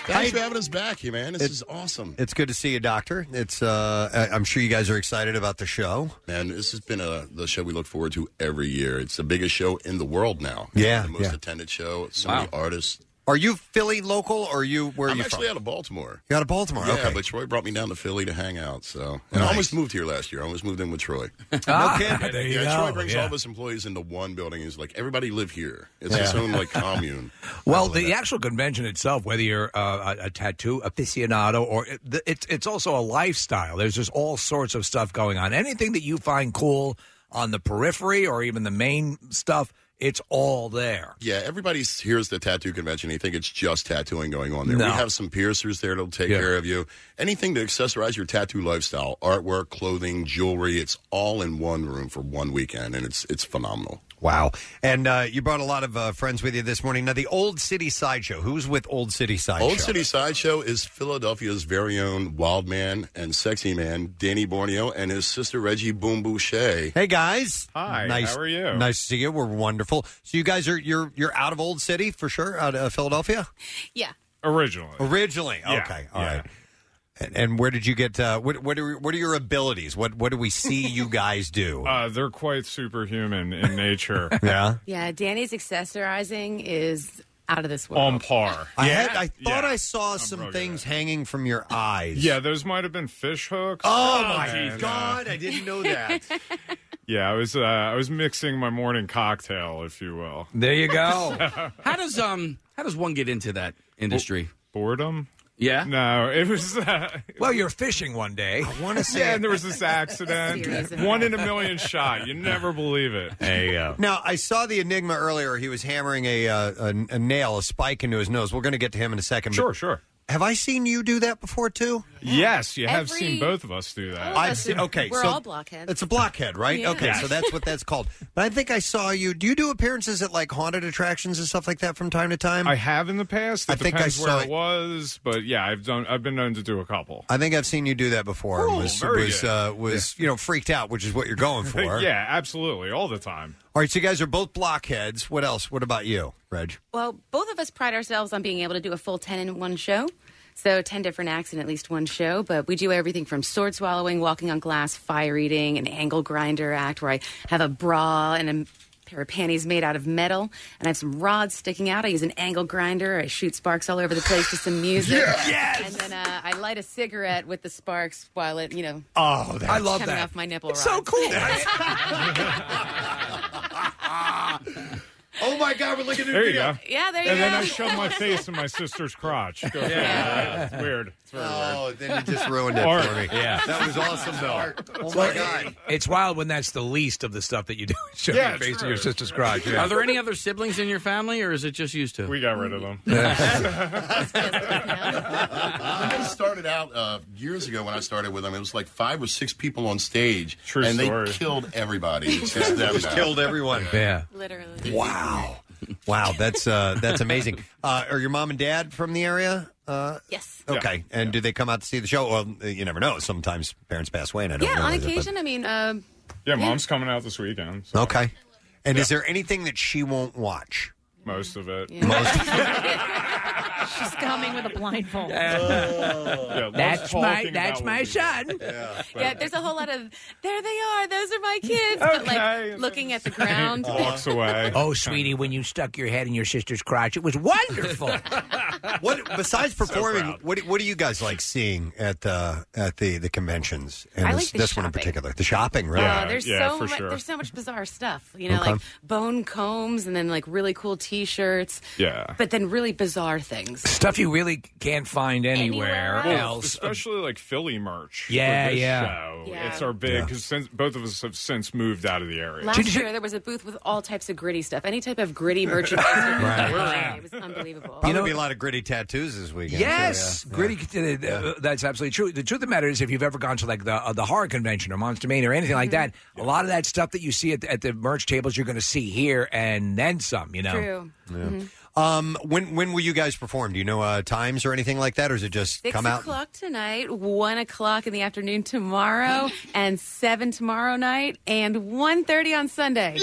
[SPEAKER 8] Thanks for having us back here, man. This is awesome.
[SPEAKER 3] It's good to see you, Doctor. It's uh, I- I'm sure you guys are excited about the show.
[SPEAKER 8] And this has been a, the show we look forward to every year. It's the biggest show in the world now.
[SPEAKER 3] Yeah,
[SPEAKER 8] The most
[SPEAKER 3] yeah.
[SPEAKER 8] attended show. So
[SPEAKER 3] Wow.
[SPEAKER 8] many artists,
[SPEAKER 3] Are you Philly local or are you where are
[SPEAKER 8] I'm
[SPEAKER 3] you
[SPEAKER 8] actually
[SPEAKER 3] from?
[SPEAKER 8] out of Baltimore.
[SPEAKER 3] You're out of Baltimore.
[SPEAKER 8] Yeah,
[SPEAKER 3] okay.
[SPEAKER 8] but Troy brought me down to Philly to hang out. So, and I almost moved here last year. I almost moved in with Troy.
[SPEAKER 3] Ah,
[SPEAKER 8] yeah,
[SPEAKER 3] there you
[SPEAKER 8] Troy
[SPEAKER 3] go.
[SPEAKER 8] brings
[SPEAKER 3] Yeah.
[SPEAKER 8] all of his employees into one building. He's like, everybody live here. It's
[SPEAKER 5] Yeah.
[SPEAKER 8] his own like commune.
[SPEAKER 5] Well, the actual convention itself, whether you're uh, a, a tattoo aficionado or it, the- it's it's also a lifestyle. There's just all sorts of stuff going on. Anything that you find cool on the periphery or even the main stuff, it's all there.
[SPEAKER 8] Yeah, everybody's here's the tattoo convention. They think it's just tattooing going on there.
[SPEAKER 5] No.
[SPEAKER 8] We have some piercers there that'll take care of you. Anything to accessorize your tattoo lifestyle, artwork, clothing, jewelry, it's all in one room for one weekend, and it's it's phenomenal.
[SPEAKER 3] Wow. And uh, you brought a lot of uh, friends with you this morning. Now, the Old City Sideshow. Who's with Old City Sideshow?
[SPEAKER 8] Old City Sideshow is Philadelphia's very own wild man and sexy man, Danny Borneo, and his sister Reggie Boom Boucher.
[SPEAKER 3] Hey guys.
[SPEAKER 8] Hi,
[SPEAKER 3] Nice,
[SPEAKER 8] how are you?
[SPEAKER 3] Nice to see you. We're wonderful. So you guys are you're you're out of Old City for sure, out of Philadelphia.
[SPEAKER 25] Yeah.
[SPEAKER 3] Originally. Originally.
[SPEAKER 24] Yeah.
[SPEAKER 3] Okay. all right. And, and where did you get? Uh, what what are what are your abilities? What what do we see you guys do?
[SPEAKER 10] Uh, they're quite superhuman in nature.
[SPEAKER 3] yeah.
[SPEAKER 14] Yeah, Danny's accessorizing is out of
[SPEAKER 3] Oh,
[SPEAKER 14] this world.
[SPEAKER 10] On par.
[SPEAKER 3] I had, I thought I saw some things hanging from your eyes.
[SPEAKER 10] Yeah, those might have been fish hooks.
[SPEAKER 3] Oh, my
[SPEAKER 10] And, uh,
[SPEAKER 3] God! I didn't know that.
[SPEAKER 10] yeah, I was uh, I was mixing my morning cocktail, if you will.
[SPEAKER 5] There you
[SPEAKER 6] how does um how does one get into that industry?
[SPEAKER 10] Boredom.
[SPEAKER 6] Yeah.
[SPEAKER 10] No, it was. Uh,
[SPEAKER 5] well, you're fishing one day. I
[SPEAKER 3] want to say.
[SPEAKER 10] Yeah, and there was this accident. One in a million shot. You never believe it.
[SPEAKER 3] There you
[SPEAKER 10] uh,
[SPEAKER 3] go. Now I saw the enigma earlier. He was hammering a uh, a, a nail, a spike into his nose. We're going to get to him in a second.
[SPEAKER 10] Sure, sure.
[SPEAKER 3] Have I seen you do that before too?
[SPEAKER 10] Yes, you have
[SPEAKER 14] Every-
[SPEAKER 10] seen both of us do that.
[SPEAKER 3] I've seen. Okay,
[SPEAKER 14] We're
[SPEAKER 3] so
[SPEAKER 14] all blockheads.
[SPEAKER 3] It's a blockhead, right?
[SPEAKER 14] Yeah.
[SPEAKER 3] Okay,
[SPEAKER 14] Yeah.
[SPEAKER 3] so that's what that's called. But I think I saw you. Do you do appearances at like haunted attractions and stuff like that from time to time?
[SPEAKER 10] I have in the past. It
[SPEAKER 3] I think I
[SPEAKER 10] depends
[SPEAKER 3] saw
[SPEAKER 10] where
[SPEAKER 3] it.
[SPEAKER 10] it was, but yeah, I've done. I've been known to do a couple.
[SPEAKER 3] I think I've seen you do that before. and
[SPEAKER 10] Cool,
[SPEAKER 3] was
[SPEAKER 10] very
[SPEAKER 3] was
[SPEAKER 10] good.
[SPEAKER 3] uh, was you know freaked out, which is what you're going for.
[SPEAKER 10] yeah, absolutely, all the time.
[SPEAKER 3] All right, so you guys are both blockheads. What else? What about you, Reg?
[SPEAKER 14] Well, both of us pride ourselves on being able to do a full 10 in one show. So 10 different acts in at least one show, but we do everything from sword swallowing, walking on glass, fire eating, an angle grinder act where I have a bra and a pair of panties made out of metal, and I have some rods sticking out. I use an angle grinder. I shoot sparks all over the place to some music. Yes! And then uh, I light a cigarette with the sparks while it, you know,
[SPEAKER 3] Oh,
[SPEAKER 14] that's- Coming off my nipple
[SPEAKER 10] It's
[SPEAKER 14] rods.
[SPEAKER 10] so cool.
[SPEAKER 3] Oh my God, we're looking
[SPEAKER 10] There you go.
[SPEAKER 14] Yeah, there you
[SPEAKER 10] and then
[SPEAKER 14] go.
[SPEAKER 10] I shove my face in my sister's crotch. Go for
[SPEAKER 14] Yeah.
[SPEAKER 10] it. It's weird. It's very
[SPEAKER 3] Oh,
[SPEAKER 10] weird.
[SPEAKER 3] then you just ruined it
[SPEAKER 10] Or-
[SPEAKER 3] for me.
[SPEAKER 10] Yeah.
[SPEAKER 3] that was awesome though. Oh
[SPEAKER 5] Well,
[SPEAKER 3] my God.
[SPEAKER 5] it- it's wild when that's the least of the stuff that you do. Show
[SPEAKER 6] Yeah,
[SPEAKER 5] your face to
[SPEAKER 6] true.
[SPEAKER 5] your sister's garage.
[SPEAKER 6] Are there any other siblings in your family, or is it just used to?
[SPEAKER 10] We got rid of them.
[SPEAKER 8] I started out uh, years ago when I started with them. It was like five or six people on stage, True and
[SPEAKER 10] story.
[SPEAKER 8] they killed everybody. It's just them
[SPEAKER 3] Just
[SPEAKER 8] now.
[SPEAKER 3] killed everyone. Yeah.
[SPEAKER 14] Literally.
[SPEAKER 3] Wow. Wow, that's uh, that's amazing. Uh, are your mom and dad from the area? Uh,
[SPEAKER 14] Yes.
[SPEAKER 3] Okay, and do they come out to see the show? Well, you never know. Sometimes parents pass away, and I don't.
[SPEAKER 14] Yeah, on
[SPEAKER 3] realize it, but-
[SPEAKER 14] occasion, I mean, um,
[SPEAKER 10] Yeah, mom's coming out this weekend. so
[SPEAKER 3] Okay. And is there anything that she won't watch?
[SPEAKER 10] Most of it.
[SPEAKER 4] She's coming with a blindfold.
[SPEAKER 10] Yeah, loves
[SPEAKER 4] that's my
[SPEAKER 10] talking
[SPEAKER 4] that's
[SPEAKER 10] about
[SPEAKER 4] my
[SPEAKER 10] movies.
[SPEAKER 4] son.
[SPEAKER 14] yeah, there's a whole lot of there they are, those are my kids, but like looking at the ground. uh,
[SPEAKER 10] Walks away.
[SPEAKER 5] Oh, sweetie, when you stuck your head in your sister's crotch, it was wonderful.
[SPEAKER 3] what besides performing? what What do you guys like seeing at the at the the conventions? And
[SPEAKER 14] I
[SPEAKER 3] this,
[SPEAKER 14] like the
[SPEAKER 3] this one in
[SPEAKER 14] shopping.
[SPEAKER 3] particular, the shopping. Really?
[SPEAKER 14] Oh, there's so much. There's so much bizarre stuff. You know,
[SPEAKER 3] Okay.
[SPEAKER 14] like bone combs, and then like really cool T-shirts.
[SPEAKER 10] Yeah.
[SPEAKER 14] But then really bizarre things.
[SPEAKER 5] Stuff you really can't find anywhere,
[SPEAKER 14] Anywhere
[SPEAKER 10] Well,
[SPEAKER 5] else.
[SPEAKER 10] especially like Philly merch.
[SPEAKER 5] Yeah,
[SPEAKER 10] for this
[SPEAKER 5] yeah.
[SPEAKER 10] Show.
[SPEAKER 14] Yeah.
[SPEAKER 10] It's our
[SPEAKER 14] Yeah.
[SPEAKER 10] big because since both of us have since moved out of the area.
[SPEAKER 14] Last year there was a booth with all types of gritty stuff. Any type of gritty merchandise.
[SPEAKER 10] Right.
[SPEAKER 14] It was unbelievable.
[SPEAKER 3] Probably be a lot of gritty tattoos this weekend.
[SPEAKER 5] Yes,
[SPEAKER 3] too, yeah.
[SPEAKER 5] gritty. uh, uh, that's absolutely true. The truth of the matter is, if you've ever gone to like the uh, the horror convention or Monster Mania or anything like
[SPEAKER 3] Mm-hmm.
[SPEAKER 5] that, a lot of that stuff that you see at, the- at the merch tables, you're going to see here and then some. You know,
[SPEAKER 14] True. Mm-hmm.
[SPEAKER 3] Yeah. Um, when when will you guys perform? Do you know uh, times or anything like that, or is it just
[SPEAKER 14] Six
[SPEAKER 3] come out?
[SPEAKER 14] o'clock tonight, one o'clock in the afternoon tomorrow, and seven tomorrow night, and one thirty on Sunday.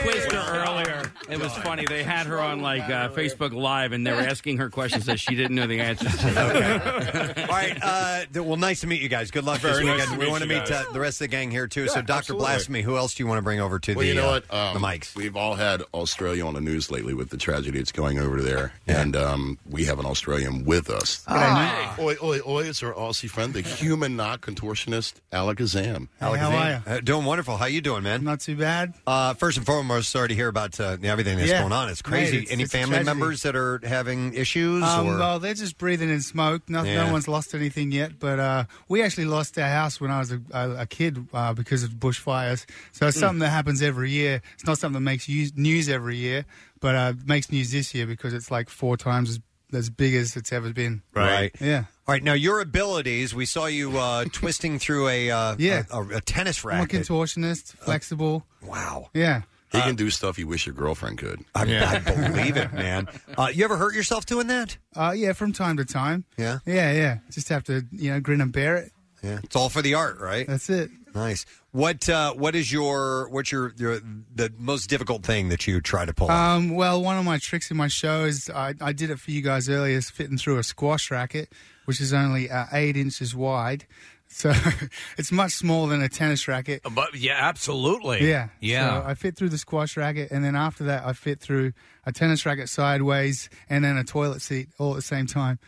[SPEAKER 10] quizzed her earlier.
[SPEAKER 26] It was funny. They had her on like uh, Facebook Live, and they were asking her questions that she didn't know the answers to.
[SPEAKER 3] All right. Uh, th- well, nice to meet you guys. Good luck this
[SPEAKER 26] Very nice
[SPEAKER 3] weekend.
[SPEAKER 26] to
[SPEAKER 3] we
[SPEAKER 26] meet
[SPEAKER 3] want to
[SPEAKER 26] you
[SPEAKER 3] meet
[SPEAKER 26] guys.
[SPEAKER 3] uh, the rest of the gang here too.
[SPEAKER 8] Yeah,
[SPEAKER 3] so, Doctor
[SPEAKER 8] absolutely.
[SPEAKER 3] Blasphemy, who else do you want to bring over to
[SPEAKER 8] well,
[SPEAKER 3] the
[SPEAKER 8] you know
[SPEAKER 3] uh,
[SPEAKER 8] what? Um,
[SPEAKER 3] the mics?
[SPEAKER 8] We've all had Australia on the news lately with the tragedy that's going over there, and um, we have an Australian with us.
[SPEAKER 17] Ah.
[SPEAKER 8] Oi, oi, oi! It's our Aussie friend, the human knot contortionist, Alakazam.
[SPEAKER 17] Hey, how are you?
[SPEAKER 3] Uh, doing wonderful. How you doing, man?
[SPEAKER 17] Not too bad.
[SPEAKER 3] Uh, first and foremost, sorry to hear about uh, everything that's
[SPEAKER 17] Yeah.
[SPEAKER 3] going on. It's
[SPEAKER 17] Right,
[SPEAKER 3] crazy.
[SPEAKER 17] it's-
[SPEAKER 3] Any
[SPEAKER 17] it's a
[SPEAKER 3] family
[SPEAKER 17] tragedy.
[SPEAKER 3] members that are having issues?
[SPEAKER 17] Um,
[SPEAKER 3] or?
[SPEAKER 17] well, they're just breathing in smoke. No,
[SPEAKER 3] Yeah.
[SPEAKER 17] no one's lost anything yet. But uh, we actually lost our house when I was a, a, a kid uh, because of bushfires. So
[SPEAKER 3] Hmm.
[SPEAKER 17] it's
[SPEAKER 20] Mm.
[SPEAKER 17] something that happens every year. It's not something that makes us- news every year, but uh, makes news this year because it's like four times as, as big as it's ever been.
[SPEAKER 3] Right.
[SPEAKER 17] Yeah.
[SPEAKER 3] All right. Now, your abilities. We saw you uh, twisting through a uh,
[SPEAKER 17] Yeah.
[SPEAKER 3] a, a, a tennis
[SPEAKER 17] I'm a
[SPEAKER 3] racket.
[SPEAKER 17] contortionist, flexible.
[SPEAKER 3] Uh, wow.
[SPEAKER 17] Yeah.
[SPEAKER 8] He can do stuff you wish your girlfriend could.
[SPEAKER 3] Uh, I, believe it, man. Uh, you ever hurt yourself doing that?
[SPEAKER 17] Uh, yeah, from time to time.
[SPEAKER 3] Yeah.
[SPEAKER 17] Yeah, yeah. Just have to, you know, grin and bear it.
[SPEAKER 3] Yeah. It's all for the art, right?
[SPEAKER 17] That's it.
[SPEAKER 3] Nice. What uh, What is your what's your, your the most difficult thing that you try to pull? off?
[SPEAKER 17] Um, well, one of my tricks in my show is I, I did it for you guys earlier, is fitting through a squash racket, which is only uh, eight inches wide. So it's much smaller than a tennis racket.
[SPEAKER 5] But yeah, absolutely.
[SPEAKER 17] Yeah.
[SPEAKER 5] Yeah.
[SPEAKER 17] So I fit through the squash racket, and then after that, I fit through a tennis racket sideways and then a toilet seat all at the same time.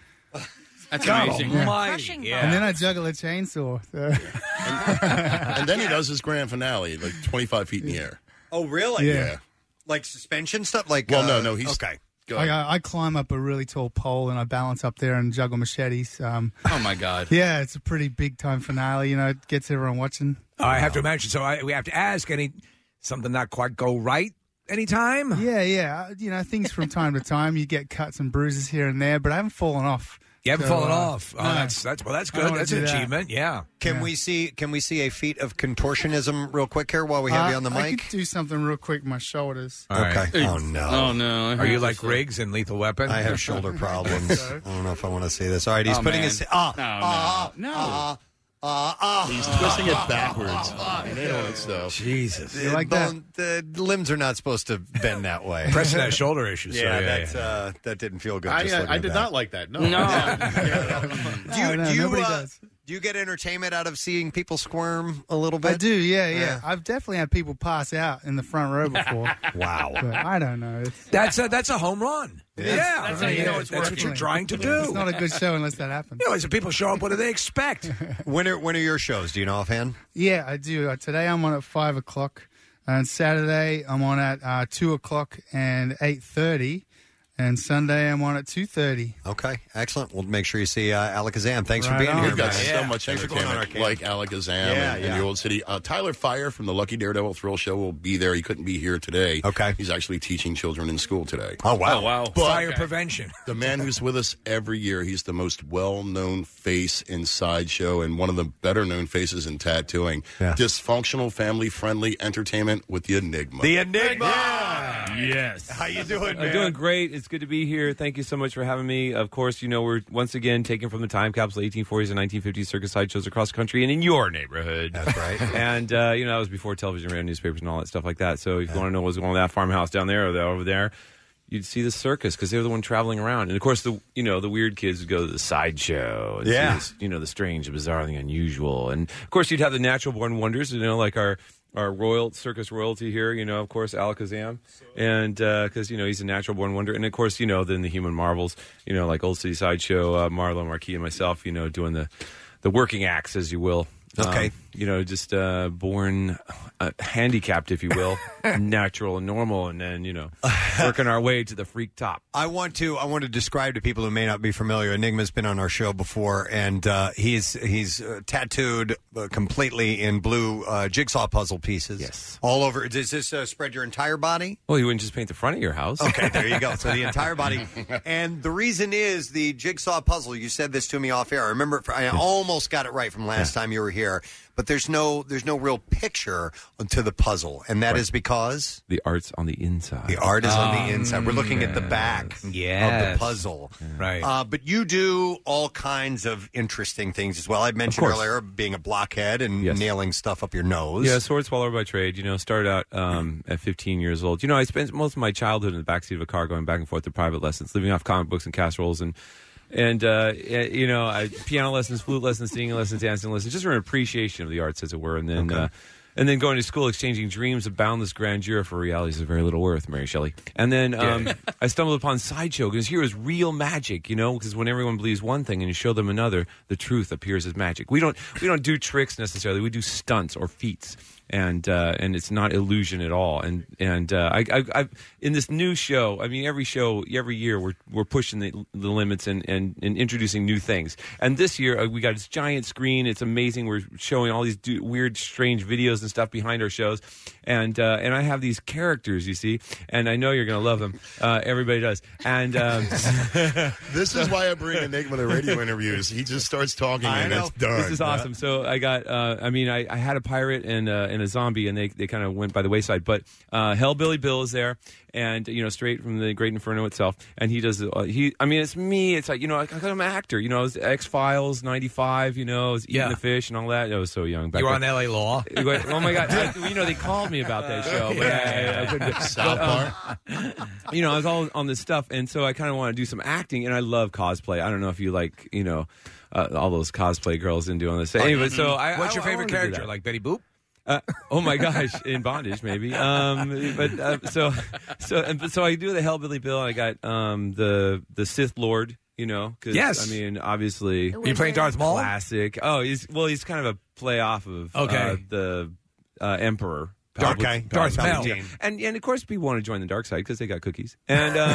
[SPEAKER 26] That's
[SPEAKER 17] God
[SPEAKER 26] amazing.
[SPEAKER 17] almighty,
[SPEAKER 26] Crushing yeah.
[SPEAKER 17] And then I juggle a chainsaw. So.
[SPEAKER 8] and then he does his grand finale, like 25 feet in the air.
[SPEAKER 3] oh, really?
[SPEAKER 17] Yeah.
[SPEAKER 3] Like suspension stuff. Like
[SPEAKER 8] Well,
[SPEAKER 3] uh,
[SPEAKER 8] no, no, he's-
[SPEAKER 3] okay.
[SPEAKER 17] Like, I, I climb up a really tall pole and I balance up there and juggle machetes. Um,
[SPEAKER 6] Oh my God.
[SPEAKER 17] yeah, it's a pretty big time finale. You know, it gets everyone watching.
[SPEAKER 5] I have to imagine. So I, we have to ask any something not quite go right anytime.
[SPEAKER 17] Yeah, yeah. Uh, You know, things from time to time. You get cuts and bruises here and there, but I haven't fallen off.
[SPEAKER 5] You haven't
[SPEAKER 17] So,
[SPEAKER 5] fallen
[SPEAKER 17] uh,
[SPEAKER 5] off. Oh,
[SPEAKER 17] no.
[SPEAKER 5] that's that's well, that's
[SPEAKER 17] I don't
[SPEAKER 5] good.
[SPEAKER 17] wanna
[SPEAKER 5] That's
[SPEAKER 17] do
[SPEAKER 5] an
[SPEAKER 17] that.
[SPEAKER 5] achievement. Yeah.
[SPEAKER 3] Can we see Can we see a feat of contortionism real quick here while we have
[SPEAKER 17] Uh,
[SPEAKER 3] you on the
[SPEAKER 17] I
[SPEAKER 3] mic?
[SPEAKER 17] could do something real quick with my shoulders.
[SPEAKER 3] Okay. Oh no.
[SPEAKER 17] Oh, no. I
[SPEAKER 5] Are you
[SPEAKER 17] heard
[SPEAKER 5] like Riggs in Lethal Weapon?
[SPEAKER 3] I have shoulder problems. I don't know if I want to say this. All right, he's
[SPEAKER 5] Oh,
[SPEAKER 3] putting
[SPEAKER 5] man.
[SPEAKER 3] his ah
[SPEAKER 5] No,
[SPEAKER 3] ah
[SPEAKER 17] no.
[SPEAKER 3] ah ah ah.
[SPEAKER 8] He's
[SPEAKER 3] twisting
[SPEAKER 8] it backwards.
[SPEAKER 3] Jesus,
[SPEAKER 8] You like that?
[SPEAKER 3] bone, The limbs are not supposed to bend that way.
[SPEAKER 5] Pressing that shoulder issue, so
[SPEAKER 3] Yeah,
[SPEAKER 5] yeah,
[SPEAKER 3] that's
[SPEAKER 5] yeah.
[SPEAKER 3] Uh, that didn't feel good.
[SPEAKER 7] I,
[SPEAKER 3] just
[SPEAKER 7] uh,
[SPEAKER 3] looking
[SPEAKER 7] I
[SPEAKER 3] at
[SPEAKER 7] did
[SPEAKER 3] that.
[SPEAKER 7] not like that. No.
[SPEAKER 3] Do you,
[SPEAKER 17] no,
[SPEAKER 3] do, you
[SPEAKER 17] nobody
[SPEAKER 3] uh,
[SPEAKER 17] does.
[SPEAKER 3] do you get entertainment out of seeing people squirm a little bit?
[SPEAKER 17] I do, yeah, yeah,
[SPEAKER 3] Yeah.
[SPEAKER 17] I've definitely had people pass out in the front row before.
[SPEAKER 3] Wow.
[SPEAKER 17] But I don't know. It's,
[SPEAKER 5] That's a that's a home run.
[SPEAKER 17] It
[SPEAKER 5] yeah,
[SPEAKER 17] is. That's how you know it's
[SPEAKER 5] that's what
[SPEAKER 17] working.
[SPEAKER 5] you're trying to do.
[SPEAKER 17] it's not a good show unless that happens.
[SPEAKER 5] You know, as the people show up, what do they expect?
[SPEAKER 3] when are when are your shows? Do you know offhand?
[SPEAKER 17] Yeah, I do. Uh, today I'm on at five o'clock, and Saturday I'm on at uh, two o'clock and eight thirty, and Sunday I'm on at two thirty.
[SPEAKER 3] Okay, excellent. We'll make sure you see uh, Alakazam. Thanks
[SPEAKER 17] Right
[SPEAKER 3] for being
[SPEAKER 17] on.
[SPEAKER 3] here.
[SPEAKER 17] We've got
[SPEAKER 3] man.
[SPEAKER 8] so much
[SPEAKER 3] Thanks for going on our
[SPEAKER 8] entertainment,
[SPEAKER 3] camp.
[SPEAKER 8] like Alakazam
[SPEAKER 3] Yeah,
[SPEAKER 8] and,
[SPEAKER 3] yeah.
[SPEAKER 8] and the Old City. Uh, Tyler Fire from the Lucky Daredevil Thrill Show will be there. He couldn't be here today. Okay, he's actually teaching children in school today.
[SPEAKER 3] Oh wow!
[SPEAKER 8] But
[SPEAKER 5] Fire prevention.
[SPEAKER 8] the man who's with us every year, he's the most well-known face in sideshow and one of the better-known faces in tattooing. Dysfunctional, family-friendly entertainment with the Enigma.
[SPEAKER 3] The Enigma.
[SPEAKER 26] Yes.
[SPEAKER 3] How you doing,
[SPEAKER 20] I'm Uh, doing great. It's good to be here. Thank you so much for having me. Of course, you know we're once again taking from the time capsule 1840s and 1950s circus sideshows across the country and in your neighborhood. That's
[SPEAKER 3] right.
[SPEAKER 20] and uh, you know that was before television, radio, newspapers, and all that stuff like that. So if you want to know what's going on in that farmhouse down there or the- over there, you'd see the circus because they were the one traveling around. And of course, the you know the weird kids would go to the sideshow. And see
[SPEAKER 3] Yeah.
[SPEAKER 20] this, you know the strange, the bizarre, the unusual. And of course, you'd have the natural born wonders. You know, like our our royal circus royalty here. You know, of course, Alakazam, and because you know he's a natural born wonder. And of course, you know then the human marvels. You know, like Old City Sideshow, uh, Marlo Marquis, and myself. You know, doing the the working acts, as you will. Um,
[SPEAKER 3] Okay.
[SPEAKER 20] you know, just uh, born uh, handicapped, if you will, natural and normal, and then you know, working our way to the freak top.
[SPEAKER 3] I want to I want to describe to people who may not be familiar. Enigma's been on our show before, and uh, he's he's uh, tattooed uh, completely in blue uh, jigsaw puzzle pieces. Yes, all over. Does this uh, spread your entire body?
[SPEAKER 20] Well, you wouldn't just paint the front of your house.
[SPEAKER 3] Okay, there you go. So the entire body, and the reason is the jigsaw puzzle. You said this to me off air. I remember. I almost got it right from last time you were here. but there's no there's no real picture to the puzzle, and that is because
[SPEAKER 20] The art's on the inside.
[SPEAKER 3] The art is on the inside. We're looking at the back of
[SPEAKER 20] Um, Yes. Mm.
[SPEAKER 3] the puzzle.
[SPEAKER 5] Right.
[SPEAKER 3] Uh, but you do all kinds of interesting things as well. I mentioned
[SPEAKER 20] course.
[SPEAKER 3] earlier being a blockhead and nailing stuff up your nose.
[SPEAKER 20] Yeah, sword swallower by trade. You know, started out um, at 15 years old. You know, I spent most of my childhood in the backseat of a car, going back and forth to private lessons, living off comic books and casseroles, and and uh, eh, you know, I, piano lessons, flute lessons, singing lessons, dancing lessons, just an appreciation of the arts, as it were. And then, uh, and then going to school, exchanging dreams of boundless grandeur for realities of very little worth. Mary Shelley. And then um, I stumbled upon sideshow because here is real magic. You know, because when everyone believes one thing and you show them another, the truth appears as magic. We don't we don't do tricks necessarily. We do stunts or feats and uh, and it's not illusion at all. And and uh, I, I, I in this new show, I mean, every show, every year, we're we're pushing the, the limits and, and and introducing new things. And this year, uh, we got this giant screen. It's amazing. We're showing all these du- weird, strange videos and stuff behind our shows. And uh, and I have these characters, you see, and I know you're gonna love them. Uh, everybody does. And um,
[SPEAKER 8] This is why I bring Enigma to radio interviews. He just starts talking
[SPEAKER 20] I
[SPEAKER 8] and
[SPEAKER 20] know.
[SPEAKER 8] it's done.
[SPEAKER 20] This is awesome. So I got, uh, I mean, I, I had a pirate and, uh, and a zombie, and they, they kind of went by the wayside. But uh, Hellbilly Bill is there, and you know, straight from the Great Inferno itself, and he does. Uh, he, I mean, it's me. It's like you know, I, I'm an actor. You know, I was X Files '95. You know, I was eating
[SPEAKER 5] Yeah.
[SPEAKER 20] the fish and all that. I was so young.
[SPEAKER 5] You were on
[SPEAKER 20] then.
[SPEAKER 5] LA Law.
[SPEAKER 20] oh my god! I- you know they called me about that show, but I, I, I couldn't. do it.
[SPEAKER 5] South
[SPEAKER 20] But, um, you know, I was all on this stuff, and so I kind of want to do some acting, and I love cosplay. I don't know if you like, you know, uh, all those cosplay girls into on this. Anyway, so I,
[SPEAKER 5] Oh, what's
[SPEAKER 20] I-
[SPEAKER 5] your favorite
[SPEAKER 20] I wanted to do
[SPEAKER 5] character?
[SPEAKER 20] that.
[SPEAKER 5] Like Betty Boop?
[SPEAKER 20] Uh, oh my gosh, in bondage maybe. Um, but uh, so so and, but so I do the Hellbilly Bill, and I got um, the the Sith Lord. You know, 'cause,
[SPEAKER 5] Yes.
[SPEAKER 20] I mean obviously
[SPEAKER 5] Are you playing Darth Maul?
[SPEAKER 20] Classic. Oh, he's well, he's kind of a play off of
[SPEAKER 5] Okay.
[SPEAKER 20] uh, the uh, Emperor.
[SPEAKER 5] Dark guy. Darth Maul.
[SPEAKER 20] and and of course people want to join the dark side because they got cookies, and, um,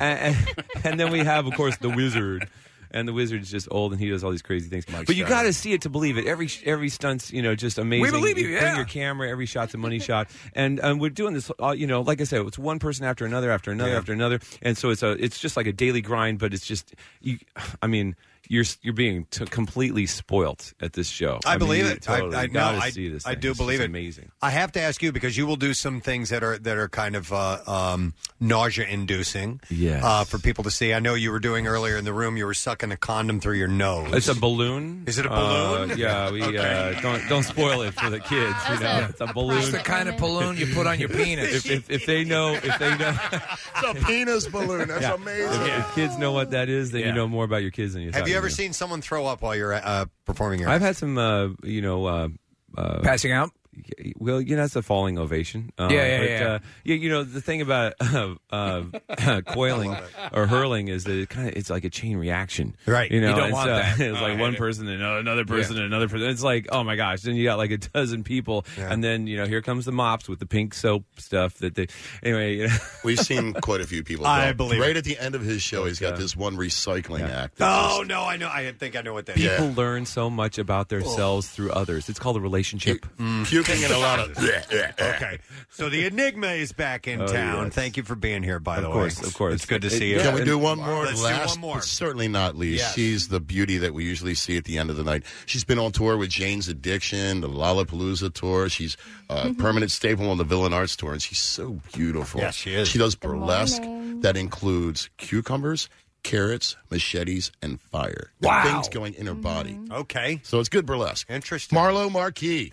[SPEAKER 20] and and- and then we have of course the wizard, and the wizard's just old and he does all these crazy things. but you
[SPEAKER 5] Shiner.
[SPEAKER 20] got to see it to believe it. Every every stunts, you know, just amazing.
[SPEAKER 5] believe you,
[SPEAKER 20] Bring
[SPEAKER 5] yeah.
[SPEAKER 20] your camera. Every shot's a money shot, and um, we're doing this. All, you know, like I said, it's one person after another after another
[SPEAKER 5] Yeah.
[SPEAKER 20] after another, and so it's a it's just like a daily grind. But it's just you. I mean. You're you're being t- completely spoilt at this show.
[SPEAKER 3] I,
[SPEAKER 20] Oh, mean,
[SPEAKER 3] believe
[SPEAKER 20] you
[SPEAKER 3] it.
[SPEAKER 20] Totally.
[SPEAKER 3] I, I,
[SPEAKER 20] You
[SPEAKER 3] no,
[SPEAKER 20] gotta
[SPEAKER 3] I,
[SPEAKER 20] see this.
[SPEAKER 3] I
[SPEAKER 20] thing.
[SPEAKER 3] do
[SPEAKER 20] It's just
[SPEAKER 3] believe it.
[SPEAKER 20] Amazing.
[SPEAKER 3] I have to ask you because you will do some things that are that are kind of uh, um, nausea-inducing.
[SPEAKER 20] Yes.
[SPEAKER 3] Uh, for people to see. I know you were doing earlier in the room. You were sucking a condom through your nose.
[SPEAKER 20] It's a balloon.
[SPEAKER 3] Is it a balloon?
[SPEAKER 20] Uh, yeah, we uh, don't don't spoil it for the kids. You know, it's a balloon.
[SPEAKER 5] It's the kind of balloon you put on your penis.
[SPEAKER 20] if, if, if they know, if they know,
[SPEAKER 8] It's a penis balloon. That's
[SPEAKER 20] Yeah.
[SPEAKER 8] amazing.
[SPEAKER 20] if, if kids know what that is, then you know more about your kids than you.
[SPEAKER 3] Have
[SPEAKER 20] thought
[SPEAKER 3] you ever
[SPEAKER 20] knew.
[SPEAKER 3] seen someone throw up while you're uh, performing? Your
[SPEAKER 20] I've had some, uh, you know, uh, uh,
[SPEAKER 5] passing out.
[SPEAKER 20] Well, you know, that's a falling ovation. Uh,
[SPEAKER 5] Yeah, yeah,
[SPEAKER 20] but,
[SPEAKER 5] yeah.
[SPEAKER 20] Uh, you, you know, the thing about uh, uh, coiling or hurling is that it kind of it's like a chain reaction,
[SPEAKER 5] Right.
[SPEAKER 20] You know,
[SPEAKER 5] You don't
[SPEAKER 20] and
[SPEAKER 5] want
[SPEAKER 20] so
[SPEAKER 5] that.
[SPEAKER 20] It's
[SPEAKER 5] I
[SPEAKER 20] like
[SPEAKER 5] hate
[SPEAKER 20] one
[SPEAKER 5] it.
[SPEAKER 20] person, then another, another person, and another person. It's like, oh my gosh! Then you got like a dozen people, and then you know, here comes the mops with the pink soap stuff that they. Anyway, you know.
[SPEAKER 8] We've seen quite a few people. Well, Right at the end of his show, he's got this one recycling act. that's
[SPEAKER 3] Oh no, I know. I think I know what that is.
[SPEAKER 20] People learn so much about themselves through others. It's called a relationship.
[SPEAKER 8] Oh. mm, puking in a lot of.
[SPEAKER 3] okay, so the enigma is back in
[SPEAKER 20] Oh,
[SPEAKER 3] town.
[SPEAKER 20] yes.
[SPEAKER 3] Thank you for being here. By
[SPEAKER 20] Of
[SPEAKER 3] the
[SPEAKER 20] course,
[SPEAKER 3] way,
[SPEAKER 20] of course.
[SPEAKER 3] it's good to
[SPEAKER 20] It-
[SPEAKER 3] see
[SPEAKER 20] it-
[SPEAKER 3] you.
[SPEAKER 8] Can we do one more?
[SPEAKER 3] Let's
[SPEAKER 8] last,
[SPEAKER 3] do one more.
[SPEAKER 8] but certainly not least.
[SPEAKER 3] Yes.
[SPEAKER 8] She's the beauty that we usually see at the end of the night. She's been on tour with Jane's Addiction, the Lollapalooza tour. She's a
[SPEAKER 27] Mm-hmm.
[SPEAKER 8] permanent staple on the Villain Arts tour, and she's so beautiful.
[SPEAKER 3] Yes, she is.
[SPEAKER 8] She does burlesque that includes cucumbers, carrots, machetes, and fire. The
[SPEAKER 3] Wow.
[SPEAKER 8] Things going in her body.
[SPEAKER 27] Mm-hmm.
[SPEAKER 3] Okay.
[SPEAKER 8] So it's good burlesque.
[SPEAKER 3] Interesting.
[SPEAKER 8] Marlo Marquis.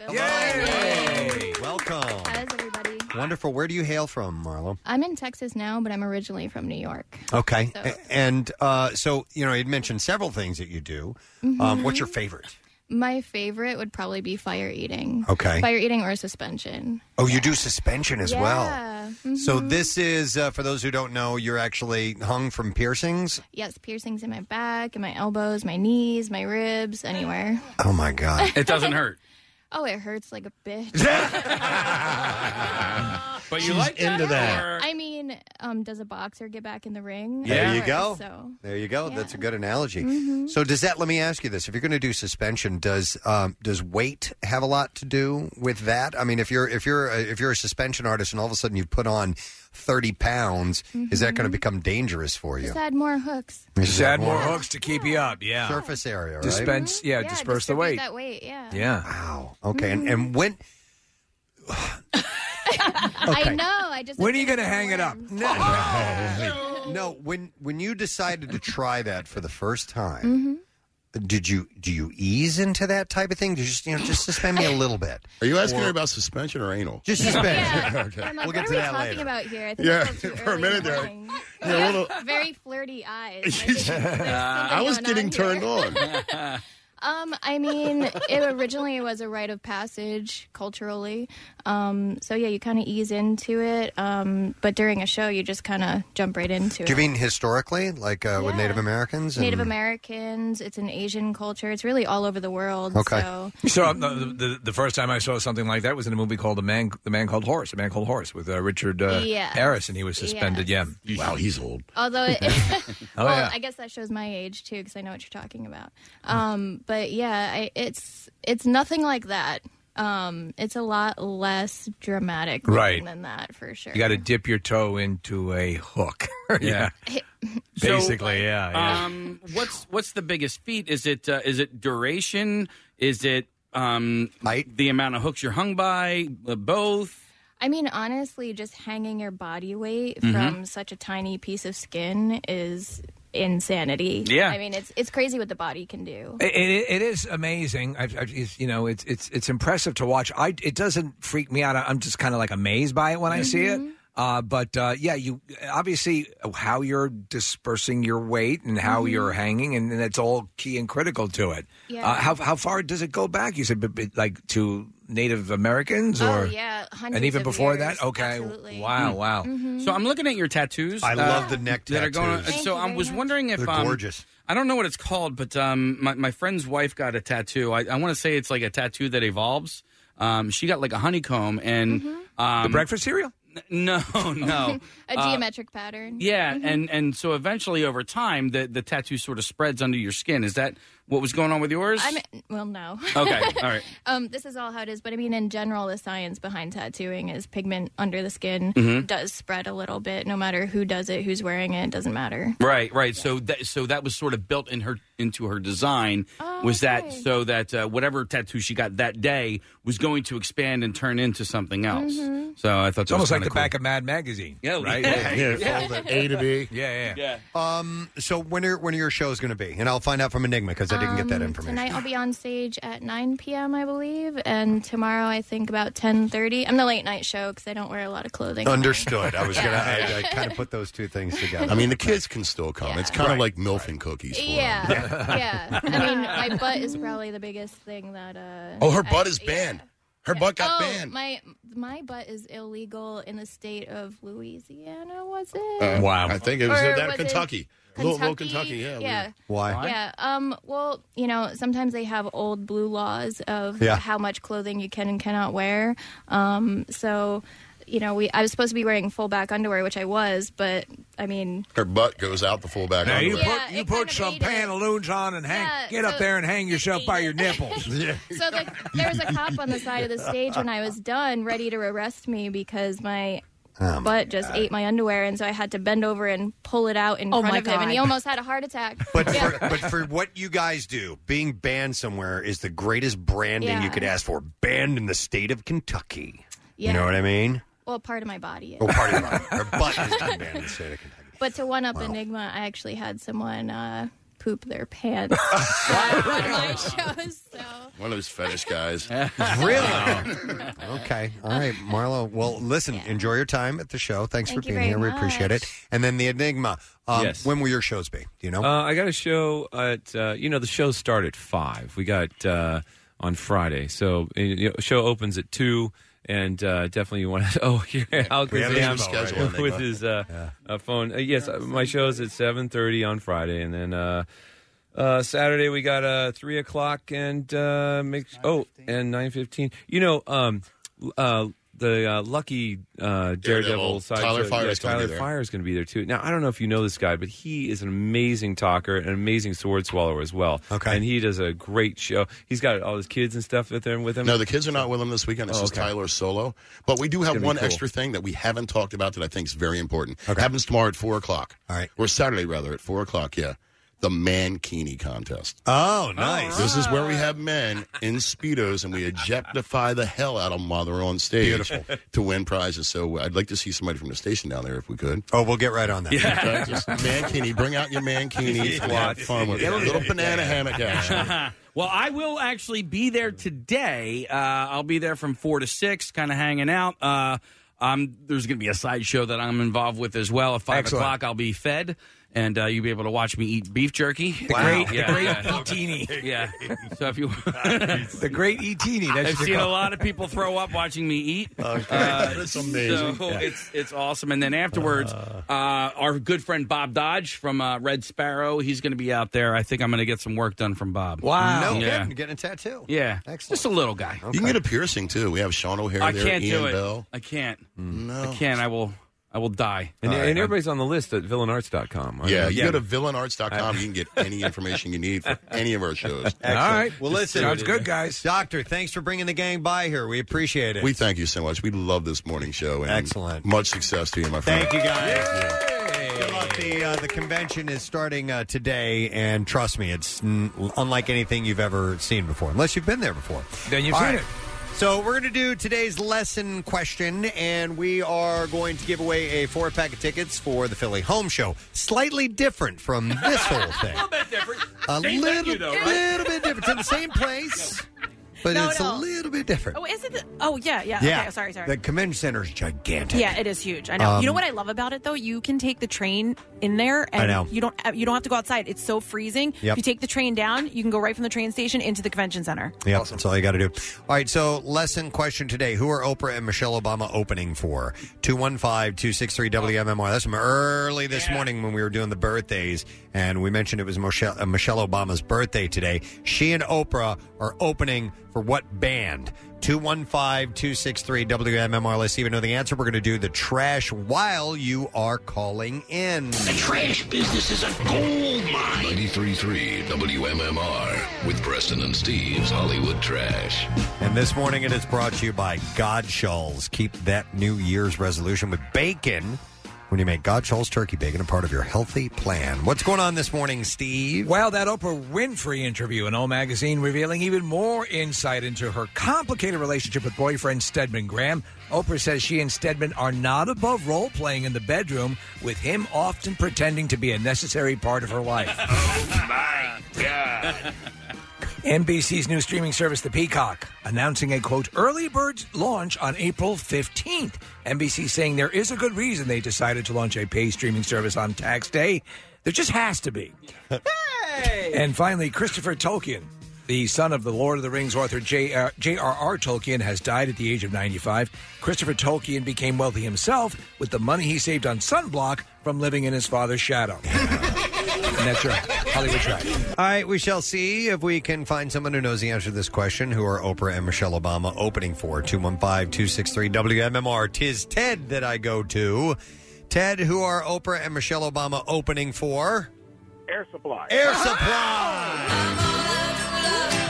[SPEAKER 3] Yay! Welcome.
[SPEAKER 1] How's everybody?
[SPEAKER 3] Wonderful. Where do you hail from, Marlo?
[SPEAKER 1] I'm in Texas now, but I'm originally from New York.
[SPEAKER 3] Okay.
[SPEAKER 1] Oh, So-
[SPEAKER 3] A- And uh, so, you know, you'd mentioned several things that you do. Um,
[SPEAKER 1] Mhm.
[SPEAKER 3] what's your favorite?
[SPEAKER 1] My favorite would probably be fire eating.
[SPEAKER 3] Okay.
[SPEAKER 1] Fire eating or suspension.
[SPEAKER 3] Oh, you do suspension as well.
[SPEAKER 1] Yeah.
[SPEAKER 3] So,
[SPEAKER 1] Mhm.
[SPEAKER 3] this is, uh, for those who don't know, you're actually hung from piercings.
[SPEAKER 1] Yes, piercings in my back, in my elbows, my knees, my ribs, anywhere.
[SPEAKER 3] Oh, my God.
[SPEAKER 1] It doesn't
[SPEAKER 26] hurt.
[SPEAKER 1] Oh, it hurts like a bitch.
[SPEAKER 26] But
[SPEAKER 1] you
[SPEAKER 26] like
[SPEAKER 1] into
[SPEAKER 26] that?
[SPEAKER 1] I mean,
[SPEAKER 27] when um, does a boxer get back in the ring?
[SPEAKER 3] There you
[SPEAKER 27] Or-
[SPEAKER 3] go.
[SPEAKER 27] So
[SPEAKER 3] There you go. That's a good analogy.
[SPEAKER 5] Mm-hmm.
[SPEAKER 27] Mhm.
[SPEAKER 3] So does that? Let me ask you this: If you're going to do suspension, does um, does weight have a lot to do with that? I mean, if you're if you're a, if you're a suspension artist and all of a sudden you put on thirty pounds, is that
[SPEAKER 5] Mm-hmm.
[SPEAKER 3] going to become dangerous for you?
[SPEAKER 27] just add more hooks.
[SPEAKER 3] You
[SPEAKER 5] Just add more hooks to keep you up. Yeah.
[SPEAKER 3] Surface area, right?
[SPEAKER 5] Dispense. Yeah,
[SPEAKER 27] Yeah,
[SPEAKER 5] disperse the
[SPEAKER 27] distribute
[SPEAKER 5] weight. Mm-hmm.
[SPEAKER 27] That weight, yeah.
[SPEAKER 5] Yeah.
[SPEAKER 3] Wow. Okay. And, and when
[SPEAKER 27] I know.
[SPEAKER 14] Oh,
[SPEAKER 27] I just
[SPEAKER 3] when are you going to hang it up? No.
[SPEAKER 27] Oh!
[SPEAKER 3] no. When when you decided to try that for the first time.
[SPEAKER 14] mm-hmm.
[SPEAKER 27] hmm
[SPEAKER 3] Did you do you ease into that type of thing? Did you Just you know, just suspend me a little bit.
[SPEAKER 8] Are you asking
[SPEAKER 3] Or-
[SPEAKER 8] her about suspension or anal?
[SPEAKER 3] Just suspension.
[SPEAKER 8] okay.
[SPEAKER 27] I'm like,
[SPEAKER 3] We'll get
[SPEAKER 27] what
[SPEAKER 3] to
[SPEAKER 27] are we
[SPEAKER 3] that
[SPEAKER 27] talking
[SPEAKER 3] later.
[SPEAKER 27] about here? I think
[SPEAKER 8] Yeah,
[SPEAKER 27] it's still too
[SPEAKER 8] for a
[SPEAKER 27] early
[SPEAKER 8] minute
[SPEAKER 27] in the
[SPEAKER 8] there.
[SPEAKER 27] morning.
[SPEAKER 8] Yeah, a
[SPEAKER 27] You have
[SPEAKER 8] little-
[SPEAKER 27] very flirty eyes. I think
[SPEAKER 8] I was
[SPEAKER 27] something
[SPEAKER 8] getting
[SPEAKER 27] going
[SPEAKER 8] turned on.
[SPEAKER 27] Um, I mean, it originally was a rite of passage culturally. Um, so yeah, you kind of ease into it. Um, but during a show, you just kind of jump right into
[SPEAKER 3] Do you
[SPEAKER 27] it.
[SPEAKER 3] mean historically, like uh, with Native Americans?
[SPEAKER 27] Native
[SPEAKER 3] and-
[SPEAKER 27] Americans, it's an Asian culture. It's really all over the world.
[SPEAKER 3] Okay.
[SPEAKER 27] So
[SPEAKER 5] So um, the, the the first time I saw something like that was in a movie called the man the man called Horse, the man called Horse with uh, Richard uh,
[SPEAKER 27] Yes.
[SPEAKER 5] Harris, and he was suspended. Yeah, wow, he's old.
[SPEAKER 27] although it,
[SPEAKER 5] Oh,
[SPEAKER 27] well,
[SPEAKER 5] yeah.
[SPEAKER 27] I guess that shows my age too, because I know what you're talking about. Um, but yeah, I, it's it's nothing like that. Um, it's a lot less dramatic
[SPEAKER 5] Right.
[SPEAKER 27] than that for sure.
[SPEAKER 5] You got to dip your toe into a hook. yeah, basically. yeah, yeah.
[SPEAKER 6] Um, what's what's the biggest feat? Is it uh, is it duration? Is it um, the amount of hooks you're hung by? Uh, both.
[SPEAKER 27] I mean, honestly, just hanging your body weight
[SPEAKER 6] Mhm.
[SPEAKER 27] from such a tiny piece of skin is insanity.
[SPEAKER 5] Yeah.
[SPEAKER 27] I mean, it's it's crazy what the body can do.
[SPEAKER 5] It, it, it is amazing. I've, I've, it's, you know, it's it's it's impressive to watch. I it doesn't freak me out. I- I'm just kind of like amazed by it when I see
[SPEAKER 27] Mm-hmm.
[SPEAKER 5] it. Uh, but uh, yeah, you obviously how you're dispersing your weight and how
[SPEAKER 27] Mhm.
[SPEAKER 5] you're hanging, and, and that's all key and critical to it.
[SPEAKER 27] Yeah.
[SPEAKER 5] Uh, how how far does it go back? You said, but, but, like to Native Americans, or
[SPEAKER 27] oh yeah, hundreds
[SPEAKER 5] and even
[SPEAKER 27] of
[SPEAKER 5] before
[SPEAKER 27] years.
[SPEAKER 5] that. Okay,
[SPEAKER 27] Absolutely.
[SPEAKER 5] wow, wow.
[SPEAKER 6] So I'm looking at your tattoos. uh,
[SPEAKER 5] I love the
[SPEAKER 3] neck
[SPEAKER 6] that are going. On.
[SPEAKER 5] tattoos.
[SPEAKER 6] So
[SPEAKER 5] Mm-hmm. Thank you
[SPEAKER 6] I was
[SPEAKER 5] very
[SPEAKER 6] wondering if
[SPEAKER 5] They're
[SPEAKER 6] um,
[SPEAKER 5] gorgeous.
[SPEAKER 6] I don't know what it's called, but um, my my friend's wife got a tattoo. I, I want to say it's like a tattoo that evolves. Um, she got like a honeycomb and um,
[SPEAKER 5] The breakfast cereal.
[SPEAKER 6] No, no,
[SPEAKER 27] a
[SPEAKER 6] Uh,
[SPEAKER 27] geometric pattern. Mm-hmm.
[SPEAKER 6] Yeah,
[SPEAKER 5] Mm-hmm.
[SPEAKER 6] and and so eventually over time the the tattoo sort of spreads under your skin. Is that what was going on with yours?
[SPEAKER 27] I mean, well, no.
[SPEAKER 6] okay, all right.
[SPEAKER 27] Um, this is all how it is, but I mean, in general, the science behind tattooing is pigment under the skin
[SPEAKER 6] Mhm.
[SPEAKER 27] does spread a little bit, no matter who does it, who's wearing it, it doesn't matter.
[SPEAKER 6] Right, right. So that so that was sort of built in her into her design.
[SPEAKER 27] Oh,
[SPEAKER 6] was that
[SPEAKER 27] okay.
[SPEAKER 6] so that uh, whatever tattoo she got that day was going to expand and turn into something else?
[SPEAKER 27] Mhm.
[SPEAKER 6] So I thought
[SPEAKER 5] It's
[SPEAKER 6] that was
[SPEAKER 5] almost like
[SPEAKER 6] kinda
[SPEAKER 5] the
[SPEAKER 6] cool.
[SPEAKER 5] back of Mad Magazine.
[SPEAKER 6] Yeah,
[SPEAKER 5] right.
[SPEAKER 6] yeah, yeah. A to B.
[SPEAKER 5] Yeah, yeah.
[SPEAKER 3] Um, so when are when are your shows going to be? And I'll find out from Enigma because I didn't get that
[SPEAKER 27] Um,
[SPEAKER 3] information.
[SPEAKER 27] Tonight I'll be on stage at 9 p.m. I believe, and tomorrow I think about 10:30. I'm the late night show because I don't wear a lot of clothing.
[SPEAKER 3] Understood. I was gonna. I, I
[SPEAKER 27] Yeah.
[SPEAKER 3] kind of put those two things together.
[SPEAKER 8] I mean, the kids can still come. It's kind of like MILF and cookies. For
[SPEAKER 27] Yeah,
[SPEAKER 8] them.
[SPEAKER 27] yeah. I mean, my butt is probably the biggest thing that. Uh,
[SPEAKER 8] Oh, her
[SPEAKER 27] I-
[SPEAKER 8] butt is banned. Her butt got
[SPEAKER 27] oh,
[SPEAKER 8] banned.
[SPEAKER 27] my my butt is illegal in the state of Louisiana. Was it?
[SPEAKER 8] Uh,
[SPEAKER 5] wow.
[SPEAKER 8] I think it was
[SPEAKER 27] Or
[SPEAKER 8] that
[SPEAKER 27] was it
[SPEAKER 8] Kentucky. Louisville, Kentucky. Yeah.
[SPEAKER 27] Yeah.
[SPEAKER 8] Why?
[SPEAKER 27] Yeah. Um, well, you know, sometimes they have old blue laws of
[SPEAKER 8] Yeah.
[SPEAKER 27] how much clothing you can and cannot wear. Um, so, you know, we I was supposed to be wearing full back underwear, which I was, but I mean,
[SPEAKER 8] Her butt goes out the full back.
[SPEAKER 5] Now you
[SPEAKER 8] underwear.
[SPEAKER 5] put you put some pantaloons on and hang.
[SPEAKER 27] Yeah,
[SPEAKER 5] get up
[SPEAKER 27] so-
[SPEAKER 5] there and hang yourself by your nipples.
[SPEAKER 27] so the, there was a cop on the side of the stage when I was done, ready to arrest me because my.
[SPEAKER 3] Oh, my
[SPEAKER 27] butt just ate my underwear, and so I had to bend over and pull it out in
[SPEAKER 28] Oh,
[SPEAKER 27] front
[SPEAKER 28] my
[SPEAKER 27] of him, and he
[SPEAKER 28] God.
[SPEAKER 27] almost had a heart attack.
[SPEAKER 3] But for, but for what you guys do, being banned somewhere is the greatest branding
[SPEAKER 27] Yeah.
[SPEAKER 3] you could ask for. Banned in the state of Kentucky.
[SPEAKER 27] Yeah.
[SPEAKER 3] You know what I mean?
[SPEAKER 27] Well, part of my body. is.
[SPEAKER 3] Or part of your- Her butt has been banned in the state of Kentucky.
[SPEAKER 27] But to one up Enigma, I actually had someone uh, poop their pants at one of my shows. So.
[SPEAKER 8] One of those fetish guys.
[SPEAKER 3] Really? Okay. All right, Marlo. Well, listen, enjoy your time at the show. Thanks
[SPEAKER 27] Thank
[SPEAKER 3] for
[SPEAKER 27] you
[SPEAKER 3] being
[SPEAKER 27] very
[SPEAKER 3] here. We appreciate it. And then the Enigma. Um, When will your shows be? Do you know?
[SPEAKER 20] Uh, I got a show at uh, you know the shows start at five. We got uh, on Friday, so uh, you know, show opens at two. And uh, definitely, you want to. Oh, here Al
[SPEAKER 8] We have
[SPEAKER 20] goes
[SPEAKER 8] a
[SPEAKER 20] down
[SPEAKER 8] schedule, I think,
[SPEAKER 20] with
[SPEAKER 8] but-
[SPEAKER 20] his uh, uh, phone. Uh, yes, uh, my show's at seven thirty on Friday, and then uh, uh, Saturday we got uh, three o'clock and uh, make, oh and nine fifteen. You know, um, uh, the uh, lucky uh, Daredevil,
[SPEAKER 8] Daredevil.
[SPEAKER 20] side
[SPEAKER 8] Tyler
[SPEAKER 20] show-
[SPEAKER 8] Fire's gonna be
[SPEAKER 20] Tyler
[SPEAKER 8] there.
[SPEAKER 20] Fire is going to be there too. Now I don't know if you know this guy, but he is an amazing talker, an amazing sword swallower as well. Okay, and he does a great show. He's got all his kids and stuff with him. With him.
[SPEAKER 8] No, the kids are not with him this weekend. It's
[SPEAKER 20] Oh,
[SPEAKER 8] just
[SPEAKER 20] okay.
[SPEAKER 8] Tyler solo. But we do
[SPEAKER 20] It's
[SPEAKER 8] have
[SPEAKER 20] gonna be
[SPEAKER 8] one
[SPEAKER 20] cool.
[SPEAKER 8] extra thing that we haven't talked about that I think is very important. Happens tomorrow at four o'clock. All right, or Saturday rather at four o'clock. Yeah, the Mankini contest.
[SPEAKER 3] Oh, nice.
[SPEAKER 8] This is where we have men in speedos and we objectify the hell out of mother on stage.
[SPEAKER 3] Beautiful.
[SPEAKER 8] to win prizes. So uh, I'd like to see somebody from the station down there if we could.
[SPEAKER 3] Oh, we'll get right on that.
[SPEAKER 8] Yeah. Just mankini. Bring out your mankini. Squat. Fun with it.
[SPEAKER 6] Yeah.
[SPEAKER 8] Little banana hammock action.
[SPEAKER 26] well, I will actually be there today. Uh, I'll be there from four to six, kind of hanging out. Uh, um, there's going to be a sideshow that I'm involved with as well. At five
[SPEAKER 5] Excellent.
[SPEAKER 26] o'clock, I'll be fed, and uh, you'll be able to watch me eat beef jerky. The
[SPEAKER 5] great- the great
[SPEAKER 26] Etini. Yeah. E So if you,
[SPEAKER 5] the great Etini. That's what
[SPEAKER 26] I've
[SPEAKER 5] you
[SPEAKER 26] seen a
[SPEAKER 5] call-
[SPEAKER 26] lot of people throw up watching me eat. Uh,
[SPEAKER 5] That's amazing.
[SPEAKER 26] So
[SPEAKER 5] Yeah.
[SPEAKER 26] it's it's awesome. And then afterwards, uh, our good friend Bob Dodge from uh, Red Sparrow, he's going to be out there. I think I'm going to get some work done from Bob. Mm-hmm.
[SPEAKER 3] No
[SPEAKER 26] yeah.
[SPEAKER 3] kidding. Getting a tattoo.
[SPEAKER 26] Yeah. Just a little guy.
[SPEAKER 8] You can get a piercing too. We have Sean O'Hare
[SPEAKER 26] I
[SPEAKER 8] there.
[SPEAKER 26] can't
[SPEAKER 8] Ian
[SPEAKER 26] do it.
[SPEAKER 8] Bell.
[SPEAKER 26] I can't.
[SPEAKER 8] No.
[SPEAKER 26] I can't. I will. I will die.
[SPEAKER 20] And,
[SPEAKER 8] All right,
[SPEAKER 20] and everybody's on the list at villainarts.com. aren't
[SPEAKER 8] Yeah,
[SPEAKER 20] they?
[SPEAKER 8] you go to villainarts.com. You can get any information you need for any of our shows.
[SPEAKER 3] All right. Well,
[SPEAKER 8] Just
[SPEAKER 3] listen.
[SPEAKER 8] throw it in there.
[SPEAKER 3] guys. Doctor, thanks for bringing the gang by here. We appreciate it.
[SPEAKER 8] We thank you so much. We love this morning show. And Excellent. Much success to you, my friend.
[SPEAKER 3] Thank you, guys. Good luck. The, uh, the convention is starting uh, today, and trust me, it's n- unlike anything you've ever seen before, unless you've been there before.
[SPEAKER 5] Then you've
[SPEAKER 3] All
[SPEAKER 5] seen
[SPEAKER 3] right. So we're going to do today's lesson question, and we are going to give away a four-pack of tickets for the Philly Home Show. Slightly different from this whole thing. A
[SPEAKER 4] Same
[SPEAKER 3] little,
[SPEAKER 4] venue, though, right?
[SPEAKER 3] little bit different. It's in the same place, but
[SPEAKER 4] No,
[SPEAKER 3] it's a
[SPEAKER 4] no.
[SPEAKER 3] little bit different.
[SPEAKER 4] Oh, is it? The, oh, yeah, yeah. Okay, sorry, sorry.
[SPEAKER 3] The convention center is gigantic.
[SPEAKER 4] Yeah, it is huge. I know. you know
[SPEAKER 3] Um,
[SPEAKER 4] what I love about it though? You can take the train in there, and
[SPEAKER 3] I know.
[SPEAKER 4] you don't you don't have to go outside. It's so freezing.
[SPEAKER 3] Yep.
[SPEAKER 4] If you take the train down, you can go right from the train station into the convention center.
[SPEAKER 3] Yeah, that's all you got to do. All right, so lesson question today. Who are Oprah and Michelle Obama opening for? 215-263-WMMR. That's from early this morning when we were doing the birthdays, and we mentioned it was Michelle, uh, Michelle Obama's birthday today. She and Oprah are opening for what band? 215-263-WMMR. Let's even know the answer. We're going to do the trash while you are calling in. The
[SPEAKER 2] trash business is a gold mine. 93.3 WMMR with Preston and Steve's Hollywood Trash.
[SPEAKER 3] And this morning it is brought to you by Godshalls. Keep that New Year's resolution with bacon when you make Godshalls turkey bacon a part of your healthy plan. What's going on this morning, Steve?
[SPEAKER 5] Well, that Oprah Winfrey interview in O Magazine revealing even more insight into her complicated relationship with boyfriend Stedman Graham. Oprah says she and Stedman are not above role playing in the bedroom, with him often pretending to be a necessary part of her life.
[SPEAKER 2] My God.
[SPEAKER 5] NBC's new streaming service, The Peacock, announcing a quote early bird launch on April 15th. NBC saying there is a good reason they decided to launch a pay streaming service on tax day. There just has to be. And finally, Christopher Tolkien, the son of the Lord of the Rings author J- uh, J.R.R. Tolkien, has died at the age of 95. Christopher Tolkien became wealthy himself with the money he saved on sunblock from living in his father's shadow. and that's your Hollywood track.
[SPEAKER 3] All right, we shall see if we can find someone who knows the answer to this question. Who are Oprah and Michelle Obama opening for? 215 263 WMMR. Tis Ted that I go to. Ted, who are Oprah and Michelle Obama opening for?
[SPEAKER 13] Air supply.
[SPEAKER 3] Air supply.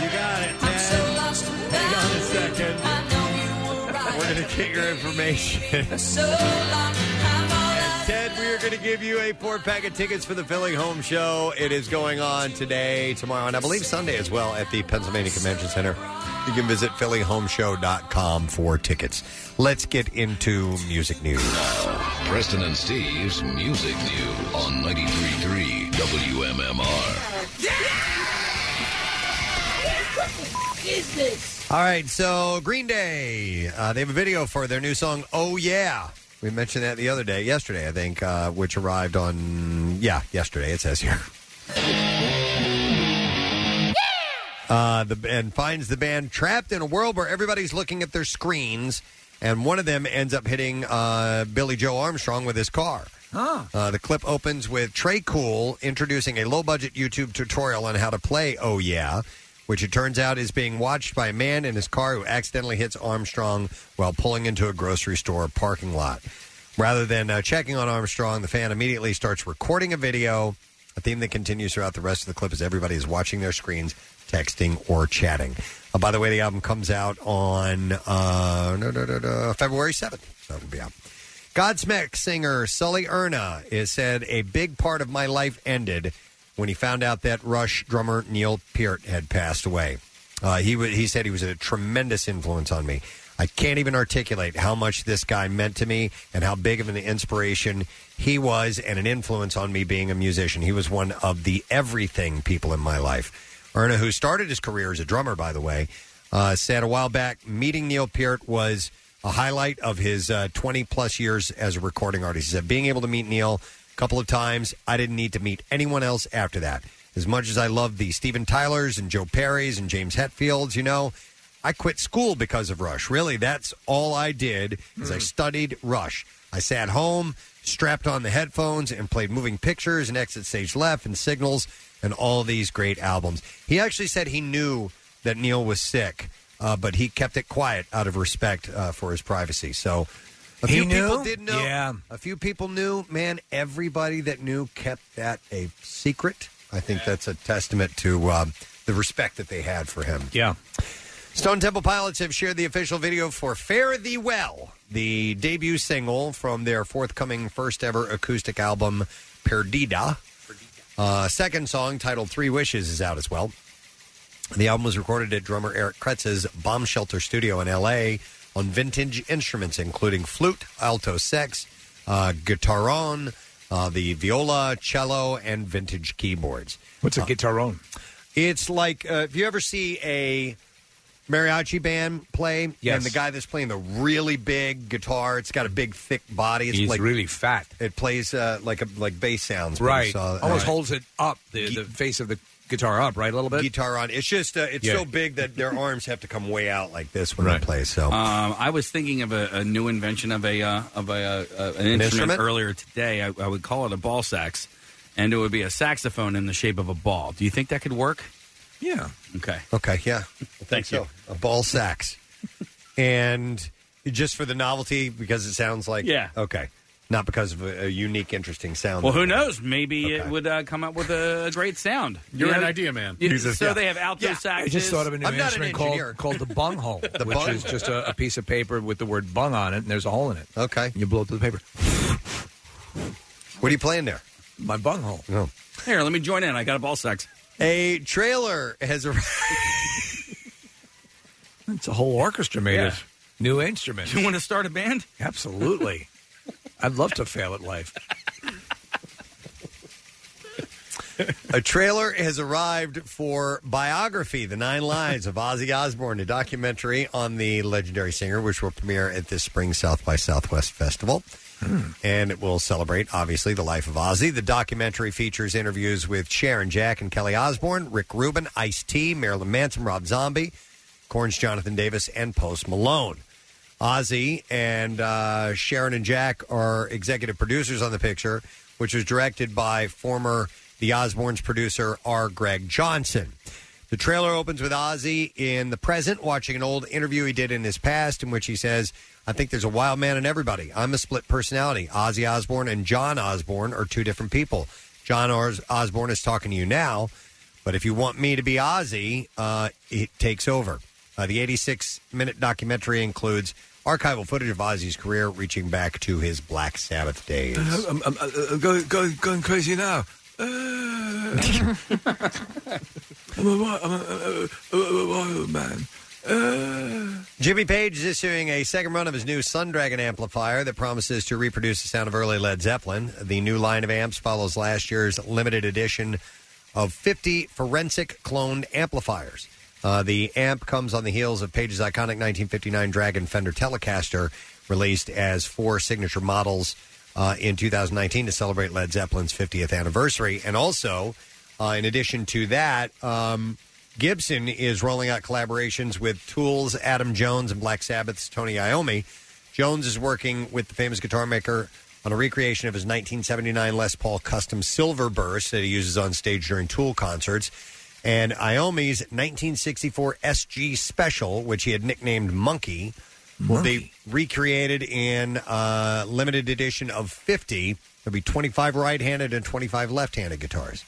[SPEAKER 3] You got it, Ted. Hang on a second. We're going to get your information. Ted, we are going to give you a four pack of tickets for the Philly Home Show. It is going on today, tomorrow, and I believe Sunday as well at the Pennsylvania Convention Center. You can visit PhillyHomeShow.com for tickets. Let's get into music news.
[SPEAKER 2] Preston and Steve's Music News on 93.3 WMMR.
[SPEAKER 9] Is this?
[SPEAKER 3] All right, so Green Day, uh, they have a video for their new song, Oh Yeah. We mentioned that the other day, yesterday, I think, uh, which arrived on, yeah, yesterday, it says here. Uh, the, and finds the band trapped in a world where everybody's looking at their screens, and one of them ends up hitting uh, Billy Joe Armstrong with his car. Uh, the clip opens with Trey Cool introducing a low budget YouTube tutorial on how to play Oh Yeah, which it turns out is being watched by a man in his car who accidentally hits Armstrong while pulling into a grocery store parking lot. Rather than uh, checking on Armstrong, the fan immediately starts recording a video. A theme that continues throughout the rest of the clip as everybody is watching their screens, texting, or chatting. Uh, by the way, the album comes out on uh, no, no, no, no, February 7th. So it'll be out. Godsmack singer Sully Erna is said, A big part of my life ended when he found out that Rush drummer Neil Peart had passed away. Uh, he, wa he said he was a tremendous influence on me. I can't even articulate how much this guy meant to me and how big of an inspiration he was and an influence on me being a musician. He was one of the everything people in my life. Erna, who started his career as a drummer, by the way, uh, said a while back meeting Neil Peart was a highlight of his uh, 20 plus years as a recording artist. He said, Being able to meet Neil a couple of times, I didn't need to meet anyone else after that. As much as I love the Steven Tylers and Joe Perry's and James Hetfields, you know, I quit school because of Rush. Really, that's all I did is
[SPEAKER 5] Hmm.
[SPEAKER 3] I studied Rush. I sat home, strapped on the headphones, and played Moving Pictures and Exit Stage Left and Signals and all these great albums. He actually said he knew that Neil was sick, uh, but he kept it quiet out of respect uh, for his privacy. So a
[SPEAKER 5] He
[SPEAKER 3] few people
[SPEAKER 5] knew?
[SPEAKER 3] did know.
[SPEAKER 5] Yeah.
[SPEAKER 3] A few people knew. Man, everybody that knew kept that a secret. I think that's a testament to uh, the respect that they had for him.
[SPEAKER 5] Yeah.
[SPEAKER 3] Stone Temple Pilots have shared the official video for Fare Thee Well, the debut single from their forthcoming first ever acoustic album, Perdida. Uh, second song, titled Three Wishes, is out as well. The album was recorded at drummer Eric Kretz's Bomb Shelter studio in L.A. on vintage instruments, including flute, alto sax, uh, guitaron, uh, the viola, cello, and vintage keyboards.
[SPEAKER 5] What's a
[SPEAKER 3] Uh,
[SPEAKER 5] guitaron?
[SPEAKER 3] It's like uh, if you ever see a mariachi band play,
[SPEAKER 5] Yes.
[SPEAKER 3] and the guy that's playing the really big guitar, it's got a big thick body. It's
[SPEAKER 5] He's
[SPEAKER 3] like,
[SPEAKER 5] really fat.
[SPEAKER 3] It plays uh, like a like bass sounds, but you
[SPEAKER 5] Right. Oh,
[SPEAKER 3] saw-
[SPEAKER 5] Almost
[SPEAKER 3] uh,
[SPEAKER 5] holds it up, the, the face of the guitar up, right? A little bit?
[SPEAKER 3] Guitar on. It's just, uh, it's
[SPEAKER 5] Yeah.
[SPEAKER 3] so big that their arms have to come way out like this when they play. So
[SPEAKER 6] Um, I was thinking of a, a new invention of a uh, of a uh, uh, an,
[SPEAKER 3] An
[SPEAKER 6] instrument,
[SPEAKER 3] instrument?
[SPEAKER 6] earlier today. I, I would call it a ball sax, and it would be a saxophone in the shape of a ball. Do you think that could work?
[SPEAKER 5] Yeah.
[SPEAKER 6] Okay.
[SPEAKER 3] Okay. Yeah.
[SPEAKER 6] Thank you.
[SPEAKER 3] A ball sax, and just for the novelty, because it sounds like
[SPEAKER 6] Yeah.
[SPEAKER 3] Okay. Not because of a, a unique, interesting sound.
[SPEAKER 6] Well, who knows? Maybe it would uh, come up with a, a great sound.
[SPEAKER 3] You're
[SPEAKER 6] You
[SPEAKER 3] an
[SPEAKER 6] know?
[SPEAKER 3] idea man.
[SPEAKER 6] You-
[SPEAKER 3] He's a-
[SPEAKER 6] so
[SPEAKER 3] yeah.
[SPEAKER 6] they have alto
[SPEAKER 3] Yeah.
[SPEAKER 6] saxes.
[SPEAKER 5] I just thought of a new instrument called, called the bunghole,
[SPEAKER 3] The
[SPEAKER 5] which
[SPEAKER 3] bung-
[SPEAKER 5] is just a, a piece of paper with the word bung on it, and there's a hole in it.
[SPEAKER 3] Okay.
[SPEAKER 5] You blow through the paper.
[SPEAKER 3] What are you playing there?
[SPEAKER 5] My bunghole.
[SPEAKER 3] No.
[SPEAKER 6] Here, let me join in. I got a ball sax.
[SPEAKER 3] A trailer has arrived.
[SPEAKER 5] It's a whole orchestra made
[SPEAKER 6] Yeah.
[SPEAKER 5] of new instruments.
[SPEAKER 6] You want to start a band?
[SPEAKER 5] Absolutely. I'd love to fail at life.
[SPEAKER 3] A trailer has arrived for Biography, The Nine Lives of Ozzy Osbourne, a documentary on the legendary singer, which will premiere at this spring South by Southwest Festival. And it will celebrate, obviously, the life of Ozzy. The documentary features interviews with Sharon Jack and Kelly Osbourne, Rick Rubin, Ice T, Marilyn Manson, Rob Zombie, Corns Jonathan Davis, and Post Malone. Ozzy and uh, Sharon and Jack are executive producers on the picture, which was directed by former The Osbournes producer R. Greg Johnson. The trailer opens with Ozzy in the present watching an old interview he did in his past, in which he says, I think there's a wild man in everybody. I'm a split personality. Ozzy Osbourne and John Osbourne are two different people. John Os- Osbourne is talking to you now. But if you want me to be Ozzy, uh, it takes over. Uh, the 86 minute documentary includes archival footage of Ozzy's career reaching back to his Black Sabbath days.
[SPEAKER 5] I'm, I'm, I'm going, going, going crazy now. Uh, I'm a, wi- I'm a- a- a- a wild man. Uh,
[SPEAKER 3] Jimmy Page is issuing a second run of his new Sundragon amplifier that promises to reproduce the sound of early Led Zeppelin. The new line of amps follows last year's limited edition of 50 forensic cloned amplifiers. Uh, the amp comes on the heels of Page's iconic 1959 Dragon Fender Telecaster, released as four signature models uh, in 2019 to celebrate Led Zeppelin's 50th anniversary. And also, uh, in addition to that, um, Gibson is rolling out collaborations with Tool's Adam Jones and Black Sabbath's Tony Iommi. Jones is working with the famous guitar maker on a recreation of his 1979 Les Paul custom silver burst that he uses on stage during Tool concerts. And Iomi's 1964 SG Special, which he had nicknamed Monkey, will be recreated in a limited edition of 50. There'll be 25 right-handed and 25 left-handed guitars.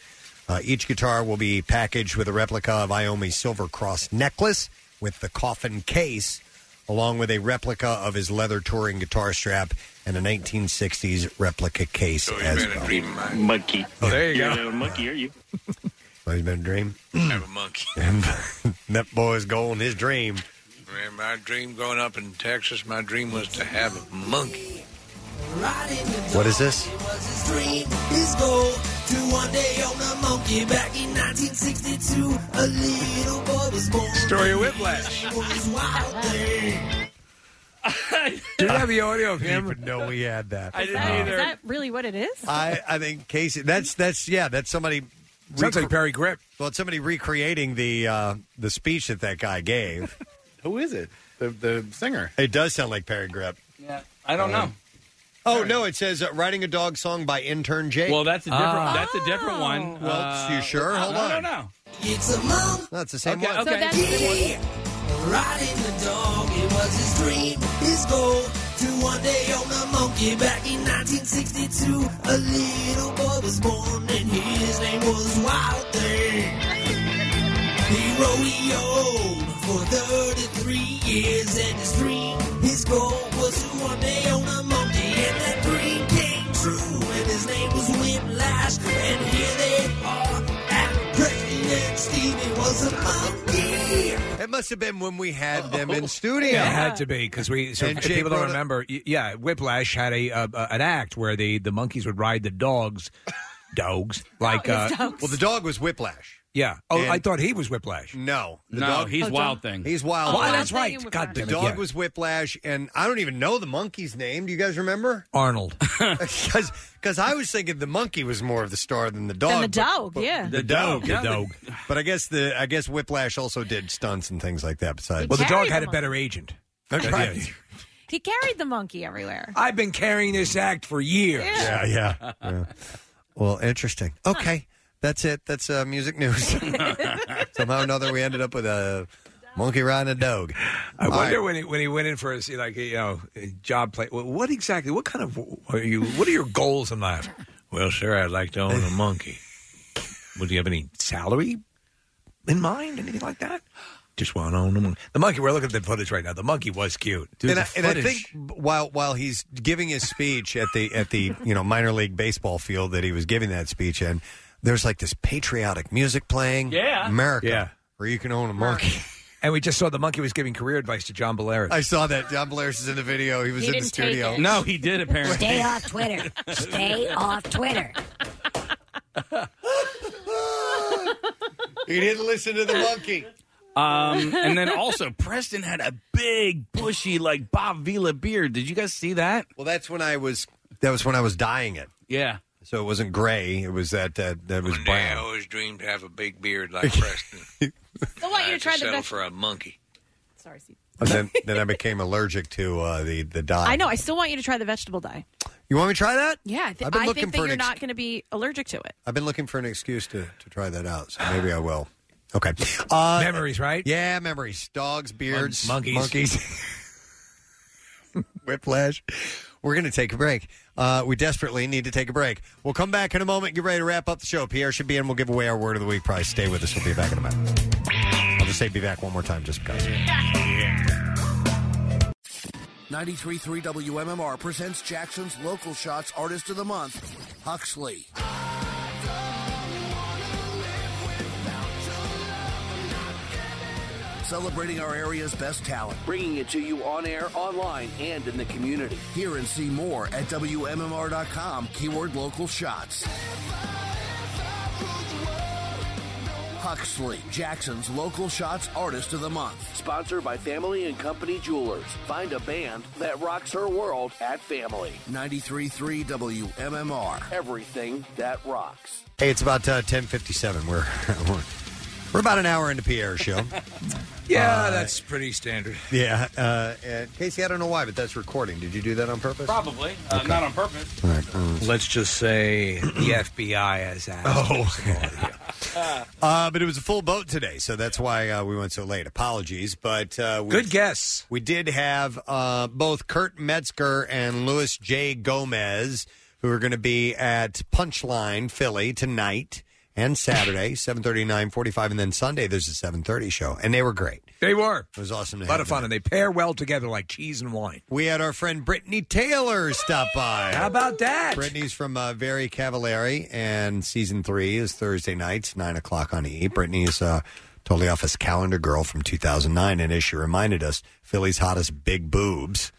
[SPEAKER 3] Uh, each guitar will be packaged with a replica of Iomi's Silver Cross necklace with the coffin case, along with a replica of his leather touring guitar strap and a 1960s replica case as well.
[SPEAKER 11] Monkey.
[SPEAKER 3] Oh, there you
[SPEAKER 11] You're
[SPEAKER 3] go.
[SPEAKER 11] a little monkey, are you?
[SPEAKER 3] Oh, he's been a dream.
[SPEAKER 5] I'm a monkey.
[SPEAKER 3] that boy's goal in his dream.
[SPEAKER 5] Man, my dream growing up in Texas, my dream was to have a monkey.
[SPEAKER 3] What is this?
[SPEAKER 9] His dream, his goal, to one day own a monkey. Back in 1962, a little boy was born.
[SPEAKER 5] Story of Whiplash.
[SPEAKER 9] For his wild day.
[SPEAKER 5] Do you have the audio of
[SPEAKER 3] him? No, we had that. Uh,
[SPEAKER 4] Is that- is that really what it is?
[SPEAKER 3] I, I think Casey. That's that's yeah. That's somebody.
[SPEAKER 4] Sounds like
[SPEAKER 3] Perry Grip. Well, it's somebody recreating the uh, the speech that that guy gave.
[SPEAKER 7] Who is it? The the singer.
[SPEAKER 3] It does sound like Perry Grip.
[SPEAKER 6] Yeah, I don't know.
[SPEAKER 3] Oh no! It says uh, "Writing a Dog" song by intern Jake. Ah. Oh.
[SPEAKER 6] Well, that's a different. That's a different one. Uh,
[SPEAKER 3] Well, you sure? Hold
[SPEAKER 6] no,
[SPEAKER 3] on.
[SPEAKER 6] No, no,
[SPEAKER 9] It's a monkey.
[SPEAKER 3] That's the same one.
[SPEAKER 9] Yeah. Riding the dog, it was his dream, his goal. To one day own a monkey. Back in 1962, a little boy was born, and his name was Wild Thing. He rodeoed for 33 years, and his dream, his goal was to one day own a monkey, and that dream came true. And his name was Whiplash, and here they are at President Stevie was a monkey.
[SPEAKER 3] It must have been when we had them in studio.
[SPEAKER 5] It had to be because we. So
[SPEAKER 3] And
[SPEAKER 5] if
[SPEAKER 3] Jake
[SPEAKER 5] people don't
[SPEAKER 3] wrote a-
[SPEAKER 5] remember. y- yeah, Whiplash had a uh, uh, an act where the the monkeys would ride the dogs, dogs like.
[SPEAKER 3] Oh,
[SPEAKER 5] uh,
[SPEAKER 3] it's dogs. Well, the dog was Whiplash.
[SPEAKER 5] Yeah. Oh,
[SPEAKER 3] And-
[SPEAKER 5] I thought he was Whiplash.
[SPEAKER 3] No, the
[SPEAKER 5] No,
[SPEAKER 3] dog-
[SPEAKER 5] he's Oh, Wild dog. Thing.
[SPEAKER 3] He's wild.
[SPEAKER 5] Oh,
[SPEAKER 3] Thing.
[SPEAKER 5] that's Wild Thing right. and God Whiplash.
[SPEAKER 3] the
[SPEAKER 5] damn it,
[SPEAKER 3] dog
[SPEAKER 5] yeah.
[SPEAKER 3] was Whiplash, and I don't even know the monkey's name. Do you guys remember?
[SPEAKER 5] Arnold.
[SPEAKER 3] Because I was thinking the monkey was more of the star than the dog.
[SPEAKER 4] the
[SPEAKER 3] but-
[SPEAKER 4] dog,
[SPEAKER 3] but-
[SPEAKER 4] yeah.
[SPEAKER 3] the,
[SPEAKER 4] The
[SPEAKER 3] dog,
[SPEAKER 4] dog, yeah, the-
[SPEAKER 3] But I guess the I guess Whiplash also did stunts and things like that. Besides,
[SPEAKER 5] Well, the dog had a better agent.
[SPEAKER 3] Right.
[SPEAKER 5] Yeah.
[SPEAKER 4] He carried the monkey everywhere.
[SPEAKER 5] I've been carrying this act for years.
[SPEAKER 3] Yeah, yeah. yeah. Well, interesting. Okay, that's it. That's uh, music news. Somehow or another, we ended up with a monkey riding a dog.
[SPEAKER 5] I
[SPEAKER 3] All
[SPEAKER 5] wonder
[SPEAKER 3] right.
[SPEAKER 5] when he when he went in for his like you know a job play. wh- What exactly? What kind of are you? What are your goals in life? Well, sir, I'd like to own a monkey. Would you have any salary in mind? Anything like that? Just want to own a monkey. The monkey. We're looking at the footage right now. The monkey was cute.
[SPEAKER 3] and, I, and I think while while he's giving his speech at the at the you know minor league baseball field that he was giving that speech in, there's like this patriotic music playing.
[SPEAKER 5] Yeah.
[SPEAKER 3] America.
[SPEAKER 5] Yeah.
[SPEAKER 3] where you can own a monkey.
[SPEAKER 5] And we just saw the monkey was giving career advice to John Belarus.
[SPEAKER 3] I saw that John Belarus is in the video. He was
[SPEAKER 5] He
[SPEAKER 3] in the
[SPEAKER 5] didn't take
[SPEAKER 3] studio.
[SPEAKER 5] it. No, he did, apparently.
[SPEAKER 12] Stay off Twitter. Stay off Twitter.
[SPEAKER 3] he didn't listen to the monkey.
[SPEAKER 6] no. Um, and then also, Preston had a big, bushy, like Bob Vila beard. Did you guys see that?
[SPEAKER 3] Well, that's when I was. That was when I was dyeing it.
[SPEAKER 6] Yeah.
[SPEAKER 3] So it wasn't gray. It was that that that was
[SPEAKER 5] I
[SPEAKER 3] brown.
[SPEAKER 5] always dreamed to have a big beard like Preston.
[SPEAKER 4] So what?
[SPEAKER 5] I
[SPEAKER 4] You
[SPEAKER 5] had to
[SPEAKER 4] tried the
[SPEAKER 5] settle
[SPEAKER 4] best.
[SPEAKER 5] for a monkey.
[SPEAKER 4] Sorry, Steve.
[SPEAKER 3] And then then I became allergic to uh, the the dye.
[SPEAKER 4] I know. I still want you to try the vegetable dye.
[SPEAKER 3] You want me to try that?
[SPEAKER 4] Yeah, I, th-
[SPEAKER 3] I've been
[SPEAKER 4] I
[SPEAKER 3] looking
[SPEAKER 4] think that
[SPEAKER 3] for an
[SPEAKER 4] you're
[SPEAKER 3] ex-
[SPEAKER 4] not going to be allergic to it.
[SPEAKER 3] I've been looking for an excuse to, to try that out, so maybe I will. Okay. Uh,
[SPEAKER 5] memories, right?
[SPEAKER 3] Yeah, memories. Dogs, beards,
[SPEAKER 5] Mon- monkeys.
[SPEAKER 3] Whiplash. We're going to take a break. Uh, we desperately need to take a break. We'll come back in a moment. Get ready to wrap up the show. Pierre should be in. We'll give away our word of the week prize. Stay with us. We'll be back in a minute. I'll just say be back one more time just because.
[SPEAKER 22] 93.3 WMMR presents Jackson's Local Shots Artist of the Month, Huxley. Celebrating our area's best talent. Bringing it to you on air, online, and in the community. Hear and see more at WMMR.com, keyword local shots. Huxley, Jackson's Local Shots Artist of the Month. Sponsored by Family and Company Jewelers. Find a band that rocks her world at Family. 93.3 WMMR. Everything that rocks.
[SPEAKER 3] Hey, it's about uh, 10.57. We're, we're, we're about an hour into Pierre's show.
[SPEAKER 5] Yeah,
[SPEAKER 3] Uh,
[SPEAKER 5] that's pretty standard.
[SPEAKER 3] Yeah. Uh, and Casey, I don't know why, but that's recording. Did you do that on purpose?
[SPEAKER 6] Probably. Uh, Not on purpose.
[SPEAKER 5] Let's just say the FBI has asked.
[SPEAKER 3] Oh, Uh, but it was a full boat today, so that's why uh, we went so late. Apologies, but uh, we, good
[SPEAKER 5] guess.
[SPEAKER 3] We did have uh, both Kurt Metzger and Louis J. Gomez, who are going to be at Punchline Philly tonight and Saturday, 7.30, 9.45, and then Sunday there's a 7.30 show, and they were great.
[SPEAKER 5] They were.
[SPEAKER 3] It was awesome. To
[SPEAKER 5] A lot
[SPEAKER 3] have
[SPEAKER 5] of fun, and they pair well together like cheese and wine.
[SPEAKER 3] we had our friend Brittany Taylor stop by. How
[SPEAKER 5] about that?
[SPEAKER 3] Brittany's from uh, Very Cavallari, and season three is Thursday nights, 9 o'clock on E. Brittany is uh, totally off as calendar girl from 2009, and as she reminded us, Philly's hottest big boobs.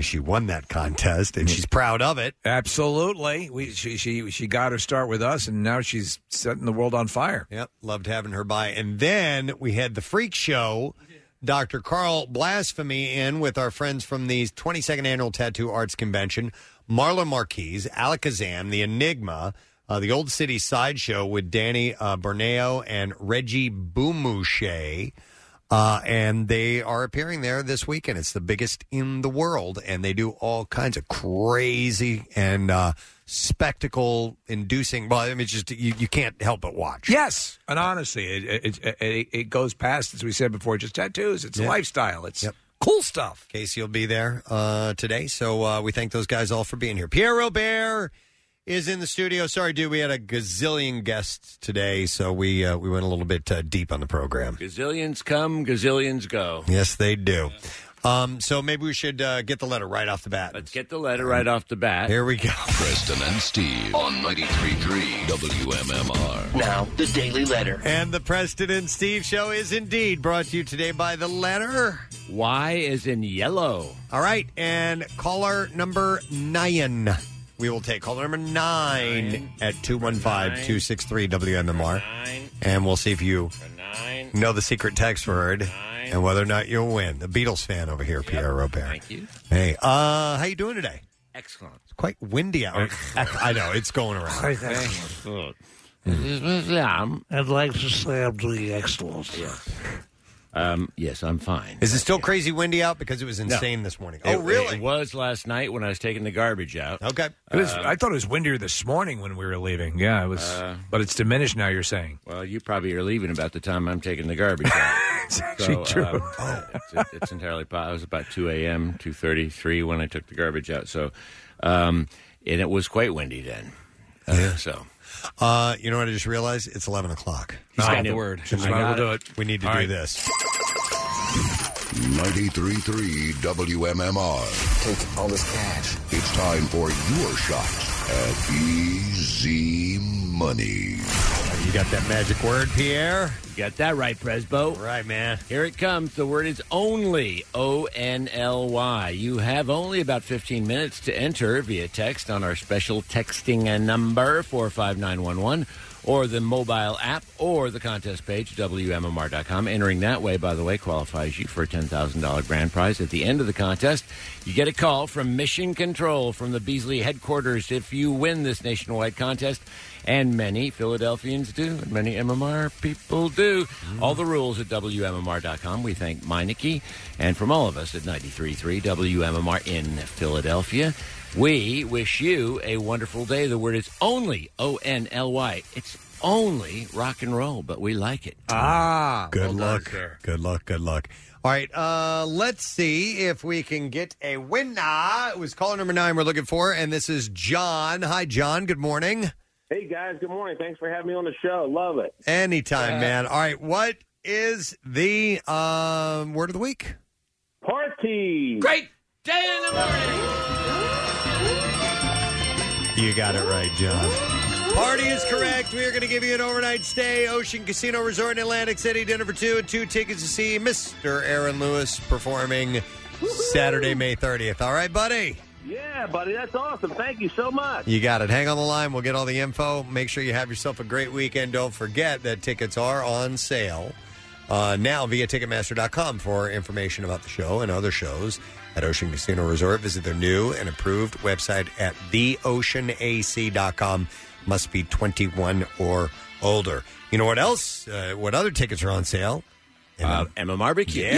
[SPEAKER 3] She won that contest, and she's proud of it.
[SPEAKER 5] Absolutely. We, she, she, she got her start with us, and now she's setting the world on fire.
[SPEAKER 3] Yep, loved having her by. And then we had the freak show, Dr. Carl Blasphemy, in with our friends from the 22nd Annual Tattoo Arts Convention, Marla Marquez, Alakazam, The Enigma, uh, the Old City Sideshow with Danny uh, Borneo and Reggie Boumouche. Uh, and they are appearing there this weekend. It's the biggest in the world, and they do all kinds of crazy and uh, spectacle-inducing. Well, I mean, it's just you, you can't help but watch.
[SPEAKER 5] Yes, and honestly, it it, it- it it goes past as we said before, just tattoos. It's
[SPEAKER 3] Yeah.
[SPEAKER 5] a lifestyle. It's cool stuff.
[SPEAKER 3] Casey will be there uh, today, so uh, we thank those guys all for being here. Pierre Robert is in the studio. Sorry, dude, we had a gazillion guests today, so we uh, we went a little bit uh, deep on the program.
[SPEAKER 11] Gazillions come, gazillions go.
[SPEAKER 3] Yes, they do. Um, so maybe we should uh, get the letter right off the bat. Let's
[SPEAKER 11] get the letter right off the bat.
[SPEAKER 3] Here we go.
[SPEAKER 2] Preston and Steve on 93.3 WMMR.
[SPEAKER 22] Now, the Daily Letter.
[SPEAKER 3] And the Preston and Steve show is indeed brought to you today by the letter
[SPEAKER 11] Y is in yellow.
[SPEAKER 3] All right, and caller number nine. We will take caller number nine, at 215-263-WMMR. And we'll see if you know the secret text word and whether or not you'll win. The Beatles fan over here, Pierre Robert. Thank
[SPEAKER 11] you.
[SPEAKER 3] Hey, uh, how you doing today?
[SPEAKER 11] Excellent.
[SPEAKER 3] It's quite windy out. I know, it's going around.
[SPEAKER 11] I'd like to say I'm doing excellent. Yes. Um, yes, I'm fine.
[SPEAKER 3] Is it still crazy windy out? Because it was insane this morning. Oh,
[SPEAKER 11] It-
[SPEAKER 3] really?
[SPEAKER 11] It was last night when I was taking the garbage out.
[SPEAKER 3] Okay.
[SPEAKER 5] It was, I thought it was windier this morning when we were leaving. Uh, Yeah, it was.
[SPEAKER 3] Uh,
[SPEAKER 5] but it's diminished now. You're saying.
[SPEAKER 11] uh, Well, you probably are leaving about the time I'm taking the garbage out. it's
[SPEAKER 5] actually true.
[SPEAKER 3] Oh.
[SPEAKER 11] it's, it's entirely possible. It was about 2 a.m., 2.33 when I took the garbage out. So, um, and it was quite windy then. Uh, So.
[SPEAKER 3] Uh, you know what I just realized? It's 11 o'clock.
[SPEAKER 11] He's got I the knew. word. Just I might as well got do it.
[SPEAKER 3] We need to
[SPEAKER 11] All
[SPEAKER 3] do
[SPEAKER 11] right.
[SPEAKER 3] this.
[SPEAKER 2] 93.3 WMMR. Take all this cash. It's time for your shot at easy money.
[SPEAKER 3] You got that magic word, Pierre?
[SPEAKER 11] You got that right, Presbo.
[SPEAKER 3] Right, man.
[SPEAKER 11] Here it comes. The word is only. O N L Y. You have only about 15 minutes to enter via text on our special texting uh, number 45911 or the mobile app or the contest page, WMMR.com. Entering that way, by the way, qualifies you for a $10,000 grand prize. At the end of the contest, you get a call from Mission Control from the Beasley headquarters if you win this nationwide contest. And many Philadelphians do, and many MMR people do. All the rules at WMMR.com. We thank Meineke, and from all of us at 93.3 WMMR in Philadelphia. We wish you a wonderful day. The word is only, O N L Y. It's only rock and roll, but we like it.
[SPEAKER 3] Ah, good luck. Good luck. Good luck. All right, uh, let's see if we can get a winner. It was caller number nine we're looking for, and this is John. Hi, John. Good morning.
[SPEAKER 15] Hey guys, good morning. Thanks for having me on the show. Love it.
[SPEAKER 3] Anytime,
[SPEAKER 15] Uh,
[SPEAKER 3] man. All right, what is the um, word of the week?
[SPEAKER 15] Party.
[SPEAKER 11] Great day in the morning.
[SPEAKER 3] You got it right, John. Party is correct. We are going to give you an overnight stay, Ocean Casino Resort in Atlantic City, dinner for two, and two tickets to see Mr. Aaron Lewis performing Saturday, May 30th. All right, buddy.
[SPEAKER 15] Yeah, buddy, that's awesome. Thank you so much.
[SPEAKER 3] You got it. Hang on the line. We'll get all the info. Make sure you have yourself a great weekend. Don't forget that tickets are on sale uh, now via Ticketmaster.com for information about the show and other shows at Ocean Casino Resort. Visit their new and approved website at TheOceanAC.com. Must be 21 or older. You know what else? Uh, what other tickets are on sale?
[SPEAKER 11] Uh, MMR
[SPEAKER 3] Yeah.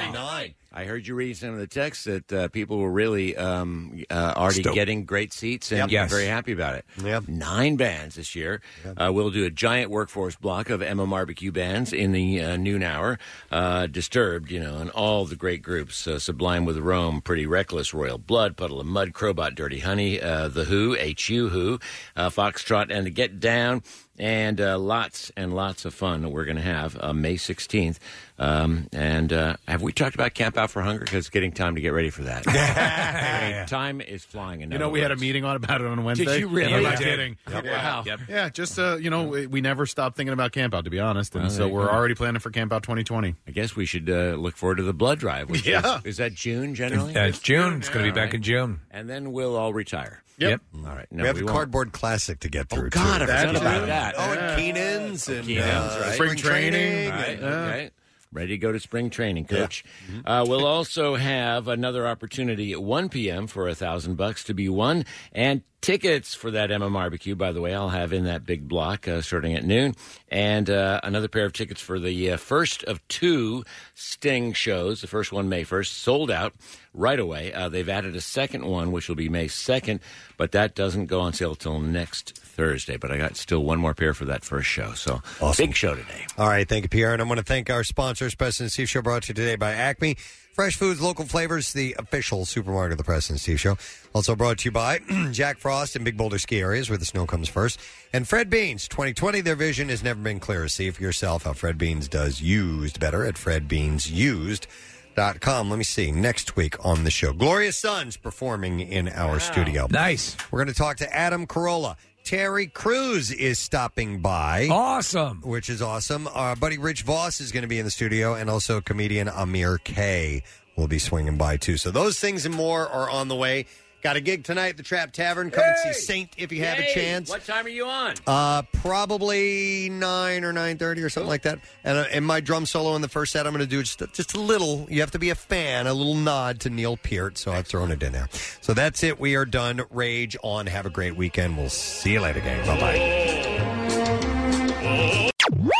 [SPEAKER 11] Yeah.
[SPEAKER 3] Nine.
[SPEAKER 11] I heard you reading some of the texts that uh, people were really um, uh, already
[SPEAKER 5] Stoked.
[SPEAKER 11] getting great seats and
[SPEAKER 5] Yep. Yes.
[SPEAKER 11] very happy about it.
[SPEAKER 3] Yeah.
[SPEAKER 11] Nine bands this year. Uh, we'll do a giant workforce block of Emma Barbecue bands in the uh, noon hour. Uh, Disturbed, you know, and all the great groups uh, Sublime with Rome, Pretty Reckless, Royal Blood, Puddle of Mud, Crowbot, Dirty Honey, uh, The Who, H.U. Who, uh, Foxtrot, and The Get Down. And uh, lots and lots of fun that we're going to have uh, May 16th. Um, and uh, have we talked about Camp Out for Hunger? Because it's getting time to get ready for that. I mean, Time is flying. In
[SPEAKER 7] You know,
[SPEAKER 11] other
[SPEAKER 7] we had a
[SPEAKER 11] words.
[SPEAKER 7] meeting on about it on Wednesday.
[SPEAKER 11] you really?
[SPEAKER 7] I'm
[SPEAKER 11] Yeah.
[SPEAKER 7] not kidding.
[SPEAKER 11] Yep.
[SPEAKER 7] Wow.
[SPEAKER 11] Yep.
[SPEAKER 7] Yeah, just uh, you know, we, we never stopped thinking about camp out to be honest, and
[SPEAKER 11] Well, there
[SPEAKER 7] so
[SPEAKER 11] you
[SPEAKER 7] we're
[SPEAKER 11] go.
[SPEAKER 7] already planning for camp out 2020.
[SPEAKER 11] I guess we should uh, look forward to the blood drive. Which
[SPEAKER 7] Yeah.
[SPEAKER 11] is, is that June generally?
[SPEAKER 5] That's June. It's going to be back in June.
[SPEAKER 11] And then we'll all retire.
[SPEAKER 3] Yep.
[SPEAKER 11] All right.
[SPEAKER 3] we have
[SPEAKER 11] we
[SPEAKER 3] the
[SPEAKER 11] won't.
[SPEAKER 3] cardboard classic to get through.
[SPEAKER 11] Oh, God,
[SPEAKER 3] too.
[SPEAKER 11] I forgot about that.
[SPEAKER 3] Oh, and Keenan's and
[SPEAKER 11] Keenan's,
[SPEAKER 3] uh,
[SPEAKER 11] right.
[SPEAKER 3] spring training.
[SPEAKER 11] All right,
[SPEAKER 3] and-
[SPEAKER 11] okay. Ready to go to spring training, Coach. Uh, we'll also have another opportunity at 1 p.m. for a thousand bucks to be won, and tickets for that MM barbecue. By the way, I'll have in that big block uh, starting at noon, and uh, another pair of tickets for the uh, first of two Sting shows. The first one May 1st sold out right away. Uh, they've added a second one, which will be May 2nd, but that doesn't go on sale till next Thursday. But I got still one more pair for that first show, so big show today.
[SPEAKER 3] All right, thank you, Pierre. And I want to thank our sponsors, President Steve Show, brought to you today by Acme. Fresh foods, local flavors, the official supermarket of the President Steve Show. Also brought to you by Jack Frost and Big Boulder Ski Areas, where the snow comes first. And Fred Beans, 2020, their vision has never been clearer. See for yourself how Fred Beans does used better at fredbeansused.com. Let me see. Next week on the show, Gloria Sons performing in our studio.
[SPEAKER 5] Nice.
[SPEAKER 3] We're going to talk to Adam Carolla. Terry Crews is stopping by.
[SPEAKER 5] Awesome.
[SPEAKER 3] Which is awesome. Our buddy Rich Voss is going to be in the studio, and also comedian Amir K will be swinging by too. So those things and more are on the way. Got a gig tonight at the Trap Tavern. Come and see Saint if you have a
[SPEAKER 11] Yay!
[SPEAKER 3] chance.
[SPEAKER 11] What time are you on?
[SPEAKER 3] Uh, probably nine or nine thirty or something like that. And uh, and my drum solo in the first set, I'm going to do just just a little. You have to be a fan, a little nod to Neil Peart. So I've thrown it in there. So that's it. We are done. Rage on. Have a great weekend. We'll see you later, gang. Bye bye.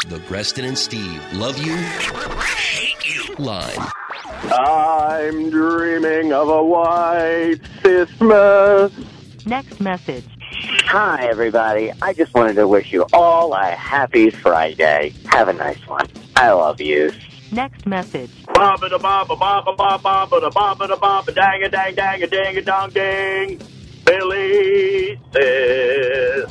[SPEAKER 16] The Preston and Steve love you, hate you line.
[SPEAKER 13] I'm dreaming of a white Christmas.
[SPEAKER 23] Uh, Next message. Hi, everybody. I just wanted to wish you all a happy Friday. Have a nice one. I love you. Next message.
[SPEAKER 15] Baba da baba baba baba baba da baba da baba dang a dang dang a ding a dong ding. Billy says.